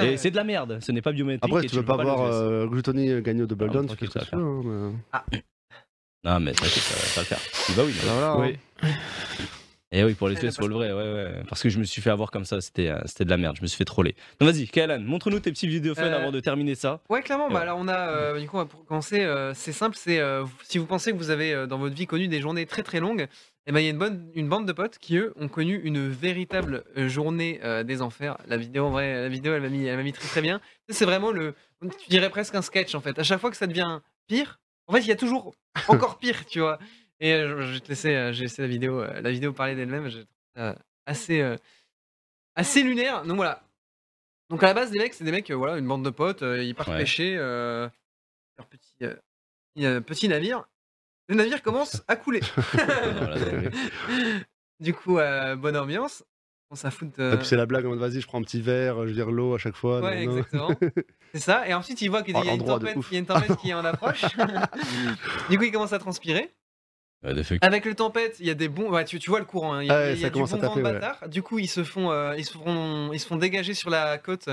Et c'est de la merde. Ce n'est pas biométrique. Après, et si tu veux pas peux avoir le faire. euh, Gluttony Gagno de Ah, Baldon, tu tranquille, fais ce que ça tu veux. hein, mais- Non, mais t'inquiète, ça, va- ça va le faire. Bah oui. Voilà, voilà, hein. Oui. Et Eh oui, pour les Elle tuer, a c'est pour le vrai, ouais, ouais. Parce que je me suis fait avoir comme ça, c'était euh, c'était de la merde, je me suis fait troller. Donc vas-y, Kaelan, montre-nous tes petits vidéos fun Euh, avant de terminer ça. Ouais, clairement. Et Bah, ouais. alors, on a, euh, du coup, on va pour commencer, euh, c'est simple. C'est euh, si vous pensez que vous avez euh, dans votre vie connu des journées très très longues, eh ben, il y a une, bonne, une bande de potes qui eux ont connu une véritable euh, journée euh, des enfers. La vidéo, en vrai, la vidéo, elle m'a mis, elle m'a mis très très bien. C'est vraiment le, tu dirais presque un sketch en fait. À chaque fois que ça devient pire, en fait, il y a toujours encore pire, tu vois. Et euh, je, je vais te laisser, euh, j'ai laissé la vidéo, euh, la vidéo parler d'elle-même. J'ai trouvé ça assez, euh, assez lunaire. Donc voilà. Donc à la base, des mecs, c'est des mecs, euh, voilà, une bande de potes, euh, ils partent Ouais. pêcher euh, leur petit, euh, petit, euh, petit navire. Le navire commence à couler. Voilà, désolé. du coup, euh, bonne ambiance. On s'en fout de. Et puis c'est la blague en mode vas-y, je prends un petit verre, je vire l'eau à chaque fois. Ouais, non, non. exactement. C'est ça. Et ensuite, il voit qu'il y, Oh, a une l'endroit de tempête- ouf. il y a une tempête qui est en approche. du coup, il commence à transpirer. Ouais, des fuck. Avec le tempête, il y a des bons. ouais, tu, tu vois le courant. hein, Il y a, Ouais, il y ça a du bon commence à vent de taper, ouais. bâtard. Du coup, ils se font, euh, ils se font, ils se font dégager sur la côte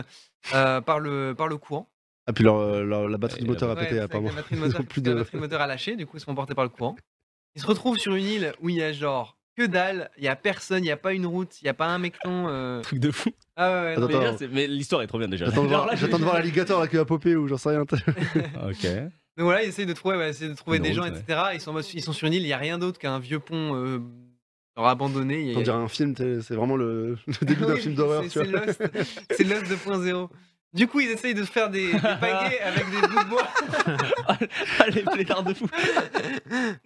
euh, par le par le courant. Ah, puis leur- leur- la batterie Et du moteur a Ouais, Ah, pété, c'est avec apparemment. la batterie de Ils moteur, ont plus parce que la de. batterie de moteur a lâché. Du coup, ils se font porter par le courant. Ils se retrouvent sur une île où il y a genre que dalle. Il y a personne. Il y a pas une route. Il y a pas un mecton. euh. Truc de fou. Ah ouais, ouais, non, Attends, Mais, attends. déjà, c'est- mais l'histoire est trop bien déjà. J'attends de Genre voir, là, je- j'attends de voir l'alligator là qui va popper ou j'en sais rien. Ok. Donc voilà, ils essayent de trouver, ouais, ils essayent de trouver Une des route, gens, ouais. etc. Ils, sont, en mode- ils sont sur une île, il n'y a rien d'autre qu'un vieux pont euh, genre abandonné. il y a- On dirait un film, t'es- c'est vraiment le, le début d'un Oui, film d'horreur. c'est- tu vois. C'est Lost, c'est Lost 2.0. Du coup, ils essayent de faire des, des pagaies avec des bouts de bois. Ah, les plétards de fou.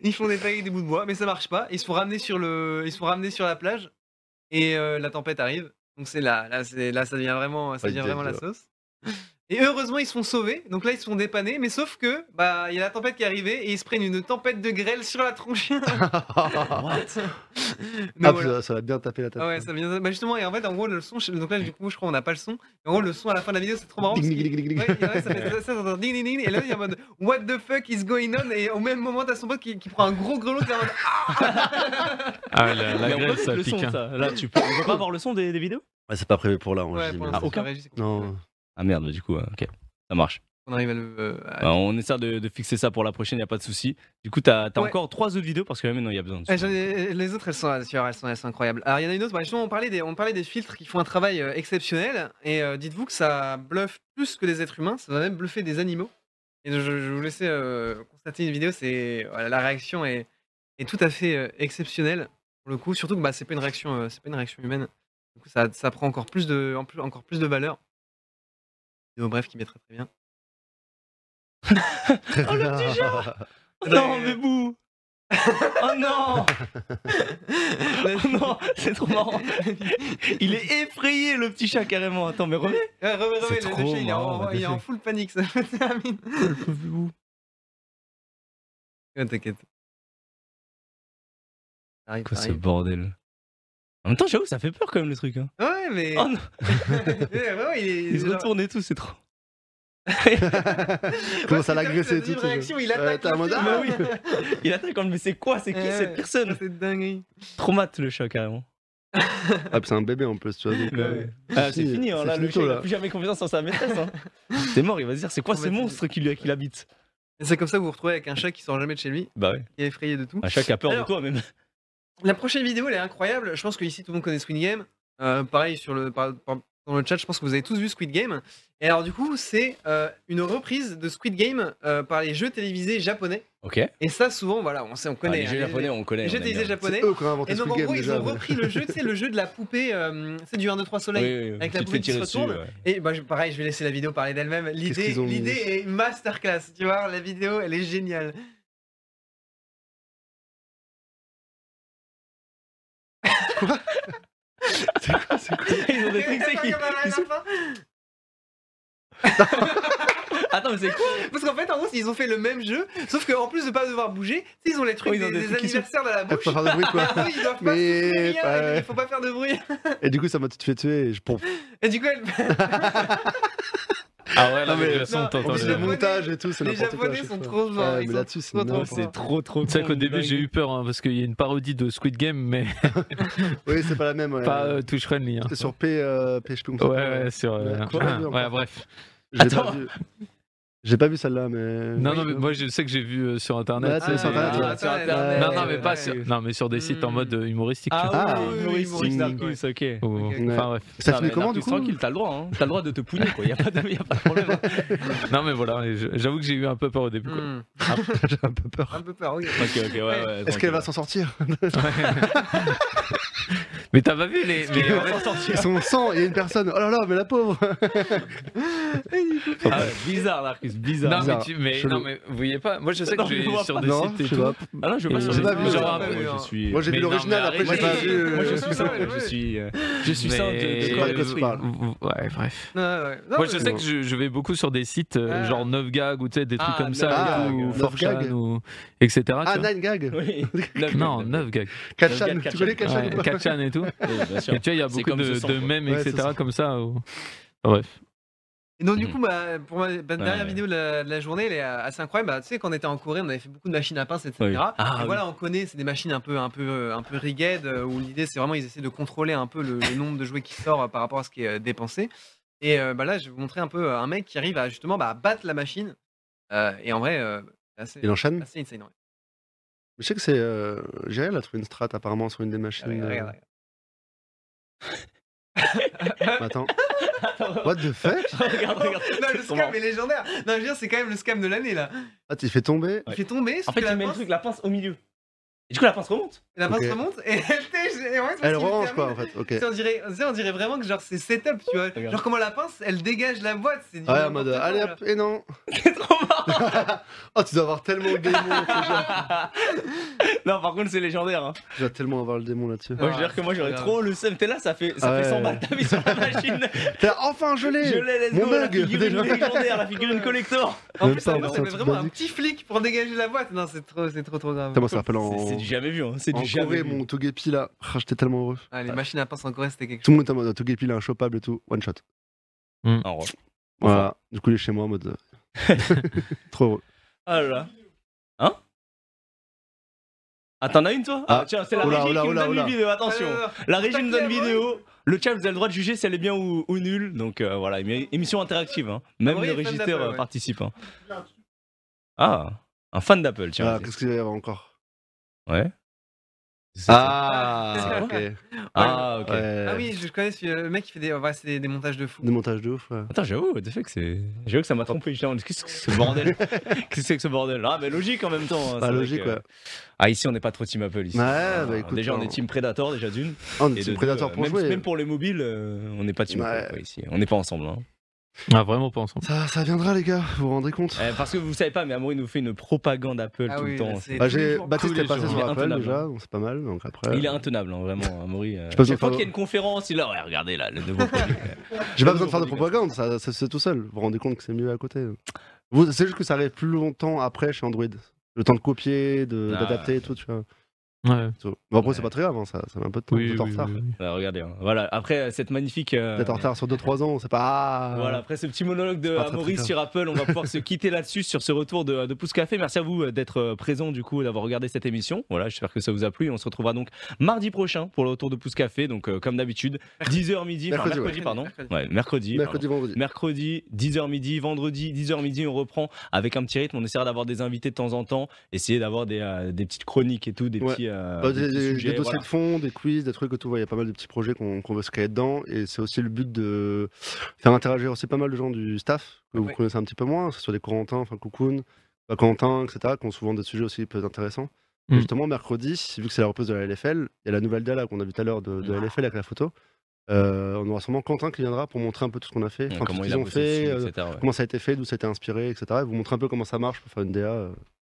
Ils font des pagaies avec des bouts de bois, mais ça marche pas. Ils se font ramener sur, le, ils se font ramener sur la plage et euh, la tempête arrive. Donc c'est là, là, c'est- là, ça devient vraiment, ça Aïe, devient aïe, vraiment la aïe. sauce. Et heureusement, ils se font sauver. Donc là, ils se font dépanner. Mais sauf que, bah, il y a la tempête qui est arrivée et ils se prennent une tempête de grêle sur la tronche. ah, Mais puis voilà. ça- ça va bien taper la tête. Ah ouais, ça vient. Bah justement, et en fait, en gros, le son. je- Donc là, du coup, je crois qu'on n'a pas le son. En gros, le son à la fin de la vidéo, c'est trop marrant. Ding, parce ding, qu'il- ding, ding, ding. Ouais, ouais, ça fait ça, ça, t'entends ding, ding, ding, et là il est en mode What the fuck is going on Et au même moment, t'as son pote qui, qui prend un gros grelot qui est en mode Ah, la, la Mais on peut grêle, mettre ça le son, pique. hein. Euh, ça. Là, tu peux... on peut pas avoir le son des, des vidéos Ouais, c'est pas prévu pour là, on Ouais, dit, pour mais- l'instant, aucun la régie, c'est compliqué. Non, Ah merde, du coup, euh, ok. Ça marche. On arrive à le. euh, à- Bah, on essaie de, de fixer ça pour la prochaine, y a pas de souci. Du coup, t'as as Ouais. encore trois autres vidéos parce que maintenant il y a besoin de. Eh, j'en ai- les autres, elles sont, elles, sont, elles sont- elles sont incroyables. Alors, il y en a une autre. bah, justement, on parlait, des, on parlait des filtres qui font un travail euh, exceptionnel. Et euh, dites-vous que ça bluffe plus que les êtres humains. Ça va même bluffer des animaux. Et je, je vais vous laisser euh, constater une vidéo. C'est voilà, la réaction est est tout à fait euh, exceptionnel pour le coup. Surtout que bah, c'est pas une réaction, euh, c'est pas une réaction humaine. Du coup, ça, ça prend encore plus de, en plus, encore plus de valeur. Vidéo bref qui met très très bien. oh le petit chat Non, Non, mais bouh Oh non Oh non, c'est trop marrant. Il est effrayé, le petit chat, carrément. Attends, mais remets. Ouais, remets, remets, C'est le- le trop chat, il est en- marrant, il est en full panique, ça me termine. Ouais, t'inquiète. Ça Arrive, Quoi ça ce arrive. bordel En même temps, j'avoue, ça fait peur quand même le truc. Hein. Ouais, mais. Oh non. Ouais, vraiment, il est. Ils se genre- retournent et tout, c'est trop. Commence à Ouais, c'est l'agresser et comme ça, tout. vive c'est- réaction, il Ouais, attaque t'es en le mode, chat. ah oui, Il attaque quand même, mais c'est quoi ah, C'est qui Ouais, cette ouais. personne C'est dingue. Traumate le chat carrément. Ah, puis c'est un bébé en plus, tu vois. donc, Bah euh, Ah, c'est fini, hein, c'est là, le finito, chat, il a là. plus jamais confiance en sa maîtresse. Hein. c'est mort, il va se dire, c'est quoi ce Traumatisé. monstre qui, lui- qui l'habite C'est comme ça que vous vous retrouvez avec un chat qui sort jamais de chez lui, Bah ouais, qui est effrayé de tout. un chat qui a peur Alors- de toi même. La prochaine vidéo, elle est incroyable. Je pense que ici tout le monde connaît Squid Game. Euh, pareil sur le par- par- dans le chat, je pense que vous avez tous vu Squid Game. Et alors du coup, c'est euh, une reprise de Squid Game euh, par les jeux télévisés japonais. Ok. Et ça, souvent, voilà, on sait, on connaît. les hein, jeux japonais, on connaît. les jeux on aime télévisés bien. japonais. C'est eux qui ont inventé Et donc Squid en Game gros, ils déjà. ont mais- repris le jeu, tu sais, le jeu de la poupée, euh, c'est du 1, 2, 3 soleil. Oui, oui, oui. Tu avec la te fais poupée qui se tirer dessus. retourne. ouais. Et bah, je- pareil, je vais laisser la vidéo parler d'elle-même. L'idée qu'ils ont mis l'idée est masterclass, tu vois, la vidéo, elle est géniale. Ils ont des trucs, c'est Attends, qui- il y en a un à la ils sont- fin. Attends, mais c'est quoi Parce qu'en fait, en gros, ils ont fait le même jeu, sauf qu'en plus de pas devoir bouger, tu sais, ils ont les trucs Oui, ils des, ont des des trucs qui sont- anniversaires dans la Faut bouche. pas faire de bruit, quoi. Ah oui, ils doivent pas Mais- souffler, rien, bah ouais. il faut pas faire de bruit. Et du coup, ça m'a tout de suite fait tuer. Et je pompe. Et du coup, elle- Ah ouais, là, Non, mais mais- le son, non, t'entends En mais plus, le- le Japonais- montage et tout, c'est les n'importe quoi. à Japonais chaque sont fois. trop forts. Ouais, ils mais sont là-dessus, c'est trop, trop naze. forts. C'est trop trop. C'est vrai qu'au con, début dingue. j'ai eu peur hein, parce qu'il y a une parodie de Squid Game, mais Oui, c'est pas la même. ouais. pas euh, touch friendly. hein. C'était sur P, euh, P, je sais plus Ouais, comment ça s'appelle. ouais, sur. euh, Quoi, ah, encore ouais, bref. J'ai pas Attends. vu- J'ai pas vu celle-là, mais. Non, non, mais moi je sais que j'ai vu euh, sur Ouais, internet. tu sais, sur euh, Internet, ouais. Ah, sur Internet. Internet. Non, non, mais Ouais, pas ouais. sur. Non, mais sur des sites en Hmm. mode euh, humoristique. tu vois. Ah oui, Ah, oui, oui, oui, humoriste, oui, Narcus, Narcus, ok. Ou- ok, ok. Enfin bref. Ça Ah, finit mais comment, Narcus, du coup tranquille, t'as le droit, hein. t'as le droit de te pouner, quoi. Y a pas de, y a pas de problème. hein. Non mais voilà, et je- j'avoue que j'ai eu un peu peur au début. Quoi. Hmm, J'ai un peu peur. un peu peur, oui. Ok, ok, ouais, ouais. Est-ce tranquille. qu'elle va s'en sortir Mais t'as pas vu les. mais en fait- Ils sont 100 et il y a une personne. Oh là là, mais la pauvre Ah ouais, Bizarre, Narcus, bizarre. Non mais, bizarre, tu- mais, chelou. non mais vous voyez pas, moi je sais que Non, j'ai je vois sur pas. des Non, sites je et sais tout. pas. Ah non, je veux pas Et sur j'ai les pas vu, images. j'ai Genre, pas vu, moi, hein. je suis. Moi j'ai Mais vu non, l'original, mais après j'ai arrêtez. pas vu. Moi, je euh, suis suis simple, simple, je ouais. suis. euh, Je suis Mais- simple, je sais suis pas de quoi tu parles. Ouais, bref. Ouais, ouais. Non, Moi, mais- je sais que je, je vais beaucoup sur des sites euh, Ah. genre 9 gag ou tu sais, des trucs Ah, comme ça, 9gag. ou Ah, 4chan 9gag. ou etc. tu Ah, vois. 9 gag Oui. non, 9 gag. Kachan, 9gag, tu connais Kachan. Kachan ou pas 4chan et tout. Oui, bien sûr. Et tu vois, il y a C'est beaucoup comme de, The Sand, de quoi. mèmes, Ouais, c'est etc. ça. comme ça. ou- Bref. Et donc, du Hmm. coup, bah, pour ma ma dernière Mmh. Ouais. vidéo de la, de la journée, elle est euh, assez incroyable. Bah, tu sais, quand on était en Corée, on avait fait beaucoup de machines à pince, etc. Oui. et Ah, oui. voilà, on connaît, c'est des machines un peu, un peu, euh, un peu rigged, euh, où l'idée, c'est vraiment, ils essaient de contrôler un peu le, le nombre de jouets qui sort euh, par rapport à ce qui est euh, dépensé. Et euh, bah, là, je vais vous montrer un peu euh, un mec qui arrive à justement bah, à battre la machine. Euh, et en vrai, euh, c'est assez, Il enchaîne assez insane. ouais. Je sais que c'est. euh, Jérel a trouvé une strat apparemment sur une des machines. Regarde, regarde, euh, regarde. euh, Attends. What the fuck Regarde, regarde. Non, le c'est trop scam est légendaire. Non, je veux dire, c'est quand même le scam de l'année là. Ah, t'es fait tomber Il Ouais. fait tomber. sauf En fait, que la il met le pince- truc, la pince au milieu. Et du coup, la pince remonte. La pince Ok. remonte et elle tèche. Et en fait, Elle parce qu'il range termine- quoi en fait, ok. Tu sais, on dirait, tu sais, on dirait vraiment que genre c'est setup, tu vois. Regarde. Genre comment la pince, elle dégage la boîte, c'est du Ouais, en n'importe mode euh, quoi, allez là. hop, et non C'est trop marrant. Oh, tu dois avoir tellement le démon, tu dois- Non, par contre, c'est légendaire. hein. tu dois tellement avoir le démon là-dessus. Moi, je Ah, veux dire que moi, c'est j'aurais grave. trop le seum. T'es là, ça fait ça fait Ah Ouais. 100 balles ta vie sur la machine. T'as enfin je Je l'ai l'ai, let's Mon go, la bug, figurine déjà. légendaire, la figurine collector. En Même plus, pas, ça on ça sent met tout vraiment un basique. petit flic pour dégager la boîte. Non, c'est trop, c'est trop, trop grave. Putain, Moi ça rappelle en. C'est c'est du jamais vu, hein. c'est En du jamais Corée, vu. mon Togepi là, Ah, j'étais tellement heureux. Ah, les machines à pince en Corée, c'était quelque Tout chose. le monde était en mode euh, Togepi là, inchopable et tout, one shot. En vrai. Voilà, du coup il est chez moi en mode. euh, Trop heureux. Ah là là. Hein Ah, t'en as une toi Ah. tiens, c'est la Oula, régie oula, qui me oula, donne oula. une vidéo, Ah, non, attention. non, non. La régie me donne T'inquiète, vidéo. Le chat, vous avez le droit de juger si elle est bien ou, ou nulle. Donc euh, voilà, émi- émission interactive. hein. Même le Oui, fan régisseur d'Apple, euh, ouais. participe. hein. Ah, un fan d'Apple, tiens. Ah, Qu'est-ce qu'il va y avoir encore Ouais. Ah, ok. Ah, ok. Ouais. Ah oui, je connais ce- le mec qui fait des, ouais, c'est des, des montages de fou. Des montages de ouf. ouais. Attends, j'avoue, what the fuck, c'est. J'avoue que ça m'a trompé. J'étais en mode, Qu'est-ce que c'est que ce bordel Qu'est-ce que c'est que ce bordel Ah, mais logique en même temps. hein, Pas c'est vrai logique, que- ouais. Ah, ici, on n'est pas trop team Apple. Ici. Ouais, Ah, bah, écoute, déjà, on hein. est team Predator, déjà d'une. Ah, on et est de deux, Team Predator euh, pour même, jouer. même pour les mobiles, euh, on n'est pas team Ouais. Apple quoi, ici. On n'est pas ensemble. hein. Ah, vraiment pas ensemble. Ça, ça viendra, les gars, vous vous rendez compte Euh, parce que vous savez pas, mais Amory nous fait une propagande Apple Ah tout oui, le temps. c'est bah, tous les j'ai- jours. Baptiste tous les est passé jours. sur Il est Apple intenable, déjà, donc c'est pas mal. Donc après, Il est intenable, hein, vraiment, Amaury. euh. Je pense Chaque qu'on fois va- qu'il y a une conférence, il est là, ouais, regardez là, le nouveau produit. j'ai pas besoin de faire de propagande, ça, ça se fait tout seul. Vous vous rendez compte que c'est mieux à côté. Vous- C'est juste que ça arrive plus longtemps après chez Android. Le temps de copier, de- Ah. d'adapter et tout, tu vois. Ouais. Tout. Bon, après, Ouais. c'est pas très grave, hein, ça, ça met un peu de temps. Oui, vous êtes en oui, retard. oui, oui. Ouais, regardez, hein. voilà. Après euh, cette magnifique. euh, Vous êtes en retard sur 2-3 ans, c'est pas. Ah, Voilà, après ce petit monologue de C'est pas très, Amaury très grave. sur Apple, on va pouvoir se quitter là-dessus sur ce retour de, de Pouce Café. Merci à vous euh, d'être euh, présents, du coup, d'avoir regardé cette émission. Voilà, j'espère que ça vous a plu. On se retrouvera donc mardi prochain pour le retour de Pouce Café. Donc, euh, comme d'habitude, 10h midi, enfin, Mercredi, ouais. mercredi, pardon. Mercredi. Ouais, mercredi. pardon. Mercredi, vendredi. Mercredi, 10h midi, vendredi, 10h midi, on reprend avec un petit rythme. On essaiera d'avoir des invités de temps en temps, essayer d'avoir des, euh, des petites chroniques et tout, des Ouais. petits, euh, Bah, des des, petits des- des sujets. dossiers voilà. de fond, des quiz, des trucs et tout. ouais, Il y a pas mal de petits projets qu'on qu'on veut se créer dedans. Et c'est aussi le but de faire interagir aussi pas mal de gens du staff que vous Ouais. connaissez un petit peu moins, que ce soit des Corentins, enfin bah, Cocoon, pas Corentin, etc., qui ont souvent des sujets aussi peu intéressants. Et Mm. Justement, mercredi, vu que c'est la reprise de la LFL, il y a la nouvelle DALA qu'on a vu tout à l'heure de, de Mm. la LFL avec la photo. Euh, on aura sûrement Quentin qui viendra pour montrer un peu tout ce qu'on a fait, enfin, tout Comment ce ils qu'ils ont ont fait, euh, etc. ouais. comment ça a été fait, d'où ça a été inspiré, etc. Et vous montrer un peu comment ça marche pour faire une DA. euh,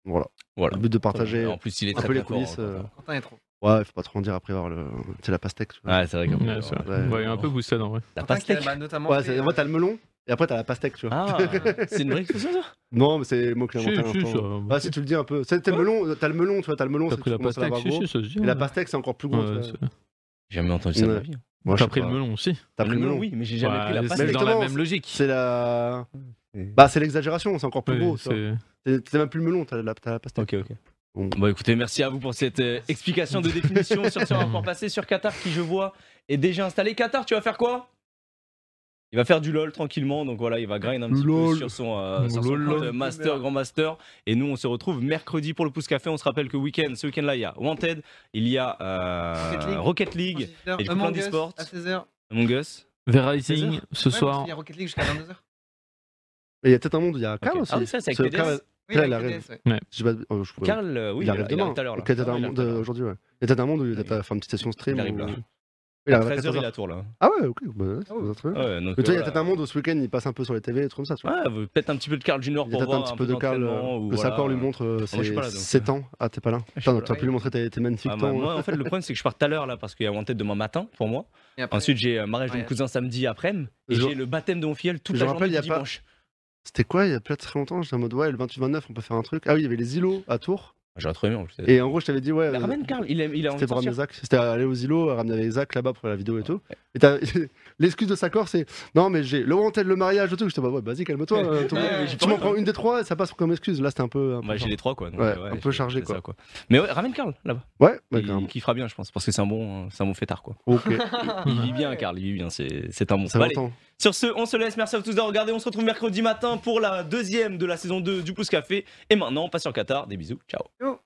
voilà. Voilà. Le but de partager. En plus, il est un très, peu les très fort, coulisses, hein, euh, Quentin. Quentin est trop. Ouais, faut pas trop en dire après avoir le. C'est la pastèque, tu vois. Ouais, c'est vrai qu'en plus, Ouais, c'est alors, vrai. Ouais, il est un peu boosté en vrai. La Quentin qui a, pastèque. bah, notamment Ouais, fait, c'est- euh, moi t'as le melon et après t'as la pastèque, tu vois. Ah, c'est une vraie expression ça Non, mais c'est mot clé Si, si, ça- bah, Ah, si tu le dis un peu. C'est t'as le melon, t'as le melon, tu vois, t'as le melon, T'as c'est tu pris la commences à pastèque, l'avoir si, gros. si, ça se dit. Et hein. la pastèque, c'est encore plus gros. Ouais, tu vois. c'est- J'ai jamais entendu ça de ma Ouais. vie. hein. Moi, je T'as sais pris le pas. melon aussi. T'as pris le melon. oui, mais j'ai jamais Ouais, pris la c'est pastèque. dans la Exactement, même logique. C'est la. Ouais. Bah, c'est l'exagération, c'est encore plus Ouais, gros. tu vois. c'est- T'es t'es même plus le melon, t'as la, t'as la pastèque. Ok, ok. Bon. Bon, écoutez, merci à vous pour cette euh, explication de définition. sur ce, on va pouvoir passer sur Qatar qui, je vois, est déjà installé. Qatar, tu vas faire quoi Il va faire du LOL tranquillement. Donc voilà, il va grind un petit peu LOL. sur son, euh, sur son LOL. compte, euh, Master, Grand Master. Et nous, on se retrouve mercredi pour le Pouce Café. On se rappelle que week-end, ce week-end-là, il y a Wanted, il y a euh, Rocket League. Rocket League, et Among du plan Us, d'e-sport. À 16h. Among Us. Verizing, ce soir. Il y a Rocket League jusqu'à 22h. Et il y a peut-être un monde, où il y a Karl Ok. aussi. Ah oui, ça, c'est avec Parce que TDS. Karl- Oui, Là, avec il TDS, arrive. ouais. je sais pas, euh, je pourrais- Karl, euh, oui, il arrive il demain. arrive tout à l'heure. là. Ok, t'as Ah, un il arrive monde tout à l'heure. Ah euh, aujourd'hui, ouais. Il y a peut-être un monde où t'as fait une petite session stream. Il arrive là. où- Il À arrive à 13h, 14h. il est à tour là. hein. Ah ouais, ok, bah, ouais, c'est Ah ouais. pas très bien. Ouais, donc, Mais tu vois, il y euh, a peut-être un monde où ce week-end il passe un peu sur les TV et tout comme ça. Tu vois. Ouais, vous- peut-être un petit peu de Carl du Nord Il y pour a peut-être voir un petit peu de Karl, d'entraînement, euh, ou que sa voilà. corps lui montre euh, Ah, moi, je suis pas là, ses donc, 7 ans. Ah, t'es pas là Je suis Putain, pas t'as là. pu lui montrer tes, tes magnifiques hein. Ah, bah, temps. moi, en fait, le problème, c'est que je pars tout à l'heure là parce qu'il y a Wanted demain matin pour moi. Et après, Ensuite, j'ai euh, mariage de mon Ouais. cousin samedi après-midi et Je- j'ai le baptême de mon filleul toute Je la me rappelle, journée il y a du pas- dimanche. C'était quoi il y a pas très longtemps J'étais en mode ouais, le 28-29, on peut faire un truc. Ah oui, il y avait les îlots à Tours. Ah, J'aurais trop aimé en plus. Et en gros, je t'avais dit ouais. Mais ah, euh, ramène Carl, il a, il a envie C'était de pour sortir. ramener Zach. C'était aller aux îlots, ramener avec Zach là-bas pour la vidéo et tout. Et t'as- l'excuse de sa corps, c'est non, mais j'ai le wanted, le mariage, le truc. J'étais bah ouais, vas-y, calme-toi. euh, tout le monde. Ouais, j'ai pas tu m'en envie, prends une des trois et ça passe comme excuse. Là, c'était un peu. un peu Bah, j'ai fort. les trois quoi. donc, Ouais, euh, un peu c'est- chargé, c'est quoi. ça, Mais ouais, ramène Carl là-bas. Ouais, bah, Il carrément. kiffera bien, je pense, parce que c'est un bon, euh, c'est un bon fêtard quoi. Ok, Il vit bien, Carl, il vit bien, c'est c'est un bon. ça Bah, allez, m'entend. Sur ce, on se laisse. Merci à vous tous d'avoir regardé. On se retrouve mercredi matin pour la deuxième de la saison 2 du Pouce Café. Et maintenant, on passe sur Qatar. Des bisous. Ciao. Yo.